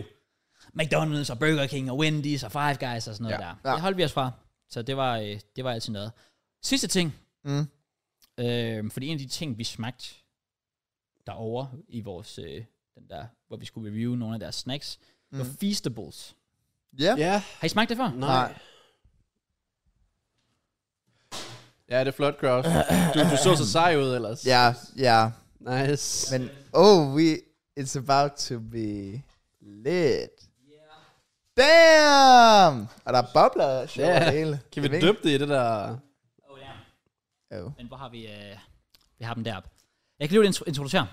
Speaker 1: McDonald's og Burger King og Wendy's og Five Guys og sådan noget
Speaker 2: Ja.
Speaker 1: ja. der.
Speaker 3: Ja.
Speaker 1: Det holdt vi os fra, så det var, øh, det var altid noget. Sidste ting,
Speaker 3: Mm.
Speaker 1: Øh, fordi en af de ting, vi smagte derovre i vores, øh, den der, hvor vi skulle review nogle af deres snacks, mm. var Feastables.
Speaker 3: Ja.
Speaker 2: Ja,
Speaker 1: Har I smagt det før?
Speaker 2: nej.
Speaker 3: Nej.
Speaker 2: Ja, det er flot, Kraus. Du, du så så sej ud ellers.
Speaker 3: Ja, ja.
Speaker 2: Nice.
Speaker 3: Men, oh, we... It's about to be lit. Damn! varm, og der er bobler og sjovt
Speaker 2: Ja.
Speaker 3: yeah. hele.
Speaker 2: Kan
Speaker 3: Jeg ved
Speaker 2: vi
Speaker 3: ikke-
Speaker 2: døbe det i det der...
Speaker 1: Oh, ja.
Speaker 3: Jo.
Speaker 1: Men hvor har vi... Øh, vi har dem deroppe. Jeg kan lige intro- introducere.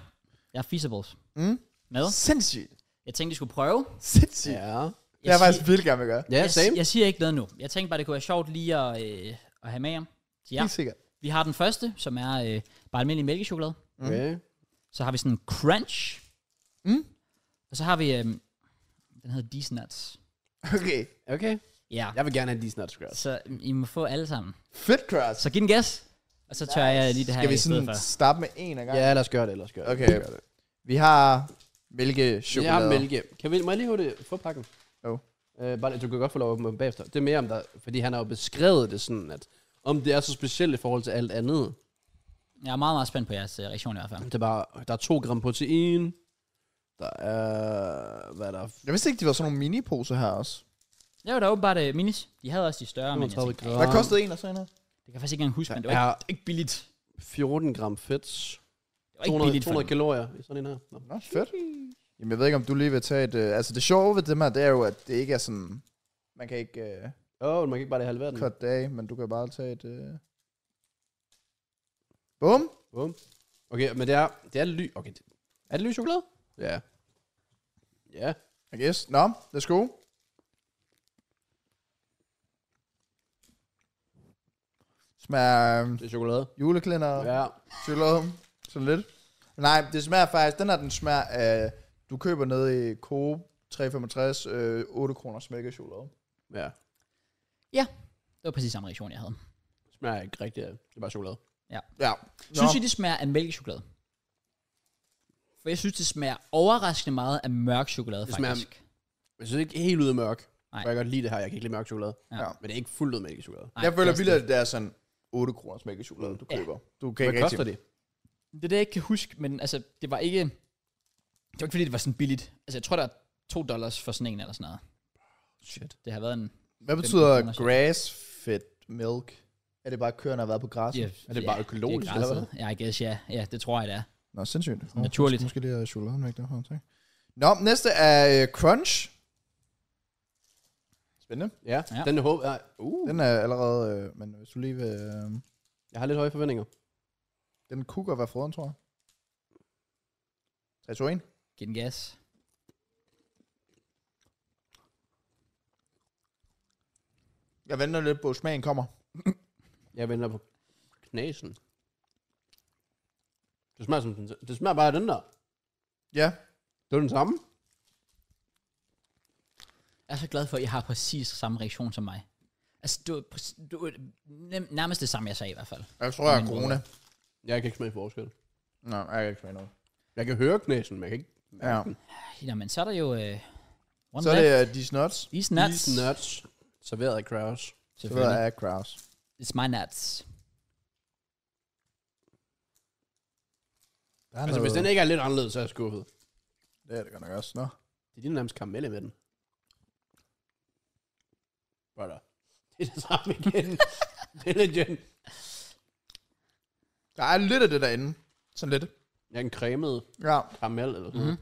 Speaker 1: Jeg har Feasibles.
Speaker 3: Mm.
Speaker 1: Med.
Speaker 3: Sindssygt.
Speaker 1: Jeg tænkte, de skulle prøve.
Speaker 3: Sindssygt. Yeah.
Speaker 2: Ja,
Speaker 3: Det er
Speaker 1: siger-
Speaker 3: jeg faktisk vildt gerne vil gøre.
Speaker 2: ja
Speaker 1: jeg,
Speaker 2: same.
Speaker 1: si- jeg siger ikke noget nu. Jeg tænkte bare, det kunne være sjovt lige at, øh, at have med jer. Så ja,
Speaker 3: Helt sikkert.
Speaker 1: vi har den første, som er øh, bare almindelig mælkechokolade.
Speaker 2: Okay.
Speaker 1: Så har vi sådan en crunch.
Speaker 3: Mm.
Speaker 1: Og så har vi, øh, den hedder These Nuts.
Speaker 3: Okay.
Speaker 2: okay.
Speaker 1: Ja,
Speaker 2: Jeg vil gerne have Disney Scratch.
Speaker 1: så mm, I må få alle sammen.
Speaker 3: Fedt cross.
Speaker 1: Så giv den gas. Og så tør jeg lige det her
Speaker 3: Skal vi
Speaker 1: i stedet
Speaker 3: sådan
Speaker 1: for.
Speaker 3: starte med en af gangen?
Speaker 2: Ja, lad os gøre det, lad os gøre det.
Speaker 3: Okay. Vi har mælkechokolade.
Speaker 2: Jeg har mælke. Kan vi, må jeg lige hurtigt få pakken?
Speaker 3: Jo.
Speaker 2: Øh, bare, du kan godt få lov at åbne dem bagefter. Det er mere om der, fordi han har jo beskrevet det sådan, at om det er så specielt i forhold til alt andet.
Speaker 1: Jeg er meget, meget spændt på jeres øh, reaktion i hvert fald.
Speaker 2: Det er bare, der er to gram protein. Der er, hvad er der?
Speaker 3: Jeg vidste ikke, de var sådan nogle mini-poser her også.
Speaker 1: Det var da åbenbart øh, minis. De havde også de større, men jeg
Speaker 2: 35
Speaker 1: tænkte,
Speaker 2: gram.
Speaker 3: Hvad kostede en og sådan noget?
Speaker 1: det kan jeg faktisk ikke engang huske, men det var,
Speaker 2: Ja,
Speaker 1: ikke, ikke billigt.
Speaker 2: 14 gram fedt.
Speaker 1: Det var ikke
Speaker 2: 200,
Speaker 1: billigt for
Speaker 2: 200
Speaker 1: dem.
Speaker 2: kalorier i sådan en her. Nå.
Speaker 3: Nå, fedt. Jamen, jeg ved ikke, om du lige vil tage et... Øh, altså, det sjove ved dem her, det er jo, at det ikke er sådan... Man kan ikke øh,
Speaker 2: Åh, oh, man kan ikke bare det halvere den.
Speaker 3: cut day, men du kan bare tage et... Øh... Bum!
Speaker 2: Bum. Okay, men det er, det er ly... Okay, det, er det lys chokolade? Ja. Ja.
Speaker 3: I guess. Nå, let's go. Smager øh,
Speaker 2: Det er chokolade.
Speaker 3: juleklænder, ja.
Speaker 2: Ja.
Speaker 3: chokolade, sådan lidt. Nej, det smager faktisk, den her, den smager af, du køber nede i Coop 365, øh, 8 kroner smækker chokolade.
Speaker 2: Ja.
Speaker 1: Det var præcis samme reaktion, jeg havde.
Speaker 2: Smager ikke rigtigt af. det. Det er bare chokolade.
Speaker 3: Ja.
Speaker 1: Synes I, det smager af mælkechokolade? For jeg synes, det smager overraskende meget af mørk chokolade,
Speaker 2: Det
Speaker 1: det
Speaker 2: smager-
Speaker 1: faktisk. Smager...
Speaker 2: Jeg synes ikke helt ud af mørk.
Speaker 1: Nej.
Speaker 2: Nej. Jeg kan godt lide det her. Jeg kan ikke lide mærke chokolade.
Speaker 1: Ja.
Speaker 2: Ja. Men det er ikke fuldt ud mælk i chokolade.
Speaker 3: jeg føler vildt, at det er sådan 8 kroner smækker chokolade, du
Speaker 1: Ja.
Speaker 3: køber. Du kan
Speaker 2: Mm. Hvad
Speaker 3: ikke
Speaker 2: koster
Speaker 3: rigtig...
Speaker 2: det?
Speaker 1: Det er det, jeg ikke kan huske, men altså, det var ikke... Det var ikke, fordi det var sådan billigt. Altså, jeg tror, der er 2 dollars for sådan en eller sådan noget.
Speaker 2: Shit.
Speaker 1: Det har været en...
Speaker 3: Hvad
Speaker 1: 15 kroner
Speaker 3: betyder
Speaker 1: chokolade.
Speaker 3: grass-fed milk? Er det bare køerne, der har været på græs?
Speaker 2: Er det bare økologisk, eller hvad?
Speaker 1: Ja, I guess, ja. Ja, det tror jeg, det er.
Speaker 3: Nå, sindssygt. Nå,
Speaker 1: naturligt.
Speaker 3: Måske lige have chokoladen væk derfra, tak. Nå, næste er øh, Crunch. Spændende.
Speaker 2: Ja.
Speaker 1: Ja.
Speaker 2: ja. Den håb... Ja. Uh.
Speaker 3: Den er allerede, øh, men hvis du lige vil... Øh,
Speaker 2: Jeg har lidt høje forventninger.
Speaker 3: den kunne godt være froden, tror jeg. 3, 2, 1.
Speaker 1: Giv den gas.
Speaker 3: Jeg venter lidt på, at smagen kommer.
Speaker 2: Jeg venter på knasen. Det smager, som den, det smager bare af den der.
Speaker 3: Ja,
Speaker 2: Det er den samme.
Speaker 1: Jeg er så glad for, at I har præcis samme reaktion som mig. Altså, du, er præc- du er nem- nærmest det samme, jeg sagde i hvert fald.
Speaker 3: jeg tror, jeg
Speaker 1: Min
Speaker 3: er corona.
Speaker 2: Jeg kan ikke smage forskel.
Speaker 3: Nå, jeg kan ikke smage noget.
Speaker 2: Jeg kan høre knasen, men jeg kan ikke...
Speaker 3: Ja.
Speaker 1: Jamen, så er der jo... Øh, one
Speaker 3: Så er det uh, These Nuts.
Speaker 1: These nuts.
Speaker 2: These nuts. Serveret af Kraus.
Speaker 3: Så ved
Speaker 1: Selvfølgelig.
Speaker 3: jeg, at Kraus.
Speaker 1: It's my nuts.
Speaker 3: Der er
Speaker 2: Altså, hvis den ikke er lidt anderledes, så er jeg skuffet.
Speaker 3: Det er det godt nok også. Nå.
Speaker 2: Det er din nærmest karamelle med den. Brother. Det er det samme igen. det er legit.
Speaker 3: Der er lidt af det derinde. Sådan lidt.
Speaker 2: Jeg er en cremet
Speaker 3: Ja.
Speaker 2: karamel eller sådan
Speaker 1: Mhm.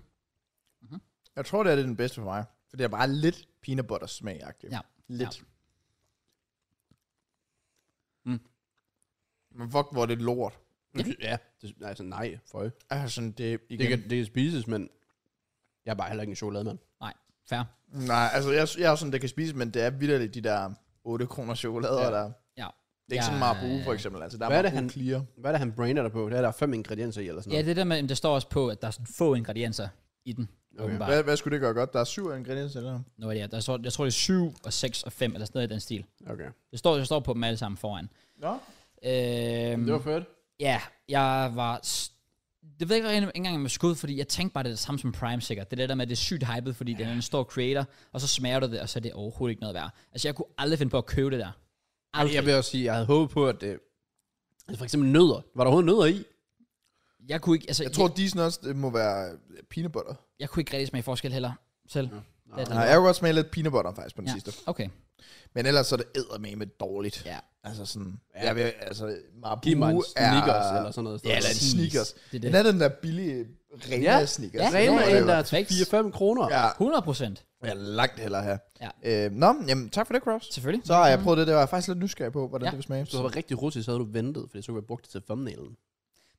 Speaker 2: noget.
Speaker 3: Jeg tror, det er det den bedste for mig. For det er bare lidt peanut butter smag
Speaker 1: Ja.
Speaker 3: Lidt.
Speaker 1: Ja.
Speaker 2: Mm.
Speaker 3: Men fuck, hvor er det lort.
Speaker 1: Mhm.
Speaker 2: Mm. Ja, det, altså nej, føj.
Speaker 3: Altså, det, igen.
Speaker 2: Det kan, det kan spises, men jeg er bare heller ikke en chokolademand.
Speaker 1: Fair.
Speaker 3: Nej, altså, jeg, jeg er sådan, det kan spises, men det er vidderligt de der 8 kroner chokolader,
Speaker 2: Ja.
Speaker 3: der...
Speaker 1: Ja.
Speaker 3: Det er ikke ja, sådan
Speaker 1: Ja,
Speaker 3: Marabu, for eksempel. Altså, der
Speaker 2: Hvad
Speaker 3: er
Speaker 2: er det,
Speaker 3: Marabu
Speaker 2: han-
Speaker 3: clear.
Speaker 2: Hvad er det, han brainer dig på? Det er, der er fem ingredienser i eller sådan
Speaker 1: Ja,
Speaker 2: noget.
Speaker 1: det er der med, der står også på, at der er sådan få ingredienser i den.
Speaker 2: Okay.
Speaker 1: Okay.
Speaker 3: Hvad, hvad skulle det gøre godt? Der er syv ingredienser i det her.
Speaker 1: Nå, ja, der står, jeg tror, det er 7 og 6 og 5, eller sådan noget i den stil.
Speaker 2: Okay.
Speaker 1: Det står, jeg står på dem alle sammen foran.
Speaker 3: Nå,
Speaker 1: Øhm,
Speaker 2: Det var fedt.
Speaker 1: Ja, jeg var... s- Det ved jeg ikke rigtig engang, om jeg skud, fordi jeg tænkte bare, det er det samme som Prime sikkert. Det er det der med, at det er sygt hypet, fordi det er en stor creator, og så smager du det, og så er det overhovedet ikke noget værd. Altså, jeg kunne aldrig finde på at købe det der. Aldrig.
Speaker 2: Jeg vil også sige, jeg havde håbet på, at det... Altså for eksempel nødder. Var der overhovedet nødder i?
Speaker 1: Jeg kunne ikke, altså,
Speaker 3: jeg tror, de sådan også det må være øh, peanut butter.
Speaker 1: jeg, jeg kunne ikke rigtig smage forskel heller selv.
Speaker 2: Ja.
Speaker 1: Det er
Speaker 3: Nej, jeg kunne godt smage lidt peanut butter faktisk på den
Speaker 1: Ja.
Speaker 3: ja. sidste.
Speaker 1: Okay.
Speaker 3: Men ellers så er det eddermame dårligt.
Speaker 1: Ja.
Speaker 3: Altså sådan,
Speaker 2: Ja.
Speaker 3: ja. jeg vil, altså Marabu
Speaker 2: Giv mig en sneakers
Speaker 3: er,
Speaker 2: eller sådan noget. i stedet
Speaker 3: Ja, eller en
Speaker 2: for.
Speaker 1: Præcis.
Speaker 3: sneakers.
Speaker 1: Det er
Speaker 3: Den
Speaker 1: det.
Speaker 3: er den der billige Rema
Speaker 2: Ja.
Speaker 3: sneakers.
Speaker 1: Ja,
Speaker 2: Rema
Speaker 1: Ja,
Speaker 2: en, der er
Speaker 1: perfekt.
Speaker 2: til 4-5 kroner.
Speaker 3: Ja,
Speaker 1: 100 procent.
Speaker 3: Jeg vil langt hellere have.
Speaker 1: Ja.
Speaker 3: Øh, nå, jamen, tak for det, Cross.
Speaker 1: Selvfølgelig.
Speaker 3: Så har jeg prøvet det, der var jeg faktisk lidt nysgerrig på, hvordan
Speaker 1: Mm. Ja.
Speaker 3: det vil smage.
Speaker 2: Hvis du havde været rigtig russisk, så havde du ventet, for så kunne jeg brugt det til thumbnailen.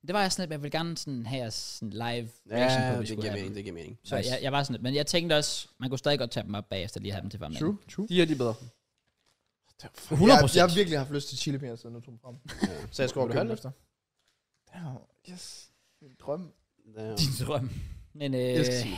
Speaker 1: Det var jeg sådan lidt, jeg ville gerne sådan have jeres sådan live reaction på, hvis
Speaker 2: det
Speaker 1: vi
Speaker 2: giver
Speaker 1: skulle have
Speaker 2: mening,
Speaker 1: dem.
Speaker 2: det giver mening.
Speaker 1: Så jeg, jeg var sådan lidt, men jeg tænkte også, man kunne stadig godt tage dem op bagefter, lige have dem til farmen.
Speaker 3: True, true.
Speaker 2: De er lige bedre.
Speaker 1: 100%.
Speaker 3: Jeg, jeg har virkelig haft lyst til chili peanuts, siden du tog dem frem. Så jeg skal
Speaker 2: Vil du
Speaker 3: overkøbe
Speaker 2: have
Speaker 3: dem
Speaker 2: lidt?
Speaker 3: efter. Damn, yes. Min drøm.
Speaker 2: Ja.
Speaker 1: Din drøm. Men øh,
Speaker 2: Jeg elsker chili.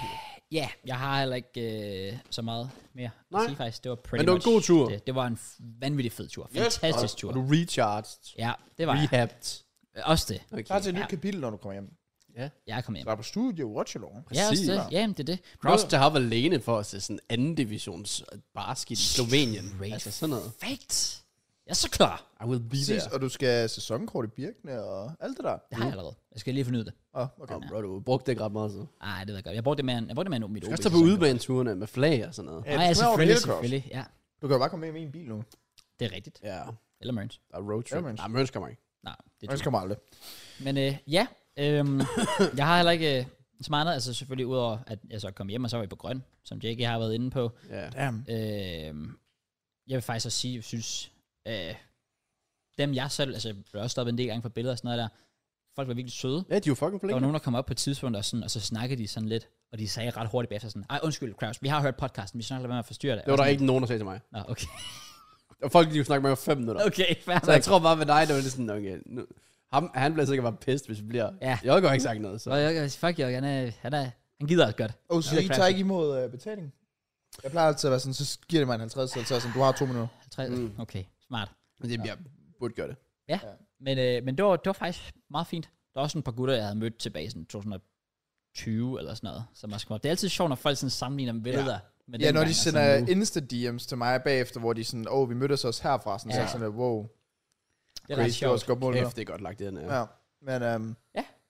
Speaker 1: ja, jeg har heller ikke øh, så meget mere
Speaker 2: Nej.
Speaker 1: at sige faktisk. Det var pretty
Speaker 2: Men det var en
Speaker 1: much
Speaker 2: god tur.
Speaker 1: Det, det var en f- vanvittig fed tur. Fantastisk tur.
Speaker 2: Og du recharged.
Speaker 1: Ja, det var jeg. Øh,
Speaker 2: Rehabbed.
Speaker 1: Også det.
Speaker 3: Klar til et
Speaker 1: Ja.
Speaker 3: nyt kapitel, når du kommer hjem.
Speaker 1: Jeg er kommet hjem.
Speaker 3: Klar på studie, watch along.
Speaker 1: Ja, også
Speaker 2: Præcis.
Speaker 1: det. Ja, men det er det.
Speaker 2: Cross to have alene for os til sådan anden divisions øh, basket i Slovenien.
Speaker 1: Straight
Speaker 2: Altså sådan noget.
Speaker 1: Perfekt. Jeg er så klar.
Speaker 2: I will be
Speaker 3: Præcis,
Speaker 2: there.
Speaker 3: og du skal have sæsonkort i Birkene og alt det der.
Speaker 1: Det
Speaker 2: Mm.
Speaker 1: har jeg allerede. Jeg skal lige fornyet det.
Speaker 3: Åh, okay.
Speaker 2: Oh, bro, du brugte det ikke ret meget så.
Speaker 1: Nej, det ved jeg godt. Jeg brugte det med, en- jeg brugte det med en, mit
Speaker 2: Du skal også tage på udebaneturene med flag og sådan noget.
Speaker 1: Nej, ja,
Speaker 3: smager over det
Speaker 1: selvfølgelig,
Speaker 3: hele, Kraus.
Speaker 1: selvfølgelig. Ja,
Speaker 3: Du kan jo bare komme med i min bil nu.
Speaker 1: det er rigtigt.
Speaker 2: Ja,
Speaker 1: Eller Mørns.
Speaker 2: der er road trip.
Speaker 3: Jamen.
Speaker 2: Nej, Mørns kommer ikke.
Speaker 1: Nej, det er
Speaker 3: Jeg skal mig aldrig.
Speaker 1: Men øh, ja, øhm, jeg har heller ikke øh, så meget andet. Altså selvfølgelig udover, at jeg så kom hjem, og så var vi på grøn, som Jake har været inde på.
Speaker 2: Ja.
Speaker 3: Damn.
Speaker 1: Øhm, jeg vil faktisk også sige, at jeg synes, øh, dem jeg selv, altså jeg blev også stoppet en del gange for billeder og sådan noget der, folk var virkelig søde.
Speaker 2: Ja, de er jo fucking
Speaker 1: Der var
Speaker 2: flinke.
Speaker 1: nogen, der kom op på et tidspunkt, og, sådan, og så snakkede de sådan lidt, og de sagde ret hurtigt bagefter sådan, ej undskyld Kraus, vi har hørt podcasten, vi skal nok lade være med at forstyrre dig.
Speaker 2: Det var der ikke nogen, der sagde til mig.
Speaker 1: Nå, okay,
Speaker 2: Og folk de snakke med mig i fem minutter.
Speaker 1: okay, fair
Speaker 2: Så jeg
Speaker 1: nok.
Speaker 2: tror bare ved dig, det var lidt sådan, okay, nu, ham, han bliver sikkert bare pissed, hvis vi bliver.
Speaker 1: Ja.
Speaker 2: Jeg har jo ikke sagt noget, så.
Speaker 1: Så jeg, fuck Jørgen, han, er- han, er, han gider også godt.
Speaker 3: Og så
Speaker 1: Ja.
Speaker 3: I tager ikke imod øh, betaling? Jeg plejer altid at være sådan, så giver det mig en 50, så sådan, du har to minutter.
Speaker 1: 50,
Speaker 2: Mm.
Speaker 1: Okay, smart.
Speaker 2: Men det bliver, burde gøre det.
Speaker 1: Men, øh, men det, var, det var faktisk meget fint. Der var også en par gutter, jeg havde mødt tilbage i sådan 2020 eller sådan noget. Som også kom. Det er altid sjovt, når folk sådan sammenligner med billeder. Ja, med
Speaker 3: Ja,
Speaker 1: dengang,
Speaker 3: når de
Speaker 1: og sådan
Speaker 3: sender
Speaker 1: altså nu.
Speaker 3: Insta-DM's til mig bagefter, hvor de sådan, åh, oh, vi mødtes også herfra, sådan, ja. så er
Speaker 1: Ja.
Speaker 3: jeg sådan, wow,
Speaker 1: Det er ret
Speaker 3: crazy, det var
Speaker 1: sjovt.
Speaker 3: også godt mål. der.
Speaker 2: Kæft, det er godt lagt det her.
Speaker 3: Ja. Men øhm,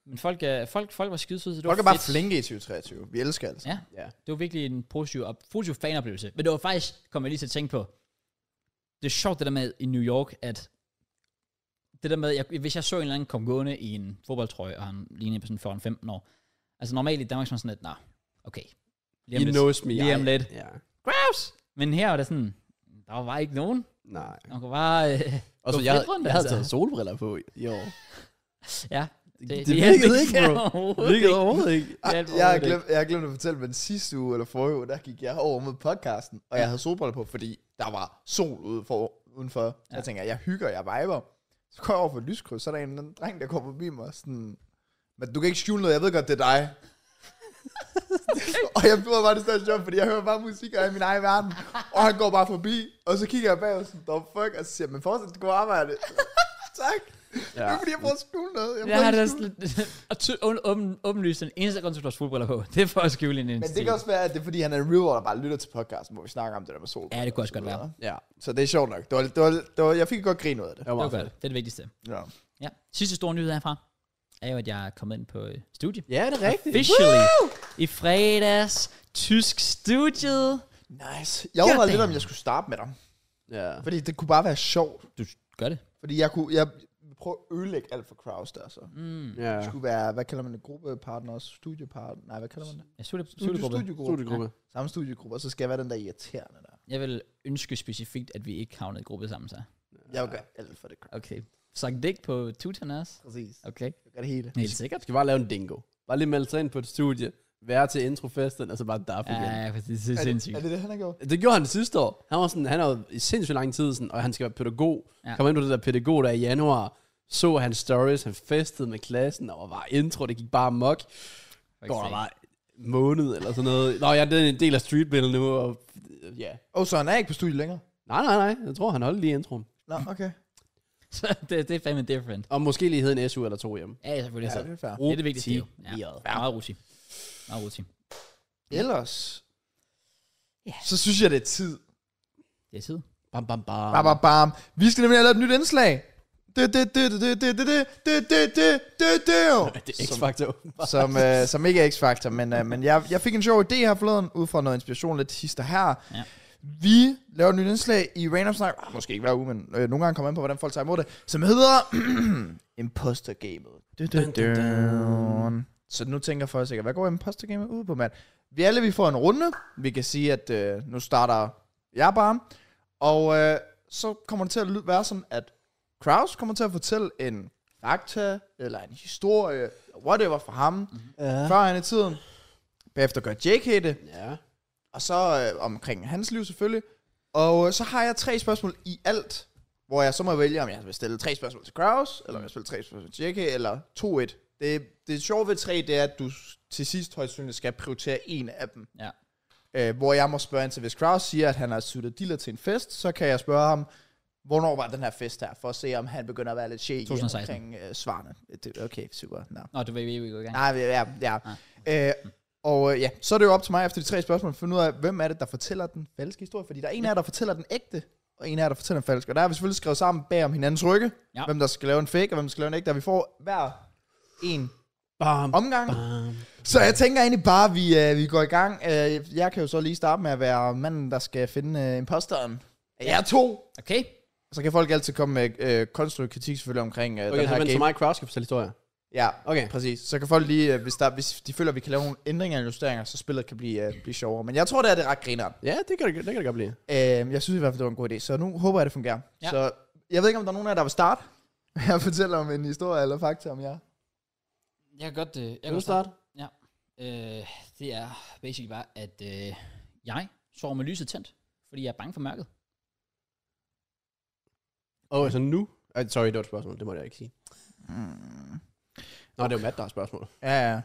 Speaker 1: Men folk, øh, folk, folk var skidesøde, så det
Speaker 3: folk
Speaker 1: var
Speaker 3: er bare
Speaker 1: fedt.
Speaker 3: flinke i 2023. Vi elsker altså.
Speaker 1: Ja.
Speaker 2: Ja.
Speaker 1: Det var virkelig en positiv, op, positiv fanoplevelse. Men det var faktisk, kom jeg lige til at tænke på, det er sjovt det der med i New York, at det der med, jeg, hvis jeg så en eller anden komme gående i en fodboldtrøje, og han lignede på sådan 14-15 år, altså normalt i Danmark så er man sådan lidt, nej, okay. Lige om
Speaker 2: He
Speaker 1: lidt.
Speaker 2: knows me.
Speaker 1: Lige om
Speaker 2: I-
Speaker 1: lidt.
Speaker 2: Ja.
Speaker 1: Men her var det sådan, der var bare ikke nogen.
Speaker 2: Nej.
Speaker 1: Man kunne bare... Øh,
Speaker 2: Og så
Speaker 1: Gå
Speaker 2: jeg,
Speaker 1: frit rundt,
Speaker 2: jeg havde
Speaker 1: altså.
Speaker 2: taget solbriller på i år.
Speaker 1: ja,
Speaker 2: Det,
Speaker 1: det,
Speaker 2: det, virkede ikke, bro. Det
Speaker 1: overhovedet
Speaker 2: virkede
Speaker 1: ikke.
Speaker 2: overhovedet ikke.
Speaker 1: Det er
Speaker 3: Ah,
Speaker 1: alt
Speaker 3: Jeg har,
Speaker 1: overhovedet
Speaker 3: glemt, jeg har glemt at fortælle, men sidste uge eller forrige uge, der gik jeg over mod podcasten, og jeg havde solbriller på, fordi der var sol ude for, udenfor. Ja.
Speaker 1: Ja.
Speaker 3: Jeg tænker, jeg hygger, jeg viber. Så går jeg over for et lyskryds, så er der en eller anden dreng, der kommer forbi mig og sådan, men du kan ikke skjule noget, jeg ved godt, det er dig. og jeg bliver bare det største job, fordi jeg hører bare musik og er i min egen verden. Og han går bare forbi, og så kigger jeg bag og sådan, the fuck, og så siger jeg, men fortsæt det gode arbejde. tak. Ja. Det er fordi, jeg prøver at skjule noget. Jeg
Speaker 1: Jeg
Speaker 3: prøver
Speaker 1: har
Speaker 3: at
Speaker 1: det
Speaker 3: skjule-
Speaker 1: også lidt... Og ty- åben- åben- åbenlyst den eneste grund til, at du har solbriller på. Det er for at skjule en
Speaker 3: Men det kan også være, at det er fordi, han er en reviewer, der bare lytter til podcasten, hvor vi snakker om det der med sol.
Speaker 1: Ja, det kunne også godt være.
Speaker 2: Ja,
Speaker 3: Så det er sjovt nok. Det var, det var, det var, jeg fik et godt grin ud af det.
Speaker 2: det var
Speaker 1: Det
Speaker 2: meget
Speaker 1: var godt.
Speaker 2: fedt.
Speaker 1: Det er det vigtigste.
Speaker 3: Ja.
Speaker 1: Ja. Sidste store nyhed herfra, er jo, at jeg er kommet ind på øh, studie.
Speaker 2: Ja, det er rigtigt.
Speaker 1: Officially. I fredags. Tysk studiet.
Speaker 3: Nice. Jeg overvejede lidt,
Speaker 1: Goddamn.
Speaker 3: om jeg skulle starte med dig.
Speaker 2: Ja.
Speaker 3: Fordi det kunne bare være sjovt.
Speaker 1: Du gør det.
Speaker 3: Fordi jeg kunne jeg prøve at ødelægge alt for Kraus der så. Det
Speaker 1: Mm.
Speaker 2: Ja.
Speaker 3: skulle være, hvad kalder man det, gruppepartner og studiepartner? Nej, hvad kalder man det?
Speaker 1: Ja, studie,
Speaker 3: Studie,
Speaker 1: studiegruppe.
Speaker 3: studiegruppe.
Speaker 2: Studiegruppe.
Speaker 3: Ja. Samme studiegruppe, og så skal jeg være den der irriterende der.
Speaker 1: Jeg vil ønske specifikt, at vi ikke havnede i gruppe sammen, så.
Speaker 3: Jeg vil gøre alt for det, Kraus.
Speaker 1: Okay. Sagt dæk på tutoren også.
Speaker 3: Præcis.
Speaker 1: Okay.
Speaker 3: Jeg gør det hele.
Speaker 1: Helt sikkert.
Speaker 2: Jeg skal bare lave en dingo. Bare lige melde sig ind på et studie. Være til introfesten, og så bare daf igen.
Speaker 1: Ja, præcis. Det er
Speaker 3: Er
Speaker 1: sindssygt.
Speaker 3: det, er det det, han har gjort?
Speaker 2: Det gjorde han sidste år. Han var sådan, han har jo i sindssygt lang tid, sådan, og han skal være pædagog.
Speaker 1: Ja.
Speaker 2: Ja. Kom ind på det der pædagog der i januar. Så hans stories, han festede med klassen, og var intro, det gik bare mok. Går der bare en måned eller sådan noget. Nå, jeg er en del af streetbill nu, og ja.
Speaker 3: Åh, oh, så han er ikke på studie længere?
Speaker 2: Nej, nej, nej. Jeg tror, han holdt lige introen.
Speaker 3: Nå, okay.
Speaker 1: Så det, det er fandme different.
Speaker 2: Og måske lige hed en SU eller to hjem.
Speaker 1: Ja, ja, selvfølgelig.
Speaker 3: Ja,
Speaker 1: Ja,
Speaker 3: det er fair.
Speaker 1: det er det vigtigste. jo. Ja.
Speaker 2: Rutineret.
Speaker 1: Meget rusi. Meget rusi.
Speaker 3: Ellers,
Speaker 1: Ja.
Speaker 3: så synes jeg, det er tid.
Speaker 1: Det er tid.
Speaker 2: Bam, bam, bam.
Speaker 3: Bam, bam, bam. Vi skal nemlig have lavet et nyt indslag. Det, det, det, det, det, det, det, det, det, det, det, det, det,
Speaker 2: Det er X-Factor.
Speaker 3: som, øh, som ikke er X-Factor, men, øh, men jeg, jeg fik en sjov idé her forleden, ud fra noget inspiration lidt sidst og her.
Speaker 1: Ja.
Speaker 3: Vi laver et nyt indslag i Random Snak, ah, måske ikke hver uge, men øh, nogle gange kommer ind på, hvordan folk tager imod det, som hedder Imposter Gamet. Dun, dun, dun. Så nu tænker folk sikkert, hvad går Imposter Gamet ud på, mand? Vi alle vi får en runde. Vi kan sige, at øh, nu starter jeg bare. Og øh, så kommer det til at lyde- være sådan, at Kraus kommer til at fortælle en fakta, eller en historie, whatever for ham, mm-hmm.
Speaker 2: Ja.
Speaker 3: før han i tiden. Bagefter gør Jake det,
Speaker 2: Ja.
Speaker 3: og så øh, omkring hans liv selvfølgelig. Og øh, så har jeg tre spørgsmål i alt, hvor jeg så må vælge, om jeg vil stille tre spørgsmål til Kraus, eller om jeg vil stille tre spørgsmål til JK, eller 2-1. Det, det sjove ved tre, det er, at du s- til sidst højst sandsynligt skal prioritere en af dem.
Speaker 1: Ja.
Speaker 3: Øh, hvor jeg må spørge ind til, hvis Kraus siger, at han har suttet dealer til en fest, så kan jeg spørge ham, hvornår var den her fest her, for at se, om han begynder at være lidt shaky
Speaker 1: 2016.
Speaker 3: omkring øh, svarene. Det- Okay, super. No.
Speaker 1: Nå, du ved, vi er jo i gang.
Speaker 3: Nej, ja, ja.
Speaker 2: Ah.
Speaker 3: ja. Øh, og øh, ja, så er det jo op til mig efter de tre spørgsmål at finde ud af, hvem er det, der fortæller den falske historie. Fordi der er en af jer, der fortæller den ægte, og en af jer, der fortæller den falske. Og der har vi selvfølgelig skrevet sammen bag om hinandens rygge,
Speaker 1: Ja.
Speaker 3: ja. hvem der skal lave en fake, og hvem der skal lave en ægte. Og vi får hver en
Speaker 2: Bam.
Speaker 3: omgang.
Speaker 2: Bam.
Speaker 3: Så jeg tænker egentlig bare, at vi, øh, vi går i gang. Øh, jeg kan jo så lige starte med at være manden, der skal finde øh, imposteren. Jeg er to.
Speaker 1: Okay.
Speaker 3: Så kan folk altid komme med øh, konstruktiv kritik selvfølgelig omkring øh, okay,
Speaker 2: Okay,
Speaker 3: den
Speaker 2: så
Speaker 3: her
Speaker 2: vent
Speaker 3: game.
Speaker 2: til mig, Kraus skal fortælle historier.
Speaker 3: Ja,
Speaker 2: Okay.
Speaker 3: præcis. Så kan folk lige, øh, hvis, der, hvis de føler, at vi kan lave nogle ændringer og justeringer, så spillet kan blive, øh, blive sjovere. Men jeg tror, det er det er ret griner.
Speaker 2: Ja, det kan det, det, kan det godt blive.
Speaker 3: Øh, jeg synes i hvert fald, det var en god idé, så nu håber jeg, det fungerer.
Speaker 1: Ja.
Speaker 3: Ja. Så jeg ved ikke, om der er nogen af jer, der vil starte. Jeg fortæller om en historie eller fakta om jer.
Speaker 1: Jeg kan godt, øh, jeg kan
Speaker 2: Vil du
Speaker 1: godt starte.
Speaker 2: starte?
Speaker 1: Øh, det er basically bare, at øh, jeg sover med lyset tændt, fordi jeg er bange for mørket.
Speaker 2: Åh, oh, altså nu? Ej, sorry, det var et spørgsmål. Det måtte jeg ikke sige.
Speaker 3: Mm.
Speaker 2: Nå, det er jo Matt, der har spørgsmål.
Speaker 3: Ja, ja.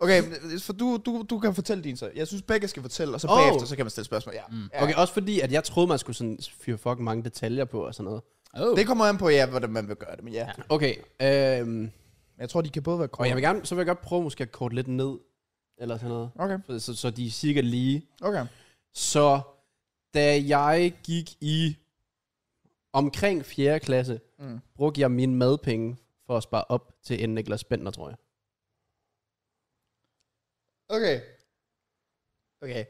Speaker 3: Okay, for du, du, du kan fortælle din så. Jeg synes, begge skal fortælle, og så
Speaker 2: Oh.
Speaker 3: oh. bagefter, så kan man stille spørgsmål. Ja.
Speaker 1: Mm.
Speaker 3: Mm.
Speaker 2: Ja.
Speaker 3: ja.
Speaker 2: Okay, også fordi, at jeg troede, man skulle sådan fyre fucking mange detaljer på og sådan noget.
Speaker 1: Oh.
Speaker 3: Det kommer an på, ja, hvordan man vil gøre det, men ja.
Speaker 1: Ja.
Speaker 3: ja.
Speaker 2: Okay, øhm,
Speaker 3: Jeg tror, de kan både være
Speaker 2: og
Speaker 3: korte.
Speaker 2: jeg vil gerne, så vil jeg godt prøve måske at korte lidt ned, eller sådan noget,
Speaker 3: Okay,
Speaker 2: For- så, så de er cirka lige.
Speaker 3: okay.
Speaker 2: Så da jeg gik i omkring 4. klasse,
Speaker 3: Mm.
Speaker 2: brugte jeg mine madpenge for at spare op til en Niklas Bender, tror jeg.
Speaker 3: Okay. Okay.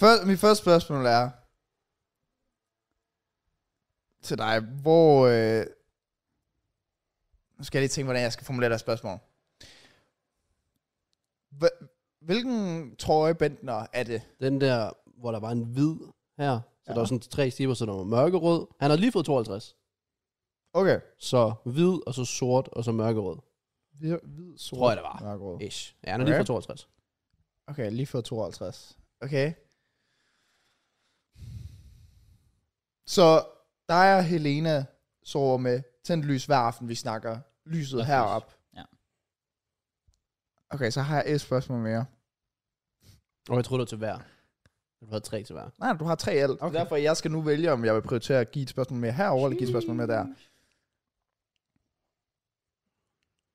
Speaker 3: Før, mit første spørgsmål er til dig, hvor... Øh, nu skal jeg lige tænke, hvordan jeg skal formulere det her spørgsmål. Hva- Hvilken trøje Bentner er det?
Speaker 2: Den der, hvor der var en hvid her, så
Speaker 3: Ja.
Speaker 2: der var sådan tre striber, så der var mørkerød. Han har lige fået 52.
Speaker 3: Okay.
Speaker 2: Så hvid, og så sort, og så mørkerød.
Speaker 3: Hvid, hvid sort,
Speaker 2: Tror jeg, det var.
Speaker 3: mørkerød.
Speaker 2: Ish. Ja, han har lige
Speaker 3: Okay.
Speaker 2: fået 52.
Speaker 3: Okay, lige før 52. Okay. Så dig og Helena sover med tændt lys hver aften, vi snakker lyset
Speaker 1: Præcis.
Speaker 3: herop.
Speaker 1: Ja.
Speaker 3: Okay, så har jeg et spørgsmål mere.
Speaker 2: Og jeg troede, det var til hver. Du havde tre til hver.
Speaker 3: Nej, du har tre alt. Okay.
Speaker 2: Okay.
Speaker 3: Derfor jeg skal nu vælge, om jeg vil prioritere at give et spørgsmål mere herover eller give et spørgsmål mere der.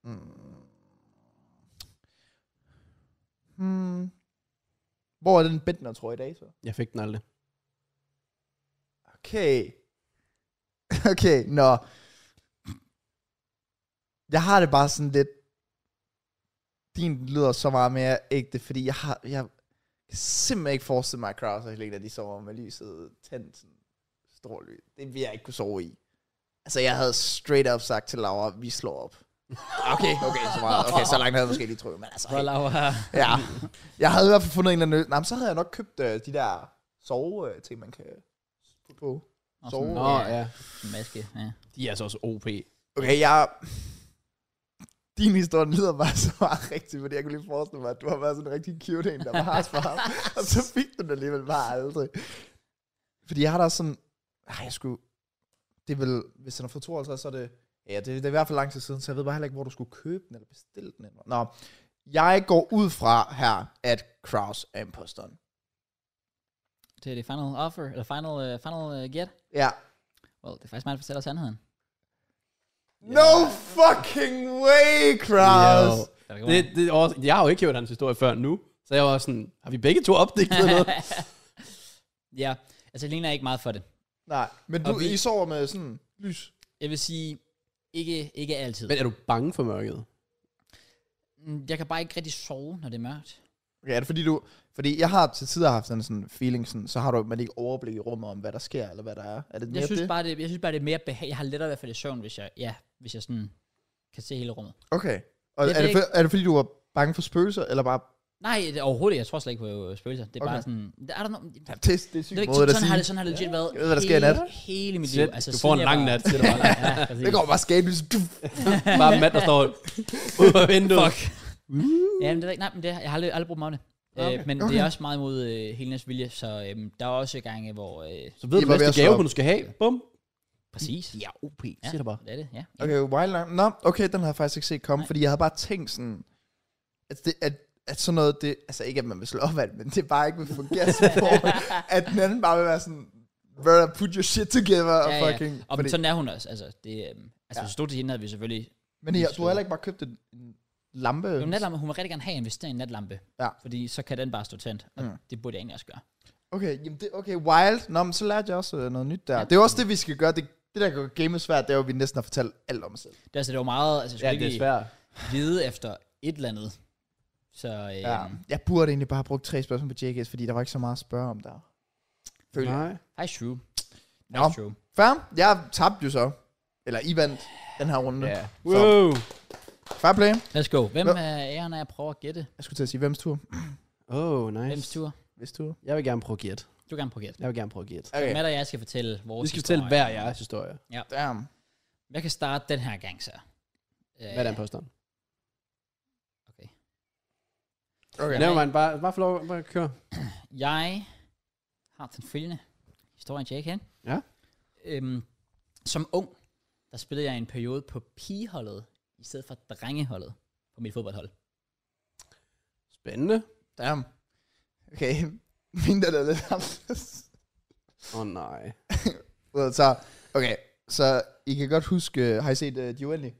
Speaker 3: Mm. Hmm. Hvor er den Bentner, tror jeg, i dag så?
Speaker 2: Jeg fik den aldrig.
Speaker 3: Okay. Okay, nå. Jeg har det bare sådan lidt... Din lyder så meget mere ægte, fordi jeg har... Jeg kan simpelthen ikke forestille mig, at Kraus og Helena, de sover med lyset tændt. Sådan stor lys. Det vil jeg ikke kunne sove i. Altså, jeg havde straight up sagt til Laura, vi slår op. Okay, okay, så meget. Okay, så langt havde jeg måske lige trykket, men altså...
Speaker 1: Så
Speaker 3: Hey.
Speaker 1: Laura,
Speaker 3: Ja, jeg havde i hvert fald fundet en eller anden... Nej, men så havde jeg nok købt øh, de der sove øh, ting, man kan putte på.
Speaker 1: og
Speaker 3: Sove.
Speaker 1: sådan,
Speaker 2: Nå,
Speaker 1: ja,
Speaker 2: ja.
Speaker 1: en maske. Ja.
Speaker 2: De er altså også OP.
Speaker 3: Okay, jeg... Din historie lyder bare så meget rigtigt, fordi jeg kunne lige forestille mig, at du har været sådan en rigtig cute en, der var hars for ham. og så fik du den alligevel bare aldrig. Fordi jeg har da sådan... Ej, jeg skulle... Det er vel... Hvis den har fået 52, så er det... Ja, det, det er i hvert fald lang tid siden, så jeg ved bare heller ikke, hvor du skulle købe den eller bestille den. Eller. Nå, jeg går ud fra her, at Kraus er imposteren.
Speaker 1: Det er det final offer, eller final, uh, final uh, get.
Speaker 3: Ja.
Speaker 1: Well, det er faktisk mig, der fortæller sandheden.
Speaker 3: No fucking way, Kraus!
Speaker 1: Der er
Speaker 2: Det, det er også, jeg har jo ikke hørt hans historie før nu. Så jeg var sådan, har vi begge to opdigtet noget?
Speaker 1: ja, altså Helena er ikke meget for det.
Speaker 3: Nej, men
Speaker 1: Og
Speaker 3: du,
Speaker 1: vi-
Speaker 3: I sover med sådan lys.
Speaker 1: Jeg vil sige, ikke, ikke altid.
Speaker 2: Men er du bange for mørket?
Speaker 1: Men, jeg kan bare ikke rigtig sove, når det er mørkt.
Speaker 3: Ja, er det fordi du... Fordi jeg har til tider haft sådan en feeling, sådan, så har du man ikke overblik i rummet om, hvad der sker, eller hvad der er. Er det mere
Speaker 1: Jeg synes,
Speaker 3: det?
Speaker 1: bare, det, jeg synes bare, det er mere behag. Jeg har lettere ved at falde i søvn, hvis jeg, ja, hvis jeg sådan kan se hele rummet.
Speaker 3: Okay. Og
Speaker 1: Jeg
Speaker 3: er
Speaker 1: ved
Speaker 3: det, for, er det fordi, du var bange for spøgelser, eller bare
Speaker 1: Nej, det, er overhovedet ikke. Jeg tror slet ikke på øh, spøgelser. Det er okay.
Speaker 3: Okay.
Speaker 1: bare sådan... Der er der no,
Speaker 3: Ja, det, er- det er
Speaker 1: det er
Speaker 3: sygt
Speaker 1: ikke,
Speaker 3: måde
Speaker 1: sådan,
Speaker 3: at
Speaker 1: sådan, har
Speaker 3: sige.
Speaker 1: det, sådan har det legit været
Speaker 3: Jeg ved, hvad der sker i nat.
Speaker 1: hele, hele mit liv. Altså,
Speaker 2: Shit, du får en
Speaker 1: siden
Speaker 2: lang
Speaker 1: jeg
Speaker 2: nat.
Speaker 1: var- ja, præcis.
Speaker 3: Det går bare ligesom- skabelys.
Speaker 2: Bare mand, der står ud af vinduet. Fuck.
Speaker 1: Ja, men det er ikke, nej, men det, har- jeg har aldrig, aldrig brugt mig om det. Okay.
Speaker 2: Okay.
Speaker 1: Øh, men okay. det er også meget imod øh, Helenas vilje, så øhm, der er også gange, hvor... Øh,
Speaker 2: Så ved
Speaker 3: I
Speaker 2: du
Speaker 3: var ved at
Speaker 2: næste
Speaker 3: slå
Speaker 2: gave,
Speaker 3: op.
Speaker 2: hun skal have. Bum.
Speaker 1: præcis.
Speaker 2: Ja, OP.
Speaker 1: Ja,
Speaker 2: Siger det bare.
Speaker 1: Det er det, ja. Okay.
Speaker 3: Okay, Wild Line. Nå, okay, den har jeg faktisk ikke set komme,
Speaker 1: Nej.
Speaker 3: fordi jeg havde bare tænkt sådan, at, det, at, at sådan noget, det, altså ikke at man vil slå op af det, men det er bare ikke vil fungere så på, at den anden bare vil være sådan, brother, put your shit together,
Speaker 1: Ja,
Speaker 3: ja,
Speaker 1: ja.
Speaker 3: fucking. Ja.
Speaker 1: Og
Speaker 3: fordi,
Speaker 1: sådan er hun også. Altså, det, øhm, altså
Speaker 3: Ja.
Speaker 1: ja. hvis du stod til hende, havde vi selvfølgelig...
Speaker 3: men I, du har heller ikke bare købt en en lampe.
Speaker 1: Jo, natlampe, hun vil rigtig gerne have investeret i en natlampe.
Speaker 3: Øhm. Ja.
Speaker 1: Fordi så kan den bare stå tændt. Og
Speaker 3: Mm.
Speaker 1: mm. det burde jeg egentlig også gøre.
Speaker 3: Okay, jamen det, okay, wild. Nå, men så lærte jeg også øh, noget nyt der.
Speaker 1: Ja.
Speaker 3: Det er også det, vi skal gøre. Det, det der gør gamet svært, det er jo, at vi næsten har fortalt alt om os selv.
Speaker 1: Det, er altså, det var meget... Altså, jeg
Speaker 2: Ja,
Speaker 1: skulle
Speaker 2: det
Speaker 1: ja,
Speaker 2: er
Speaker 1: ikke
Speaker 2: svært.
Speaker 1: vide efter et eller andet. Så øhm,
Speaker 3: Ja.
Speaker 1: ja.
Speaker 3: Jeg burde egentlig bare have brugt tre spørgsmål på JKS, fordi der var ikke så meget at spørge om der. Føler jeg.
Speaker 2: Nej.
Speaker 1: that's true.
Speaker 3: Nå.
Speaker 1: That's true.
Speaker 3: Fair. Jeg tabte jo så. Eller I vandt den her runde.
Speaker 2: Ja.
Speaker 3: Så.
Speaker 2: Wow.
Speaker 3: Fair play.
Speaker 1: Let's go. Hvem
Speaker 3: Nå.
Speaker 1: er æren af at prøve at gætte?
Speaker 3: Jeg skulle til at sige, hvems tur?
Speaker 2: Oh, nice.
Speaker 1: Hvems tur?
Speaker 3: Hvis tur.
Speaker 2: Jeg vil gerne prøve at gætte.
Speaker 1: Du kan gerne prøve at gætte.
Speaker 2: Jeg vil gerne prøve at gætte.
Speaker 1: Okay.
Speaker 3: Okay.
Speaker 1: Matt og jeg skal fortælle vores
Speaker 2: Vi skal fortælle
Speaker 1: historie.
Speaker 2: hver jeres historie.
Speaker 3: Damn.
Speaker 1: Jeg kan starte den her gang så. Øh,
Speaker 2: Hvad er den påstand?
Speaker 3: Okay.
Speaker 1: Ja.
Speaker 2: Nævn mig bare, bare få lov at bare køre.
Speaker 1: Jeg har den følgende historie, jeg ikke kan.
Speaker 2: Ja.
Speaker 1: Øhm, som ung, der spillede jeg en periode på pigeholdet, i stedet for drengeholdet på mit fodboldhold.
Speaker 2: Spændende.
Speaker 3: Damn. Okay. Min der er lidt anderledes.
Speaker 2: Åh oh, nej.
Speaker 3: Well, så, okay. Så I kan godt huske, har I set uh, De Uendelige?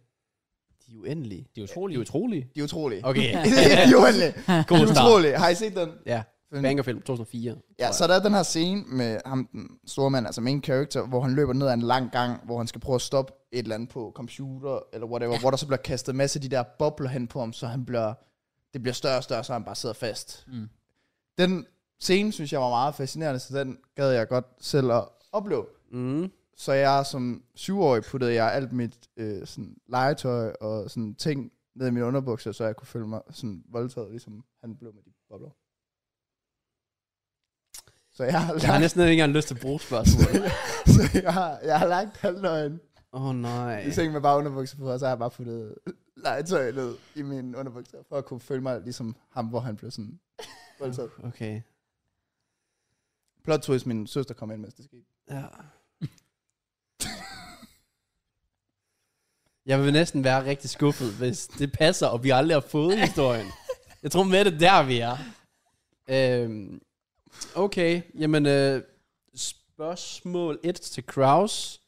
Speaker 2: De er uendelige.
Speaker 1: Det er utroligt.
Speaker 2: De er utrolige.
Speaker 3: De Utrolige.
Speaker 2: Okay.
Speaker 3: de Uendelige.
Speaker 2: God
Speaker 3: De
Speaker 2: start.
Speaker 3: Utrolige. Har I set den?
Speaker 2: Ja.
Speaker 3: Den-
Speaker 2: Bangerfilm 2004. tror
Speaker 3: Ja,
Speaker 2: jeg.
Speaker 3: så der er den her scene med ham, den store mand, altså main character, hvor han løber ned ad en lang gang, hvor han skal prøve at stoppe et eller andet på computer, eller whatever, ja. hvor der så bliver kastet en masse af de der bobler hen på ham, så han bliver, det bliver større og større, så han bare sidder fast.
Speaker 1: Mm.
Speaker 3: Den scene, synes jeg var meget fascinerende, så den gad jeg godt selv at opleve.
Speaker 2: Mm.
Speaker 3: Så jeg som syvårig puttede jeg alt mit øh, sådan, legetøj og sådan ting ned i mine underbukser, så jeg kunne føle mig sådan voldtaget, ligesom han blev med de bobler. Så jeg har
Speaker 2: Jeg har
Speaker 3: lagt,
Speaker 2: næsten ikke engang lyst til at bruge spørgsmålet.
Speaker 3: så jeg har, jeg har lagt halvnøgen
Speaker 2: Åh oh, nej.
Speaker 3: i sengen med bare underbukser på, og så har jeg bare puttet legetøj ned i mine underbukser, for at kunne føle mig ligesom ham, hvor han blev sådan voldtaget.
Speaker 2: Okay.
Speaker 3: Plot twist, min søster kom ind, mens det skete.
Speaker 2: Ja. Jeg vil næsten være rigtig skuffet, hvis det passer, og vi aldrig har fået historien. Jeg tror med det der, vi er. Øhm, okay, jamen øh, spørgsmål 1 til Kraus.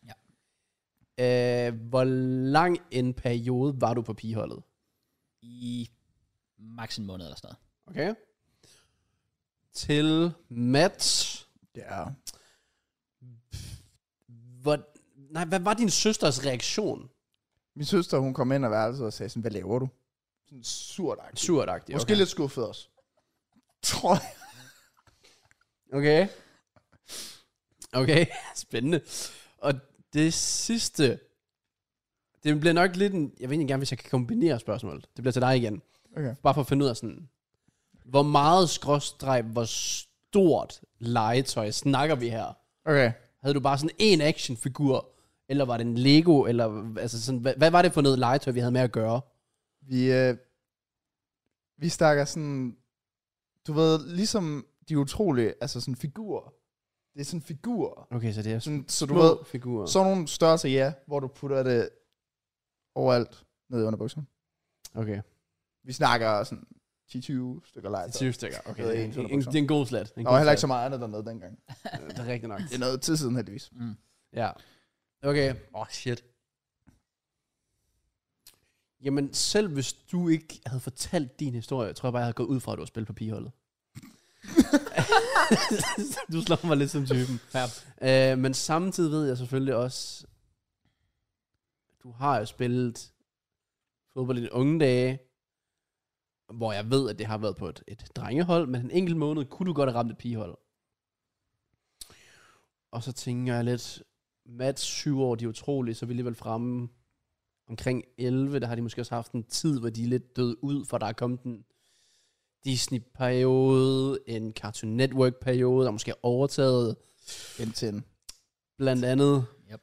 Speaker 1: Ja.
Speaker 2: Øh, hvor lang en periode var du på pigeholdet?
Speaker 1: I maks en måned eller sådan noget.
Speaker 2: Okay. Til Mats.
Speaker 3: Ja.
Speaker 2: Hvor, nej, hvad var din søsters reaktion?
Speaker 3: Min søster, hun kom ind og værelset og sagde sådan, hvad laver du? Sådan surt agtigt.
Speaker 2: Surt okay.
Speaker 3: Måske lidt skuffet også. Tror jeg.
Speaker 2: Okay. Okay, spændende. Og det sidste, det bliver nok lidt en, jeg ved ikke gerne, hvis jeg kan kombinere spørgsmålet. Det bliver til dig igen.
Speaker 3: Okay.
Speaker 2: Bare for at finde ud af sådan, hvor meget skråstreg, hvor stort legetøj snakker vi her?
Speaker 3: Okay.
Speaker 2: Havde du bare sådan en actionfigur, eller var det en Lego, eller altså sådan, hvad, hvad var det for noget legetøj, vi havde med at gøre?
Speaker 3: Vi, øh, vi snakker sådan, du ved, ligesom de utrolige, altså sådan figurer. Det er sådan figurer.
Speaker 2: Okay, så det er sådan
Speaker 3: Sådan, så du ved,
Speaker 2: små figurer.
Speaker 3: sådan nogle størrelser, ja, hvor du putter det overalt ned i underbukserne.
Speaker 2: Okay.
Speaker 3: Vi snakker sådan 10-20 stykker
Speaker 2: Det er
Speaker 3: legetøj.
Speaker 2: 20 stykker. Okay,
Speaker 3: Det er
Speaker 2: det er
Speaker 3: en
Speaker 2: en,
Speaker 3: sådan
Speaker 2: en, det er en god slat. Det er en
Speaker 3: Der
Speaker 2: god
Speaker 3: var heller ikke
Speaker 2: slat.
Speaker 3: så meget andet dernede dengang.
Speaker 2: Det er rigtigt nok.
Speaker 3: Det er noget tid siden heldigvis.
Speaker 1: Mm.
Speaker 2: Ja. Okay. Åh, oh, shit. Jamen, selv hvis du ikke havde fortalt din historie, tror jeg bare, jeg havde gået ud fra, at du har spillet på pigeholdet. du slår mig lidt som typen.
Speaker 1: Ja.
Speaker 2: Øh, men samtidig ved jeg selvfølgelig også, du har jo spillet fodbold i dine unge dage, hvor jeg ved, at det har været på et, et drengehold, men en enkelt måned kunne du godt have ramt et pigehold. Og så tænker jeg lidt, Mats syv år, de er utrolige, så er vi alligevel fremme omkring 11, der har de måske også haft en tid, hvor de er lidt døde ud, for der er kommet en Disney-periode, en Cartoon Network-periode, der måske er overtaget
Speaker 3: Indtil
Speaker 2: blandt andet.
Speaker 1: Yep.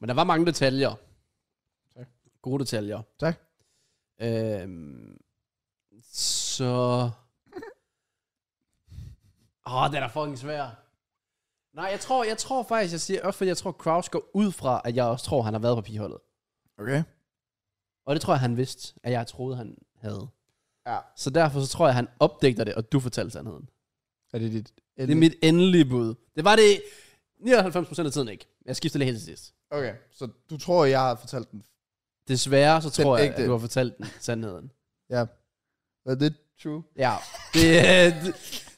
Speaker 2: Men der var mange detaljer.
Speaker 3: Tak.
Speaker 2: Gode detaljer.
Speaker 3: Tak.
Speaker 2: Øhm, så... Åh, oh, den er fucking svær. Nej, jeg tror, jeg tror faktisk, jeg siger, også fordi jeg tror, Kraus går ud fra, at jeg også tror, han har været på pigeholdet.
Speaker 3: Okay.
Speaker 2: Og det tror jeg, han vidste, at jeg troede, han havde.
Speaker 3: Ja.
Speaker 2: Så derfor så tror jeg, han opdægter det, og du fortalte sandheden.
Speaker 3: Er det dit?
Speaker 2: Det er mit endelige bud. Det var det 99% af tiden ikke. Jeg skifter lige helt til sidst.
Speaker 3: Okay, så du tror, jeg har fortalt den.
Speaker 2: Desværre så
Speaker 3: Den
Speaker 2: tror jeg,
Speaker 3: ægte.
Speaker 2: at du har fortalt den sandheden.
Speaker 3: Ja. Er det true?
Speaker 2: Ja, det, øh, det,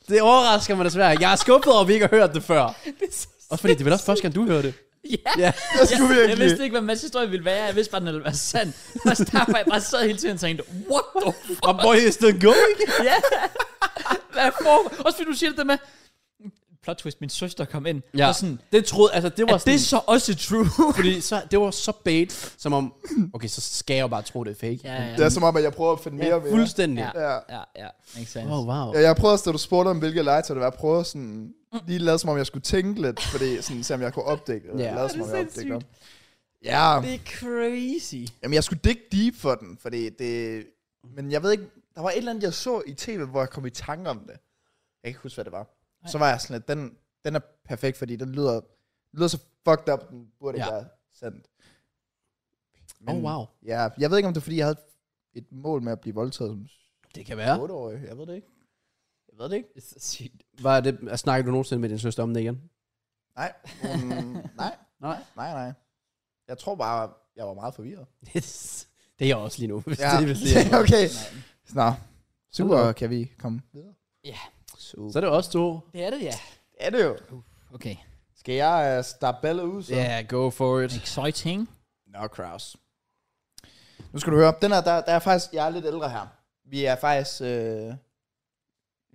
Speaker 2: det overrasker mig desværre. Jeg er skuffet over, at vi ikke har hørt det før. Også fordi det er vel også første gang, du hører det.
Speaker 1: Ja,
Speaker 2: Ja.
Speaker 3: Jeg skulle
Speaker 1: jeg
Speaker 3: virkelig.
Speaker 1: vidste ikke, hvad Mads historie ville være. Jeg vidste bare, den ville være sand. Og så derfor jeg bare sad hele tiden og tænkte, what the fuck?
Speaker 2: Og boy is still going.
Speaker 1: Ja. Hvad for? Også fordi du siger det der med, plot twist, min søster kom ind.
Speaker 2: Ja,
Speaker 1: Og sådan,
Speaker 2: det troede, altså det var
Speaker 1: er
Speaker 2: sådan,
Speaker 1: det så også true?
Speaker 2: fordi så, det var så bait, som om, okay, så skal jeg jo bare tro, det er fake.
Speaker 1: ja, ja.
Speaker 3: Det er som om, at jeg prøver at finde mere ved jer.
Speaker 2: Fuldstændig.
Speaker 1: Ja.
Speaker 3: Ja.
Speaker 1: Ja, ja. Makes sense.
Speaker 2: Oh, wow.
Speaker 3: Ja, jeg prøvede også, da du spurgte om, hvilke legetøj det var, jeg prøvede sådan, lige lade som om, jeg skulle tænke lidt, fordi sådan, se om jeg kunne opdække det.
Speaker 2: Ja.
Speaker 3: Ja, lade, som
Speaker 1: Det
Speaker 3: om,
Speaker 1: er
Speaker 3: jeg
Speaker 1: sindssygt.
Speaker 3: opdækker. dem. Ja,
Speaker 1: Det er crazy.
Speaker 3: jamen, jeg skulle digge deep for den, fordi det... Men jeg ved ikke, der var et eller andet, jeg så i tv, hvor jeg kom i tanke om det. Jeg kan ikke huske, hvad det var. Så var jeg sådan lidt, den, den er perfekt, fordi den lyder, den lyder så fucked up, den burde
Speaker 2: Ja.
Speaker 3: ja. være sendt.
Speaker 2: Oh, wow.
Speaker 3: Ja, jeg ved ikke, om det er, fordi jeg havde et mål med at blive voldtaget som
Speaker 2: Det kan være.
Speaker 3: 8-årig. Jeg ved det ikke. Jeg ved det ikke.
Speaker 1: Det er så sygt.
Speaker 2: Var det, snakkede du nogensinde med din søster om det igen?
Speaker 3: Nej. Mm, nej.
Speaker 2: Nej.
Speaker 3: Nej, nej. Jeg tror bare, jeg var meget forvirret.
Speaker 2: det er jeg også lige nu. Hvis
Speaker 3: Ja.
Speaker 2: det, hvis det er.
Speaker 3: okay.
Speaker 1: Nej.
Speaker 3: Nå, super. Kan vi komme videre?
Speaker 1: Ja.
Speaker 3: Super.
Speaker 2: Så er det også to.
Speaker 1: Det er det, ja.
Speaker 3: er det jo.
Speaker 1: Okay.
Speaker 3: Skal jeg uh, starte ballet ud, så?
Speaker 2: Ja, yeah, go for it.
Speaker 1: Exciting.
Speaker 3: Nå, Kraus. Nu skal du høre. Den her, der, der er faktisk... Jeg er lidt ældre her. Vi er faktisk... Øh,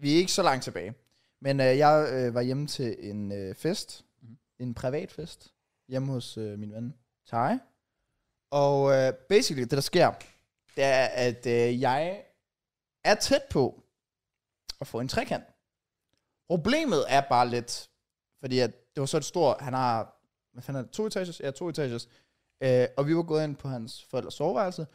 Speaker 3: vi er ikke så langt tilbage. Men øh, jeg øh, var hjemme til en øh, fest.
Speaker 1: Mhm.
Speaker 3: En privat fest. Hjemme hos øh, min ven Thaj. Og øh, basically, det der sker, det er, at øh, jeg er tæt på at få en trekant. Problemet er bare lidt, fordi at det var så et stort, han har, hvad fanden er det, to etagers? Ja, to etagers. Øh, og vi var gået ind på hans forældres soveværelse.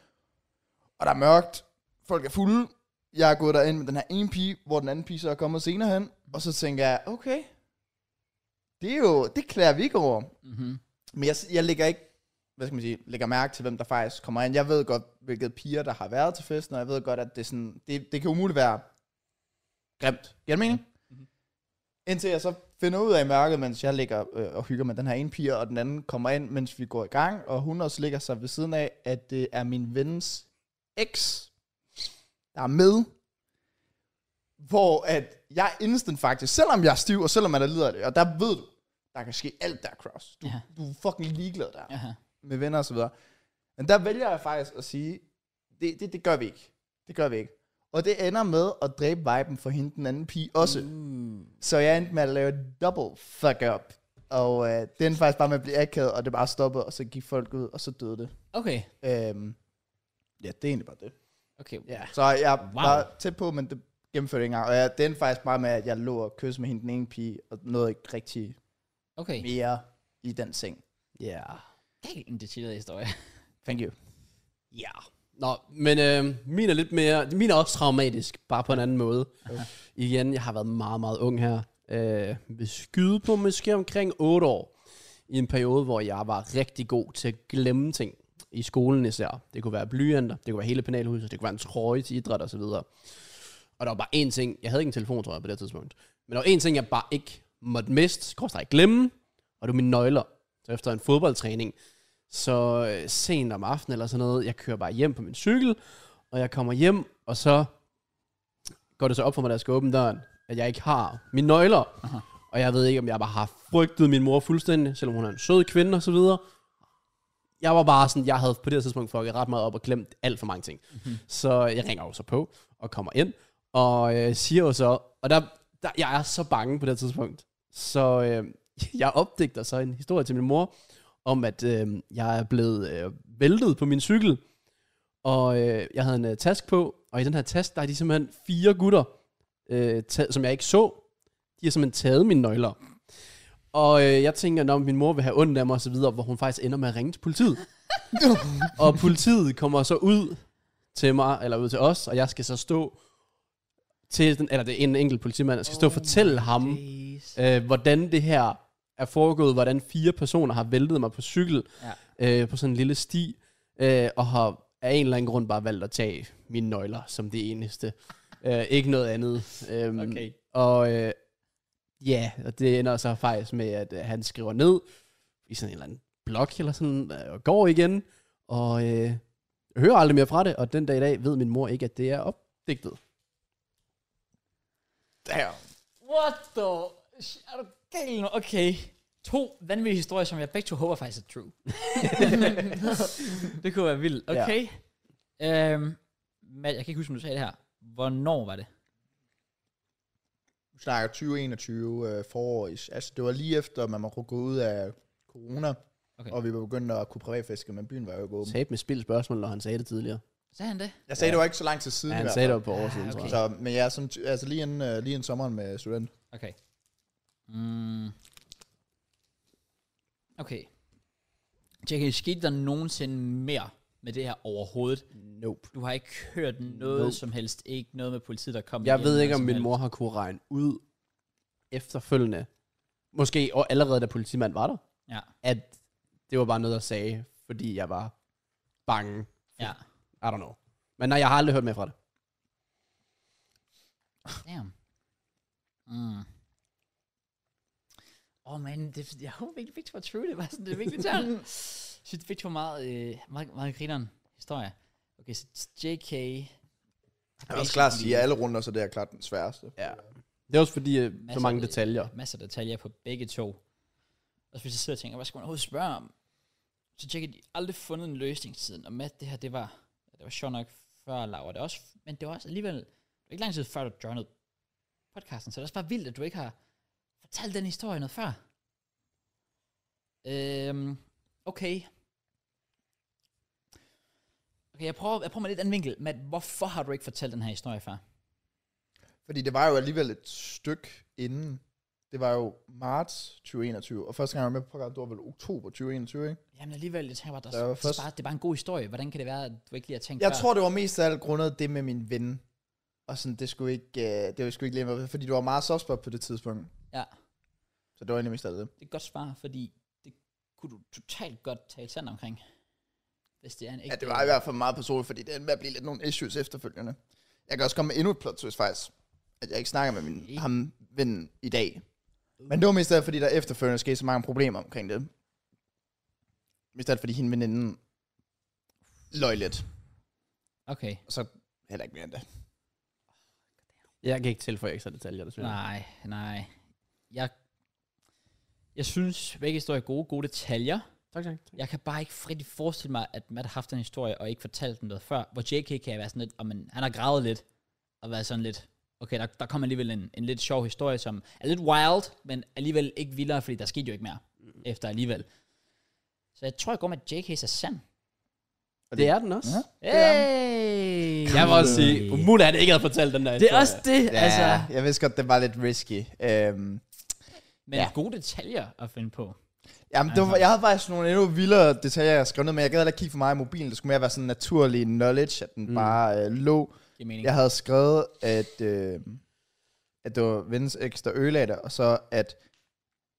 Speaker 3: Og der er mørkt. Folk er fulde. Jeg er gået derind med den her ene pige, hvor den anden pige så er kommet senere hen. Og så tænker jeg, okay. Det er jo, det klæder vi ikke over.
Speaker 1: Mm-hmm.
Speaker 3: Men jeg, jeg lægger ikke, hvad skal man sige, lægger mærke til, hvem der faktisk kommer ind. Jeg ved godt, hvilket piger, der har været til festen, og jeg ved godt, at det, er sådan, det, det kan umuligt være grimt. Giver det mening? Indtil jeg så finder ud af i mørket, mens jeg ligger øh, og hygger med den her ene pige, og den anden kommer ind, mens vi går i gang, og hun også ligger sig ved siden af, at det er min vens eks, der er med, hvor at jeg instant faktisk, selvom jeg er stiv, og selvom man er lider af det, og der ved du, der kan ske alt der, Kraus. Du,
Speaker 1: Ja.
Speaker 3: ja. du er fucking ligeglad der, ja.
Speaker 1: Aha.
Speaker 3: med venner og så videre. Men der vælger jeg faktisk at sige, det, det, det gør vi ikke. Det gør vi ikke. Og det ender med at dræbe viben for hende, den anden pige, også.
Speaker 1: Uh.
Speaker 3: Så jeg endte med at lave et double fuck up. Og øh, det endte faktisk bare med at blive akavet, og det bare stoppede, og så gik folk ud, og så døde det.
Speaker 1: Okay.
Speaker 3: Øhm, ja, det er egentlig bare det.
Speaker 1: Okay.
Speaker 3: Ja. Så jeg wow.
Speaker 1: Wow.
Speaker 3: var tæt på, men det gennemførte jeg ikke engang. Og jeg, det endte faktisk bare med, at jeg lå og kyssede med hende den ene pige, og nåede ikke rigtig
Speaker 1: Okay.
Speaker 3: mere i den seng.
Speaker 2: Ja. Yeah.
Speaker 1: Helt en detaljeret historie.
Speaker 3: Thank you.
Speaker 2: Ja. Nå, men øh, min er lidt mere, min er også traumatisk, bare på en anden måde. Igen, jeg har været meget, meget ung her. Øh, vil skyde på måske omkring 8 år. I en periode, hvor jeg var rigtig god til at glemme ting. I skolen især. Det kunne være blyanter, det kunne være hele penalhuset, det kunne være en trøje til idræt osv. Og der var bare én ting, jeg havde ikke en telefon, tror jeg, på det her tidspunkt. Men der var én ting, jeg bare ikke måtte miste, skorstræk glemme, og det var mine nøgler. Så efter en fodboldtræning, så øh, sent om aftenen eller sådan noget, jeg kører bare hjem på min cykel, og jeg kommer hjem, og så går det så op for mig, da jeg skal åbne døren, at jeg ikke har mine nøgler. Aha. Og jeg ved ikke, om jeg bare har frygtet min mor fuldstændig, selvom hun er en sød kvinde og så videre. Jeg var bare sådan, jeg havde på det her tidspunkt fucket ret meget op og glemt alt for mange ting. Mm-hmm. Så jeg ringer jo så på og kommer ind, og øh, siger jo så, og der, der, jeg er så bange på det her tidspunkt. Så øh, jeg opdigter så en historie til min mor, om, at øh, jeg er blevet øh, væltet på min cykel, Og øh, jeg havde en øh, task på, og i den her task, der er de simpelthen fire gutter, øh, ta- som jeg ikke så. De har simpelthen taget mine nøgler. Og øh, jeg tænker, når min mor vil have ondt af mig og så videre, hvor hun faktisk ender med at ringe til politiet. og politiet kommer så ud til mig, eller ud til os, og jeg skal så stå til den, eller det er en enkelt politimand, jeg skal stå og fortælle ham,
Speaker 1: Oh, Days.
Speaker 2: øh, hvordan det her er foregået, hvordan fire personer har væltet mig på cykel øh, på sådan en lille sti, øh, og har af en eller anden grund bare valgt at tage mine nøgler som det eneste. Øh, ikke noget andet. Øhm,
Speaker 1: Okay.
Speaker 2: Og øh, ja, og det ender så faktisk med, at øh, han skriver ned i sådan en eller anden blog eller sådan, øh, og går igen, og øh, hører aldrig mere fra det, og den dag i dag ved min mor ikke, at det er opdigtet.
Speaker 3: Damn.
Speaker 1: What the... sh- Er du gal nu? Okay. To vanvittige historier, som jeg begge to håber faktisk er true. det kunne være vildt.
Speaker 2: Ja.
Speaker 1: Okay. Ja. Øhm, Matt, jeg kan ikke huske, om du sagde det her. Hvornår var det?
Speaker 3: Du snakker 2021 øh, forår. ish. Altså, det var lige efter, man måtte gå ud af corona.
Speaker 1: Okay.
Speaker 3: Okay. Og vi var begyndt at kunne privatfiske, men byen var jo ikke åben.
Speaker 2: Tab med spild spørgsmål, når han sagde det tidligere.
Speaker 1: Sagde han det?
Speaker 3: Jeg sagde,
Speaker 2: Ja.
Speaker 3: det var ikke så lang tid siden.
Speaker 2: Ja,
Speaker 3: i
Speaker 2: han
Speaker 3: hvert
Speaker 2: sagde det
Speaker 3: fald.
Speaker 2: jo på årsiden,
Speaker 1: Ah,
Speaker 2: tror jeg.
Speaker 1: okay.
Speaker 3: Så, men jeg er som, ty- altså lige inden, øh, lige inden sommeren med student.
Speaker 1: Okay. Mm. Okay. JK, skete der nogensinde mere med det her overhovedet?
Speaker 2: Nope.
Speaker 1: Du har ikke hørt noget
Speaker 2: Nope.
Speaker 1: som helst. Ikke noget med politiet, der kom
Speaker 2: Jeg
Speaker 1: igennem,
Speaker 2: ved ikke,
Speaker 1: noget
Speaker 2: om
Speaker 1: som
Speaker 2: min
Speaker 1: helst.
Speaker 2: mor har kunne regne ud efterfølgende, måske og allerede da politimanden var der,
Speaker 1: Ja,
Speaker 2: at det var bare noget, jeg sagde, fordi jeg var bange.
Speaker 1: ja.
Speaker 2: I don't know. Men nej, jeg har aldrig hørt mere fra det.
Speaker 1: Damn. Mm. Åh, oh, man, det, jeg håber virkelig, det var true. Det var sådan, det er virkelig tært. Jeg synes, det var meget, øh, meget, meget grineren historie. Okay, så JK...
Speaker 3: Jeg er også klar at sige, at alle runder, så det er klart den sværeste.
Speaker 2: Ja. Det er også fordi, øh, så
Speaker 1: Masser
Speaker 2: mange
Speaker 1: af-
Speaker 2: detaljer.
Speaker 1: Masser af detaljer på begge to. Og hvis jeg sidder og tænker, hvad skal man overhovedet spørge om? Så JK, de har aldrig fundet en løsning siden. Og med det her, det var, det var sjovt nok før Laura. Det er også, men det var også alligevel det var ikke lang tid før, du joinede podcasten. Så det er også bare vildt, at du ikke har fortalt den historie noget før. Øhm, okay. Okay, jeg prøver, jeg prøver med lidt anden vinkel. Men hvorfor har du ikke fortalt den her historie før?
Speaker 3: Fordi det var jo alligevel et stykke inden. Det var jo marts 2021, og første gang jeg var med på programmet, det var vel oktober 2021, ikke?
Speaker 1: Jamen alligevel, jeg tænker bare, der,
Speaker 3: Der
Speaker 1: der
Speaker 3: var
Speaker 1: er
Speaker 3: først-
Speaker 1: bare, det er bare en god historie. Hvordan kan det være, at du ikke lige har tænkt
Speaker 3: Jeg
Speaker 1: før?
Speaker 3: tror, det var mest af alt grundet det med min ven. Og sådan, det skulle ikke, øh, det var sgu ikke lige fordi du var meget softspot på det tidspunkt.
Speaker 1: Ja.
Speaker 3: Så det var egentlig mest af alt det.
Speaker 1: Det er et godt svar, fordi det kunne du totalt godt tale sandt omkring. Hvis det er en ægte...
Speaker 3: Ja, det var i hvert fald meget personligt, fordi det endte med at blive lidt nogle issues efterfølgende. Jeg kan også komme med endnu et plot twist faktisk, at jeg ikke snakker med min, ham ven i dag.
Speaker 1: Uh.
Speaker 3: Men det var mest af, fordi der efterfølgende skete så mange problemer omkring det. Mest af, fordi hende veninden løj lidt,
Speaker 1: Okay.
Speaker 3: og så heller ikke mere end det.
Speaker 2: Jeg kan ikke tilføje ekstra detaljer, desværre.
Speaker 1: Nej, nej. Jeg, jeg synes, begge historier er gode, gode detaljer.
Speaker 2: Tak, tak.
Speaker 1: Jeg kan bare ikke rigtig forestille mig, at Matt har haft en historie, og ikke fortalt den noget før. Hvor JK kan være sådan lidt, og man, han har gravet lidt, og været sådan lidt, okay, der, der kommer alligevel en, en lidt sjov historie, som er lidt wild, men alligevel ikke vildere, fordi der skete jo ikke mere efter alligevel. Så jeg tror, jeg går med, at JK's er sand.
Speaker 2: Det er den også.
Speaker 3: Ja.
Speaker 1: Hey!
Speaker 2: Jeg vil også sige, umuligt at jeg ikke havde fortalt den der
Speaker 1: Det er
Speaker 2: historie.
Speaker 1: også det, ja. altså.
Speaker 3: Ja, jeg vidste godt, det var lidt risky. Øhm,
Speaker 1: Men ja.
Speaker 3: Ja.
Speaker 1: gode detaljer at finde på.
Speaker 3: jamen,
Speaker 1: Altså.
Speaker 3: det var, jeg havde faktisk nogle endnu vildere detaljer, jeg skrev ned, men jeg gad heller ikke kigge for meget i mobilen. Det skulle mere være sådan naturlig knowledge, at den mm. bare øh, lå.
Speaker 1: Giver mening.
Speaker 3: Jeg havde skrevet, at, øh, at det var vens eks, der ødelagde det, og så at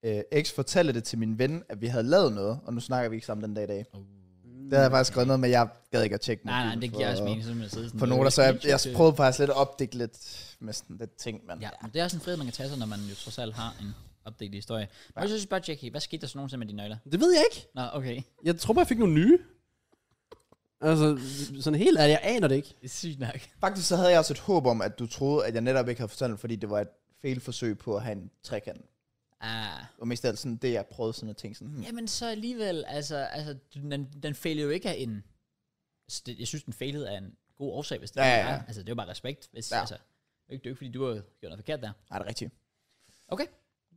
Speaker 3: øh, eks fortalte det til min ven, at vi havde lavet noget, og nu snakker vi ikke sammen den dag i dag. Uh. Det havde jeg faktisk skrevet noget med, jeg gad ikke at tjekke
Speaker 1: Oh. Nej, nej,
Speaker 3: mobilen
Speaker 1: det giver
Speaker 3: for-
Speaker 1: også mening, som at sidde sådan...
Speaker 3: For noter, så jeg, jeg prøvede faktisk lidt at opdække lidt med sådan lidt ting, man.
Speaker 1: Ja, men det er også en frihed, man kan tage sig, når man jo trods alt har en opdelt historie. Men jeg synes bare, JK, hvad skete der så nogensinde med dine nøgler?
Speaker 2: Det ved jeg ikke.
Speaker 1: Nå, okay.
Speaker 2: Jeg tror bare, jeg fik nogle nye. Altså, sådan helt ærligt, jeg aner det ikke.
Speaker 1: Det er sygt nok.
Speaker 3: Faktisk så havde jeg også et håb om, at du troede, at jeg netop ikke havde fortalt, fordi det var et felforsøg på at have en trekant.
Speaker 1: Ah.
Speaker 3: Og mest af alt sådan det, jeg prøvede sådan at tænke sådan, hmm,
Speaker 1: Jamen så alligevel, altså, altså den, den fejlede jo ikke af en... Altså, det, jeg synes, den fejlede af en god årsag, hvis det
Speaker 3: Ja,
Speaker 1: var
Speaker 3: ja, ja.
Speaker 1: Altså, det er jo bare respekt. Hvis, ja.
Speaker 3: Ja.
Speaker 1: altså, det er jo ikke, det er jo ikke, fordi du har gjort noget forkert der.
Speaker 3: nej, det er rigtigt.
Speaker 1: Okay.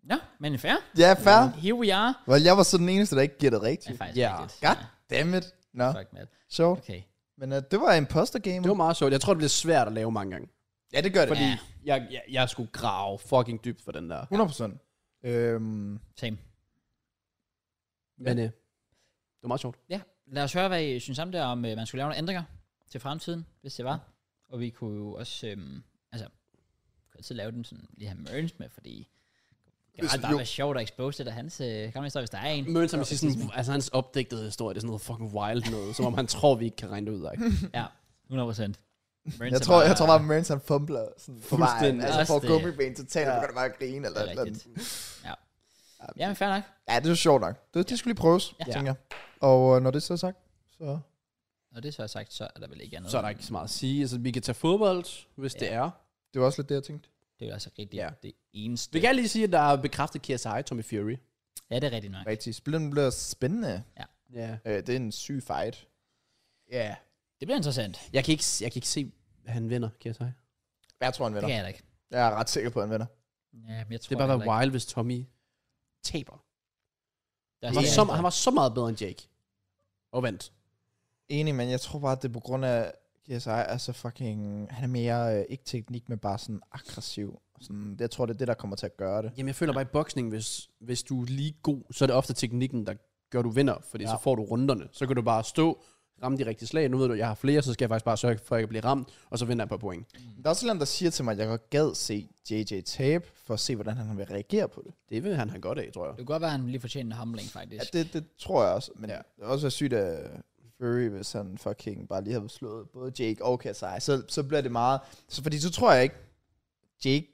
Speaker 1: Nå, men fair.
Speaker 3: Ja, fair. Mm.
Speaker 1: Here we are.
Speaker 3: Well, jeg var så den eneste, der ikke gættede
Speaker 1: Ja,
Speaker 3: rigtigt.
Speaker 1: faktisk
Speaker 2: Ja.
Speaker 1: rigtigt.
Speaker 3: God damn it. Nå,
Speaker 1: Fuck, Matt.
Speaker 3: sjovt.
Speaker 1: Okay.
Speaker 3: Men øh, det var imposter gamer.
Speaker 2: Det var meget sjovt. Jeg tror, det bliver svært at lave mange gange.
Speaker 3: ja, det gør det.
Speaker 2: Fordi
Speaker 1: Ja.
Speaker 2: ja. jeg, jeg, jeg skulle grave fucking dybt for den der.
Speaker 3: 100 procent. Øhm,
Speaker 1: Same.
Speaker 2: Men øh, det var meget sjovt.
Speaker 1: Ja, lad os høre, hvad I synes om det, om øh, man skulle lave nogle ændringer til fremtiden, hvis det var. Og vi kunne jo også, øhm, altså, kunne altid lave den sådan, lige have Mørens med, fordi det
Speaker 3: Hvis-
Speaker 1: var bare
Speaker 3: jo.
Speaker 1: være sjovt at expose det af hans øh, gamle historie, hvis der er en.
Speaker 2: Møns har sådan, altså hans opdigtede historie, det er sådan noget fucking wild noget, som om han tror, vi ikke kan regne det ud af.
Speaker 1: Ja, 100 procent.
Speaker 3: jeg, tror, jeg tror bare, at Merns han fumbler sådan på vejen.
Speaker 2: Fuldstændig.
Speaker 3: Altså
Speaker 1: Også
Speaker 3: får
Speaker 1: det.
Speaker 3: gummiben totalt, og begynder bare at grine. Eller,
Speaker 1: det er
Speaker 3: eller, andet.
Speaker 1: rigtigt. Ja. ja, men fair nok.
Speaker 3: ja, det er sjovt nok. Det, det skulle lige prøves,
Speaker 1: Ja.
Speaker 3: ja. tænker jeg. Og øh, når det så er sagt, så...
Speaker 1: Når det så er sagt, så er der vel ikke andet.
Speaker 2: Så er der ikke så meget at sige. Altså, vi kan tage fodbold, hvis ja. det er.
Speaker 3: Det var også lidt det, jeg tænkte.
Speaker 1: Det er jo altså rigtig
Speaker 2: Ja.
Speaker 1: det eneste.
Speaker 2: Vi kan lige sige, at der er bekræftet KSI, Tommy Fury.
Speaker 1: Ja, det er rigtigt nok.
Speaker 3: Rigtig. Spillet bliver spændende.
Speaker 2: Ja.
Speaker 3: Øh, det er en syg fight.
Speaker 2: Ja.
Speaker 1: Det bliver interessant.
Speaker 2: Jeg kan ikke, jeg kan ikke se, at han vinder KSI.
Speaker 3: Jeg tror, han
Speaker 1: Det
Speaker 3: vinder.
Speaker 1: kan jeg da ikke.
Speaker 3: Jeg er ret sikker på, at han vinder.
Speaker 1: Ja, men jeg tror
Speaker 2: Det er bare
Speaker 1: heller ikke.
Speaker 2: være wild, hvis Tommy taber.
Speaker 1: Der er
Speaker 2: Han var,
Speaker 1: helt
Speaker 2: så,
Speaker 1: andet.
Speaker 2: han var så meget bedre end Jake. Og vandt.
Speaker 3: Enig, men jeg tror bare, at det er på grund af KSI er så fucking... Han er mere øh, ikke teknik, men bare sådan aggressiv. Sådan, jeg tror, det er det, der kommer til at gøre det.
Speaker 2: Jamen, jeg føler bare i boksning, hvis, hvis du er lige god, så er det ofte teknikken, der gør, du vinder. Fordi ja.
Speaker 3: Ja.
Speaker 2: så får du runderne. Så kan du bare stå, ramme de rigtige slag. Nu ved du, jeg har flere, så skal jeg faktisk bare sørge for, at jeg bliver ramt. Og så vinder jeg på point.
Speaker 3: Der er også et eller andet, der siger til mig, at jeg godt gad se JJ tabe, for at se, hvordan han vil reagere på det.
Speaker 2: Det vil han have godt af, tror jeg.
Speaker 1: Det kunne godt være, at han lige fortjener en humbling, faktisk.
Speaker 3: Ja, det, det tror jeg også. Men
Speaker 2: Ja.
Speaker 3: ja. det er også sygt af Fury, hvis han fucking bare lige havde slået både Jake og KSI. Så, så bliver det meget... Så, fordi så tror jeg ikke, Jake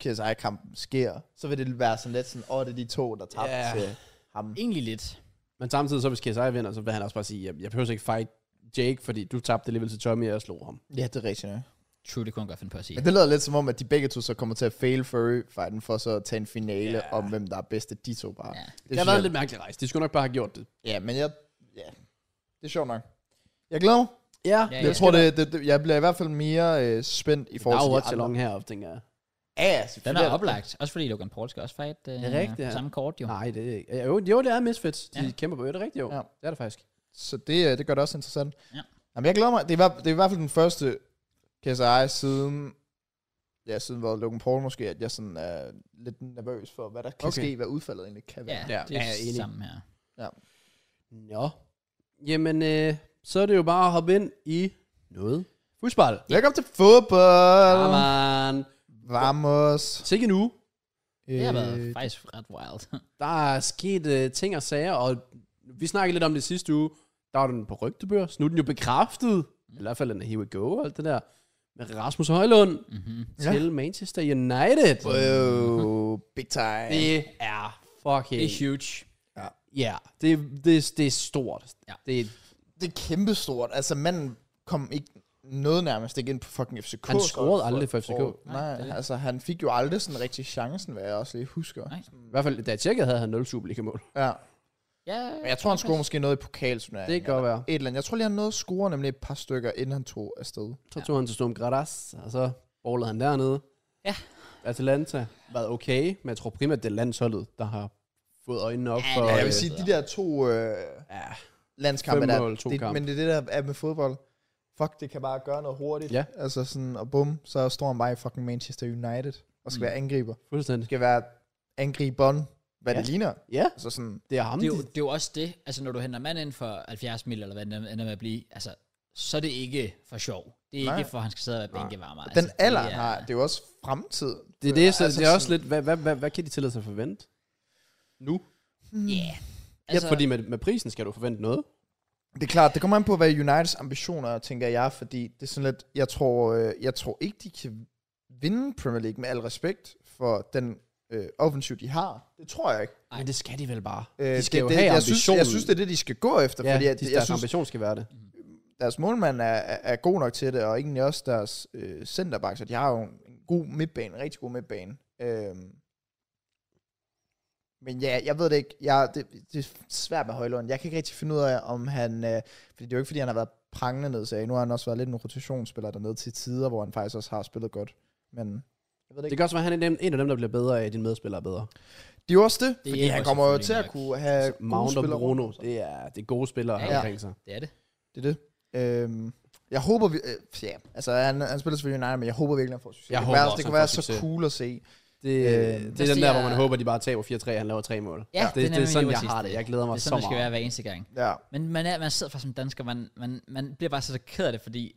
Speaker 3: KSI-kampen sker. Så vil det være sådan lidt sådan, åh, oh, det er de to, der tabte
Speaker 2: Ja.
Speaker 3: yeah. til ham.
Speaker 1: Egentlig lidt.
Speaker 2: Men samtidig, så hvis KSI vinder, så vil han også bare sige, jeg, jeg behøver ikke fight Jake, fordi du tabte alligevel til Tommy, og jeg slog ham.
Speaker 3: Ja, det er rigtigt. Ja.
Speaker 1: True, det kunne han godt finde på at sige.
Speaker 3: Men det lyder lidt som om, at de begge to så kommer til at fail Fury-fighten for så at tage en finale
Speaker 2: Ja.
Speaker 3: yeah. om, hvem der er bedst af de to bare.
Speaker 1: Ja.
Speaker 2: Det, det har været en lidt mærkelig rejse. De skulle nok bare have gjort det.
Speaker 3: Ja, men jeg... Ja, det er sjovt nok. Jeg glæder mig.
Speaker 2: Ja,
Speaker 1: Ja,
Speaker 3: Jeg,
Speaker 1: skal
Speaker 3: jeg tror, det, det, det, jeg bliver i hvert fald mere øh, spændt i
Speaker 2: Der er jo
Speaker 3: forhold
Speaker 2: watch
Speaker 3: til de andre.
Speaker 2: along heroppe, tænker jeg.
Speaker 3: Ja, ja,
Speaker 1: Den
Speaker 3: selvfølgelig
Speaker 1: er oplagt. Også fordi Logan Paul skal også fight øh,
Speaker 2: er rigtigt, ja. Ah,
Speaker 1: samme kort, jo. Nej.
Speaker 2: Nej, det er ikke. Jo, jo, det er Misfits. De
Speaker 1: Ja.
Speaker 2: kæmper på. Ja, det er rigtigt, jo. Ja.
Speaker 3: Ja.
Speaker 2: Det er det faktisk.
Speaker 3: Så det, øh, det gør det også interessant.
Speaker 1: Ja.
Speaker 3: Jamen, jeg glæder mig. Det er, i hver- det er i hvert fald den første KSI siden... Ja, siden hvor Logan Paul måske, at jeg sådan er lidt nervøs for, hvad der kan
Speaker 2: Okay.
Speaker 3: okay. ske, hvad udfaldet egentlig kan være.
Speaker 1: Ja,
Speaker 2: Ja,
Speaker 1: det er
Speaker 2: jeg er enig.
Speaker 1: samme her.
Speaker 2: Nå. Jamen, øh, så er det jo bare at hoppe ind i noget. Fodbold.
Speaker 3: Læg op til fodbold!
Speaker 2: Come on.
Speaker 3: Vamos!
Speaker 2: Sikke en uge.
Speaker 1: Det har
Speaker 3: Øh,
Speaker 1: været faktisk ret wild.
Speaker 2: Der er sket øh, ting og sager, og vi snakkede lidt om det sidste uge. Der var den på rygtebørs. Nu er den jo bekræftet. I hvert fald den er here we go og alt det der. Med Rasmus Højlund
Speaker 1: mm-hmm.
Speaker 2: ja. til Manchester United.
Speaker 3: Øh, Wow, big time.
Speaker 2: Det er fucking...
Speaker 1: Det er huge.
Speaker 2: Ja, det, det, det er stort.
Speaker 1: Ja.
Speaker 2: Det,
Speaker 3: det er kæmpestort. Altså, manden kom ikke noget nærmest ikke ind på fucking FCK.
Speaker 2: Han scorede
Speaker 3: for-
Speaker 2: aldrig for FCK.
Speaker 3: for-
Speaker 1: Nej,
Speaker 3: Nej,
Speaker 1: det er det.
Speaker 3: altså, han fik jo aldrig sådan rigtig chancen, hvad jeg også lige husker.
Speaker 1: Nej.
Speaker 2: I hvert fald, da jeg tjekkede, havde han 0 Superliga-mål.
Speaker 3: Ja.
Speaker 1: Ja,
Speaker 3: Men jeg tror, han scorede måske noget i pokalsurneringen.
Speaker 2: Det kan godt være.
Speaker 3: Et eller andet. Jeg tror lige, han nåede at score nemlig et par stykker, inden han tog afsted.
Speaker 2: Så tog han til Sturm Gradas, og så ballede han dernede.
Speaker 1: Ja.
Speaker 2: Atalanta været okay, men jeg tror primært, det er landsholdet, der har fået øjnene op
Speaker 1: Ja,
Speaker 2: for...
Speaker 1: det er
Speaker 3: Ja, jeg
Speaker 2: øh,
Speaker 3: vil sige, de der to øh,
Speaker 2: Ja,
Speaker 3: landskampe,
Speaker 2: Fem
Speaker 3: der,
Speaker 2: mål, to
Speaker 3: det,
Speaker 2: kamp.
Speaker 3: men det er det, der er med fodbold. Fuck, det kan bare gøre noget hurtigt.
Speaker 2: Ja.
Speaker 3: Altså sådan, og bum, så står han bare i fucking Manchester United og skal
Speaker 1: Mm.
Speaker 3: mm. være angriber.
Speaker 2: fuldstændig.
Speaker 3: Skal være angriberen, hvad
Speaker 2: Ja.
Speaker 3: ja. det ligner.
Speaker 2: Ja,
Speaker 3: Altså sådan,
Speaker 2: det er ham.
Speaker 1: det, er jo,
Speaker 2: de-
Speaker 1: det er jo også det. Altså, når du henter mand ind for 70 mil, eller hvad det ender med at blive, altså, så er det ikke for sjov. Det er
Speaker 3: Nej.
Speaker 1: ikke for, at han skal sidde og være bænkevarmer.
Speaker 3: Den
Speaker 1: altså,
Speaker 3: alder,
Speaker 1: det
Speaker 3: han
Speaker 1: er-
Speaker 3: har, det er jo også fremtiden.
Speaker 2: det, er det, så,
Speaker 3: Altså
Speaker 2: det er også
Speaker 3: sådan-
Speaker 2: lidt, hvad, hvad, hvad, hvad kan de tillade sig at forvente? Nu?
Speaker 3: Mm.
Speaker 1: Ja.
Speaker 2: Altså, ja, fordi med, med prisen skal du forvente noget.
Speaker 3: Det er klart, det kommer an på, hvad Uniteds ambitioner er, tænker jeg, fordi det er sådan lidt, jeg tror, øh, jeg tror ikke, de kan vinde Premier League med al respekt for den øh, offensiv, de har. Det tror jeg ikke.
Speaker 2: Nej, men det skal de vel bare.
Speaker 3: Øh,
Speaker 2: de skal
Speaker 3: det,
Speaker 2: jo
Speaker 3: det,
Speaker 2: have
Speaker 3: jeg, synes,
Speaker 2: ambitionen.
Speaker 3: jeg synes, det er det, de skal gå efter,
Speaker 2: ja,
Speaker 3: fordi at,
Speaker 2: de,
Speaker 3: jeg
Speaker 2: deres
Speaker 3: synes,
Speaker 2: ambition skal være det.
Speaker 3: deres målmand er, er, er god nok til det, og egentlig også deres øh, centerback, så de har jo en god midtbane, en rigtig god midtbane. Øhm. Men ja, jeg ved det ikke. Jeg, det, det er svært med Højlund. Jeg kan ikke rigtig finde ud af, om han... Øh, fordi det er jo ikke, fordi han har været prangende ned, så nu har han også været lidt en rotationsspiller dernede til tider, hvor han faktisk også har spillet godt. Men jeg ved det
Speaker 2: Det
Speaker 3: ikke.
Speaker 2: kan også være, at han er en, en af dem, der bliver bedre af, at dine medspillere er bedre.
Speaker 3: Det er jo også det,
Speaker 1: Det
Speaker 3: det
Speaker 1: er
Speaker 3: fordi han
Speaker 1: jo
Speaker 3: kommer jo
Speaker 1: selvfølgelig
Speaker 3: til at
Speaker 1: nok.
Speaker 3: kunne have
Speaker 2: Altså, Mount og
Speaker 3: spillere rundt
Speaker 2: Bruno,
Speaker 3: om sig.
Speaker 2: det er, det er gode spillere
Speaker 1: Ja,
Speaker 2: ja,
Speaker 1: ja.
Speaker 2: omkring sig.
Speaker 1: Det er det.
Speaker 3: Det er det. Øhm, jeg håber, vi, øh, ja, altså han, han spiller selvfølgelig United, men jeg håber virkelig, han får succes.
Speaker 2: Jeg
Speaker 3: det
Speaker 2: håber
Speaker 3: kunne være,
Speaker 2: også,
Speaker 3: det
Speaker 2: han
Speaker 3: kunne være
Speaker 2: får
Speaker 3: så
Speaker 2: succes.
Speaker 3: cool at se.
Speaker 2: Det,
Speaker 3: Øh,
Speaker 2: det
Speaker 1: der
Speaker 2: er den der, hvor
Speaker 1: siger-
Speaker 2: man håber, de bare taber 4-3, han laver tre mål.
Speaker 1: Ja,
Speaker 2: det,
Speaker 1: det er
Speaker 2: det, det er
Speaker 1: nemlig
Speaker 2: sådan,
Speaker 1: lige
Speaker 2: jeg
Speaker 1: præcis
Speaker 2: har det. Jeg glæder
Speaker 1: Det er
Speaker 2: mig så
Speaker 1: sådan, det skal være
Speaker 2: meget.
Speaker 1: hver eneste gang.
Speaker 3: Ja.
Speaker 1: Men man, er, man sidder faktisk som dansker, man, man, man bliver bare så ked af det, fordi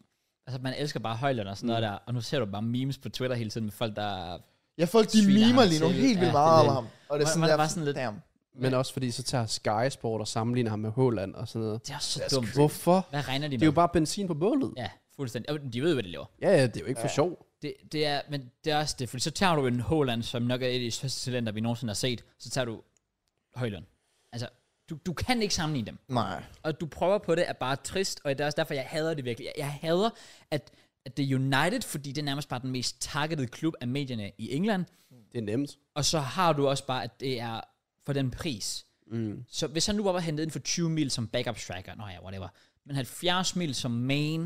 Speaker 1: altså, man elsker bare højløn og sådan mm. noget der, og nu ser du bare memes på Twitter hele tiden med folk, der...
Speaker 3: Jeg folk, de
Speaker 1: Sviner
Speaker 3: mimer
Speaker 1: ham
Speaker 3: lige nu
Speaker 1: til.
Speaker 3: helt vildt
Speaker 1: Ja,
Speaker 3: meget
Speaker 2: det
Speaker 3: om
Speaker 2: er
Speaker 3: ham. Og det
Speaker 1: Man-
Speaker 3: er sådan,
Speaker 1: man
Speaker 3: der,
Speaker 1: er bare sådan lidt-
Speaker 3: damn.
Speaker 2: Men også fordi, så tager Sky Sport og sammenligner ham med Håland og sådan noget.
Speaker 1: Det er også så
Speaker 3: Det er
Speaker 1: dumt.
Speaker 2: Hvorfor?
Speaker 1: Hvad regner de med?
Speaker 2: Det er jo bare benzin på bålet.
Speaker 1: Ja, fuldstændig. Og de ved jo, hvad de laver.
Speaker 2: Ja, ja, det er jo ikke for sjov.
Speaker 1: Det, det er, men det er også det, fordi så tager du en Håland, som nok er et af de største talenter, vi nogensinde har set, så tager du Højlund. Altså, du, du kan ikke sammenligne dem.
Speaker 3: Nej.
Speaker 1: Og du prøver på det, er bare trist, og det er også derfor, jeg hader det virkelig. Jeg, jeg hader, at, at det er United, fordi det er nærmest bare den mest targetede klub af medierne i England.
Speaker 2: Det er nemt.
Speaker 1: Og så har du også bare, at det er for den pris. Mm. Så hvis han nu bare var hentet ind for 20 mil som backup striker, nå ja, whatever. Men 70 mil som main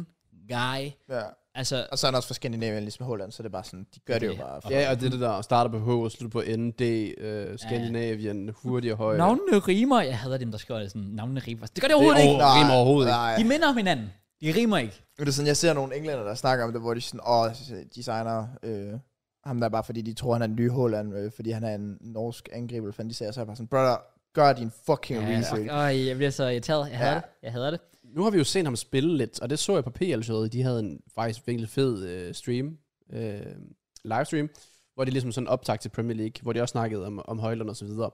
Speaker 1: guy,
Speaker 3: Ja.
Speaker 1: altså,
Speaker 3: Og så er han også fra Skandinavien, ligesom Holland, så det er bare sådan, de gør det, jo
Speaker 1: det.
Speaker 3: bare.
Speaker 2: Ja, og det er det der starter på H og slutter på ND, øh, Skandinavien, hurtig og høj.
Speaker 1: navnene rimer. Jeg hader dem, der skriver det sådan, navnene rimer. Det gør det
Speaker 2: det
Speaker 1: overhovedet det
Speaker 2: er
Speaker 1: ikke.
Speaker 2: over, rimer overhovedet ikke.
Speaker 3: Nej.
Speaker 1: De minder om hinanden. De rimer ikke.
Speaker 3: Men Det er sådan, jeg ser nogle englænder, der snakker om det, hvor de sådan, åh, designer øh, ham der bare, fordi de tror, han er en ny Holland, øh, fordi han er en norsk angriber, eller fandt de sagde, så er jeg bare sådan, brother, gør din fucking
Speaker 1: Ja,
Speaker 3: research.
Speaker 1: fuck. Øj, jeg bliver så irriteret. Jeg hader
Speaker 3: Ja.
Speaker 1: det. Jeg hader det.
Speaker 2: Nu har vi jo set ham spille lidt, og det så jeg på pl showet De havde en faktisk virkelig fed øh, stream, øh, livestream, hvor de ligesom sådan optag til Premier League, hvor de også snakkede om, om Højlund og så videre.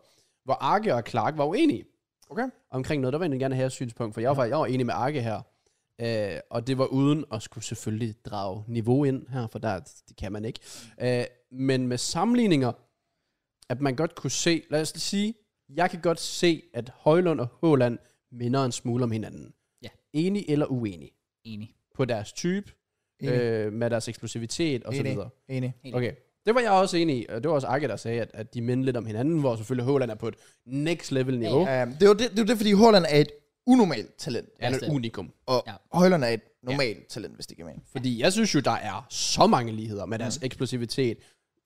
Speaker 2: Hvor Arke og Clark var uenige
Speaker 3: Okay.
Speaker 2: omkring noget. Der vil jeg egentlig gerne have et synspunkt, for jeg var, faktisk- jeg var enig med Arke her. Øh, og det var uden at skulle selvfølgelig drage niveau ind her, for der, det kan man ikke. Øh, men med sammenligninger, at man godt kunne se, lad os sige, jeg kan godt se, at Højlund og Håland minder en smule om hinanden.
Speaker 1: Ja.
Speaker 2: Enig eller uenig
Speaker 1: Enig.
Speaker 2: på deres type,
Speaker 3: Enig.
Speaker 2: øh, med deres eksplosivitet osv.
Speaker 3: Enig. Enig.
Speaker 1: Helt
Speaker 2: Okay. Det var jeg også enig i, og det var også Akke, der sagde, at, at de minder lidt om hinanden, hvor selvfølgelig Håland er på et next level niveau. Ja,
Speaker 3: Um, det er jo det, det, er jo det, fordi Holland er et unormalt talent,
Speaker 2: Han er et unikum.
Speaker 3: og
Speaker 1: Ja.
Speaker 3: ja. Højland er et normalt talent, hvis det giver mening.
Speaker 2: Fordi jeg synes jo, der er så mange ligheder med deres eksplosivitet,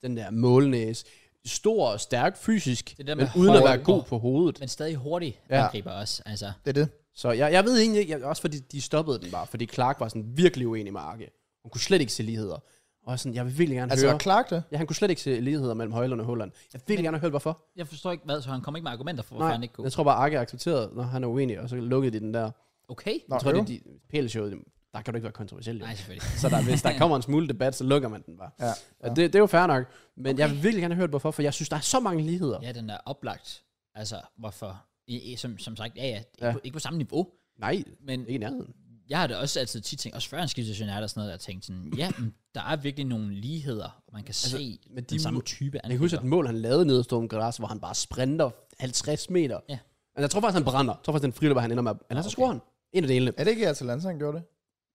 Speaker 2: den der målnæse, stor og stærk fysisk,
Speaker 1: Det er det
Speaker 2: men
Speaker 1: med
Speaker 2: uden at
Speaker 1: højde.
Speaker 2: være god på hovedet.
Speaker 1: Men stadig hurtig
Speaker 2: Ja.
Speaker 1: angriber også. Altså,
Speaker 3: Det er det.
Speaker 2: Så jeg, jeg ved egentlig, jeg, også fordi de stoppede den bare, fordi Clark var sådan virkelig uenig med Arke. Hun kunne slet ikke se ligheder. Og sådan, jeg vil virkelig gerne
Speaker 3: Altså,
Speaker 2: høre...
Speaker 3: var Clark det?
Speaker 2: Ja, han kunne slet ikke se ligheder mellem Højlund og Holland. Jeg vil gerne høre, hvorfor.
Speaker 1: jeg forstår ikke, hvad, så han kom ikke med argumenter for, hvorfor
Speaker 2: Nej,
Speaker 1: han ikke kunne.
Speaker 2: jeg tror bare, Arke accepterede, når han er uenig, og så lukkede de den der.
Speaker 1: Okay.
Speaker 3: Nå,
Speaker 2: Jeg tror,
Speaker 3: øv.
Speaker 2: det er de, pæleshowet, der kan du ikke være kontroversiel. jo.
Speaker 1: Nej, selvfølgelig.
Speaker 2: Så der, hvis der kommer en smule debat, så lukker man den bare.
Speaker 3: Ja.
Speaker 2: Og det, det er jo fair nok, men okay. jeg vil virkelig gerne høre, hvorfor, for jeg synes, der er så mange ligheder.
Speaker 1: Ja, den er oplagt. Altså, hvorfor? I, I, som, som sagt, ja, ja, ikke,
Speaker 2: Ja.
Speaker 1: ja. På, ikke på samme niveau,
Speaker 2: Nej,
Speaker 1: men
Speaker 2: ikke i nærheden.
Speaker 1: jeg har da også altid tit tænkt, også før han skiftede til United og sådan noget, jeg tænkte sådan, ja, men der er virkelig nogle ligheder, og man kan altså, se
Speaker 2: men
Speaker 1: men
Speaker 2: de
Speaker 1: de den samme
Speaker 2: må-
Speaker 1: type
Speaker 2: Jeg kan huske, at et mål, han lavede nede i Storm Græs, hvor han bare sprinter 50 meter.
Speaker 1: Ja.
Speaker 2: Altså, jeg tror faktisk, han brænder. Jeg tror faktisk, den friløber, han ender med. Eller så
Speaker 1: okay.
Speaker 2: scorer han. En af delene.
Speaker 3: Er det ikke Atalanta, han gjorde det?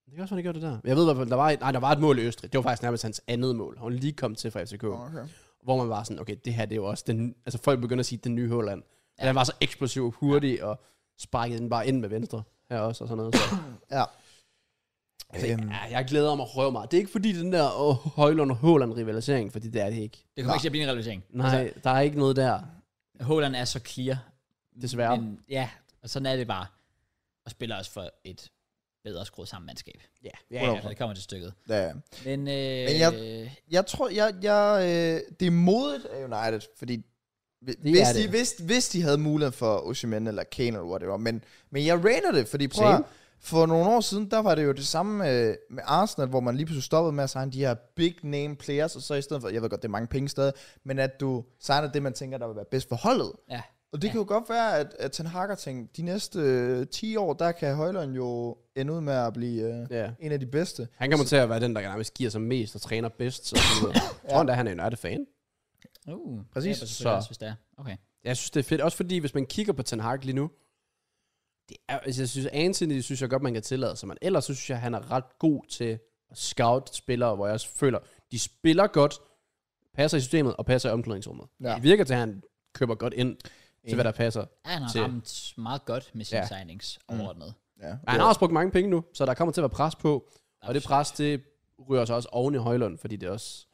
Speaker 2: Det kan også, han gjorde det der. Jeg ved i hvert fald, der var et, nej, der var et mål i Østrig. Det var faktisk nærmest hans andet mål. Han var lige kom til fra FCK.
Speaker 3: Okay.
Speaker 2: hvor man var sådan, okay, det her det er jo også den, altså folk begynder at sige, den nye Holland. Ja. Han var så eksplosiv og hurtig, og sparkede den bare ind med venstre her også, og sådan noget. Så,
Speaker 3: Ja.
Speaker 2: altså,
Speaker 3: Øhm.
Speaker 2: ja, jeg glæder mig røv meget. Det er ikke fordi den der oh, Højlund og Holland rivalisering, fordi det er det ikke.
Speaker 1: Det kommer ikke til at blive en realisering.
Speaker 2: Nej, altså, der er ikke noget der,
Speaker 1: Holland er så clear.
Speaker 2: desværre. Men,
Speaker 1: Men, ja, og sådan er det bare. Og spiller også for et bedre skruet sammen mandskab.
Speaker 2: ja,
Speaker 1: Ja, ja, når det kommer til stykket.
Speaker 3: Ja.
Speaker 1: Men, øh,
Speaker 3: Men jeg- Jeg tror, jeg, jeg, øh, det er modigt af United, fordi hvi-
Speaker 2: Det
Speaker 3: hvis
Speaker 2: er
Speaker 3: de,
Speaker 2: det.
Speaker 3: hvis, hvis de havde mulighed for Osimhen eller Kane eller whatever, men, men jeg rater det, fordi prøv at,
Speaker 2: Same.
Speaker 3: for nogle år siden, der var det jo det samme øh, med Arsenal, hvor man lige pludselig stoppede med at signe de her big name players, og så i stedet for, jeg ved godt, det er mange penge stadig, men at du signer det, man tænker, der vil være bedst for holdet.
Speaker 1: ja,
Speaker 3: Og det ja. kan jo godt være, at, at Ten Hag har tænkt, de næste øh, 10 år, der kan Højlund jo ende ud med at blive øh,
Speaker 2: Ja.
Speaker 3: en af de bedste.
Speaker 2: Han kommer til at være den, der nærmest giver sig mest og træner bedst. Så, sådan noget. jeg tror, ja. han er United-fan.
Speaker 1: uh,
Speaker 3: Præcis,
Speaker 1: Ja, på selvfølgelig
Speaker 2: så-
Speaker 1: Også, hvis det er. Okay.
Speaker 2: Jeg synes, det er fedt. Også fordi, hvis man kigger på Ten Hag lige nu, det er, altså, jeg synes, Anthony synes jeg godt, man kan tillade sig. Men ellers så synes jeg, han er ret god til at scout spillere, hvor jeg også føler, de spiller godt, passer i systemet og passer i omklædningsrummet.
Speaker 3: Ja.
Speaker 2: Ja. Det virker til, at han køber godt ind til,
Speaker 3: Enig.
Speaker 2: hvad der passer.
Speaker 1: Ja, han har
Speaker 2: Til-
Speaker 1: ramt meget godt med sine
Speaker 2: Ja.
Speaker 1: ja. signings overordnet.
Speaker 3: Ja.
Speaker 2: Men han har også brugt mange penge nu, så der kommer til at være pres på. Og det pres, det ryger sig også oven i Højlund, fordi det også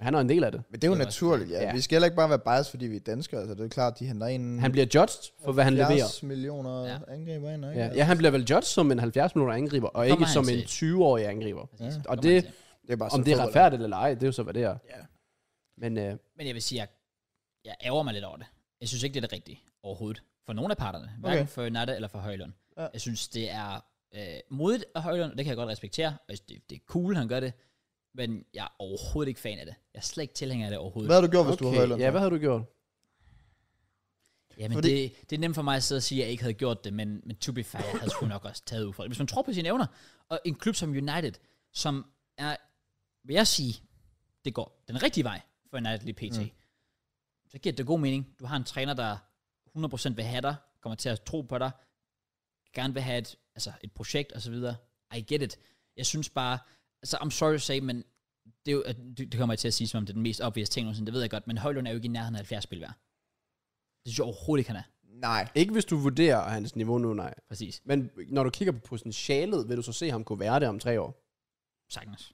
Speaker 2: Han er en del af det.
Speaker 3: Men det er jo
Speaker 1: Det er
Speaker 3: naturligt, ja.
Speaker 2: Ja.
Speaker 3: ja. Vi skal heller ikke bare være biased, fordi vi er danskere. Altså, det er klart, de henter en...
Speaker 2: Han bliver judged for, hvad han leverer.
Speaker 3: 70 millioner
Speaker 1: Ja.
Speaker 3: ja. angriber ind, ikke?
Speaker 2: Ja. ja, han bliver vel judged som en 70 minutter angriber, og
Speaker 1: Kommer
Speaker 2: ikke
Speaker 1: han
Speaker 2: som
Speaker 1: til.
Speaker 2: en 20-årig angriber.
Speaker 1: Præcis.
Speaker 3: Ja.
Speaker 1: Kommer
Speaker 2: Og
Speaker 1: man
Speaker 2: det-
Speaker 1: til.
Speaker 3: Det er bare
Speaker 2: Om
Speaker 3: sådan
Speaker 2: det er
Speaker 3: fodbold.
Speaker 2: retfærdigt eller ej, det er jo så, hvad det er.
Speaker 3: Altså, Ja.
Speaker 2: Men øh,
Speaker 1: Men jeg vil sige, jeg, jeg ærger mig lidt over det. Jeg synes ikke, det er det rigtige overhovedet. For nogle af parterne. Hverken okay.
Speaker 3: Okay.
Speaker 1: for Natte eller for Højlund. Ja.
Speaker 3: Ja.
Speaker 1: Jeg synes, det er øh, modigt af Højlund, og det kan jeg godt respektere. Og jeg synes, det, det er cool, han gør det. Men jeg er overhovedet ikke fan af det. Jeg er slet ikke tilhænger af det overhovedet.
Speaker 3: Hvad har du gjort, hvis du havde
Speaker 2: okay.
Speaker 3: Højlund?
Speaker 2: ja, hvad havde du gjort?
Speaker 1: Jamen,
Speaker 3: Fordi-
Speaker 1: det, det er nemt for mig at sidde og sige, at jeg ikke havde gjort det, men, men to be fair, jeg havde sgu nok også taget ud for det. Hvis man tror på sine evner, og en klub som United, som er, vil jeg sige, det går den rigtige vej for United lige pt. Mm.
Speaker 3: Mm.
Speaker 1: Så giver det god mening. Du har en træner, der 100% vil have dig, kommer til at tro på dig, gerne vil have et, altså et projekt og så videre. I get it. Jeg synes bare, altså I'm sorry to say, men det, er jo, at- det, det kommer jeg til at sige, som om det er den mest obvious ting nogensinde, det ved jeg godt, men Højlund er jo ikke i nærheden af 70 spil værd. Det synes jeg overhovedet ikke, han er.
Speaker 3: Nej.
Speaker 2: Ikke hvis du vurderer hans niveau nu, nej.
Speaker 1: Præcis.
Speaker 2: Men når du kigger på potentialet, vil du så se ham kunne være det om tre år.
Speaker 1: Sagtens.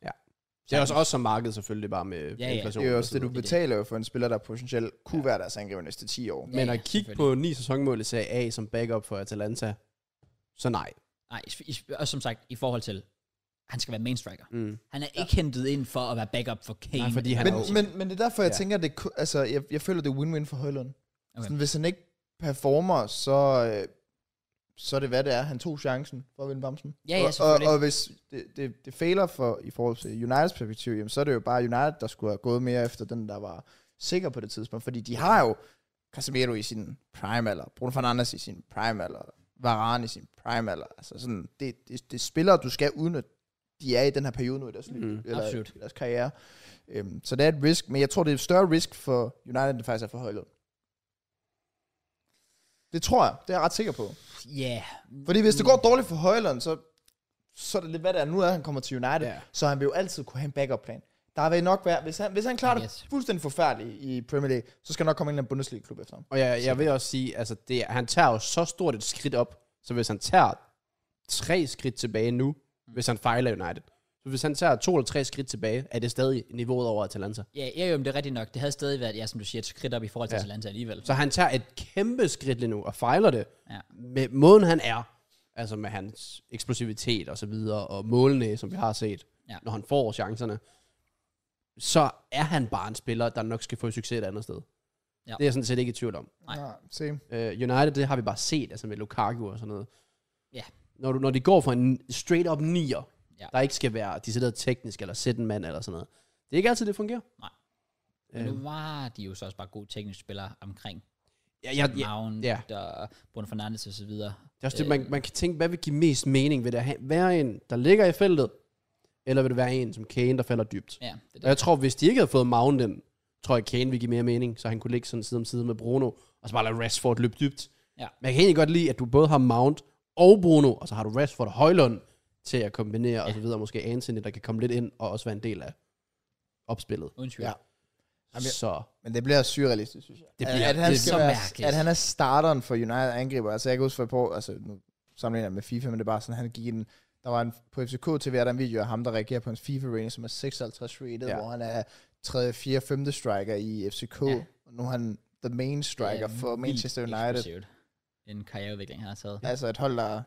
Speaker 2: Det er også også som marked selvfølgelig, bare med
Speaker 1: Ja,
Speaker 2: ja,
Speaker 1: ja.
Speaker 2: inflation.
Speaker 3: Det er jo
Speaker 2: og
Speaker 3: også
Speaker 2: så
Speaker 3: det, du
Speaker 1: det er det.
Speaker 3: betaler jo for en spiller, der potentielt kunne være deres angriber næste 10 år.
Speaker 2: videre. Men
Speaker 1: Ja, ja,
Speaker 2: at kigge på
Speaker 1: selvfølgelig.
Speaker 2: ni sæsonmål i Serie A som backup for Atalanta, så nej.
Speaker 1: Nej, i- i- og som sagt, i forhold til, han skal være main striker.
Speaker 2: Mm.
Speaker 1: Han er ikke hentet ind for at være backup for Kane.
Speaker 2: Nej, fordi han
Speaker 3: Men,
Speaker 2: er jo-
Speaker 3: men, men det er derfor, jeg
Speaker 2: Ja.
Speaker 3: ja. tænker, det, ku- altså, jeg, jeg føler, det er win-win for Højlund.
Speaker 1: Okay.
Speaker 3: Okay. Sådan, hvis han ikke performer, så, øh, så er det, hvad det er. Han tog chancen for at vinde Bamsen.
Speaker 1: Ja, ja,
Speaker 3: og,
Speaker 1: selvfølgelig.
Speaker 3: og, og hvis det, det, det fejler for, i forhold til Uniteds perspektiv, jamen, så er det jo bare United, der skulle have gået mere efter den, der var sikker på det tidspunkt. Fordi de har jo Casemiro i sin prime alder, Bruno Fernandes i sin prime alder, Varane i sin prime alder. Altså sådan, det, det, det er spillere, du skal udnytte, de er i den her periode nu i deres, liv, Øh,
Speaker 2: Mm,
Speaker 3: eller
Speaker 1: absolut.
Speaker 3: i deres karriere. Øhm, så det er et risk, men jeg tror, det er et større risk for United, end det faktisk er for Højlund. Det tror jeg. Det er jeg ret sikker på.
Speaker 1: Ja.
Speaker 3: Fordi hvis det går
Speaker 1: Mm.
Speaker 3: dårligt for Højlund, så, så er det lidt, hvad det er nu, er, at han kommer til United.
Speaker 2: Ja.
Speaker 3: Ja. Så han vil jo altid kunne have en backup-plan. Der vil nok være, hvis han, hvis han klarer
Speaker 1: Yes.
Speaker 3: det fuldstændig forfærdeligt i Premier League, så skal der nok komme en eller anden Bundesliga-klub efter ham.
Speaker 2: Og jeg, jeg vil også sige, altså det, er- han tager jo så stort et skridt op, så hvis han tager tre skridt tilbage nu,
Speaker 1: Mm.
Speaker 2: hvis han fejler United, så hvis han tager to eller tre skridt tilbage, er det stadig niveauet over Atalanta.
Speaker 1: Ja, ja, jo, men det er rigtigt nok. Det havde stadig været, ja, som du siger, et skridt op i forhold til ja. Atalanta alligevel.
Speaker 2: Så han tager et kæmpe skridt lige nu og fejler det.
Speaker 1: Ja.
Speaker 2: Med måden han er, altså med hans eksplosivitet og så videre, og målene, som vi har set,
Speaker 1: Ja.
Speaker 2: når han får chancerne, så er han bare en spiller, der nok skal få succes et andet sted.
Speaker 1: Ja.
Speaker 2: Det er jeg sådan set ikke i tvivl om.
Speaker 1: Nej.
Speaker 3: Ja, se.
Speaker 2: Øh, United, det har vi bare set, altså med Lukaku og sådan noget.
Speaker 1: Ja.
Speaker 2: Når, du, når de går for en straight up nier,
Speaker 1: Ja.
Speaker 2: ja. der ikke skal være decideret teknisk eller sætte en mand eller sådan noget. Det er ikke altid, det fungerer.
Speaker 1: Nej. Men
Speaker 2: Øh,
Speaker 1: nu var de jo så også bare gode tekniske spillere omkring.
Speaker 2: ja, ja, ja,
Speaker 1: Mount
Speaker 2: ja.
Speaker 1: og Bruno Fernandes og så videre.
Speaker 2: det er også det, man, man kan tænke, hvad vil give mest mening? Vil det ha- være en, der ligger i feltet, eller vil det være en som Kane, der falder dybt?
Speaker 1: Ja, det er
Speaker 2: Og
Speaker 1: det.
Speaker 2: jeg tror, hvis de ikke havde fået Mount ind, tror jeg, Kane ville give mere mening, så han kunne ligge sådan side om side med Bruno, og så bare lade Rashford løbe dybt.
Speaker 1: Ja.
Speaker 2: Men jeg kan egentlig godt lide, at du både har Mount og Bruno, og så har du Rashford og Højlund til at kombinere, ja. og så videre, måske Anthony, der kan komme lidt ind og også være en del af opspillet.
Speaker 1: Uden tvivl.
Speaker 3: Ja. Jamen, jeg-
Speaker 2: Så
Speaker 3: Men det bliver surrealistisk, synes jeg.
Speaker 2: Det
Speaker 3: At-
Speaker 2: bliver-
Speaker 3: at han
Speaker 2: det
Speaker 3: skal
Speaker 1: bliver-
Speaker 3: være,
Speaker 1: så mærkeligt.
Speaker 3: At han er starteren for United angriber. Altså, jeg kan huske for et par år, altså, nu sammenligner jeg med FIFA, men det er bare sådan, han gik en, der var en, på FCK TV, er der en video af ham, der reagerer på en FIFA rating, som er 56 rated,
Speaker 2: Ja.
Speaker 3: ja. hvor han er 3. 4. 5. striker i FCK.
Speaker 1: Ja.
Speaker 3: Ja. Og nu er han the main striker
Speaker 1: Det er
Speaker 3: for
Speaker 1: vildt
Speaker 3: Manchester United.
Speaker 1: eksplosivt. En karriereudvikling, han har taget.
Speaker 3: Ja. Altså et hold, der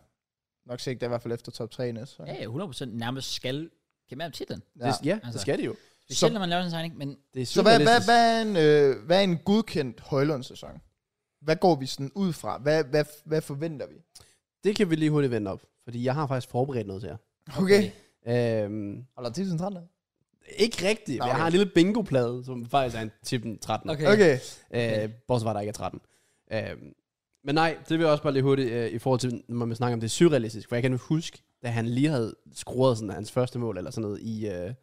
Speaker 3: nok sikkert er i hvert fald efter top 3 næste.
Speaker 1: Ja, ja, 100% nærmest skal kæmpe om titlen.
Speaker 2: ja, det, ja,
Speaker 1: Altså.
Speaker 2: det skal det jo.
Speaker 1: Specielt når man laver sådan en tegning, men
Speaker 2: Det er
Speaker 3: Så hvad, hvad,
Speaker 2: surrealistisk.
Speaker 3: hvad, er en, øh, hvad er en godkendt Højlund-sæson? Hvad går vi sådan ud fra? Hvad, hvad, hvad forventer vi?
Speaker 2: Det kan vi lige hurtigt vende op, fordi jeg har faktisk forberedt noget til jer.
Speaker 3: Okay.
Speaker 2: Øhm,
Speaker 3: Holder 10 til 13?
Speaker 2: ikke rigtigt,
Speaker 3: Nå,
Speaker 2: okay. jeg
Speaker 3: okay.
Speaker 2: har en lille bingo-plade, som faktisk er en tippen 13.
Speaker 1: Okay.
Speaker 3: Okay.
Speaker 2: Øh, bortset fra, at der ikke er 13. Øh, men nej, det vil jeg også bare lige hurtigt øh, i forhold til, når man snakker om det surrealistiske. For jeg kan huske, da han lige havde scoret sådan, hans første mål eller sådan noget i, øh,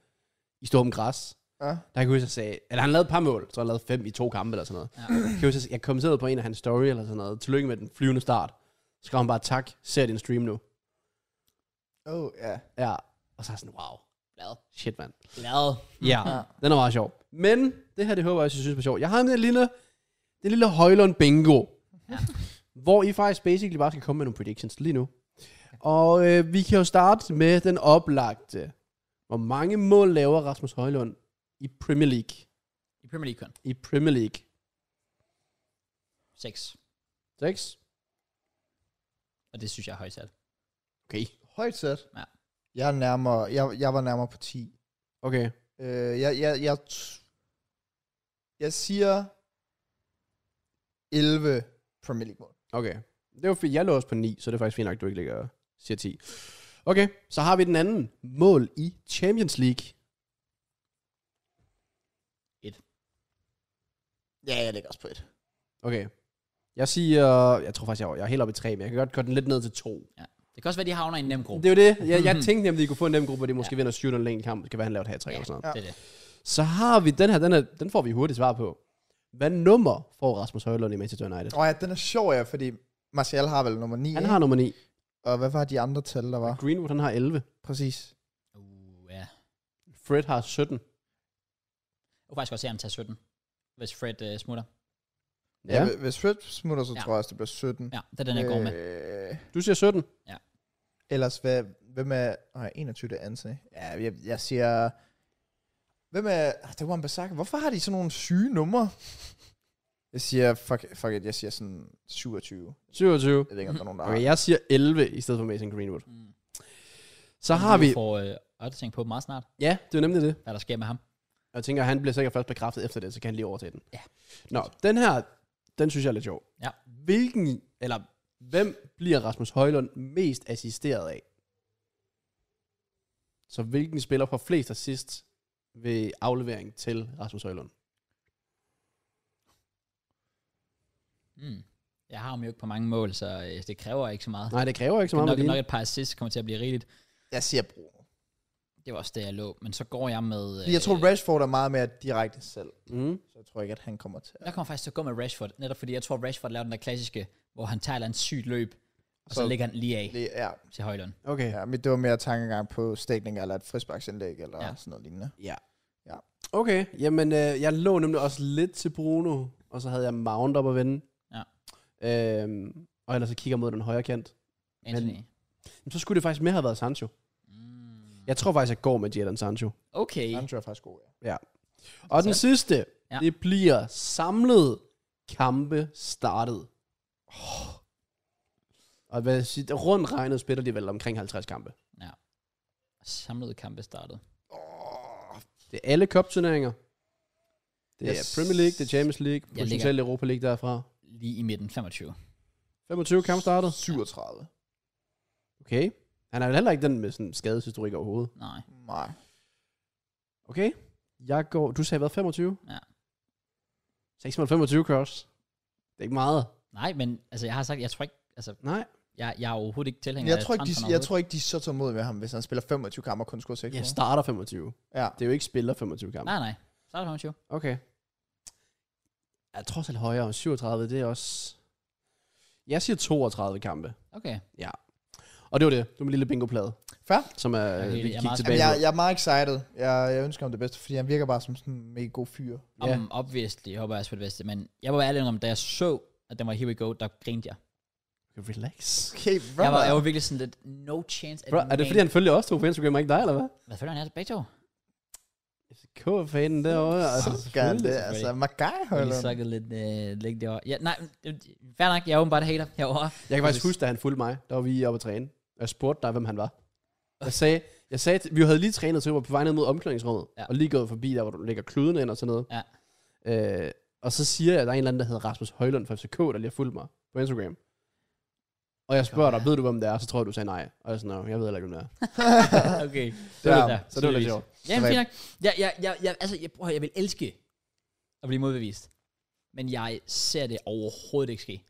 Speaker 2: i Storm Græs.
Speaker 3: Ja.
Speaker 2: Der kan jeg huske, at jeg sagde, eller han lavede et par mål, så han lavede fem i to kampe eller sådan noget.
Speaker 1: Ja.
Speaker 2: Ja. Jeg, kan huske, at jeg kommenterede på en af hans story eller sådan noget. Tillykke med den flyvende start. Så skrev han bare, tak, ser din stream nu.
Speaker 3: Oh, ja.
Speaker 2: Ja, og så er jeg sådan, wow,
Speaker 1: glad.
Speaker 2: shit mand.
Speaker 1: Glad.
Speaker 2: Ja,
Speaker 3: Ja.
Speaker 2: den er meget sjov. Men det her, det håber jeg også, I synes er sjovt. Jeg har en lille, det lille Højlund bingo.
Speaker 1: Ja.
Speaker 2: Ja. Hvor I faktisk basically bare skal komme med nogle predictions lige nu. Og øh, vi kan jo starte med den oplagte. Hvor mange mål laver Rasmus Højlund i Premier League.
Speaker 1: I Premier League kun.
Speaker 2: I Premier League.
Speaker 1: 6.
Speaker 2: 6?
Speaker 1: Og det synes jeg er højt sat.
Speaker 2: Okay.
Speaker 3: Højt sat.
Speaker 1: Ja.
Speaker 3: Jeg, er nærmere, jeg, jeg var nærmere på 10.
Speaker 2: Okay.
Speaker 3: Øh, jeg, jeg, jeg, t- jeg siger 11 Premier League mål.
Speaker 2: Okay. Det var fint. Jeg lå også på 9, så det er faktisk fint nok, at du ikke ligger og siger 10. Okay, så har vi den anden. Mål i Champions League.
Speaker 3: Ja, jeg ligger også på et.
Speaker 2: Okay. Jeg siger, jeg tror faktisk, jeg er, jeg er helt oppe i 3, men jeg kan godt gøre den lidt ned til 2.
Speaker 1: Det kan også være, de havner i en nem gruppe.
Speaker 2: Det er jo det. Jeg, jeg tænkte nemlig, at de kunne få en nem gruppe, hvor de måske ja. vinder 7 0 en kamp. Det kan være, han laver et hat
Speaker 1: Ja.
Speaker 2: eller sådan noget.
Speaker 1: Det, det er det.
Speaker 2: Så har vi den her, den, her, den får vi hurtigt svar på. Hvad nummer får Rasmus Højlund i Manchester United?
Speaker 3: Og ja, den er sjov, ja, fordi Martial har vel nummer 9,
Speaker 2: Han har nummer 9.
Speaker 3: og hvad var de andre tal, der var?
Speaker 2: Greenwood, han har 11.
Speaker 3: Præcis.
Speaker 1: Uh, ja.
Speaker 2: Fred har 17.
Speaker 1: Jeg kunne faktisk godt se ham tage 17, hvis Fred øh, smutter.
Speaker 3: Ja. ja hvis Fred smutter, så
Speaker 1: Ja.
Speaker 3: ja. tror jeg også, det bliver 17.
Speaker 1: Ja, det er den, jeg går med.
Speaker 3: Øh,
Speaker 2: Du siger 17.
Speaker 3: ellers, hvad, hvem er... Åh, 21, det er Ante. Ja, jeg, jeg siger... Hvem er... Ah, det var en basak. Hvorfor har de sådan nogle syge numre? Jeg siger, fuck, fuck it, jeg siger sådan 27.
Speaker 2: 27.
Speaker 3: Jeg ved ikke, om der er nogen, der
Speaker 2: Okay,
Speaker 3: har.
Speaker 2: jeg siger 11 i stedet for Mason Greenwood.
Speaker 1: Mm.
Speaker 2: Så har vi...
Speaker 1: får øh, opdatering på meget snart,
Speaker 2: Ja, det er nemlig det.
Speaker 1: hvad der sker med ham.
Speaker 2: Og Jeg tænker, at han bliver sikkert først bekræftet efter det, så kan han lige overtage den.
Speaker 1: Ja.
Speaker 2: Nå, den her, den synes jeg er lidt sjov.
Speaker 1: Ja.
Speaker 2: Hvilken, eller hvem bliver Rasmus Højlund mest assisteret af? Så hvilken spiller får flest assist ved aflevering til Rasmus Højlund?
Speaker 1: Mm. Jeg har ham jo ikke på mange mål, så øh, det kræver ikke så meget.
Speaker 2: Nej, det kræver ikke så
Speaker 1: nok,
Speaker 2: meget med
Speaker 1: nok,
Speaker 2: din.
Speaker 1: et par assists kommer til at blive rigeligt.
Speaker 3: Jeg siger Bruno.
Speaker 1: Det var også det, jeg lå. Men så går jeg med... øh,
Speaker 3: Fordi jeg tror, Rashford er meget mere direkte selv.
Speaker 2: Mm.
Speaker 3: Så jeg tror ikke, at han kommer til at...
Speaker 1: Jeg kommer faktisk til at gå med Rashford, netop fordi jeg tror, Rashford laver den der klassiske, hvor han tager et eller andet sygt løb, og så, så
Speaker 3: Så-
Speaker 1: lægger han lige af
Speaker 3: Det er,
Speaker 1: til Højlund.
Speaker 2: Mhm. Okay.
Speaker 3: ja, men det var mere tankegang på stakning eller et frisbaksindlæg eller
Speaker 1: Ja.
Speaker 3: ja. sådan noget lignende.
Speaker 2: Ja.
Speaker 3: Ja.
Speaker 2: Okay, jamen øh, jeg lå nemlig også lidt til Bruno, og så havde jeg Mount op at vende.
Speaker 1: Ja.
Speaker 2: Øhm, og ellers så kigger jeg mod den højre kant.
Speaker 1: Anthony.
Speaker 2: Jamen, så skulle det faktisk mere have været Sancho.
Speaker 1: Mm.
Speaker 2: Jeg tror faktisk, jeg går med Jadon Sancho.
Speaker 1: Okay.
Speaker 3: Han tror jeg er faktisk god, ja.
Speaker 2: Og den sidste,
Speaker 1: Ja.
Speaker 2: ja. det bliver samlet kampe startet. Oh. Og hvad siger, rundt regnet spiller de vel omkring 50 kampe.
Speaker 1: Samlede kampe startet.
Speaker 3: Åh,
Speaker 2: Det er alle cupturneringer. Det er
Speaker 3: Yes.
Speaker 2: Premier League, det er Champions League,
Speaker 1: ligger-
Speaker 2: potentielt Europa League derfra.
Speaker 1: Lige i midten, 25.
Speaker 2: 25 kampe startet.
Speaker 3: 37.
Speaker 2: Okay. Han er vel heller ikke den med sådan skadeshistorik overhovedet.
Speaker 1: Nej.
Speaker 3: Nej.
Speaker 2: Okay. Jeg går, du sagde hvad, 25?
Speaker 1: Ja.
Speaker 2: 6 mod 25 cross. Det er ikke meget.
Speaker 1: Nej, men altså, jeg har sagt, jeg tror ikke, altså,
Speaker 2: Nej.
Speaker 1: jeg, jeg er overhovedet ikke tilhænger
Speaker 3: Jeg
Speaker 1: af
Speaker 3: tror, ikke, de,
Speaker 1: transferen
Speaker 3: jeg
Speaker 1: overhovedet.
Speaker 3: tror ikke, de er så tålmodige med ham, hvis han spiller 25 kampe og kun scorer 6
Speaker 2: Jeg
Speaker 3: mål.
Speaker 2: starter 25.
Speaker 3: Ja.
Speaker 2: Det er jo ikke spiller 25 kampe.
Speaker 1: Nej, nej. Så er det 25.
Speaker 2: Okay. Jeg tror selv højere. 37, det er også... Jeg siger 32 kampe.
Speaker 1: Okay.
Speaker 2: Og det var det. Det var min lille bingo-plade.
Speaker 3: Fair.
Speaker 2: Som er,
Speaker 1: helt- jeg
Speaker 2: vi
Speaker 1: er
Speaker 2: kan kigge
Speaker 1: meget
Speaker 2: tilbage
Speaker 3: Jamen,
Speaker 2: på.
Speaker 3: jeg, jeg er meget excited. Jeg, jeg ønsker ham det bedste, fordi han virker bare som sådan en mega god fyr.
Speaker 1: Om, yeah. Obviously, jeg håber også på det bedste, men jeg må være ærlig om, da jeg så, at den var Here We Go, der grinte jeg.
Speaker 2: Relax.
Speaker 3: Okay, bro.
Speaker 1: Jeg var, jeg var virkelig sådan lidt, no chance. at
Speaker 2: Bro, er det
Speaker 1: man-
Speaker 2: fordi, han følger os to på Instagram, og ikke dig, eller hvad?
Speaker 1: Hvad føler han er tilbage to?
Speaker 2: FCK-fanen derovre.
Speaker 3: så gør det,
Speaker 1: selvfølgelig.
Speaker 3: altså. Magai
Speaker 1: Jeg har lige
Speaker 3: Højlund.
Speaker 1: sukket lidt, øh, lidt derovre. Ja, nej, øh, fair nok, jeg er åbenbart hater herovre.
Speaker 2: Jeg kan faktisk huske, da han fulgte mig, der var vi oppe at træne. Og jeg spurgte dig, hvem han var. Jeg sagde, jeg sagde til- vi havde lige trænet, så vi var på vej ned mod omklædningsrummet.
Speaker 1: Ja.
Speaker 2: Ja. Og lige gået forbi, der hvor du lægger kluden ind og sådan noget. Ja. Øh, og så siger jeg, at der er en eller anden, der hedder Rasmus Højlund fra FCK, der lige har fulgt mig på Instagram. Og jeg spørger
Speaker 1: Godt,
Speaker 2: dig,
Speaker 1: ja.
Speaker 2: ved du, hvem det er? Så tror jeg, du sagde nej. Og jeg er sådan, "Nå, jeg ved heller ikke, hvem det er.
Speaker 1: okay.
Speaker 2: Det var,
Speaker 1: Ja,
Speaker 2: ja, så det var lidt sjovt.
Speaker 1: Jamen,
Speaker 3: Så-
Speaker 1: fint nok. Jeg, jeg, jeg, jeg, altså, jeg, prøv, at høre, jeg vil elske at blive modbevist. Men jeg ser det overhovedet ikke ske.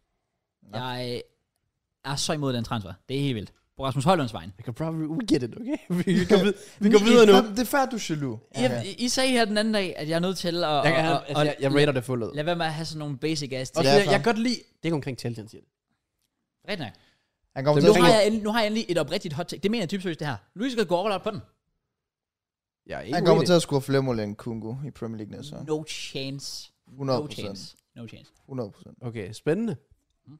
Speaker 3: Nå.
Speaker 1: Jeg er så imod den transfer. Det er helt vildt. På Rasmus Højlunds vejen.
Speaker 2: Jeg kan probably we get it, okay? vi, går vid- vi går videre nu.
Speaker 3: Det er fair, du er jaloux.
Speaker 1: Okay. Jeg, I sagde her den anden dag, at jeg er nødt til at...
Speaker 2: Jeg, kan,
Speaker 1: at- at-
Speaker 2: altså, jeg, jeg rater det fuldt ud.
Speaker 1: Lad være med at have sådan nogle basic ass
Speaker 2: Og
Speaker 1: ting.
Speaker 3: Ja,
Speaker 2: så jeg,
Speaker 3: fair.
Speaker 2: jeg kan godt lide, det er ikke omkring Chelsea, han siger det.
Speaker 1: Rigtig nok.
Speaker 3: Han kommer
Speaker 2: Så
Speaker 3: til
Speaker 1: Nu
Speaker 3: at
Speaker 2: tænker
Speaker 1: har,
Speaker 2: jeg-
Speaker 1: jeg endelig, nu har jeg endelig et oprigtigt hot take. Det mener jeg typisk seriøst, det her. Louis skal gå overlap på den.
Speaker 2: Jeg er ikke
Speaker 3: han kommer
Speaker 2: uenig.
Speaker 3: til at score flere mål end Kungu i Premier League næste år.
Speaker 1: No chance.
Speaker 3: 100
Speaker 1: No chance. No chance.
Speaker 3: 100 procent.
Speaker 2: Okay, spændende.
Speaker 1: Mm.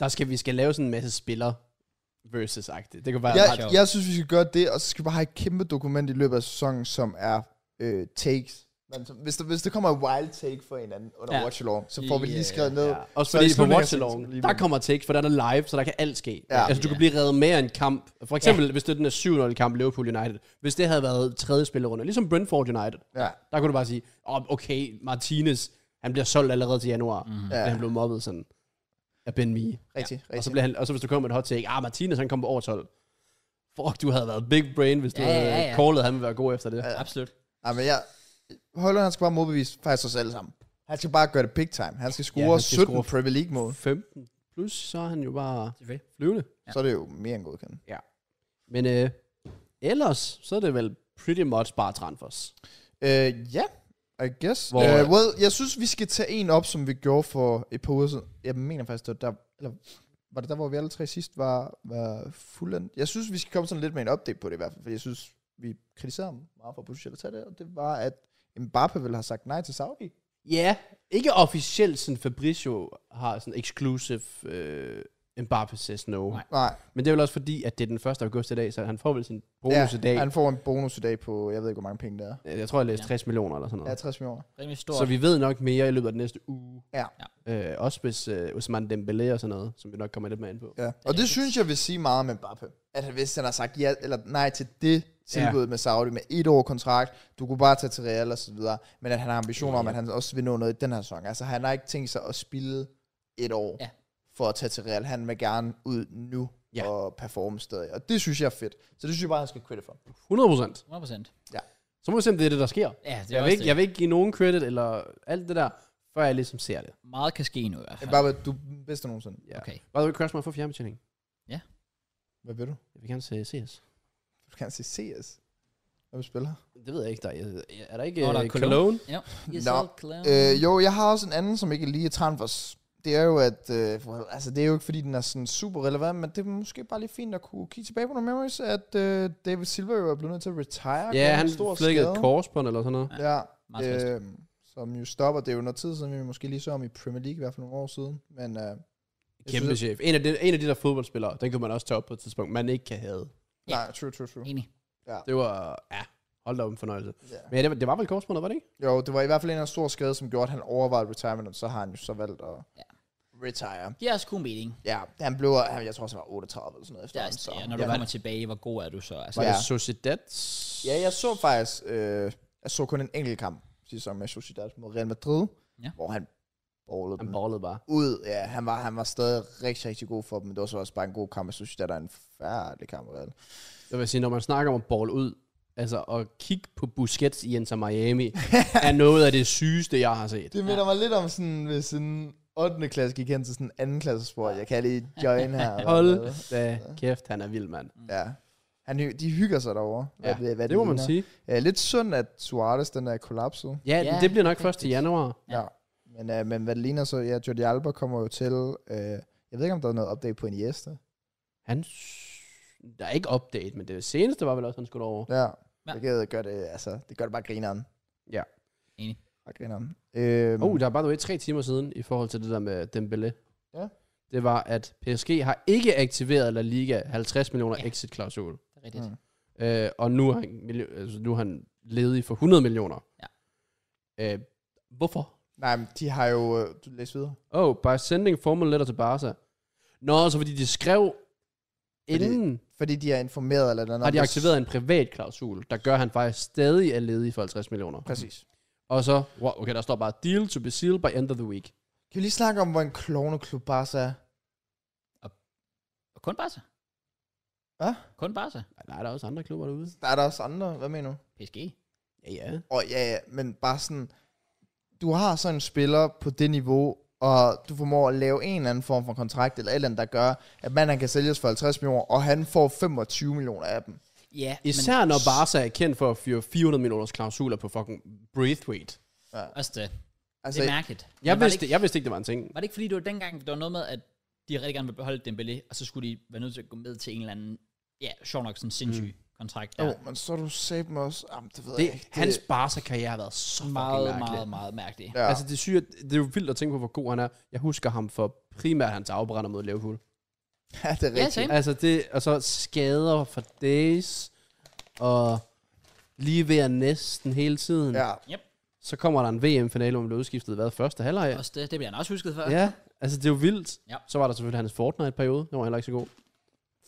Speaker 2: Der skal vi skal lave sådan en masse spiller versus agtigt Det kan være
Speaker 3: Jeg,
Speaker 2: ret
Speaker 1: sjovt.
Speaker 3: jeg synes, vi skal gøre det, og så skal vi bare have et kæmpe dokument i løbet af sæsonen, som er øh, takes. Men så, hvis, der, hvis der kommer et wild take for en anden under
Speaker 1: Ja.
Speaker 3: ja. watch along, så får vi lige
Speaker 1: Ja,
Speaker 3: skrevet ned.
Speaker 2: Ja. Også
Speaker 3: Så
Speaker 2: fordi
Speaker 3: i
Speaker 2: på
Speaker 3: slutningen af
Speaker 2: watch
Speaker 3: sæsonen
Speaker 2: along,
Speaker 3: lige-
Speaker 2: der kommer takes, for der er der live, så der kan alt ske.
Speaker 3: Ja.
Speaker 2: Altså, du
Speaker 1: Ja.
Speaker 2: kan blive reddet mere en kamp. For eksempel, hvis det er den der 7-0 kamp Liverpool United. Hvis det havde været tredje spillerunde, ligesom Brentford United,
Speaker 3: Ja.
Speaker 2: der kunne du bare sige, oh, okay, Martinez, han bliver solgt allerede til januar, mm.
Speaker 1: Mhm.
Speaker 3: Ja.
Speaker 2: han blev mobbet sådan af Ben Mee.
Speaker 3: Rigtig, ja.
Speaker 2: Og så,
Speaker 3: rigtig.
Speaker 2: blev han, og så hvis du kommer med et hot take, ah, Martinez, han kom på over 12. Fuck, du havde været big brain, hvis du
Speaker 1: Ja,
Speaker 2: ja, havde
Speaker 1: ja,
Speaker 2: ja,
Speaker 1: ja.
Speaker 2: callet ham at være god efter det. Ja.
Speaker 3: Ja.
Speaker 1: Absolut.
Speaker 3: Ja, men jeg, Højlund, han skal bare modbevise faktisk os alle sammen. Han skal bare gøre det big time. Han skal score
Speaker 2: Ja, han
Speaker 3: ja,
Speaker 2: skal
Speaker 3: 17
Speaker 2: score.
Speaker 3: Premier League mål.
Speaker 2: 15 plus, så er han jo bare
Speaker 1: Selvfølgelig.
Speaker 2: flyvende.
Speaker 1: Ja.
Speaker 3: Så er det jo mere end godkendt.
Speaker 2: Men øh, ellers, så er det vel pretty much bare transfers.
Speaker 3: Øh, ja, I guess.
Speaker 2: Hvor-
Speaker 3: Hvor, uh, well, jeg synes, vi skal tage en op, som vi gjorde for et par uger siden. Jeg mener faktisk, det var der, eller var det der, hvor vi alle tre sidst var, var fuldendt? Jeg synes, vi skal komme sådan lidt med en update på det i hvert fald, for jeg synes, vi kritiserede ham meget for potentielt at tage det, og det var, at Mbappe vel har sagt nej til Saudi.
Speaker 2: Ja, yeah. ikke officielt, sådan Fabricio har sådan exclusive øh, Mbappe says no.
Speaker 1: Nej.
Speaker 3: Nej,
Speaker 2: Men det er vel også fordi, at det er den 1. august i dag, så han får vel sin bonus ja, i dag. Han...
Speaker 3: han får en bonus i dag på, jeg ved ikke, hvor mange penge det er.
Speaker 2: Jeg tror, jeg læste
Speaker 1: Ja.
Speaker 2: 60 millioner eller sådan
Speaker 3: Ja,
Speaker 2: noget.
Speaker 3: 60 millioner.
Speaker 1: Rimelig stor.
Speaker 2: Så vi ved nok mere i løbet af den næste uge.
Speaker 3: Ja.
Speaker 2: Øh, også hvis øh, Usman Dembélé og sådan noget, som vi nok kommer lidt mere ind på.
Speaker 3: Ja. Og det synes jeg vil sige meget om Mbappe. At han- hvis han har sagt ja eller nej til det tilbud ja. med Saudi med et år kontrakt, du kunne bare tage til Real og så videre, men at han har ambitioner ja. om,
Speaker 2: Ja.
Speaker 3: at han også vil nå noget i den her sæson. Altså han har ikke tænkt sig at spille et år
Speaker 1: Ja.
Speaker 3: for at tage til Real. Han vil gerne ud nu
Speaker 2: Ja.
Speaker 3: ja. og performe stadig. Og det synes jeg er fedt. Så det synes jeg bare, han skal credit for.
Speaker 2: 100 procent.
Speaker 1: 100%.
Speaker 2: Så må vi se, om det er det, der sker.
Speaker 1: Ja, det er
Speaker 2: Jeg vil,
Speaker 1: også
Speaker 2: ikke,
Speaker 1: det.
Speaker 2: jeg vil ikke give nogen credit eller alt det der, før jeg ligesom ser det.
Speaker 1: Meget kan ske nu i hvert fald.
Speaker 3: Mbappe, du er den bedste nogensinde.
Speaker 2: Ja.
Speaker 1: Okay.
Speaker 2: By the way, Crash må få fjernbetjening.
Speaker 3: Hvad vil du?
Speaker 2: Jeg vil gerne se CS.
Speaker 3: Du kan se CS. Hvad vil du spille her?
Speaker 2: Det ved jeg ikke. Der er, er der ikke
Speaker 1: Nå, der er
Speaker 2: øh,
Speaker 1: Cologne.
Speaker 2: Cologne?
Speaker 1: Ja. Yes,
Speaker 3: Nå,
Speaker 1: all clear.
Speaker 3: Øh, jo, jeg har også en anden, som ikke lige er transfers. Det er jo, at, øh, for- altså, det er jo ikke, fordi den er sådan super relevant, men det er måske bare lige fint at kunne kigge tilbage på nogle memories, at øh, David Silver jo er blevet nødt til at retire.
Speaker 2: Ja,
Speaker 3: Gav en
Speaker 2: han
Speaker 3: stor
Speaker 2: flækkede et
Speaker 3: skade.
Speaker 2: kors på den eller sådan noget.
Speaker 3: Ja,
Speaker 1: Meget trist.
Speaker 3: øh, som jo stopper. Det er jo noget tid siden, vi måske lige så om i Premier League, i hvert fald nogle år siden. Men øh, Jeg
Speaker 2: Kæmpe
Speaker 3: synes-
Speaker 2: chef. En af, de, en af de der fodboldspillere, den kunne man også tage op på et tidspunkt, man ikke kan have.
Speaker 1: Ja.
Speaker 3: nej, true, true, true.
Speaker 1: Enig.
Speaker 2: Det var, ja, hold da op en fornøjelse.
Speaker 3: Ja.
Speaker 2: Men ja, det, var, det var vel korsbåndet, var det ikke?
Speaker 3: Jo, det var i hvert fald en af stor skade, som gjorde, at han overvejede retirement, og så har han jo så valgt at
Speaker 1: Ja.
Speaker 3: retire.
Speaker 1: Giver os god mening.
Speaker 3: Ja, han blev, han- jeg tror også, han var 38 eller sådan noget
Speaker 1: Det er,
Speaker 3: efter.
Speaker 1: altså- ja, når du
Speaker 3: ja.
Speaker 1: kommer tilbage, hvor god er du så? Altså,
Speaker 2: Var ja.
Speaker 3: Ja.
Speaker 2: det Sociedad?
Speaker 3: Ja, jeg så faktisk, øh, jeg så kun en enkelt kamp sidste sæson med Sociedad mod Real Madrid,
Speaker 1: Ja.
Speaker 3: hvor han ballede
Speaker 2: Han
Speaker 3: dem
Speaker 2: ballede bare.
Speaker 3: ud. Ja, han var, han var stadig rigtig, rigtig god for dem, men det var så også bare en god kamp med Sociedad, og en færdelig kamp med Real.
Speaker 2: Jeg vil sige, når man snakker om at balle ud, altså at kigge på Busquets i Inter Miami, er noget af det sygeste, jeg har set.
Speaker 3: Det minder mig lidt om sådan, hvis en 8. klasse gik hen til sådan en 2. klasse sport. Jeg kan lige join her.
Speaker 2: Hold da kæft, han er vild, mand.
Speaker 3: Ja. Han, hy- de hygger sig derovre.
Speaker 2: Ja,
Speaker 3: hvad, hvad
Speaker 2: det må man
Speaker 3: ligner.
Speaker 2: sige.
Speaker 3: Ja, lidt synd, at Suarez den er kollapset.
Speaker 2: Ja,
Speaker 1: Ja,
Speaker 2: det bliver nok
Speaker 1: det er
Speaker 2: først til januar.
Speaker 1: Ja.
Speaker 3: Ja. ja. Men, øh, men hvad det ligner så, ja, Jordi Alba kommer jo til, øh, jeg ved ikke, om der er noget update på Iniesta.
Speaker 2: Han, s- der er ikke update, men det seneste var vel også, han skulle over.
Speaker 3: Ja.
Speaker 1: Ja.
Speaker 3: ja. Det gør det, altså, det gør det bare grineren.
Speaker 2: Ja.
Speaker 1: Enig.
Speaker 3: Bare grineren. Øhm,
Speaker 2: Oh, der er bare way tre timer siden i forhold til det der med Dembélé.
Speaker 3: Ja.
Speaker 2: Det var, at PSG har ikke aktiveret La Liga 50 millioner
Speaker 1: Ja.
Speaker 2: ja. exit-klausul.
Speaker 1: Det er rigtigt.
Speaker 3: Mm.
Speaker 2: Øh, og nu er, han, milli- altså, nu er han ledig for 100 millioner.
Speaker 1: Ja.
Speaker 2: Øh, hvorfor?
Speaker 3: Nej, men de har jo, øh, du læser videre.
Speaker 2: Oh, by sending formal letter til Barca. Nå, så fordi de skrev
Speaker 3: Fordi-
Speaker 2: inden,
Speaker 3: Fordi de er informeret eller noget.
Speaker 2: har de aktiveret en privat klausul, der gør, at han faktisk stadig er ledig for 50 millioner.
Speaker 3: Præcis.
Speaker 2: Og så, wow, okay, der står bare, deal to be sealed by end of the week.
Speaker 3: Kan vi lige snakke om, hvor en klovneklub Barca er?
Speaker 1: Og kun Barca.
Speaker 3: Hvad?
Speaker 1: Kun Barca.
Speaker 2: Ej, Der er der også andre klubber derude.
Speaker 3: Der er der også andre, hvad mener du?
Speaker 1: PSG.
Speaker 2: Ja, ja.
Speaker 3: Åh, oh, ja, ja, men bare sådan, du har sådan en spiller på det niveau, og du formår at lave en eller anden form for kontrakt, eller et eller andet, der gør, at manden han kan sælges for 50 millioner, og han får 25 millioner af dem.
Speaker 1: Ja,
Speaker 2: Især når Barca er kendt for at fyre 400 millioners klausuler på fucking Braithwaite.
Speaker 1: men også det. Det
Speaker 3: Altså,
Speaker 1: er mærkeligt.
Speaker 2: Jeg,
Speaker 1: Men var, det
Speaker 2: vidste,
Speaker 1: ikke,
Speaker 2: jeg vidste ikke, det var en ting.
Speaker 1: var det ikke fordi, det var dengang, der var noget med, at de rigtig gerne ville beholde Dembélé, og så skulle de være nødt til at gå med til en eller anden, ja, sjov nok sådan sindssyg mm. kontrakt. Der.
Speaker 3: jo, men så er du sagde dem også. Jamen, det ved
Speaker 2: Det,
Speaker 3: jeg ikke. Det-
Speaker 2: hans Barca-karriere har været så fucking
Speaker 1: meget,
Speaker 2: mærkelig.
Speaker 1: meget, meget mærkelig.
Speaker 3: ja.
Speaker 2: Altså, det er, sygt, det er jo vildt at tænke på, hvor god han er. Jeg husker ham for primært hans afbrænder mod Liverpool.
Speaker 3: ja, det er
Speaker 1: Ja,
Speaker 3: rigtigt.
Speaker 1: same.
Speaker 2: Altså, det, og så skader for days, og lige ved at næsten hele tiden.
Speaker 3: Ja.
Speaker 2: Så kommer der en VM-finale, hvor man bliver udskiftet hvad første halvleg.
Speaker 1: Også det, det bliver han også husket for.
Speaker 2: Ja, altså det er jo vildt.
Speaker 1: Ja.
Speaker 2: Så var der selvfølgelig hans Fortnite-periode. Den var heller ikke så god.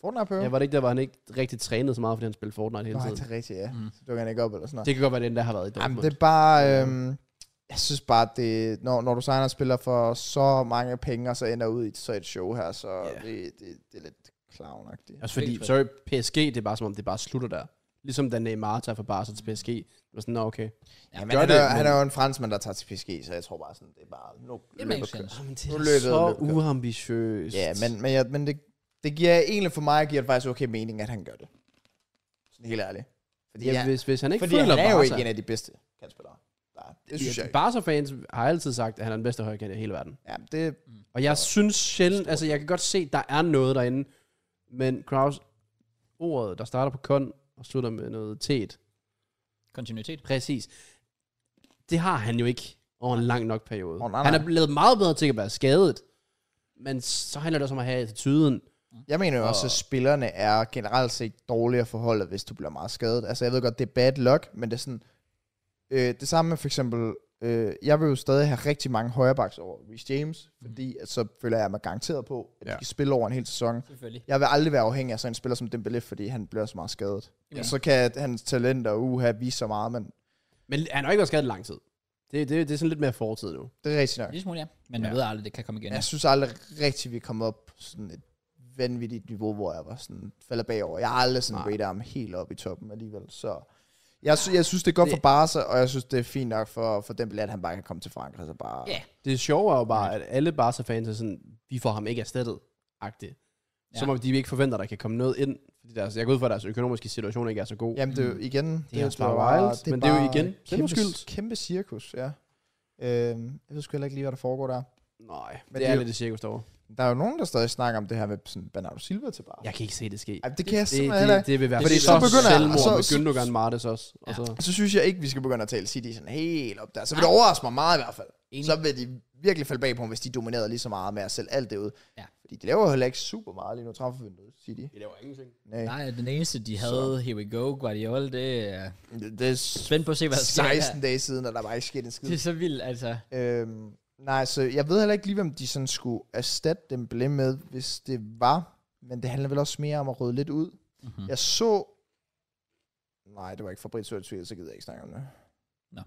Speaker 3: Fortnite på.
Speaker 2: Ja, var det ikke der, hvor han ikke rigtig trænede så meget, fordi han spillede Fortnite hele
Speaker 3: Nej,
Speaker 2: tiden?
Speaker 3: det er rigtigt, ja.
Speaker 1: Mm.
Speaker 3: Så dukker han ikke op eller sådan noget.
Speaker 2: Det kan godt være, den der har været i
Speaker 3: Jamen,
Speaker 2: Dortmund.
Speaker 3: det er bare... Øhm, jeg synes bare, det, når, når du signer og spiller for så mange penge, og så ender ud i så et show her, så
Speaker 2: Ja.
Speaker 3: yeah. det, det, det er lidt clownagtigt.
Speaker 2: Også Altså, fordi, sorry, PSG, det er bare som om, det bare slutter der. Ligesom da Neymar tager fra Barca til PSG. Det var sådan, nå okay.
Speaker 3: Ja, men
Speaker 2: gør
Speaker 3: han,
Speaker 2: det,
Speaker 3: er,
Speaker 2: men-
Speaker 3: han er jo en franskmand, der tager til PSG, så jeg tror bare sådan, det er bare... Nu,
Speaker 1: Det
Speaker 3: løber
Speaker 1: makes
Speaker 3: kø-
Speaker 1: sense.
Speaker 2: Jamen, det
Speaker 3: Nu løbet,
Speaker 2: så
Speaker 3: løbet.
Speaker 2: uambitiøst.
Speaker 3: Ja, men, men, jeg, men det, det giver egentlig for mig, giver det faktisk okay mening, at han gør det. Sådan helt ærligt. Fordi,
Speaker 2: Ja,
Speaker 3: ja,
Speaker 2: hvis, hvis han ikke
Speaker 3: fordi
Speaker 2: føler
Speaker 3: han er jo
Speaker 2: Barca-
Speaker 3: ikke en af de bedste kandspillere. Nej, det synes jeg ikke.
Speaker 2: Barca-fans har altid sagt, at han er den bedste højkant i hele verden.
Speaker 3: Ja, det,
Speaker 2: Og jeg synes sjældent, altså jeg kan godt se, at der er noget derinde, men Kraus, ordet, der starter på kon og slutter med noget tæt,
Speaker 1: Kontinuitet.
Speaker 2: præcis, det har han jo ikke over en lang nok periode.
Speaker 3: Åh, nej,
Speaker 2: Han
Speaker 3: nej.
Speaker 2: er blevet meget bedre til at være skadet, men så handler det også om at have attituden.
Speaker 3: Jeg mener jo også, at spillerne er generelt set dårligere forholdet, hvis du bliver meget skadet. Altså, jeg ved godt, det er bad luck, men det er sådan... Øh, det samme med for eksempel... Øh, jeg vil jo stadig have rigtig mange højrebacks over Rhys James, fordi at så føler jeg mig garanteret på, at de
Speaker 2: Ja.
Speaker 3: kan spille over en hel sæson.
Speaker 1: Selvfølgelig.
Speaker 3: Jeg vil aldrig være afhængig af sådan en spiller som Dembélé, fordi han bliver så meget skadet.
Speaker 1: Ja.
Speaker 3: Ja. Så kan hans talent og uha vise så meget, men
Speaker 2: Men han har ikke været skadet i lang tid. Det, det, det er sådan lidt mere fortid nu.
Speaker 3: det er rigtig nok.
Speaker 1: Lidt smule, ja. Men man
Speaker 2: Ja.
Speaker 1: ved aldrig, det kan komme igen.
Speaker 3: Jeg synes aldrig rigtig, vi kom op på sådan et vanvittigt niveau, hvor jeg var sådan, falder bagover. Jeg har aldrig sådan
Speaker 2: Nej.
Speaker 3: rated ham helt op i toppen alligevel, så... Jeg, sy- jeg synes, det er godt for Barca, og jeg synes, det er fint nok for, for den at han bare kan komme til Frankrig, så bare...
Speaker 1: Ja.
Speaker 2: Det sjove er jo bare, at alle Barca-fans er sådan, vi får ham ikke erstattet, agtigt. Ja. Som
Speaker 1: Ja.
Speaker 2: om de ikke forventer, at der kan komme noget ind. Fordi deres, jeg går ud fra, at deres økonomiske situation ikke er så god.
Speaker 3: Jamen, det er jo igen...
Speaker 2: Mm. er
Speaker 3: jo
Speaker 2: også bare wild, men det er jo
Speaker 3: bare
Speaker 2: igen
Speaker 3: kæmpe,
Speaker 2: selvforskyldt.
Speaker 3: kæmpe cirkus, ja. Øhm, jeg ved sgu heller ikke lige, hvad der foregår der.
Speaker 2: Nej,
Speaker 3: Men
Speaker 2: men
Speaker 3: det
Speaker 2: det
Speaker 3: er
Speaker 2: er
Speaker 3: jo-
Speaker 2: lidt i cirkus derovre.
Speaker 3: Der er jo nogen, der stadig snakker om det her med sådan Bernardo Silva til bare.
Speaker 2: Jeg kan ikke se det ske.
Speaker 3: Ej, det kan jeg
Speaker 2: Det,
Speaker 3: simpelthen heller
Speaker 2: det,
Speaker 3: ikke.
Speaker 2: det vil være
Speaker 3: Fordi
Speaker 2: fordi
Speaker 3: så begynder-
Speaker 2: selvmord
Speaker 3: så-
Speaker 2: så, med
Speaker 3: så-
Speaker 2: Gündogan Martes også. Og
Speaker 1: Ja.
Speaker 2: så,
Speaker 3: Så synes jeg ikke, vi skal begynde at tale City sådan helt op der. Så vil det overraske mig meget i hvert fald.
Speaker 1: Enig.
Speaker 3: Så vil de virkelig falde bag på ham, hvis de dominerede lige så meget med at sælge alt det ud.
Speaker 1: Ja.
Speaker 3: Fordi de laver heller ikke super meget lige nu transfervinduet, City.
Speaker 2: det var ingenting.
Speaker 3: Nej.
Speaker 1: Nej, den eneste, de havde, here we go, Guardiola, det er
Speaker 3: Det, det er s-
Speaker 1: spændt på at se, hvad der sker.
Speaker 3: 16 dage siden, og der var ikke sket en
Speaker 1: Det
Speaker 3: skid.
Speaker 1: er så vildt, altså.
Speaker 3: Øhm, nej, så jeg ved heller ikke lige, hvem de sådan skulle erstatte dem blev med, hvis det var. Men det handler vel også mere om at rydde lidt ud.
Speaker 1: Mm-hmm.
Speaker 3: Jeg så... Nej, det var ikke Fabrizio Attuil, så gider jeg ikke snakke om det.
Speaker 1: Nå.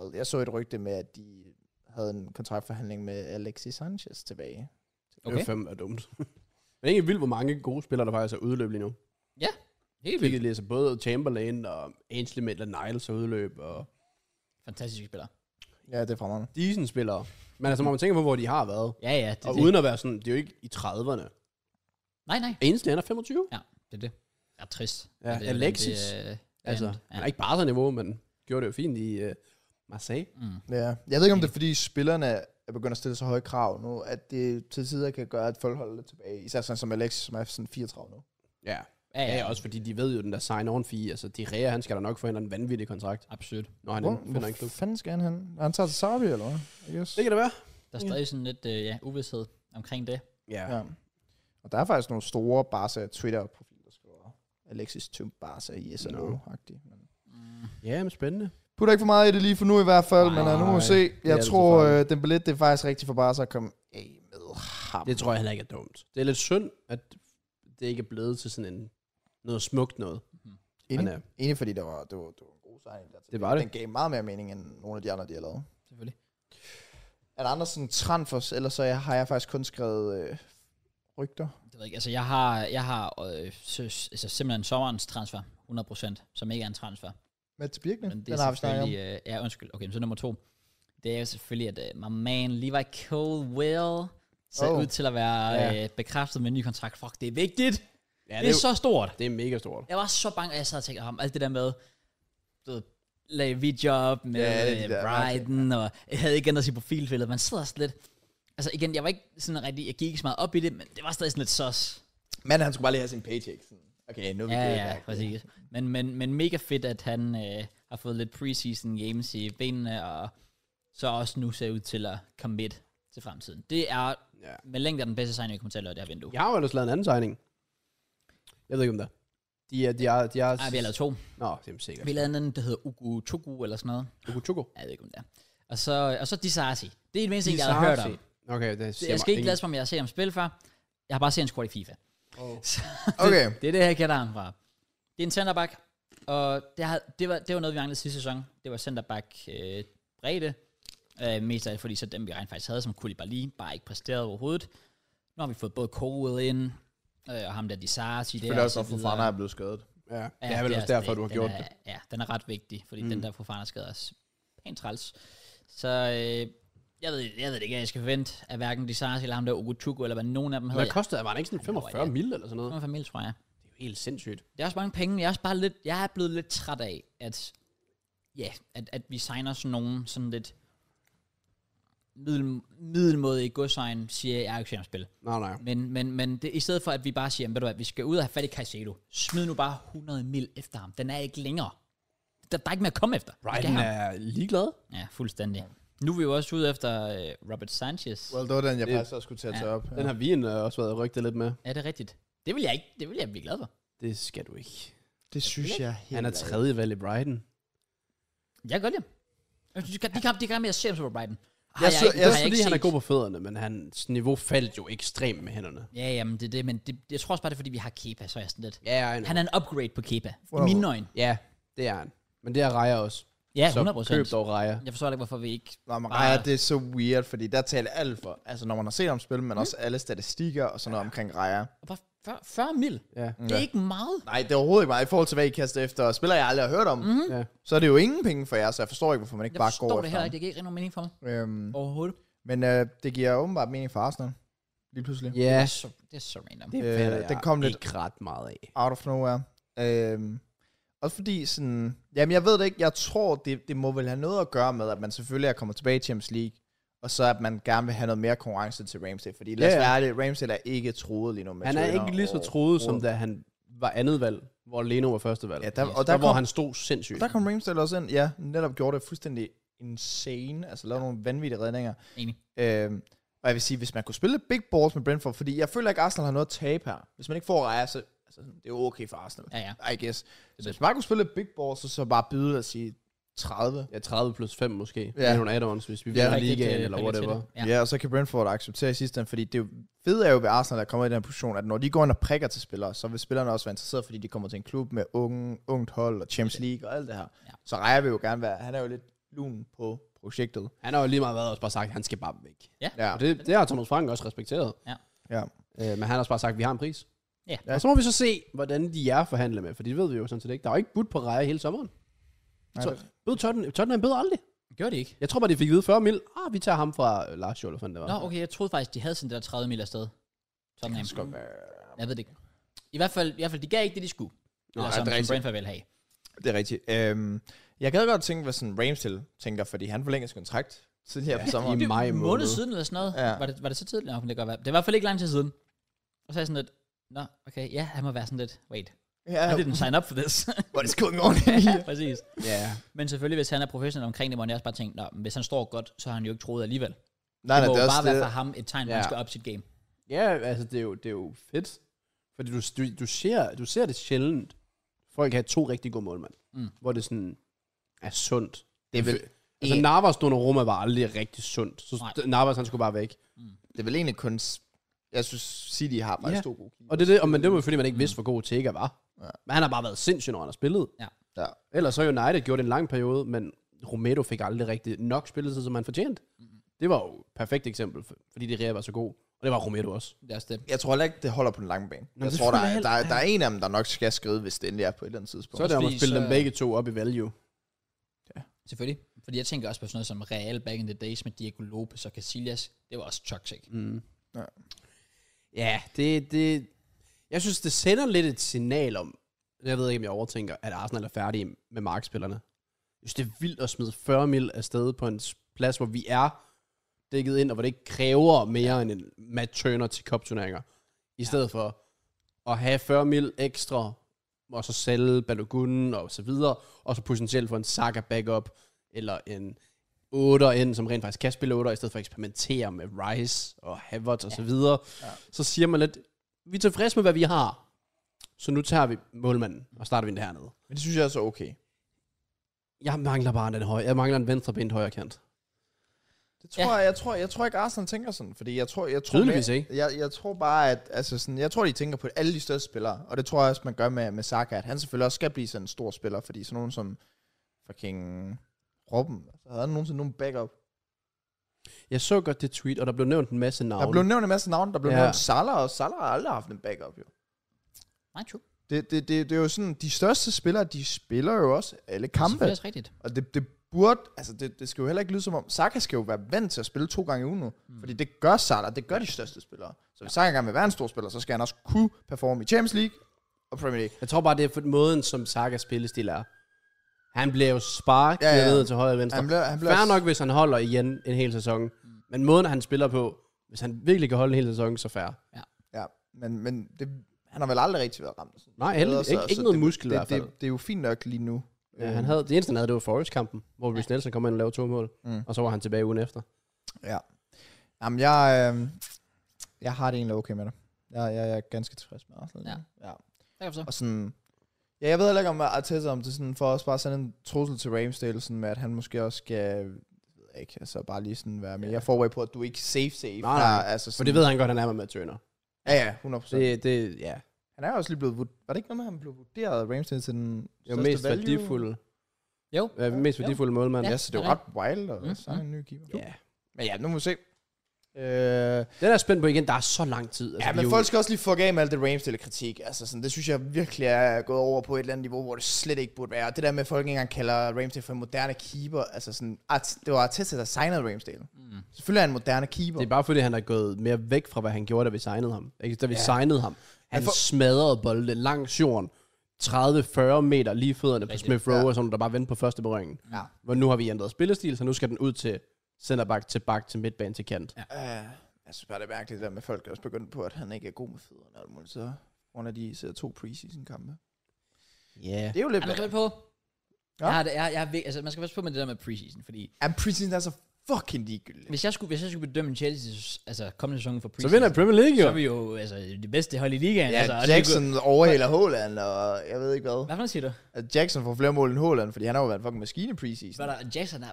Speaker 3: Well, jeg så et rygte med, at de havde en kontraktforhandling med Alexis Sanchez tilbage.
Speaker 2: Okay. Det
Speaker 1: Okay.
Speaker 2: var fandme dumt. Men egentlig vildt, hvor mange gode spillere, der faktisk er udløb lige nu.
Speaker 1: Helt
Speaker 2: Hvilket
Speaker 1: vildt.
Speaker 2: læser både Chamberlain og Ainsley Maitland-Niles er udløb, og
Speaker 1: Fantastiske spiller.
Speaker 3: Ja, det er fremragende.
Speaker 2: decent spillere. Men altså, når man tænker på, hvor de har været,
Speaker 1: Ja, ja. Det,
Speaker 2: og
Speaker 1: det.
Speaker 2: uden at være sådan, det er jo ikke i 30'erne.
Speaker 1: Nej, nej.
Speaker 2: Ainsley, han er 25.
Speaker 1: Ja, det er det. Det er trist.
Speaker 2: Ja,
Speaker 1: Men det er jo
Speaker 2: Alexis.
Speaker 1: den, det, øh,
Speaker 2: Altså,
Speaker 1: andet.
Speaker 2: han er ikke bare så niveau, men gjorde det jo fint i uh, Marseille.
Speaker 1: Mm.
Speaker 3: Ja. Jeg ved ikke, om det er, fordi spillerne er begyndt at stille så høje krav nu, at det til tider kan gøre, at folk holder lidt tilbage. Især sådan som Alexis, som er sådan 34 nu.
Speaker 2: Ja.
Speaker 1: Ja,
Speaker 2: Ja, også fordi de ved jo, den der sign-on fee, altså de rea, han skal da nok få en eller anden vanvittig kontrakt,
Speaker 1: Absolut.
Speaker 2: når han
Speaker 3: Hvor,
Speaker 2: finder en
Speaker 3: hvor
Speaker 2: klub.
Speaker 3: fanden skal han hen? Han tager til Saudi, eller hvad? I guess.
Speaker 2: Det kan det være.
Speaker 1: Der er stadig sådan lidt øh, ja, uvidshed omkring det.
Speaker 2: Ja.
Speaker 3: Ja. Og der er faktisk nogle store Barca Twitter-profiler, der skriver Alexis Tum Barca yes no.
Speaker 2: Nå.
Speaker 3: no-agtig. Men
Speaker 2: Ja, men spændende.
Speaker 3: Putter ikke for meget i det lige for nu i hvert fald,
Speaker 1: Nej.
Speaker 3: men uh, nu må vi se.
Speaker 2: Nej,
Speaker 3: Jeg
Speaker 2: det er det
Speaker 3: tror,
Speaker 2: så farligt.
Speaker 3: øh, den billet, det er faktisk rigtigt for Barca at komme af med ham.
Speaker 2: Det tror jeg heller ikke er dumt. Det er lidt synd, at det ikke er blevet til sådan en noget smukt noget. Men,
Speaker 3: Enig,
Speaker 2: øh,
Speaker 3: enig fordi det var, det var, det var en god sejr. Der til.
Speaker 2: Det var det.
Speaker 3: Den gav meget mere mening, end nogle af de andre, de har lavet.
Speaker 1: Selvfølgelig.
Speaker 3: Er der andre sådan transfers, eller så har jeg faktisk kun skrevet øh, rygter?
Speaker 1: Det ved jeg ikke. Altså, jeg har, jeg har øh, søs, altså, simpelthen sommerens transfer, 100%, som ikke er en transfer.
Speaker 3: Mads Birkne,
Speaker 1: Men det
Speaker 3: den
Speaker 1: er
Speaker 3: har vi snakket om.
Speaker 1: selvfølgelig... Øh, ja, undskyld. Okay, men så nummer to. Det er jo selvfølgelig, at øh, my man Levi Colwell ser
Speaker 3: Oh.
Speaker 1: oh. ud til at være
Speaker 2: Ja.
Speaker 1: øh, bekræftet med en ny kontrakt. Fuck, det er vigtigt. Ja,
Speaker 2: Ja,
Speaker 1: det, er så stort.
Speaker 2: det er mega stort.
Speaker 1: Jeg var så bange, at jeg sad og tænkte om alt det der med du ved, lagde video op med
Speaker 3: Ja, det er de
Speaker 1: ja,
Speaker 3: der,
Speaker 1: Brighton, og jeg havde ikke ændret sit profilbillede. Man sidder også lidt... Altså igen, jeg var ikke sådan rigtig... Jeg gik ikke så meget op i det, men det var stadig sådan lidt sus.
Speaker 3: Men han skulle bare lige have sin paycheck. Sådan. Okay, nu er vi
Speaker 1: øh, Ja,
Speaker 3: gået i
Speaker 1: ja,
Speaker 3: gang.
Speaker 1: præcis. Men, men, men mega fedt, at han øh, har fået lidt preseason games i benene, og så også nu ser ud til at komme midt til fremtiden. Det er
Speaker 2: Ja.
Speaker 1: med længde den bedste signing, vi kommer til at lave i det her vindue.
Speaker 2: Jeg har jo ellers lavet en anden tegning. Jeg ved ikke, om det er. De er, de er, de er...
Speaker 1: Ej, vi har lavet to.
Speaker 2: Nå, det er sikkert.
Speaker 1: Vi lavede en, der hedder Ugu Togu eller sådan noget.
Speaker 2: Ugo Choco.
Speaker 1: Jeg ved ikke, om det er. Og så, og så Disarsi. Det er det mindste, jeg har hørt om.
Speaker 2: Okay, det siger
Speaker 1: Jeg skal
Speaker 2: mig
Speaker 1: ikke lade som om, jeg har set ham spille før. Jeg har bare set hans squat i FIFA.
Speaker 3: Okay.
Speaker 1: Det er det, jeg kender ham fra. Det er en centerback, og det, har, det, var, det var noget, vi manglede sidste sæson. Det var centerback øh, bredde, øh, mest af alt fordi så dem, vi rent faktisk havde, som Koulibaly, bare ikke præsterede overhovedet. Nu har vi fået både Kovet ind, øh, og ham der Disarsi der.
Speaker 3: Det er også,
Speaker 1: og
Speaker 3: at
Speaker 1: så videre.
Speaker 3: Fofana er blevet skadet.
Speaker 2: Ja, det er vel også
Speaker 1: altså
Speaker 2: derfor,
Speaker 1: det.
Speaker 2: du har
Speaker 1: Den
Speaker 2: gjort
Speaker 1: er,
Speaker 2: det.
Speaker 1: Ja, den er ret vigtig, fordi mm. den der Fofana skader os pænt træls. Så øh, jeg, ved, jeg ved det ikke, hvad jeg skal forvente af hverken Disarsi eller ham der Ogutuko, eller hvad nogen af dem hedder.
Speaker 2: Hvad kostede det? Var det ikke sådan 45
Speaker 1: ja.
Speaker 2: mil eller sådan noget?
Speaker 1: Jeg er familie, tror jeg.
Speaker 2: Det er jo helt sindssygt.
Speaker 1: Det er også mange penge. Jeg er, også bare lidt, jeg er blevet lidt træt af, at, ja, at, at vi signer sådan nogen sådan lidt middel, middelmåde i godsegn, siger jeg, jeg er jo ikke om spil.
Speaker 2: Nej, nej.
Speaker 1: Men, men, men det, i stedet for, at vi bare siger, "Jamen, ved du hvad, vi skal ud og have fat i Caicedo, smid nu bare 100 mil efter ham. Den er ikke længere. Der, der er ikke mere at komme efter. Vi skal
Speaker 2: Brighton
Speaker 1: have ham.
Speaker 2: er ligeglad.
Speaker 1: Ja, fuldstændig. Nu er vi jo også ude efter øh, Robert Sanchez. Well.
Speaker 3: Well, det var den, jeg
Speaker 2: Det-
Speaker 3: faktisk også skulle til at tage op.
Speaker 2: Den har vi en, øh, også været rygtet lidt med.
Speaker 1: Er det rigtigt? Det vil jeg ikke. Det vil jeg blive glad for.
Speaker 2: Det skal du ikke.
Speaker 3: Det synes jeg helt
Speaker 2: Han er tredje valg i Brighton.
Speaker 1: Jeg kan godt lide ham. Jeg synes, De kan, de kan, de kan have med at se ham som Brighton. Har
Speaker 2: Jeg, jeg,
Speaker 1: ikke-
Speaker 2: jeg,
Speaker 1: har
Speaker 2: jeg, fordi
Speaker 1: ikke
Speaker 2: han er
Speaker 1: set.
Speaker 2: god på fødderne, men hans niveau faldt jo ekstremt med hænderne.
Speaker 1: Ja, jamen det er det, men det, jeg tror også bare, det er, fordi vi har Kepa, så er jeg sådan lidt.
Speaker 2: Ja, yeah,
Speaker 1: Han er en upgrade på Kepa, wow.
Speaker 3: Wow.
Speaker 1: i mine øjne.
Speaker 2: Ja, det er han. Men det er Raja også.
Speaker 1: Ja, 100%.
Speaker 2: Så køb dog Raja.
Speaker 1: Jeg forstår ikke, hvorfor vi ikke...
Speaker 3: Nå, men
Speaker 1: Bare-
Speaker 3: Raja, det er så weird, fordi der taler alt for. Altså, når man har set ham spille,
Speaker 1: Mm.
Speaker 3: men også alle statistikker og sådan noget omkring Raja.
Speaker 1: Og bare 40, 40 mil.
Speaker 2: Ja.
Speaker 1: Det er ikke meget.
Speaker 3: Nej, det er overhovedet ikke meget. I forhold til, hvad I kaster efter spiller, jeg aldrig har hørt om,
Speaker 1: Mm.
Speaker 3: mm-hmm.
Speaker 2: ja.
Speaker 3: så er det jo ingen penge for jer, så jeg forstår ikke, hvorfor man ikke
Speaker 1: Jeg
Speaker 3: bare går
Speaker 1: forstår det
Speaker 3: efter
Speaker 1: heller ikke. Det giver ikke nogen mening for mig.
Speaker 3: ham. Øhm,
Speaker 1: Overhovedet.
Speaker 3: men øh, det giver åbenbart mening for Arsenal. Lige pludselig.
Speaker 2: Ja,
Speaker 1: Det er så, det er så random.
Speaker 2: det
Speaker 3: Øh,
Speaker 2: fatter øh,
Speaker 3: den
Speaker 2: jeg
Speaker 3: kom lidt-
Speaker 2: ikke ret meget af.
Speaker 3: out of nowhere. Øhm, også fordi sådan, jamen jeg ved det ikke, jeg tror, det, det må vel have noget at gøre med, at man selvfølgelig er kommet tilbage i Champions League, og så at man gerne vil have noget mere konkurrence til Ramsdale, fordi lad os
Speaker 2: Ja, ja.
Speaker 3: være ærlige, Ramsdale er ikke troet lige nu med
Speaker 2: Han er
Speaker 3: Turner
Speaker 2: ikke lige så
Speaker 3: og-
Speaker 2: troet, som da han var andet valg, hvor Leno var første valg.
Speaker 3: Ja,
Speaker 2: Ja,
Speaker 3: der,
Speaker 1: Yes.
Speaker 3: og
Speaker 2: der,
Speaker 3: der,
Speaker 2: der hvor
Speaker 3: kom,
Speaker 2: han stod sindssygt.
Speaker 3: der kom Ramsdale også ind, ja, netop gjorde det fuldstændig insane, altså lavede nogle vanvittige redninger.
Speaker 1: Enig.
Speaker 3: Øhm, og jeg vil sige, hvis man kunne spille lidt big balls med Brentford, fordi jeg føler ikke, Arsenal har noget at tabe her. Hvis man ikke får Raja, så altså, det er jo okay for Arsenal.
Speaker 1: Ja, ja.
Speaker 3: I guess. Så hvis man kunne spille et big ball, så, så bare byde og sige 30.
Speaker 2: Ja, 30 plus 5 måske.
Speaker 3: Ja.
Speaker 2: Ja. Nogle add-ons, hvis vi
Speaker 3: Ja,
Speaker 2: vinder
Speaker 1: Rigtig,
Speaker 2: ligaen
Speaker 1: øh,
Speaker 2: eller
Speaker 1: relaterer
Speaker 2: whatever.
Speaker 1: det. Ja.
Speaker 3: og så kan Brentford acceptere i sidste ende, fordi det fede er jo ved Arsenal, der kommer i den her position, at når de går ind og prikker til spillere, så vil spillerne også være interesseret, fordi de kommer til en klub med unge, ungt hold og Champions League og alt det her.
Speaker 1: Ja.
Speaker 3: Så Raja vil jo gerne være, han er jo lidt lun på projektet.
Speaker 2: Han har jo lige meget været også bare sagt, at han skal bare væk.
Speaker 3: Ja,
Speaker 2: Og det, det har Thomas Frank også respekteret.
Speaker 3: ja.
Speaker 2: Øh, men han har også bare sagt, at vi har en pris.
Speaker 1: Ja.
Speaker 2: ja. Og så må vi så se, hvordan de er at forhandle med, for det ved vi jo sådan set ikke. Der er jo ikke budt på Raja hele sommeren.
Speaker 3: Nej,
Speaker 2: Så, bød Tottenham, Tottenham bød aldrig.
Speaker 1: Gjorde det ikke?
Speaker 2: Jeg tror bare, de fik at vide 40 mil. Ah, vi tager ham fra øh, Lars Scholl, fandt det var.
Speaker 1: Nå, okay, jeg troede faktisk, de havde sendt det der 30 mil afsted. Sådan det
Speaker 3: Skal være.
Speaker 1: Jeg ved det ikke. I hvert fald, i hvert fald de gav ikke det, de skulle. Eller
Speaker 2: Nej,
Speaker 1: som,
Speaker 2: det er
Speaker 1: som
Speaker 2: rigtigt.
Speaker 1: Brentford vil have.
Speaker 3: Det er rigtigt. Øhm, jeg gad godt tænke, hvad sådan Ramsdale tænker, fordi han forlænger sin kontrakt tidligere ja, på sommeren.
Speaker 2: i maj
Speaker 1: en
Speaker 2: måned.
Speaker 1: måned siden eller sådan noget. Ja.
Speaker 3: Ja.
Speaker 1: Var, det, var det så tidligt? Nå, men det kan godt være. Det var i hvert fald ikke lang tid siden. Og så er jeg sådan lidt, nå, okay, ja, han må være sådan lidt, wait, I
Speaker 3: Ja,
Speaker 1: didn't sign up for this.
Speaker 3: what is going on
Speaker 1: ja,
Speaker 3: here?
Speaker 1: præcis.
Speaker 2: Ja.
Speaker 1: Men selvfølgelig, hvis han er professionel omkring det, må han også bare tænke, nå, men hvis han står godt, så har han jo ikke troet alligevel. Nej,
Speaker 3: Nej,
Speaker 1: det
Speaker 3: nej,
Speaker 1: må
Speaker 3: det er
Speaker 1: jo
Speaker 3: også
Speaker 1: bare
Speaker 3: det.
Speaker 1: være for ham et tegn, ja.
Speaker 2: Ja.
Speaker 1: han skal op sit game.
Speaker 2: Ja, altså det er jo, det er jo fedt. Fordi du, du, du, ser, du ser det sjældent. Folk har to rigtig gode målmænd.
Speaker 1: Mm.
Speaker 2: Hvor det sådan er sundt.
Speaker 3: Det er vel-
Speaker 2: Altså
Speaker 3: Ja.
Speaker 2: Navas Donnarumma var aldrig rigtig sundt. Så
Speaker 1: Nej.
Speaker 2: st- Navas han skulle bare væk.
Speaker 3: Det er vel egentlig kun... s- Jeg synes, City har faktisk
Speaker 2: Ja.
Speaker 3: to gode keeper.
Speaker 2: Og det er det, og, men det var jo fordi, man ikke vidste, hvor god Tega var. Ja. Men han har bare været sindssygt, når han har spillet.
Speaker 3: Ja.
Speaker 2: Ellers så United gjorde det en lang periode, men Romero fik aldrig rigtig nok spilletid, som han fortjente. Det var jo et perfekt eksempel, for- fordi de Rea var så god. Og det var Romero også.
Speaker 1: Det er også det.
Speaker 3: Jeg tror heller ikke, det holder på den lange bane. jeg
Speaker 2: det
Speaker 3: tror,
Speaker 2: tror
Speaker 3: der
Speaker 2: jeg
Speaker 3: er,
Speaker 2: heller-
Speaker 3: der, er, der er en af dem, der nok skal skride, hvis det endelig er på et eller andet tidspunkt.
Speaker 2: Så er det om at
Speaker 1: fordi
Speaker 2: spille
Speaker 1: så-
Speaker 2: dem begge to op i value.
Speaker 1: Selvfølgelig. Fordi jeg tænker også på sådan noget som Real back in the days med Diego Lopez og Casillas. Det var også toxic.
Speaker 2: Mm.
Speaker 3: Ja.
Speaker 2: Ja, det, det... Jeg synes, det sender lidt et signal om... Jeg ved ikke, om jeg overtænker, at Arsenal er færdige med markspillerne. Jeg synes, det er vildt at smide 40 mil afsted på en s- plads, hvor vi er dækket ind, og hvor det ikke kræver mere end en Matt Turner til kopturneringer. I stedet for at have 40 mil ekstra, og så sælge Balogun og så videre, og så potentielt få en Saka backup, eller en 8'er ind, som rent faktisk kan spille 8'er, i stedet for at eksperimentere med Rice og Havertz og så videre, ja. så siger man lidt, vi er tilfredse med, hvad vi har. Så nu tager vi målmanden, og starter vi den hernede.
Speaker 3: Men det synes jeg også er okay.
Speaker 2: Jeg mangler bare den højre. Jeg mangler en venstre ben højre kant.
Speaker 3: Det tror ja. jeg, jeg, tror, jeg tror ikke, Arsenal tænker sådan, fordi jeg tror, jeg tror,
Speaker 2: Tydeligvis
Speaker 3: mere-
Speaker 2: ikke.
Speaker 3: Jeg, jeg tror bare, at altså sådan, jeg tror, de tænker på alle de største spillere, og det tror jeg også, man gør med, med Saka, at han selvfølgelig også skal blive sådan en stor spiller, fordi sådan nogen som fucking Robben, altså, havde han nogensinde nogen backup?
Speaker 2: Jeg så godt det tweet, og der blev nævnt en masse navne.
Speaker 3: Der blev nævnt en masse navne, der blev
Speaker 2: Ja.
Speaker 3: ja. nævnt Salah, og Salah har aldrig haft en backup, jo.
Speaker 1: Nej, true.
Speaker 3: Det, det, det, det er jo sådan, de største spillere, de spiller jo også alle
Speaker 1: Det er
Speaker 3: kampe,
Speaker 1: også rigtigt.
Speaker 3: og det, det burde, altså det, det skal jo heller ikke lyde som om, Saka skal jo være vant til at spille to gange i ugen nu, mm. fordi det gør Salah, det gør de største spillere. Så hvis Saka gerne vil være en stor spiller, så skal han også kunne performe i Champions League og Premier League.
Speaker 2: Jeg tror bare, det er for måden, som Saka spillestil er. Han bliver jo sparket ja,
Speaker 3: Ja,
Speaker 2: ja.
Speaker 3: ja.
Speaker 2: ned til højre og venstre.
Speaker 3: Han bliver, han bliver
Speaker 2: Fair nok, hvis han holder igen en hel sæson. Mm. Men måden, han spiller på, hvis han virkelig kan holde en hel sæson, så fair.
Speaker 3: Ja, men, men det, han har vel aldrig rigtig været ramt. af sådan
Speaker 2: Nej,
Speaker 3: noget,
Speaker 2: heldigvis. Ikke, ikke
Speaker 3: så
Speaker 2: noget
Speaker 3: det-
Speaker 2: muskel i
Speaker 3: det,
Speaker 2: hvert fald.
Speaker 3: Det, det, er jo fint nok lige nu.
Speaker 2: ja, han havde, det eneste, han havde, det var Forest-kampen, hvor Rich Nelson kom ind og lavede to mål. Mm.
Speaker 3: Mm.
Speaker 2: Og så var han tilbage ugen efter.
Speaker 3: Ja. Jamen, jeg, øh, jeg har det egentlig okay med det. Jeg, jeg, jeg er ganske tilfreds med Arsenal.
Speaker 1: Ja. Det
Speaker 3: ja.
Speaker 1: kan jeg forstå.
Speaker 3: Og sådan... Ja, jeg ved heller ikke, om Arteta om det sådan, for også bare sådan en trussel til Ramsdale, sådan med, at han måske også skal ved jeg ikke, altså bare lige sådan være mere forberedt på, at du ikke er safe safe.
Speaker 2: Nej, nej.
Speaker 3: altså
Speaker 2: For
Speaker 3: sådan,
Speaker 2: det ved han godt, han er med Matt Turner.
Speaker 3: Ja, ja, 100 procent.
Speaker 2: Det, det, ja.
Speaker 3: Han er også lige blevet, vurd- var det ikke noget med, at han blev vurderet af Ramsdale til den
Speaker 2: Det er jo
Speaker 3: største
Speaker 2: mest
Speaker 3: value?
Speaker 2: værdifulde,
Speaker 1: Jo.
Speaker 2: øh, mest
Speaker 1: Jo.
Speaker 2: værdifulde målmand.
Speaker 3: Ja,
Speaker 2: Ja. Mhm.
Speaker 3: så det er
Speaker 1: det
Speaker 3: jo
Speaker 1: er
Speaker 3: ret wild
Speaker 1: Mm,
Speaker 3: at signe en ny keeper.
Speaker 2: ja.
Speaker 3: Men ja, nu må vi se. Øh,
Speaker 2: Den er jeg spændt på igen. Der er så lang tid.
Speaker 3: ja,
Speaker 2: Altså, vi er
Speaker 3: men
Speaker 2: jo-
Speaker 3: folk skal også lige fuck af med alt det Ramsdale-kritik. Altså sådan, det synes jeg virkelig er gået over på et eller andet niveau, hvor det slet ikke burde være. Og det der med, at folk ikke engang kalder Ramsdale for en moderne keeper. Altså sådan, Art, det var Arteta, der signede Ramsdale. Mm. Selvfølgelig er han en moderne keeper.
Speaker 2: Det er bare fordi, han er gået mere væk fra, hvad han gjorde, da vi signede ham. Ikke? Da vi ja.
Speaker 3: Ja.
Speaker 2: signede ham. Han for...
Speaker 3: for-
Speaker 2: smadrede bolde langs jorden. 30-40 meter lige i fødderne på
Speaker 1: Rigtigt,
Speaker 2: Smith Rowe,
Speaker 3: ja.
Speaker 2: og sådan der bare vendte på første berøringen.
Speaker 3: Ja.
Speaker 2: Hvor nu har vi ændret spillestil, så nu skal den ud til centerback, til bak, til midtbane, til kant. Ja.
Speaker 3: Øh, jeg synes bare, det er mærkeligt, det der med, at folk også begyndt på, at han ikke er god med fødderne. og alt muligt. Så under de især to preseason-kampe.
Speaker 2: Yeah.
Speaker 3: Det er
Speaker 1: Er
Speaker 3: jo lidt...
Speaker 1: du
Speaker 3: mærkeligt.
Speaker 1: klædt på? Ja.
Speaker 3: Ja.
Speaker 1: Jeg, har det, jeg, jeg, er vir- altså, man skal passe på med det der med preseason, fordi
Speaker 3: Ja, preseason er så fucking ligegyldigt.
Speaker 1: hvis jeg skulle, hvis jeg skulle bedømme Chelsea's altså, kommende sæson for
Speaker 2: Så
Speaker 1: preseason,
Speaker 2: vinder Premier League
Speaker 1: så
Speaker 2: jo.
Speaker 1: er vi jo altså, det bedste hold i ligaen. altså, og
Speaker 3: Ja,
Speaker 1: det er
Speaker 3: Jackson overhælder Haaland, og jeg ved ikke hvad.
Speaker 1: gået- Hvad for noget siger du?
Speaker 3: at Jackson får flere mål end Haaland, fordi han har jo været en fucking maskine i
Speaker 1: Hvad
Speaker 3: preseason.
Speaker 1: er der, Jackson er,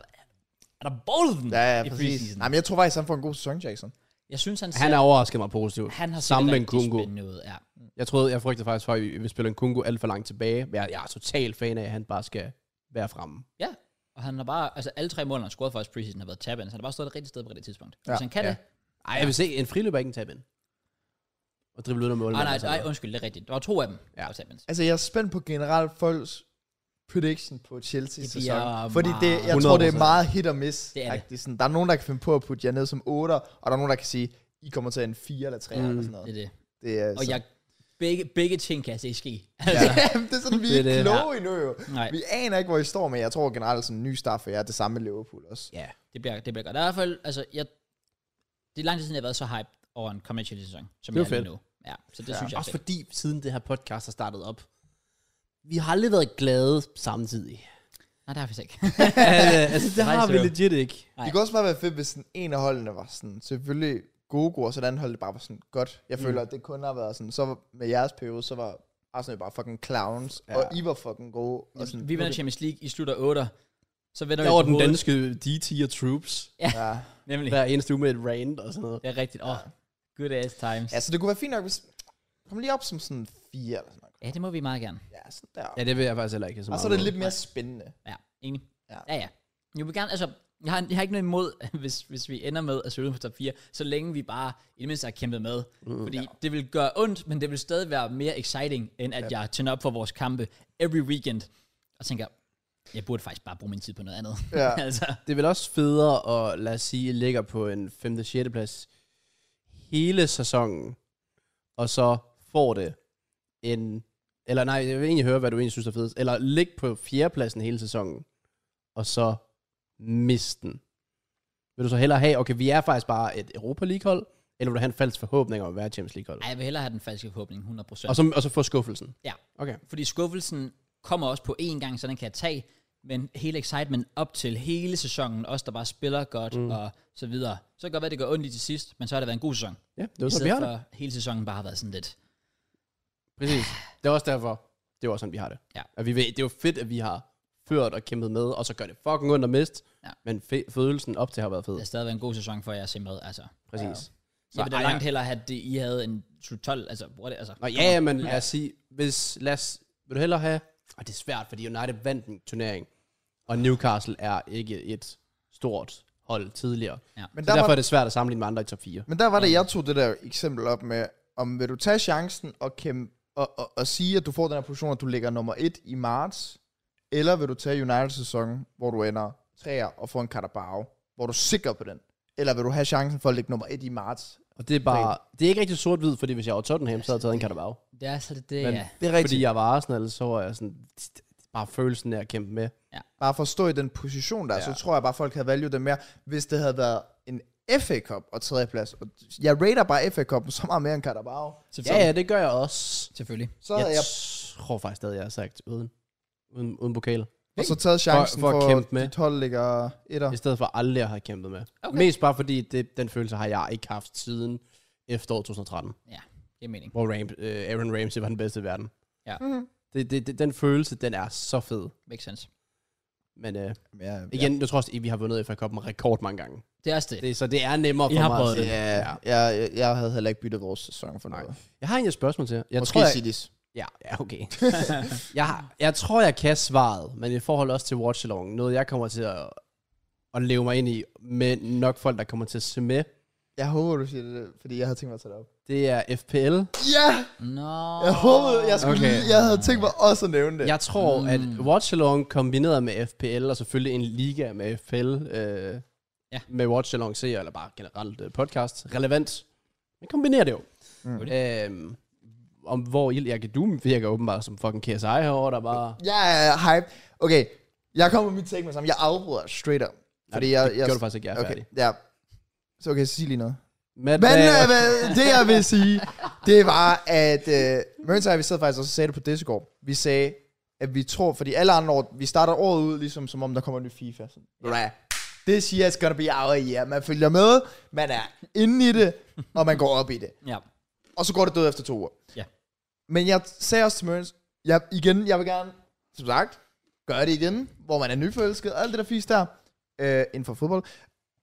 Speaker 1: er der boldet den
Speaker 3: Ja, ja,
Speaker 1: Hm, i
Speaker 3: præcis.
Speaker 1: preseason?
Speaker 3: Nej, men jeg tror faktisk, han får en god sæson, Jackson.
Speaker 1: Jeg synes, han,
Speaker 2: Han
Speaker 1: ser,
Speaker 2: har overrasket mig positivt.
Speaker 1: han har
Speaker 2: Sammen
Speaker 1: set
Speaker 2: med
Speaker 1: rigtig
Speaker 2: Nkunku.
Speaker 1: spændende ud. Ja.
Speaker 2: Jeg troede, jeg frygtede faktisk for, at vi vi spiller en Kungo alt for langt tilbage. Men Jeg, jeg er total fan af, at han bare skal være fremme.
Speaker 1: ja. Og han har bare, altså alle tre mål, han har scoret for os i preseason, har været tab så han har bare stået det rigtige sted på det tidspunkt. Ja. Hvis han kan
Speaker 3: ja.
Speaker 1: det,
Speaker 2: Ej, jeg vil se, en friløb er ikke en tab ind. Og drible ud af målet.
Speaker 1: Nej, nej, nej, undskyld, det er rigtigt. Der var to af dem.
Speaker 2: Ja.
Speaker 1: der var tabmænd.
Speaker 3: Altså, jeg er spændt på generelt folks prediction på Chelsea
Speaker 1: Det
Speaker 3: sæson.
Speaker 1: bliver
Speaker 3: Fordi det, jeg
Speaker 2: meget-
Speaker 3: tror, det er
Speaker 2: 100%.
Speaker 3: meget hit og miss.
Speaker 1: Det er det.
Speaker 3: agtigt. Sådan, der er nogen, der kan finde på at putte jer ned som 8, og der er nogen, der kan sige, I kommer til en 4 eller 3 mm. eller sådan
Speaker 1: Det
Speaker 3: noget.
Speaker 1: er det.
Speaker 3: Det er,
Speaker 1: Og jeg, begge, begge ting kan jeg se ske. Altså,
Speaker 3: Ja. det er sådan, vi er
Speaker 2: Det er
Speaker 3: ikke
Speaker 2: det.
Speaker 3: kloge endnu jo.
Speaker 1: Nej,
Speaker 3: Vi aner ikke, hvor I står, men jeg tror generelt, sådan en ny start for jer er det samme med Liverpool også.
Speaker 2: Ja.
Speaker 1: det bliver, det bliver godt. Der er i hvert fald, altså, jeg, det er lang tid siden, jeg har været så hyped over en kommende Chelsea-sæson, som
Speaker 2: Det er
Speaker 1: jeg er lige
Speaker 2: fedt.
Speaker 1: nu. Ja, så det ja. synes jeg er
Speaker 2: Også
Speaker 1: fedt.
Speaker 2: fordi, siden det her podcast har startet op, vi har aldrig været glade samtidig.
Speaker 1: Nej, det har vi så ikke.
Speaker 2: altså, det
Speaker 1: Nej,
Speaker 2: har vi
Speaker 1: seriøst.
Speaker 2: legit ikke.
Speaker 1: Nej.
Speaker 3: Det kunne også bare være fedt, hvis den ene af holdene var sådan, selvfølgelig gode gode, og så det andet hold det bare var sådan godt.
Speaker 2: Mm.
Speaker 3: Jeg føler, at det kun har været sådan, så med jeres periode, så var Arsenal jo bare fucking clowns, ja. og I var fucking gode. Og sådan,
Speaker 1: vi vinder Champions League i slutter 8, så vender
Speaker 2: Der
Speaker 1: vi
Speaker 2: var
Speaker 1: på
Speaker 2: den
Speaker 1: hovedet.
Speaker 2: danske DT og Troops
Speaker 3: Ja.
Speaker 1: Nemlig.
Speaker 2: hver eneste uge med et rant og sådan noget.
Speaker 1: Det er rigtigt. Åh, oh, good ass times.
Speaker 3: ja, så det kunne være fint nok, hvis... Kom lige op som sådan fire eller sådan noget.
Speaker 1: Ja, det må vi meget gerne.
Speaker 3: Ja, sådan der.
Speaker 2: Ja, det vil jeg faktisk heller ikke. Så
Speaker 3: og så er det lidt mere spændende.
Speaker 1: Ja, enig.
Speaker 3: Ja.
Speaker 1: Ja, ja. ja. Jeg vil gerne, altså, jeg har, jeg har ikke noget imod, hvis, hvis vi ender med at slutte på top 4, så længe vi bare i det mindste har kæmpet med. Mm, Fordi ja. det vil gøre ondt, men det vil stadig være mere exciting, end at ja. jeg tænder op for vores kampe every weekend, og tænker, jeg burde faktisk bare bruge min tid på noget andet.
Speaker 3: Ja.
Speaker 1: altså,
Speaker 2: Det er vel også federe at, lad os sige, ligger på en 5. 6. plads hele sæsonen, og så får det en... Eller nej, jeg vil egentlig høre, hvad du egentlig synes er fedest. Eller ligge på 4. pladsen hele sæsonen, og så miste den. Vil du så hellere have, okay, vi er faktisk bare et Europa League-hold, eller vil du have en falsk forhåbning om at være Champions League-hold?
Speaker 1: ej, jeg vil hellere have den falske forhåbning, 100%.
Speaker 2: Og så, og så få skuffelsen.
Speaker 1: Ja.
Speaker 2: Okay.
Speaker 1: Fordi skuffelsen kommer også på én gang, så den kan jeg tage, men hele excitement op til hele sæsonen, også der bare spiller godt mm. og så videre. Så kan det godt være, det gør ondt lige til sidst, men så har det været en god sæson.
Speaker 2: Ja, det var
Speaker 1: I
Speaker 2: så, vi
Speaker 1: stedet
Speaker 2: har det.
Speaker 1: for hele sæsonen bare har været sådan lidt,
Speaker 2: Præcis. Det er også derfor, det er også sådan, vi har det.
Speaker 1: Ja.
Speaker 2: At vi ved, det er jo fedt, at vi har ført og kæmpet med, og så gør det fucking ondt at miste.
Speaker 1: Ja.
Speaker 2: Men fe- følelsen op til har været fed.
Speaker 1: Det har stadig været en god sæson for jer at se med, altså.
Speaker 2: Præcis.
Speaker 1: Jeg vil da
Speaker 2: ej,
Speaker 1: langt hellere have, at det, I havde en slut 12, altså, what, altså.
Speaker 2: Nå ja, ja, men lad os sige, hvis, lad os, vil du hellere have, og det er svært, fordi United vandt en turnering, og Newcastle er ikke et stort hold tidligere. Ja.
Speaker 3: Men
Speaker 2: Så
Speaker 3: der,
Speaker 2: derfor
Speaker 3: var,
Speaker 2: er det svært at sammenligne med andre i top 4.
Speaker 3: men der var det, jeg tog det der eksempel op med, om vil du tage chancen og, kæmpe, og, og, og sige, at du får den her position, at du ligger nummer et i marts, eller vil du tage United-sæsonen, hvor du ender træer og får en Carabao, hvor du er sikker på den? Eller vil du have chancen for at ligge nummer et i marts?
Speaker 2: Og det er bare, det er ikke rigtig sort-hvid, fordi hvis jeg var Tottenham, så havde jeg taget en Carabao.
Speaker 1: Det er så det, det
Speaker 2: Men
Speaker 1: ja.
Speaker 3: Det er
Speaker 2: fordi jeg var Arsenal, så var jeg sådan, bare følelsen af at kæmpe med.
Speaker 3: bare for at stå i den position der, ja. så
Speaker 2: Ja.
Speaker 3: tror jeg bare, folk havde valgt det mere, hvis det havde været en FA Cup og tredjeplads. Og Jeg rater bare FA Cup'en så meget mere end Carabao.
Speaker 2: Ja, ja, det gør jeg også.
Speaker 1: Selvfølgelig.
Speaker 3: Så havde jeg
Speaker 2: Jeg tror faktisk stadig, jeg har sagt uden, uden, uden pokal.
Speaker 3: og så taget chancen
Speaker 2: for
Speaker 3: for,
Speaker 2: at
Speaker 3: for,
Speaker 2: kæmpe
Speaker 3: for
Speaker 2: med.
Speaker 3: dit hold ligger etter.
Speaker 2: I stedet for aldrig at have kæmpet med.
Speaker 1: Okay.
Speaker 2: Okay. Mest bare fordi, det, den følelse har jeg ikke haft siden efteråret 2013,
Speaker 1: Ja, det er mening.
Speaker 2: hvor Ram, øh, Aaron Ramsey var den bedste i verden.
Speaker 1: Ja.
Speaker 3: Mhm.
Speaker 2: Det, det, det, den følelse, den er så fed.
Speaker 1: Makes sense.
Speaker 2: Men øh,
Speaker 3: Ja,
Speaker 2: igen, ja. jeg tror også, at vi har vundet FA Cup'en rekord mange gange.
Speaker 1: Det er også det. det
Speaker 2: Det, så det er nemmere
Speaker 1: I
Speaker 2: for
Speaker 1: har
Speaker 2: mig. at
Speaker 1: prøvet
Speaker 2: sige.
Speaker 1: det.
Speaker 2: Ja.
Speaker 3: Jeg, jeg, jeg havde heller ikke byttet vores sæson for
Speaker 2: Nej.
Speaker 3: noget.
Speaker 2: Jeg har egentlig et spørgsmål til jer. Jeg
Speaker 3: Måske
Speaker 2: tror, jeg,
Speaker 3: Cities.
Speaker 2: Ja, ja okay. jeg, har- jeg tror, jeg kan svaret, men i forhold også til Watch Along, noget jeg kommer til at, at leve mig ind i, med nok folk, der kommer til at se med,
Speaker 3: Jeg håber, du siger det, fordi jeg havde tænkt mig at tage det op.
Speaker 2: det er FPL.
Speaker 3: Ja!
Speaker 1: Nå.
Speaker 3: Jeg håbede, jeg, skulle
Speaker 2: Okay.
Speaker 3: lige, jeg havde tænkt mig også at nævne det.
Speaker 2: Jeg tror, mm. at Watch Along kombineret med FPL, og selvfølgelig en liga med FPL, øh,
Speaker 1: Ja.
Speaker 2: ja. med Watch Along seer, eller bare generelt øh, podcast, relevant. Man kombinerer det jo.
Speaker 3: Mm.
Speaker 2: Mm. Øh, om hvor ild jeg kan du virker åbenbart som fucking KSI herovre, der bare...
Speaker 3: Jeg er hype. Okay, jeg kommer med mit take med sammen. Jeg afbryder straight up. Fordi
Speaker 2: Nej,
Speaker 3: jeg,
Speaker 2: det
Speaker 3: jeg,
Speaker 2: gjorde du faktisk ikke, jeg er okay.
Speaker 3: okay,
Speaker 2: færdig.
Speaker 3: ja. Så okay, så sig lige noget.
Speaker 2: Matt,
Speaker 3: Men
Speaker 2: hvad-
Speaker 3: øh, hvad, det jeg vil sige, det var, at øh, Mørens og jeg, vi sad faktisk også og sagde det på Discord. Vi sagde, at vi tror, fordi alle andre år, vi starter året ud, ligesom som om der kommer en ny FIFA. Sådan. Ved du hvad? Det siger, it's gonna be our year. Man følger med, man er inde i det, og man går op i det.
Speaker 1: Ja.
Speaker 3: Og så går det død efter to uger.
Speaker 1: Ja.
Speaker 3: Men jeg sagde også til Mørens, jeg, igen, jeg vil gerne, som sagt, gøre det igen, hvor man er nyforelsket, og alt det der fisk der, øh, inden for fodbold.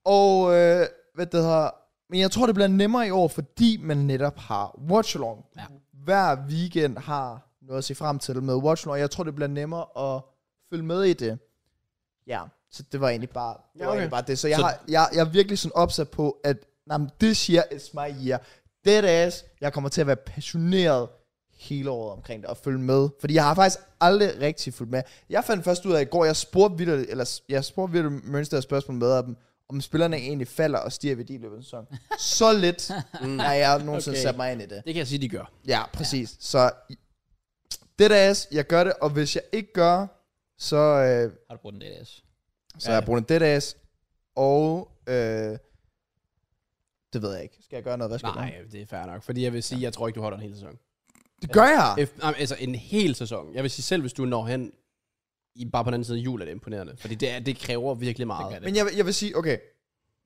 Speaker 3: Og, øh, hvad det hedder, men jeg tror, det bliver nemmere i år, fordi man netop har watchalong.
Speaker 1: Ja.
Speaker 3: Hver weekend har noget at se frem til med watchalong, og jeg tror, det bliver nemmere at følge med i det. Ja, så det var egentlig bare det,
Speaker 2: Ja,
Speaker 3: var
Speaker 2: okay.
Speaker 3: egentlig bare det. så jeg,
Speaker 2: Så-
Speaker 3: har, jeg, jeg er virkelig sådan opsat på, at nej, men this year is my year. Dead ass, jeg kommer til at være passioneret hele året omkring det, og følge med. Fordi jeg har faktisk aldrig rigtig fulgt med. Jeg fandt først ud af i går, jeg spurgte vildt, eller jeg spurgte vildt Mønster spørgsmål med dem, om spillerne egentlig falder og stiger ved i løbet af sæsonen. Så lidt mm. har jeg nogensinde okay.
Speaker 2: Okay.
Speaker 3: sat mig ind i det.
Speaker 2: Det kan jeg sige, de gør.
Speaker 3: Ja, præcis. Ja. Så det der ass, jeg gør det, og hvis jeg ikke gør, så, øh,
Speaker 1: Har du brugt den DDS?
Speaker 3: så ja. jeg bruger en dead ass, og øh, det ved jeg ikke. Skal jeg gøre noget? Hvad skal jeg gøre?
Speaker 2: Nej, det er fair nok. Fordi jeg vil sige, jeg tror ikke, du holder en hel sæson.
Speaker 3: Det gør jeg!
Speaker 2: F- nej, men altså en hel sæson. Jeg vil sige, selv hvis du når hen i, bare på den anden side af jul, er det imponerende. Fordi det, er, det kræver virkelig meget.
Speaker 1: gør det.
Speaker 3: Men jeg, vil- jeg vil sige, okay,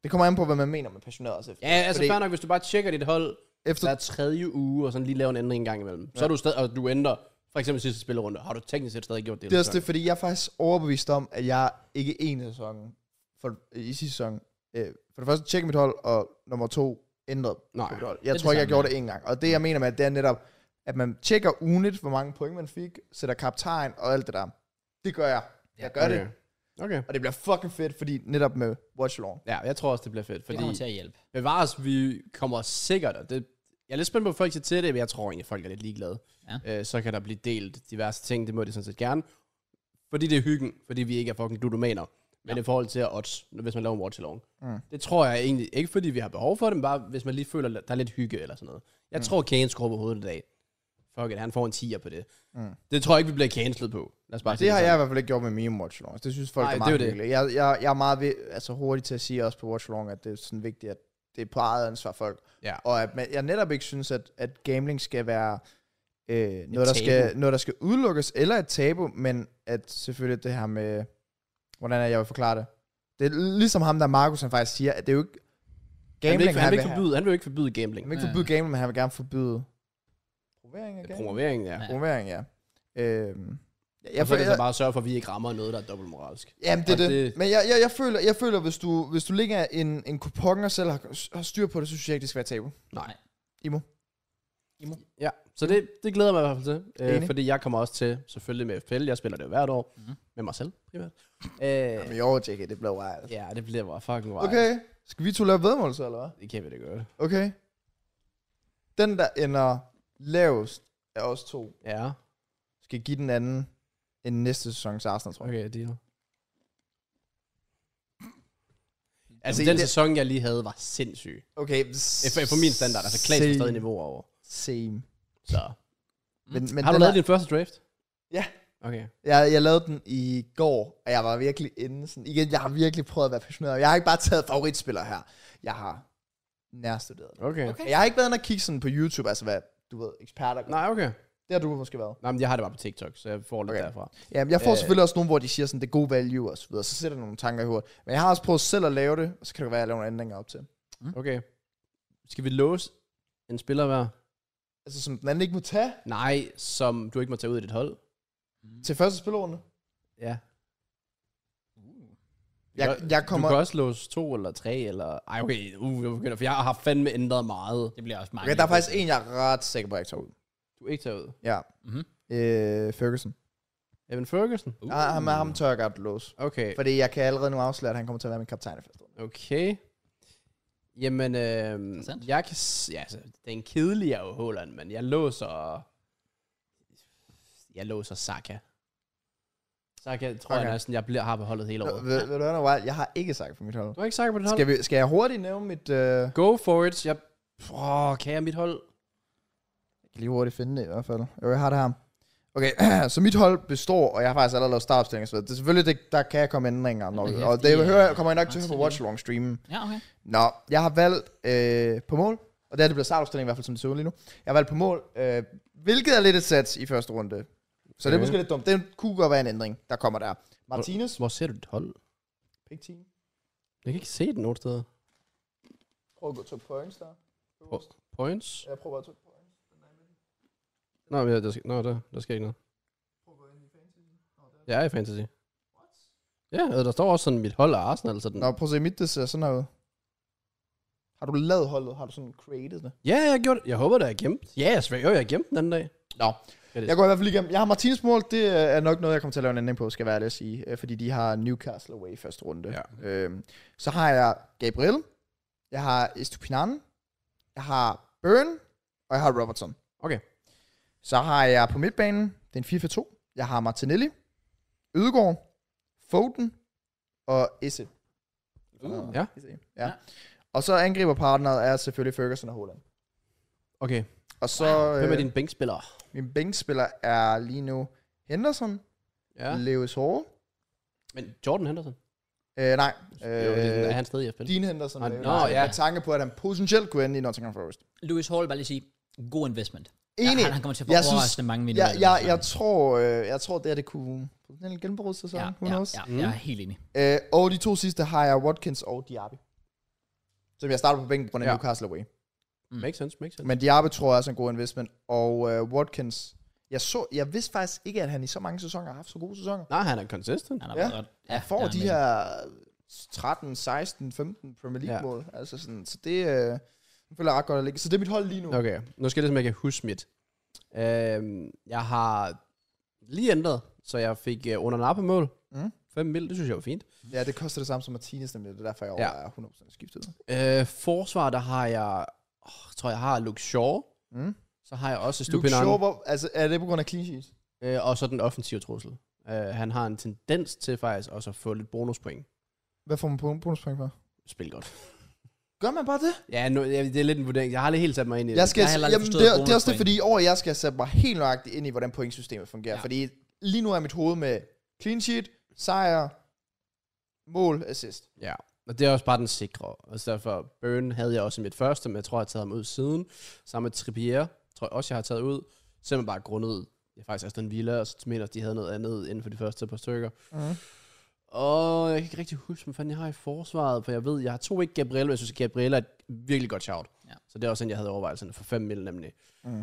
Speaker 3: det kommer an på, hvad man mener med passioneret også efter.
Speaker 2: Ja, altså
Speaker 3: Fordi-
Speaker 2: fair nok, hvis du bare tjekker dit hold
Speaker 3: efter
Speaker 2: hver tredje uge, og sådan lige laver en ændring en gang imellem. Ja. Så er du stadig, og du ændrer, for eksempel sidste spillerunde, har du teknisk set stadig gjort det. i
Speaker 3: det er også
Speaker 2: sæsonen.
Speaker 3: det, fordi jeg er faktisk overbevist om, at jeg ikke en sæson for, i sidste sæson, øh, for det første tjekke mit hold, og nummer to ændrede
Speaker 2: Nej.
Speaker 3: på mit hold.
Speaker 1: er
Speaker 3: Jeg
Speaker 1: det
Speaker 3: tror ikke, jeg
Speaker 1: samme,
Speaker 3: gjorde det en gang. Og det, jeg mener med, det er netop, at man tjekker ugenligt, hvor mange point man fik, sætter kaptajn og alt det der. Det gør jeg. Jeg gør
Speaker 2: okay.
Speaker 3: det.
Speaker 2: Okay.
Speaker 3: Og det bliver fucking fedt, fordi netop med Watch Along.
Speaker 2: Ja, jeg tror også, det bliver fedt.
Speaker 1: Det
Speaker 2: Fordi
Speaker 1: kommer til at hjælpe.
Speaker 2: bevares, vi kommer sikkert, og det, jeg er lidt spændt på, hvad folk siger til det, men jeg tror egentlig, at folk er lidt ligeglade. Ja. Øh, så kan der blive delt diverse ting, det må de sådan set gerne. Fordi det er hyggen, fordi vi ikke er fucking ludomaner. Men
Speaker 1: Ja.
Speaker 2: i forhold til at odds, hvis man laver en watch along. Mm. Det tror jeg egentlig ikke, fordi vi har behov for det, men bare hvis man lige føler, der er lidt hygge eller sådan noget. Jeg mm. tror, Kane skruer på hovedet i dag. Fuck it, han får en 10'er på det. Mm. Det tror jeg ikke, vi bliver cancelet på. Lad os bare sige
Speaker 3: Det har
Speaker 2: sådan.
Speaker 3: jeg i hvert fald ikke gjort med meme watch alongs. Det synes folk
Speaker 2: Nej,
Speaker 3: er
Speaker 2: det
Speaker 3: meget
Speaker 2: er jo det.
Speaker 3: hyggeligt. Jeg, jeg, jeg er meget ved, altså hurtig til at sige også på watch along, at det er sådan vigtigt, at det er på eget ansvar folk.
Speaker 2: Ja.
Speaker 3: Og at man, jeg netop ikke synes, at, at gambling skal være øh, noget, der
Speaker 2: tabu.
Speaker 3: skal, noget, der skal udelukkes, eller et tabu, men at selvfølgelig det her med, hvordan er jeg vil forklare det? Det er ligesom ham der, Markus, han faktisk siger, at det er jo ikke
Speaker 2: Han vil,
Speaker 3: gambling,
Speaker 2: ikke, han, vil ikke
Speaker 3: have-
Speaker 2: forbyde, han vil jo ikke forbyde gambling.
Speaker 3: han vil ikke forbyde gambling, men han vil gerne forbyde Promovering igen.
Speaker 2: Promovering, ja.
Speaker 1: Ja.
Speaker 2: ja.
Speaker 3: Promovering, ja. Øhm, jeg,
Speaker 2: Jeg
Speaker 3: jeg,
Speaker 2: så er det så
Speaker 3: jeg,
Speaker 2: bare at sørge for, at vi ikke rammer noget, der er dobbelt moralsk.
Speaker 3: jamen, det er
Speaker 2: og
Speaker 3: det.
Speaker 2: det-
Speaker 3: Men jeg, jeg, jeg føler, jeg føler hvis, du, hvis du ligger en, en kupon og selv har, har styr på det, så synes jeg ikke, det skal være tabu.
Speaker 1: Nej.
Speaker 3: Imo.
Speaker 2: Ja, så det, det glæder jeg mig i hvert fald til. Øh,
Speaker 3: Enig.
Speaker 2: fordi jeg kommer også til, selvfølgelig med FPL, jeg spiller det jo hvert år,
Speaker 1: Mhm.
Speaker 2: mm. med mig selv primært. Øh,
Speaker 3: Jamen, jo, JK, det blev wild.
Speaker 2: ja, det bliver bare fucking wild.
Speaker 3: Okay, skal vi to lave vedmål så, eller hvad?
Speaker 2: Det kan vi da gøre.
Speaker 3: Okay. Den, der ender lavest af os to,
Speaker 2: Ja,
Speaker 3: skal give den anden en næste sæsons Arsenal, tror jeg.
Speaker 2: okay, deal. Altså,
Speaker 3: Jamen,
Speaker 2: den
Speaker 3: det-
Speaker 2: sæson, jeg lige havde, var sindssyg.
Speaker 3: Okay.
Speaker 2: For, for min standard, altså Klaas var stadig niveauer over.
Speaker 3: Same.
Speaker 2: Så.
Speaker 3: Men, men
Speaker 2: Har du
Speaker 3: den
Speaker 2: lavet
Speaker 3: er-
Speaker 2: din første draft?
Speaker 3: Ja.
Speaker 2: Okay.
Speaker 3: Jeg, jeg lavede den i går, og jeg var virkelig inde sådan, igen, jeg har virkelig prøvet at være passioneret. Jeg har ikke bare taget favoritspillere her. Jeg har nærstuderet det.
Speaker 2: Okay.
Speaker 1: Okay.
Speaker 3: Jeg har ikke været inde og kigge sådan på YouTube, altså hvad, du ved, eksperter gør.
Speaker 2: Nej, okay.
Speaker 3: Det har du måske været.
Speaker 2: Nej, men jeg har det bare på TikTok, så jeg får lidt
Speaker 3: Okay.
Speaker 2: okay. derfra.
Speaker 3: Jamen, jeg får øh.
Speaker 2: Øh.
Speaker 3: selvfølgelig også nogle, hvor de siger sådan, det er god value og så videre, så sætter jeg nogle tanker i hovedet. Men jeg har også prøvet selv at lave det, og så kan det være, at jeg laver nogle ændringer op til.
Speaker 2: Okay. Skal vi låse en spiller hver?
Speaker 3: Altså, som den anden ikke må tage
Speaker 2: Nej, som du ikke må tage ud af dit hold.
Speaker 3: til første spilordene.
Speaker 2: Ja.
Speaker 3: Jeg, jeg kommer...
Speaker 2: Du kan også låse to eller tre, eller... Ej, okay, uh, jeg begynder, for jeg har fandme ændret meget.
Speaker 1: Det bliver også meget.
Speaker 3: Okay, der er faktisk en, jeg er ret sikker på, at jeg tager ud.
Speaker 2: Du er ikke tager ud.
Speaker 3: Ja.
Speaker 1: Mhm.
Speaker 3: Øh, Ferguson.
Speaker 2: Evan Ferguson?
Speaker 1: Uh.
Speaker 3: Uh. Ah, ham, ham tør jeg godt låse.
Speaker 2: Okay,
Speaker 3: Fordi jeg kan allerede nu afsløre, at han kommer til at være min kaptajn i første runde.
Speaker 2: okay. Jamen, øh,
Speaker 1: Interessant.
Speaker 2: jeg kan... s- Ja, altså, den kedelige er jo Håland, men jeg låser... Jeg låser Saka. Saka tror okay.
Speaker 3: Okay.
Speaker 2: jeg næsten, jeg bliver, har beholdet hele året.
Speaker 3: Ved, ved du hvad, Noel? Jeg har ikke sagt for mit hold.
Speaker 2: Du har ikke Saka på dit hold?
Speaker 3: Skal, vi, skal jeg hurtigt nævne mit... Øh,
Speaker 2: Go for it. Jeg... Åh, kan jeg mit hold?
Speaker 3: jeg kan lige hurtigt finde det i hvert fald. Jo, jeg har det her. Okay, så mit hold består, og jeg har faktisk allerede lavet startopstillinger og så videre. Det er selvfølgelig, det, der kan komme ændringer nok.
Speaker 1: Det er
Speaker 3: Og det
Speaker 1: heftigt,
Speaker 3: hører,
Speaker 1: ja.
Speaker 3: kommer I nok til at høre på
Speaker 1: Meget
Speaker 3: Watch Long streamen.
Speaker 1: Ja, okay.
Speaker 3: Nå, jeg har valgt øh, på mål, og det er det blevet startopstilling i hvert fald, som det ser ud lige nu. Jeg har valgt på mål, øh, hvilket er lidt et sats i første runde. Så det er
Speaker 2: Okay.
Speaker 3: måske lidt dumt. Det kunne godt være en ændring, der kommer der. Martinez,
Speaker 2: Hvor ser du dit hold?
Speaker 3: pick 10.
Speaker 2: Jeg kan ikke se den nogen steder.
Speaker 3: Prøv at gå to points der.
Speaker 2: På- Points?
Speaker 3: Jeg prøver bare to points.
Speaker 2: Nå, men der skal, nå, der, der skal ikke noget. Jeg er i fantasy. Ja, og der står også sådan mit hold af Arsenal. Så den...
Speaker 3: Nå, prøv at se, mit det ser sådan her ud. Har du lavet holdet? Har du sådan created det?
Speaker 2: Ja, jeg gjorde det. Jeg håber, der er gemt. Ja, jeg svær, jo, jeg gemte den anden dag.
Speaker 3: Nå. Jeg går i hvert fald lige igennem. Jeg har Martins mål. Det øh, er nok noget, jeg kommer til at lave en ændring på, skal jeg være ærlig at sige. øh, Fordi de har Newcastle away i første runde.
Speaker 2: Ja.
Speaker 3: Øhm, så har jeg Gabriel. Jeg har Estupinan. Jeg har Byrne. Og jeg har Robertson.
Speaker 2: Okay.
Speaker 3: Så har jeg på midtbanen den 4-4-2. Jeg har Martinelli. Ødegaard. Foden. Og Isse.
Speaker 1: Uh.
Speaker 2: Ja.
Speaker 3: Isse.
Speaker 1: Ja.
Speaker 3: ja. Og så angriber partneret er selvfølgelig Ferguson og Holland.
Speaker 2: Okay,
Speaker 3: Og så
Speaker 2: hvem er
Speaker 3: øh,
Speaker 2: dine bænkspillere?
Speaker 3: min bænkspiller er lige nu Henderson,
Speaker 2: Ja,
Speaker 3: ja. Lewis Hall.
Speaker 2: men Jordan Henderson.
Speaker 3: Øh, nej,
Speaker 2: Øh, jo, det er sådan, er
Speaker 3: øh,
Speaker 2: han stadig i FPL?
Speaker 3: Dean Henderson.
Speaker 2: Ah,
Speaker 3: Øh,
Speaker 2: nå, ja.
Speaker 3: Med tanke på, at han potentielt kunne ende i Nottingham Forest.
Speaker 1: Lewis Hall, bare lige sige, god investment.
Speaker 3: Enig.
Speaker 1: Ja, han, han kommer til at få
Speaker 3: Jeg synes-
Speaker 1: overraskende mange
Speaker 3: Ja,
Speaker 1: minutter. i den
Speaker 3: jeg,
Speaker 1: her
Speaker 3: jeg,
Speaker 1: sæson.
Speaker 3: tror, øh, jeg tror, det her det kunne potentielt genbruge sig sådan. Who
Speaker 1: ja,
Speaker 3: knows?
Speaker 1: ja,
Speaker 2: Mm.
Speaker 1: jeg er helt enig.
Speaker 3: Øh, og de to sidste har jeg Watkins og Diaby. Som jeg starter på bænken på grund af
Speaker 2: Ja.
Speaker 3: Newcastle away.
Speaker 2: Makes sense, makes sense.
Speaker 3: Men Diaby tror jeg også er en god investment. Og øh, Watkins, jeg, så, jeg vidste faktisk ikke, at han i så mange sæsoner har haft så gode sæsoner.
Speaker 2: Nej, han er consistent.
Speaker 1: Han har
Speaker 3: Ja.
Speaker 1: været ret- ja,
Speaker 3: Han får
Speaker 1: ja,
Speaker 3: de
Speaker 1: men-
Speaker 3: her 13, 16, 15 Premier
Speaker 2: Ja.
Speaker 3: League-mål. Altså sådan, så det øh, det føler jeg ret godt at ligge. Så det er mit hold lige nu.
Speaker 2: Okay, nu skal jeg ligesom, jeg kan huske mit. Øhm, jeg har lige ændret, så jeg fik uh, under nappemål.
Speaker 3: Mm.
Speaker 2: 5 mil, det synes jeg var fint.
Speaker 3: Ja, det koster det samme som Martinez, nemlig. Det er derfor, jeg
Speaker 2: Ja.
Speaker 3: overvejer 100% skiftet.
Speaker 2: Øh, forsvar, der har jeg... Oh, tror, jeg har Luke Shaw.
Speaker 3: Mm.
Speaker 2: Så har jeg også
Speaker 3: Luke
Speaker 2: Stupinan.
Speaker 3: Shaw, hvor, altså, er det på grund af clean sheets?
Speaker 2: Øh, og så den offensive trussel. Øh, han har en tendens til faktisk også at få lidt bonuspoint.
Speaker 3: Hvad får man bon- bonuspoint for?
Speaker 2: Spil godt.
Speaker 3: Gør man bare det?
Speaker 2: Ja, nu, ja, det er lidt en vurdering. Jeg har lige helt sat mig ind i
Speaker 3: Jeg skal,
Speaker 1: Jeg har heller aldrig
Speaker 3: jamen,
Speaker 1: forstået
Speaker 3: det, er- det er også
Speaker 1: bonuspoint.
Speaker 3: det, fordi i år, jeg skal sætte mig helt nøjagtigt ind i, hvordan pointsystemet fungerer.
Speaker 1: Ja.
Speaker 3: Ja. Fordi lige nu er mit hoved med clean sheet, sejr, mål, assist.
Speaker 2: det. Ja, og det er også bare den sikre. Og så derfor, Burn havde jeg også i mit første, men jeg tror, jeg har taget ham ud siden. Sammen med Trippier, tror jeg også, jeg har taget ud. Simpelthen bare grundet, jeg faktisk Aston Villa, og så mener jeg, de havde noget andet inden for de første par stykker.
Speaker 3: Mm.
Speaker 2: Og jeg kan ikke rigtig huske, hvad fanden jeg har i forsvaret, for jeg ved, jeg har to ikke Gabriel, men jeg synes, at Gabriel er et virkelig godt shout.
Speaker 1: Ja.
Speaker 2: Så det er også en, jeg havde overvejelserne for fem mil nemlig.
Speaker 3: Mm.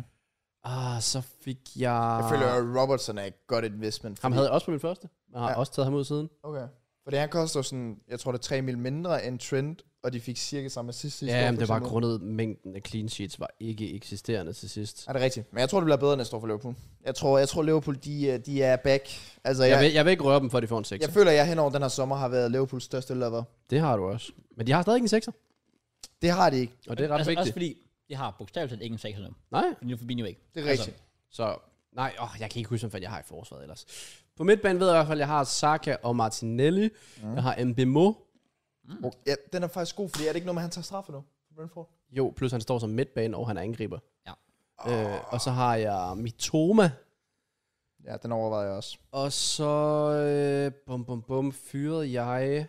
Speaker 2: Ah, så fik jeg...
Speaker 3: Jeg
Speaker 1: Ah.
Speaker 3: føler, at Robertson er et godt investment.
Speaker 2: Ham
Speaker 3: fordi-
Speaker 2: havde jeg også på min første. Jeg har
Speaker 3: Ja.
Speaker 2: ja. også taget ham ud siden.
Speaker 3: Okay. Fordi han koster sådan, jeg tror det er 3 mil mindre end Trent, og de fik cirka samme sidst sidste år.
Speaker 2: Ja, men
Speaker 3: for
Speaker 2: det var
Speaker 3: eksempel.
Speaker 2: grundet, mængden af clean sheets var ikke eksisterende til sidst.
Speaker 3: Ja, det er rigtigt. Men jeg tror, det bliver bedre næste år for Liverpool. Jeg tror, jeg tror Liverpool, de, øh, de er back. Altså, jeg,
Speaker 2: Jeg
Speaker 3: jeg,
Speaker 2: vil, jeg vil ikke røre dem, for at de får en 6.
Speaker 3: jeg føler, at jeg henover den her sommer har været Liverpools største lover.
Speaker 2: Det har du også. Men de har stadig ikke en 6'er,
Speaker 3: Det har de ikke.
Speaker 2: og det er ret
Speaker 1: altså,
Speaker 2: altså,
Speaker 1: Også
Speaker 2: vigtigt.
Speaker 1: fordi, jeg har bogstaveligt talt ikke en sekser nu.
Speaker 2: Nej,
Speaker 1: Men nu forbi jo ikke.
Speaker 3: Det er rigtigt. Altså,
Speaker 2: så... Nej, åh, jeg kan ikke huske, hvad jeg har i forsvaret ellers. På midtbanen ved jeg i hvert fald, at jeg har Saka og Martinelli. Mm. Jeg har Mbemo.
Speaker 3: ja, den er faktisk god, fordi er det ikke noget med, at han tager straffe nu? Brentford?
Speaker 2: Jo, plus han står som midtbane, og han er angriber.
Speaker 1: Ja.
Speaker 2: Øh, og så har jeg Mitoma.
Speaker 3: Ja, den overvejede jeg også.
Speaker 2: Og så, øh, bum bum bum, fyrede jeg...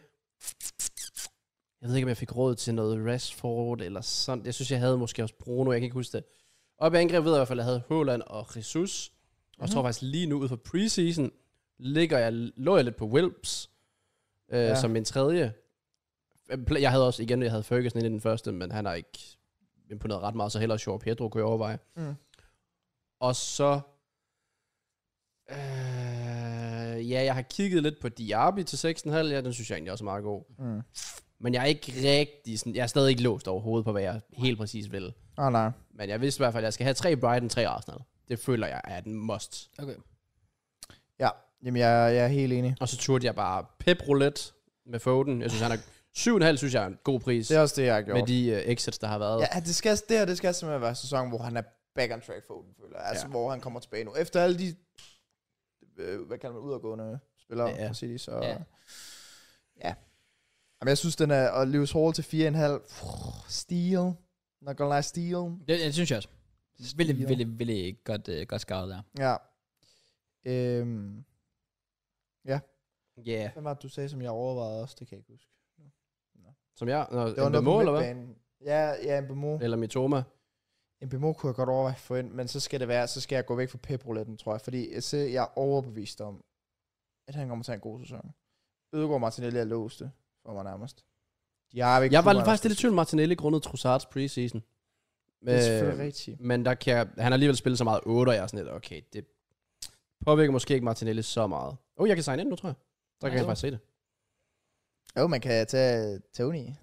Speaker 2: Jeg ved ikke, om jeg fik råd til noget Rashford eller sådan. Jeg synes, jeg havde måske også Bruno, jeg kan ikke huske det. Op i angreb ved jeg i hvert fald, at jeg havde Håland og Jesus. Og
Speaker 3: Mhm.
Speaker 2: jeg tror faktisk lige nu, ud fra preseason, ligger jeg, lå jeg lidt på Wilps øh,
Speaker 3: Ja.
Speaker 2: ja. som en tredje. Øh, Jeg havde også, igen, jeg havde Ferguson ind i den første, men han har ikke imponeret ret meget, så hellere Sjov Pedro kunne jeg overveje.
Speaker 3: Mm.
Speaker 2: Og så... Øh, ja, jeg har kigget lidt på Diaby til 6,5. Ja, den synes jeg egentlig også er meget god.
Speaker 3: Mm.
Speaker 2: Men jeg er ikke rigtig sådan... Jeg er stadig ikke låst overhovedet på, hvad jeg helt præcis vil.
Speaker 3: Ah, nej.
Speaker 2: Men jeg vidste i hvert fald, at jeg skal have tre Brighton, tre Arsenal. Det føler jeg er den must.
Speaker 1: Okay.
Speaker 3: Ja, jamen jeg, jeg er helt enig.
Speaker 2: Og så turde jeg bare Pep Roulette med Foden. Jeg synes, han er... 7,5 synes jeg er en god pris.
Speaker 3: Det er også det, jeg har gjort.
Speaker 2: med de øh, exits, der har været.
Speaker 3: Ja, det, skal, det her det skal simpelthen være sæsonen, hvor han er back on track for Oden, føler jeg. Altså, ja.
Speaker 2: Ja.
Speaker 3: hvor han kommer tilbage nu. Efter alle de, øh, hvad kalder man, udadgående spillere ja.
Speaker 2: Ja.
Speaker 3: fra City, så... Ja.
Speaker 1: Ja.
Speaker 3: ja. Jamen, jeg synes, den er... Og Lewis Hall til 4,5. Pff, Steel. Not gonna lie, Steel.
Speaker 1: Det, det synes jeg også. Ville, ville, ville godt, øh, godt scout der.
Speaker 3: Ja. Øhm,
Speaker 2: Ja. Yeah.
Speaker 3: hvad var det, du sagde, som jeg overvejede også? Det kan jeg ikke huske.
Speaker 2: Som jeg? Nå,
Speaker 3: Det var
Speaker 2: en bemol, eller hvad?
Speaker 3: midtbanen. Ja, ja, en bemol.
Speaker 2: Eller Mitoma.
Speaker 3: En bemol kunne jeg godt overveje at få ind, men så skal det være, så skal jeg gå væk fra pebroletten, tror jeg, fordi jeg, ser, jeg er overbevist om, at han kommer til at have en god sæson. Ødegaard og Martinelli er låste for mig nærmest. De har ikke altså.
Speaker 2: Jeg var faktisk lidt i tvivl om Martinelli grundet Trossards preseason.
Speaker 3: Det er selvfølgelig
Speaker 2: Øh,
Speaker 3: rigtigt.
Speaker 2: men der kan, jeg- han har alligevel spillet så meget 8, og jeg er sådan lidt, okay, det påvirker måske ikke Martinelli så meget. Åh, oh, jeg kan signe ind nu, tror jeg. Der kan
Speaker 1: Ja.
Speaker 2: jeg faktisk se det.
Speaker 3: Jo, man kan tage Tony.
Speaker 2: Det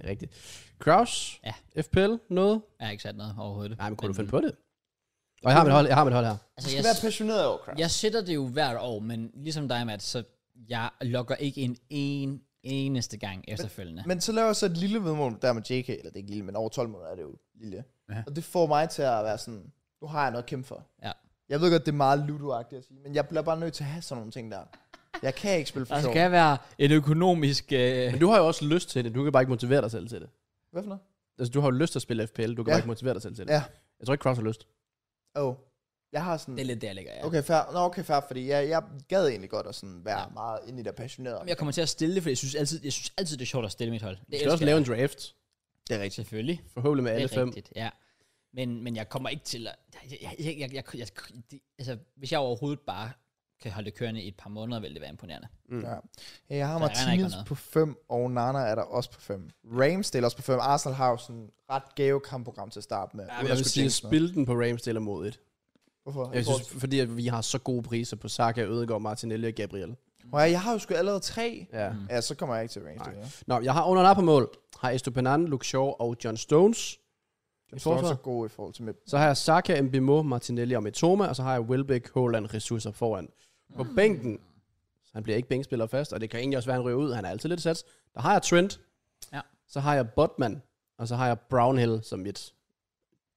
Speaker 2: er rigtigt. Kraus?
Speaker 1: Ja.
Speaker 2: FPL? Noget?
Speaker 1: Jeg har ikke sat noget overhovedet.
Speaker 2: Nej, men kunne du finde på det? Og jeg har mit hold, jeg har mit hold her.
Speaker 1: Altså,
Speaker 3: Du skal
Speaker 1: jeg,
Speaker 3: være passioneret over Kraft.
Speaker 1: jeg sætter det jo hvert år, men ligesom dig, Matt, så jeg logger ikke en en eneste gang efterfølgende.
Speaker 3: Men så laver jeg så et lille vedmål der med JK, eller det er ikke lille, men over 12 måneder er det jo lille. Ja.
Speaker 1: Ja.
Speaker 3: Og det får mig til at være sådan, nu har jeg noget at kæmpe for.
Speaker 1: Ja.
Speaker 3: Jeg ved godt, det er meget ludo-agtigt at sige, men jeg bliver bare nødt til at have sådan nogle ting der. Jeg kan ikke
Speaker 2: Altså,
Speaker 3: spille for
Speaker 1: der
Speaker 3: sjov.
Speaker 1: skal være et økonomisk... Øh,
Speaker 2: Men du har jo også lyst til det. Du kan bare ikke motivere dig selv til det.
Speaker 3: Hvad for noget?
Speaker 2: Altså, du har jo lyst til at spille FPL. Du kan
Speaker 3: Ja.
Speaker 2: bare ikke motivere dig selv til det.
Speaker 3: Ja.
Speaker 2: Jeg tror ikke, Kraus har lyst.
Speaker 3: Åh, oh, jeg har sådan...
Speaker 1: det er lidt der, jeg ligger. Ja.
Speaker 3: Okay, fair. Nå, okay, fair, fordi jeg, jeg gad egentlig godt at sådan være ja. meget ind i det og passioneret.
Speaker 1: Jeg kommer til at stille det, for jeg synes altid, jeg synes altid det er sjovt at stille mit hold.
Speaker 2: Vi
Speaker 1: Det
Speaker 2: skal også lave en draft.
Speaker 3: Det er rigtigt.
Speaker 1: Selvfølgelig.
Speaker 2: Forhåbentlig med alle
Speaker 1: det er
Speaker 2: fem.
Speaker 1: rigtigt, ja. Men, men jeg kommer ikke til at... Jeg, jeg, jeg, jeg, jeg, jeg, det, altså, hvis jeg overhovedet bare kan holde det kørende i et par måneder, vil det være imponerende.
Speaker 2: Mm.
Speaker 3: Ja. Jeg har
Speaker 1: Så Arna er ikke
Speaker 3: Martinez
Speaker 1: noget.
Speaker 3: på 5, og Nana er der også på 5. Ramsdale også på 5. Arsenal har jo sådan ret gave kampprogram til at starte med.
Speaker 2: Ja,
Speaker 3: uden
Speaker 2: men
Speaker 3: at
Speaker 2: jeg vil
Speaker 3: skulle
Speaker 2: sige,
Speaker 3: jinx noget.
Speaker 2: spil den på Ramsdale er modigt.
Speaker 3: Hvorfor?
Speaker 2: Jeg synes, fordi at vi har så gode priser på Saka, Ødegaard, Martinelli og Gabriel.
Speaker 3: Nå, ja, jeg har jo sgu allerede 3.
Speaker 2: Ja. Mm.
Speaker 3: Ja, så kommer jeg ikke til Ramsdale. Ja.
Speaker 2: Nå, jeg har under på mål. Har Estupinan, Luke Shaw og John Stones.
Speaker 3: Jeg
Speaker 2: I
Speaker 3: tror også
Speaker 2: forsvar?
Speaker 3: er god i forhold til mit.
Speaker 2: Så har jeg Saka, Mbimo, Martinelli og Mitoma, og så har jeg Welbeck, Haaland, ressourcer foran. På
Speaker 1: Mm.
Speaker 2: bænken, så han bliver ikke bænkspiller fast, og det kan egentlig også være, han ryger ud. Han er altid lidt sats. Der har jeg Trent.
Speaker 1: Ja.
Speaker 2: Så har jeg Botman, og så har jeg Brownhill som mit.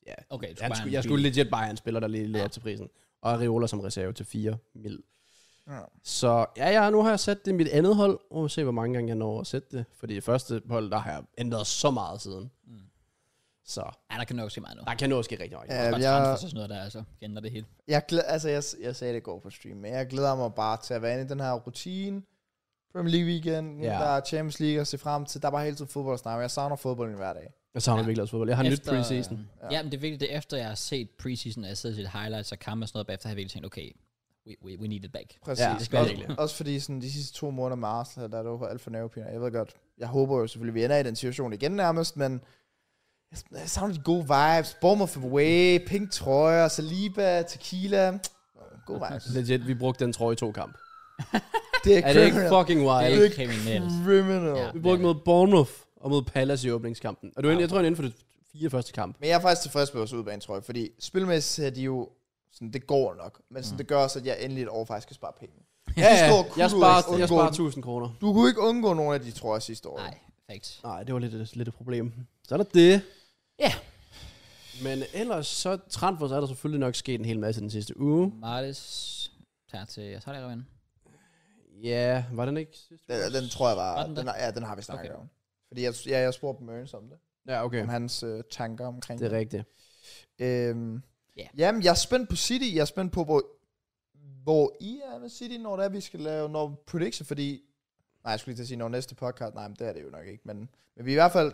Speaker 2: Ja,
Speaker 1: Okay, du
Speaker 2: Jeg,
Speaker 1: bare
Speaker 2: skulle,
Speaker 1: en
Speaker 2: jeg skulle
Speaker 1: bil.
Speaker 2: legit bare have en spiller, der lige leder
Speaker 1: Ja.
Speaker 2: op til prisen. Og Ariola som reserve til 4 mil.
Speaker 3: Ja.
Speaker 2: Så ja, ja, nu har jeg sat det i mit andet hold. Og vi se, hvor mange gange jeg når at sætte det. Fordi i første hold, der har jeg ændret så meget siden. Mm. Så
Speaker 1: Ja, der kan nok ske meget nu.
Speaker 2: der kan nå at ske rigtig meget.
Speaker 3: Ja,
Speaker 1: Bare
Speaker 3: jeg,
Speaker 1: transfer, så sådan noget der, altså. Ændrer det hele.
Speaker 3: jeg, glæder, altså, jeg, jeg sagde det i går på stream, men jeg glæder mig bare til at være inde i den her rutine. Premier League weekend,
Speaker 2: Ja.
Speaker 3: der er Champions League at se frem til. Der er bare hele tiden fodbold at snakke om. Jeg savner fodbold i hver dag.
Speaker 2: Jeg savner virkelig også fodbold. Jeg har nyt preseason.
Speaker 1: Ja. ja, men det er vigtigt, det er efter jeg har set preseason, og jeg sidder til highlights og kampe og sådan noget, bagefter har jeg virkelig tænkt, okay, we, we, we need it back.
Speaker 3: Præcis.
Speaker 2: Ja,
Speaker 3: Ja,
Speaker 2: det
Speaker 1: skal
Speaker 3: også,
Speaker 1: jeg
Speaker 2: virkelig.
Speaker 3: også fordi sådan, de sidste to måneder med Arsenal, der er det jo alt for nervepiner. Jeg ved godt, jeg håber jo selvfølgelig, at vi ender i den situation igen nærmest, men Jeg savner de gode vibes. Bournemouth away, pink trøjer, saliba, tequila. Gode vibes.
Speaker 2: Legit, vi brugte den trøje i to kamp.
Speaker 3: Det er,
Speaker 2: Er det ikke
Speaker 3: criminal.
Speaker 2: fucking wild?
Speaker 1: Det er kriminelt.
Speaker 3: criminal.
Speaker 1: Ja.
Speaker 2: Vi brugte mod Bournemouth og mod Palace i åbningskampen. Og du, jeg tror, han inden for det fire første kamp.
Speaker 3: Men jeg er faktisk tilfreds med vores udbane, tror jeg, fordi spilmæssigt ser de jo, sådan, det går nok, men sådan, det gør også, at jeg endelig et år faktisk skal spare penge.
Speaker 2: Mm. Ja, ja,
Speaker 3: stor
Speaker 2: jeg
Speaker 3: kudo
Speaker 2: sparer,
Speaker 3: ekstra
Speaker 2: jeg sparer
Speaker 3: goal.
Speaker 2: 1000 kroner.
Speaker 3: Du kunne ikke undgå nogen af de trøjer sidste år.
Speaker 1: Nej, fakt.
Speaker 2: Nej, det var lidt, et- lidt et problem. Så er der det.
Speaker 1: Ja.
Speaker 2: Men ellers så transfer, så er der selvfølgelig nok sket en hel masse den sidste uge.
Speaker 1: Martis tager til Saudi-Arabien.
Speaker 2: Ja, var den ikke sidste uge?
Speaker 3: Den, den tror jeg var,
Speaker 1: Var
Speaker 3: den
Speaker 1: den
Speaker 3: den,
Speaker 1: der?
Speaker 3: ja, den har vi snakket
Speaker 1: Okay.
Speaker 3: om. Fordi jeg, ja, jeg spurgte Mørens om det,
Speaker 2: Ja, okay.
Speaker 3: om hans øh, tanker omkring
Speaker 2: Det er rigtigt.
Speaker 3: Øhm,
Speaker 1: Ja.
Speaker 3: Jamen, jeg er spændt på City. Jeg er spændt på, hvor, hvor I er med City, når det er, vi skal lave når prediction, fordi... Nej, jeg skulle lige til at sige, når næste podcast... Nej, men det er det jo nok ikke, men, men vi er i hvert fald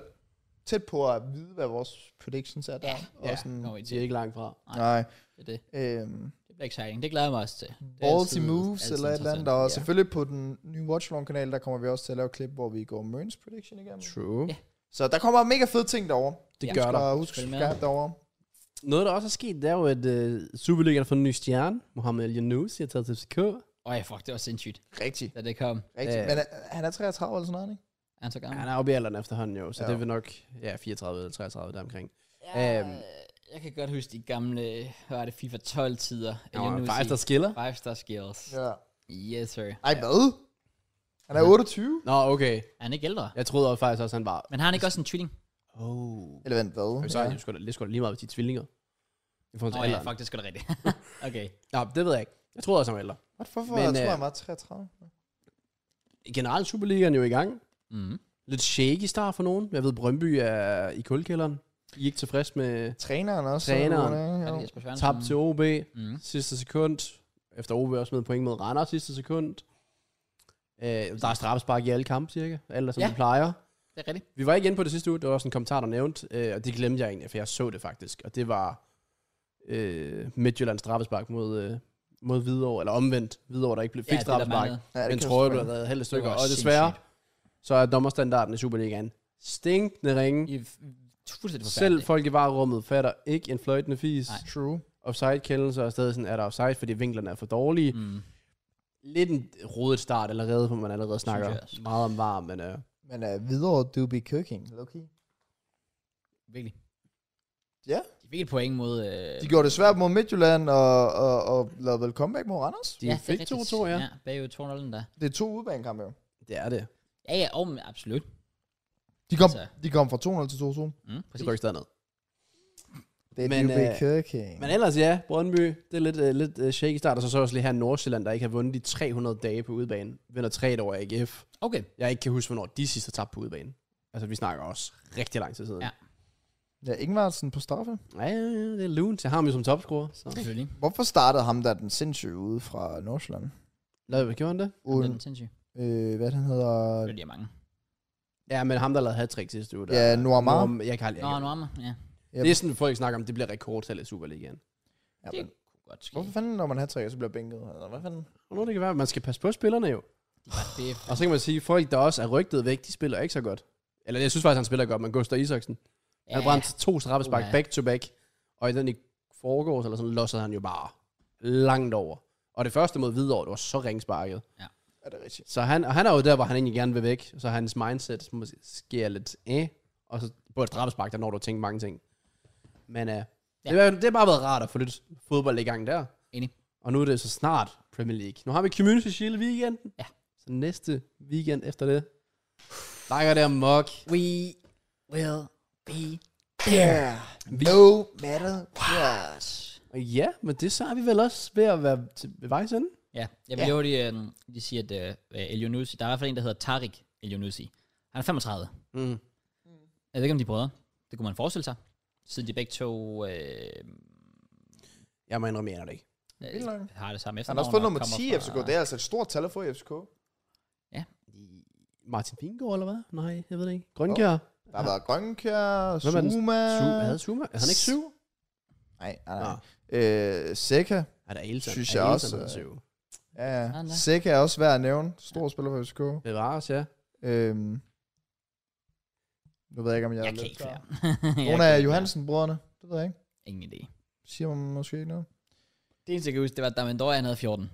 Speaker 3: tæt på at vide, hvad vores predictions er der.
Speaker 1: Ja.
Speaker 3: og
Speaker 2: Ja.
Speaker 3: sådan,
Speaker 1: Kommer vi
Speaker 2: Det
Speaker 1: til.
Speaker 2: er ikke langt fra.
Speaker 3: Nej.
Speaker 1: Det, er det.
Speaker 3: Øhm,
Speaker 1: det bliver exciting. Det glæder jeg mig også til. Det er
Speaker 3: ballsy
Speaker 1: altid-
Speaker 3: moves
Speaker 1: altid
Speaker 3: eller et eller andet.
Speaker 1: interessant.
Speaker 3: Og
Speaker 1: Ja.
Speaker 3: selvfølgelig på den nye Watchlong-kanal, der kommer vi også til at lave klip, hvor vi går Mørns prediction igennem.
Speaker 2: True.
Speaker 1: Ja.
Speaker 3: Så der kommer mega fede ting derovre.
Speaker 2: Det
Speaker 1: Ja.
Speaker 2: gør der.
Speaker 3: Så husk at
Speaker 1: Følg med.
Speaker 3: subscribe derovre.
Speaker 2: Noget, der også er sket, det er jo, at uh, Superligaen har fået en ny stjerne. Mohamed El Yanouz, har taget til FCK.
Speaker 1: Øj, fuck, det var sindssygt,
Speaker 3: Rigtig,
Speaker 1: da det kom.
Speaker 3: rigtig.
Speaker 2: Ja.
Speaker 3: Men øh, han er 33 eller sådan noget, ikke?
Speaker 1: Er Han så gammel.
Speaker 2: Han er oppe i alderen efterhånden jo, så
Speaker 3: Ja.
Speaker 2: det vil nok ja, 34 eller 33 deromkring.
Speaker 1: Ja, øh,
Speaker 2: Øhm.
Speaker 1: jeg kan godt huske de gamle, hvad er det, FIFA 12-tider.
Speaker 2: Han var en five, der skiller.
Speaker 1: Five star skills.
Speaker 3: Ja.
Speaker 1: Yes, sir.
Speaker 3: Ej, hvad? Han er 28?
Speaker 2: Nå, okay.
Speaker 1: Er han ikke ældre?
Speaker 2: Jeg troede også faktisk også, han var...
Speaker 1: Men har han ikke også en tvilling?
Speaker 2: Oh.
Speaker 3: Eller vent, hvad?
Speaker 2: Jamen, så er det sgu da, det er sgu da lige meget, hvis de er tvillinger. I forhold
Speaker 1: Nå
Speaker 2: til
Speaker 1: ja,
Speaker 2: alderen.
Speaker 1: fuck, det er sgu da rigtigt. okay.
Speaker 2: Nå, det ved jeg ikke. Jeg troede også, han var ældre.
Speaker 3: What, hvorfor
Speaker 2: Men,
Speaker 3: Men, tror
Speaker 2: øh,
Speaker 3: jeg, han var 33?
Speaker 2: Generelt Superligaen er jo i gang.
Speaker 1: Mm.
Speaker 2: Lidt shaky start for nogen. Jeg ved, Brøndby er i kuldkælderen. I er ikke tilfreds med
Speaker 3: Træneren også?
Speaker 2: Træneren.
Speaker 1: Er det
Speaker 3: Ja.
Speaker 1: Jesper Sørensen?
Speaker 2: tab til OB
Speaker 1: Mm.
Speaker 2: sidste sekund. Efter OB også med point mod Randers sidste sekund. Øh, der er straffespark i alle kampe, cirka. Alt er, som ja.
Speaker 1: Ja.
Speaker 2: det plejer.
Speaker 1: Det er rigtigt.
Speaker 2: Vi var ikke inde på det sidste uge, der var også en kommentar, der nævnte, øh, og det glemte jeg egentlig, for jeg så det faktisk, og det var øh, Midtjyllands straffespark mod, øh, mod Hvidovre, eller omvendt, Hvidovre, der ikke blev, fik ja,
Speaker 1: det der
Speaker 2: straffespark,
Speaker 1: manglede.
Speaker 3: Ja,
Speaker 2: men
Speaker 3: det kan
Speaker 2: trøjer
Speaker 3: jeg
Speaker 2: blev
Speaker 3: sgu
Speaker 2: reddet halvt
Speaker 1: Det
Speaker 2: stykker,
Speaker 1: var
Speaker 2: og desværre,
Speaker 1: sindssygt.
Speaker 2: så er dommerstandarden i Superligaen stinkende ringe.
Speaker 1: I er f- fuldstændig
Speaker 2: Selv
Speaker 1: forfærdeligt.
Speaker 2: folk i varerummet fatter ikke en fløjtende fis.
Speaker 1: Nej.
Speaker 3: ikke. True.
Speaker 2: Offside-kendelser er stadig sådan, er der offside, fordi vinklerne er for dårlige. Mm.
Speaker 1: Mm.
Speaker 2: Lidt en rodet start allerede, hvor man allerede
Speaker 1: jeg
Speaker 2: snakker
Speaker 1: også.
Speaker 2: meget om varm, men øh,
Speaker 3: Men uh, videre, do be cooking. Low-key.
Speaker 1: Virkelig.
Speaker 3: Ja.
Speaker 1: De fik et point mod... Øh,
Speaker 3: De gjorde det svært mod Midtjylland og, og, og lavede vel comeback mod Randers.
Speaker 2: de
Speaker 1: ja, det er
Speaker 2: fik 2-2,
Speaker 1: rigtigt.
Speaker 2: ja.
Speaker 1: Ja, bagud 2-0 der.
Speaker 3: Det er to udebanekampe jo.
Speaker 2: Det er det.
Speaker 1: Ja, ja, og, men absolut.
Speaker 3: De kom,
Speaker 1: Altså.
Speaker 3: de kom fra 2-0 til 2-2.
Speaker 1: Mm,
Speaker 2: Det
Speaker 1: præcis.
Speaker 2: går ikke stadig ned.
Speaker 3: Det er
Speaker 2: Men,
Speaker 3: do be
Speaker 2: øh,
Speaker 3: cooking.
Speaker 2: Men ellers ja, Brøndby, det er lidt, uh, lidt uh, shaky start, og så så også lige her Nordsjælland, der ikke har vundet de 300 dage på udebane, vinder 3 over AGF.
Speaker 1: Okay,
Speaker 2: Jeg ikke kan huske, hvornår de sidste tabte på udebane. Altså, vi snakker også rigtig lang tid siden.
Speaker 1: Ja.
Speaker 3: Ja, Ingvartsen på straffe.
Speaker 2: ja, ja, ja det er lunt. Jeg har ham jo som topscorer, så...
Speaker 1: selvfølgelig.
Speaker 3: Hvorfor startede ham der den sindssyge ude fra Nordsjælland?
Speaker 2: Lad, hvad gjorde han det?
Speaker 1: Det
Speaker 3: Uden,
Speaker 1: er den sindssygt.
Speaker 3: øh, hvad han hedder?
Speaker 1: Det er de her mange.
Speaker 2: Ja, men ham, der lavede hat sidste uge. Der,
Speaker 3: Ja, Noamar.
Speaker 2: Norm- jeg kan aldrig,
Speaker 1: Nå,
Speaker 2: jeg
Speaker 1: nu
Speaker 2: kan.
Speaker 1: er man. Ja,
Speaker 2: Det er sådan, folk snakker om, det bliver rekordtal i Superligaen.
Speaker 3: Ja,
Speaker 1: det
Speaker 3: men,
Speaker 1: kunne godt ske.
Speaker 3: hvorfor fanden, når man har trækker, så bliver bænket? Eller hvad fanden?
Speaker 2: Og nu det kan være, at man skal passe på spillerne jo.
Speaker 1: De var det-
Speaker 2: Og så kan man sige, at folk, der også er rygtet væk, de spiller ikke så godt. Eller jeg synes faktisk, han spiller godt, men Gustav Isaksen. Han
Speaker 1: Ja,
Speaker 2: brændte to straffespark
Speaker 1: Uha.
Speaker 2: back to back, og i den i forgårs eller sådan, lossede han jo bare langt over. Og det første mod Hvidovre, det var så ringsparket.
Speaker 3: Er det rigtigt?
Speaker 2: Så han, og han er jo der, hvor han egentlig gerne vil væk, så hans mindset måske sker lidt eh, og så på et straffespark, der når du at tænke mange ting. Men uh, ja. det, er- det har bare været rart at få lidt fodbold i gang der.
Speaker 1: Enig.
Speaker 2: Og nu er det så snart Premier League. Nu har vi Community Shield i weekenden.
Speaker 1: Ja.
Speaker 2: Så næste weekend efter det, leger det amok.
Speaker 1: We will be
Speaker 3: Yeah.
Speaker 2: Vi-
Speaker 3: No matter what.
Speaker 2: Og Ja, men det så er vi vel også ved at være til, ved vejs ende.
Speaker 1: Ja, jeg vil
Speaker 3: Ja.
Speaker 1: jo lige, øh, lige sige, at øh, Elionussi, der er i hvert fald en, der hedder Tarik Elionussi. Han er 35.
Speaker 2: Mm.
Speaker 1: Jeg ved ikke, om de er brødre. Det kunne man forestille sig. Siden de begge to øh,
Speaker 2: Jeg må indrømme, jeg aner det ikke.
Speaker 1: øh,
Speaker 3: nok.
Speaker 1: har det samme
Speaker 3: Han
Speaker 1: efternavn.
Speaker 3: har også fået
Speaker 1: og
Speaker 3: nummer
Speaker 1: kommer
Speaker 3: 10 i
Speaker 1: fra-
Speaker 3: FCK. Det er altså et stort tal at få i FCK.
Speaker 2: Martin Fingård, eller hvad? Nej, jeg ved det ikke. Grønkjær. Oh.
Speaker 3: Der har været Grønkjær,
Speaker 2: Hvem er den-
Speaker 3: Zuma...
Speaker 2: Su- havde Zuma? Er han ikke syv?
Speaker 3: Nej, nej, nej. Øh, Seca.
Speaker 2: Er der Elton?
Speaker 3: Synes
Speaker 2: Er
Speaker 3: jeg
Speaker 2: Elton
Speaker 3: også,
Speaker 2: hedder
Speaker 3: øh,
Speaker 2: syv?
Speaker 3: Ja,
Speaker 1: Ah,
Speaker 3: ja.
Speaker 1: nej.
Speaker 3: Seca er Øhm, også værd at nævne. Stor spiller for FCK.
Speaker 2: Bevares, ja.
Speaker 3: Øhm. Nu ved jeg ikke, om jeg,
Speaker 1: Jeg
Speaker 3: er
Speaker 1: kan
Speaker 3: lidt
Speaker 1: ikke flere.
Speaker 3: Nogle af Johansen-brødrene, det ved jeg ikke.
Speaker 1: Ingen idé.
Speaker 3: Siger man måske ikke noget.
Speaker 1: Det eneste, jeg kan huske, det var, at Damendor, han havde 14.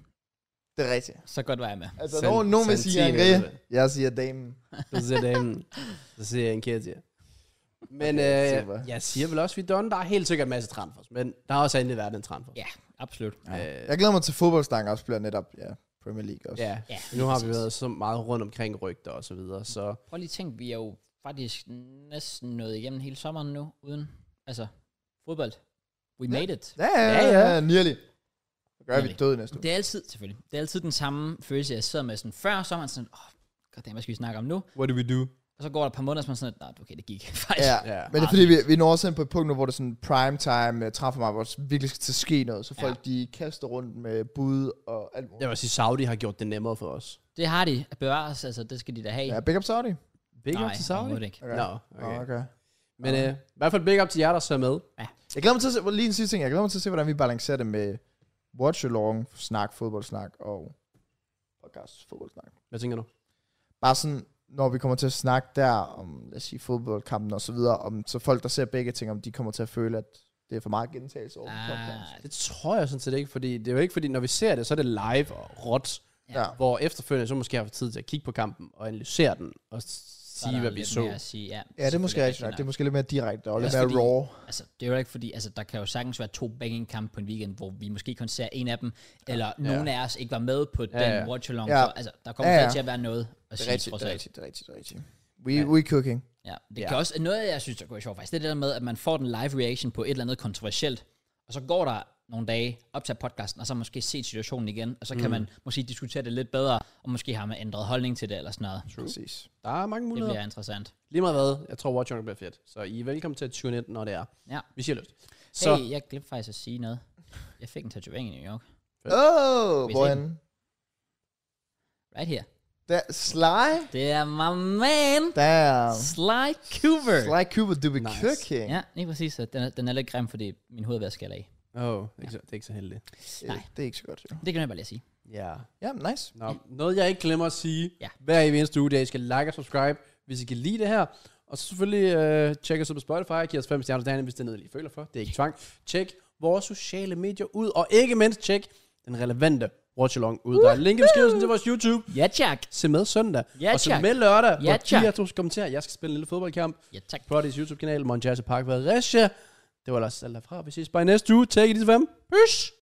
Speaker 3: Det er rigtigt.
Speaker 1: Så godt var jeg med.
Speaker 3: Altså,
Speaker 2: San-
Speaker 3: nogen, nogen vil sige
Speaker 2: Santini,
Speaker 3: Henri,
Speaker 2: ved du
Speaker 3: jeg siger damen.
Speaker 2: Så siger damen, så siger jeg en kæde Men
Speaker 3: Okay,
Speaker 2: øh,
Speaker 3: super.
Speaker 2: jeg siger vel også, vi done. Der er helt sikkert en masse transfers, men der har også andet i verden end transfers.
Speaker 1: Ja, absolut.
Speaker 2: Ja. Øh,
Speaker 3: Jeg glæder mig til fodboldsnakken også bliver netop ja, Premier League også.
Speaker 2: ja.
Speaker 1: Ja,
Speaker 2: Nu har vi
Speaker 1: præcis.
Speaker 2: været så meget rundt omkring rygter og så videre, så
Speaker 1: Prøv lige at tænke, vi er jo faktisk næsten nået igennem hele sommeren nu, uden, altså, fodbold. We made it.
Speaker 3: Ja, ja,
Speaker 2: Ja,
Speaker 3: ja.
Speaker 2: ja.
Speaker 3: ja, nearly. Så gør vi
Speaker 1: Nearly.
Speaker 3: døde næste uge.
Speaker 1: Det er altid, selvfølgelig, det er altid den samme følelse, jeg sidder med sådan før sommeren, sådan, åh, oh, goddag, hvad skal vi snakke om nu?
Speaker 2: what do we do?
Speaker 1: Og så går der et par måneder, så er man sådan, nej, okay, det gik faktisk.
Speaker 3: Ja.
Speaker 2: Ja.
Speaker 3: ja. Men det er fordi, vi, vi når også ind på et punkt nu, hvor det er sådan prime time uh, træffer mig, hvor der virkelig skal til at ske noget. Så
Speaker 1: Ja.
Speaker 3: folk, de kaster rundt med bud og alt muligt.
Speaker 2: Jeg vil sige, Saudi har gjort det nemmere for os.
Speaker 1: Det har de at bevares, altså, det skal de da have.
Speaker 3: Ja, big up Saudi.
Speaker 2: Big
Speaker 1: Nej,
Speaker 2: up til Saudi?
Speaker 1: overhovedet ikke.
Speaker 3: Okay.
Speaker 2: Nå, okay.
Speaker 3: Okay. okay.
Speaker 2: Men øh, i hvert fald big up til jer, der ser med.
Speaker 3: Jeg glæder mig til at se, lige en sidste ting, jeg glæder mig til at se, hvordan vi balancerer det med watch along, snak, fodboldsnak og podcast, fodboldsnak.
Speaker 2: Hvad tænker du?
Speaker 3: Bare sådan, når vi kommer til at snakke der om, lad os sige, fodboldkampen og så videre, om, så folk, der ser begge ting, om de kommer til at føle, at det er for meget gentagelse over ah. podcast.
Speaker 1: Ah,
Speaker 2: Det tror jeg sådan set ikke, fordi det er jo ikke fordi, når vi ser det, så er det live og råt,
Speaker 3: Ja.
Speaker 2: hvor efterfølgende så måske har vi tid til at kigge på kampen og analysere den og
Speaker 1: Så er
Speaker 2: sige,
Speaker 1: der
Speaker 2: hvad vi
Speaker 1: lidt
Speaker 2: så.
Speaker 1: mere at sige. Ja,
Speaker 3: Ja, det er måske
Speaker 1: selvfølgelig
Speaker 3: rigtigt nok. Det er måske lidt mere direkte og lidt
Speaker 1: Også
Speaker 3: mere
Speaker 1: fordi-
Speaker 3: raw.
Speaker 1: Altså, det er jo ikke fordi, altså, der kan jo sagtens være to banging kampe på en weekend, hvor vi måske kun ser en af dem, eller ja. nogen af os ikke var med på den
Speaker 2: ja.
Speaker 1: ja. watch along.
Speaker 3: Ja.
Speaker 1: Ja. Altså, der kommer
Speaker 3: Ja,
Speaker 1: ja,
Speaker 3: ja.
Speaker 1: til at være noget at
Speaker 3: Det
Speaker 1: sige,
Speaker 3: er rigtigt,
Speaker 1: trods
Speaker 3: det er
Speaker 1: alt.
Speaker 3: rigtigt, det er rigtigt, det er rigtigt. We, ja. we cooking.
Speaker 1: Ja, det
Speaker 2: Ja.
Speaker 1: ja. kan også, noget jeg synes, der kunne være sjovt faktisk, det er det der med, at man får den live reaction på et eller andet kontroversielt, og så går der nogle dage op til podcasten, og så måske se situationen igen, og så kan man måske diskutere det lidt bedre, og måske har man ændret holdning til det eller sådan noget.
Speaker 2: True.
Speaker 3: Præcis.
Speaker 2: Der er mange
Speaker 1: Det
Speaker 2: muligheder.
Speaker 1: bliver interessant.
Speaker 2: Lige meget hvad, jeg tror Watch On bliver fedt. Så I er velkommen til at tune ind, når det er.
Speaker 1: Ja.
Speaker 2: Vi siger løst.
Speaker 1: Så.
Speaker 2: Så
Speaker 1: Hey, jeg glemte faktisk at sige noget. Jeg fik en tatovering i New York.
Speaker 3: Oh,
Speaker 1: Hvis
Speaker 3: hvorhen?
Speaker 1: Right here.
Speaker 3: Der, Sly?
Speaker 1: Det er my man,
Speaker 3: Damn.
Speaker 1: Sly Cooper.
Speaker 3: Sly Cooper, du be
Speaker 2: Nice.
Speaker 3: cooking.
Speaker 1: Ja, lige præcis. Så Den er, den er lidt grim, fordi min hovedvær skal af.
Speaker 2: oh, det er ikke så- det er ikke så heldigt.
Speaker 3: Øh,
Speaker 1: Nej.
Speaker 3: Det er ikke så godt, jo.
Speaker 1: Det kan jeg bare lige sige.
Speaker 2: Ja.
Speaker 3: Ja, nice.
Speaker 2: Nå, noget jeg ikke glemmer at sige, ja.
Speaker 1: Ja.
Speaker 2: hver evig eneste uge, det er, at I skal like og subscribe, hvis I kan lide det her. Og så selvfølgelig øh, tjek os ud på Spotify, giv os 5 stjerner derinde, hvis det er noget, I føler for. Det er ikke tvang. Tjek vores sociale medier ud, og ikke mindst tjek den relevante watch-along ud. Der er link i beskrivelsen til vores YouTube.
Speaker 1: Ja, Jack.
Speaker 2: Se med søndag,
Speaker 1: Ja,
Speaker 2: og se
Speaker 1: tak.
Speaker 2: med lørdag,
Speaker 1: Ja,
Speaker 2: hvor
Speaker 1: tak.
Speaker 2: de her to skal kommentere. Jeg skal spille en lille fodboldkamp.
Speaker 1: Ja, tak.
Speaker 2: Prodis YouTube-kanal, Monjazzy Park, Fredericia. Det var ellers alt herfra. Vi ses bare i næste uge. Take it easy, fam. Peace.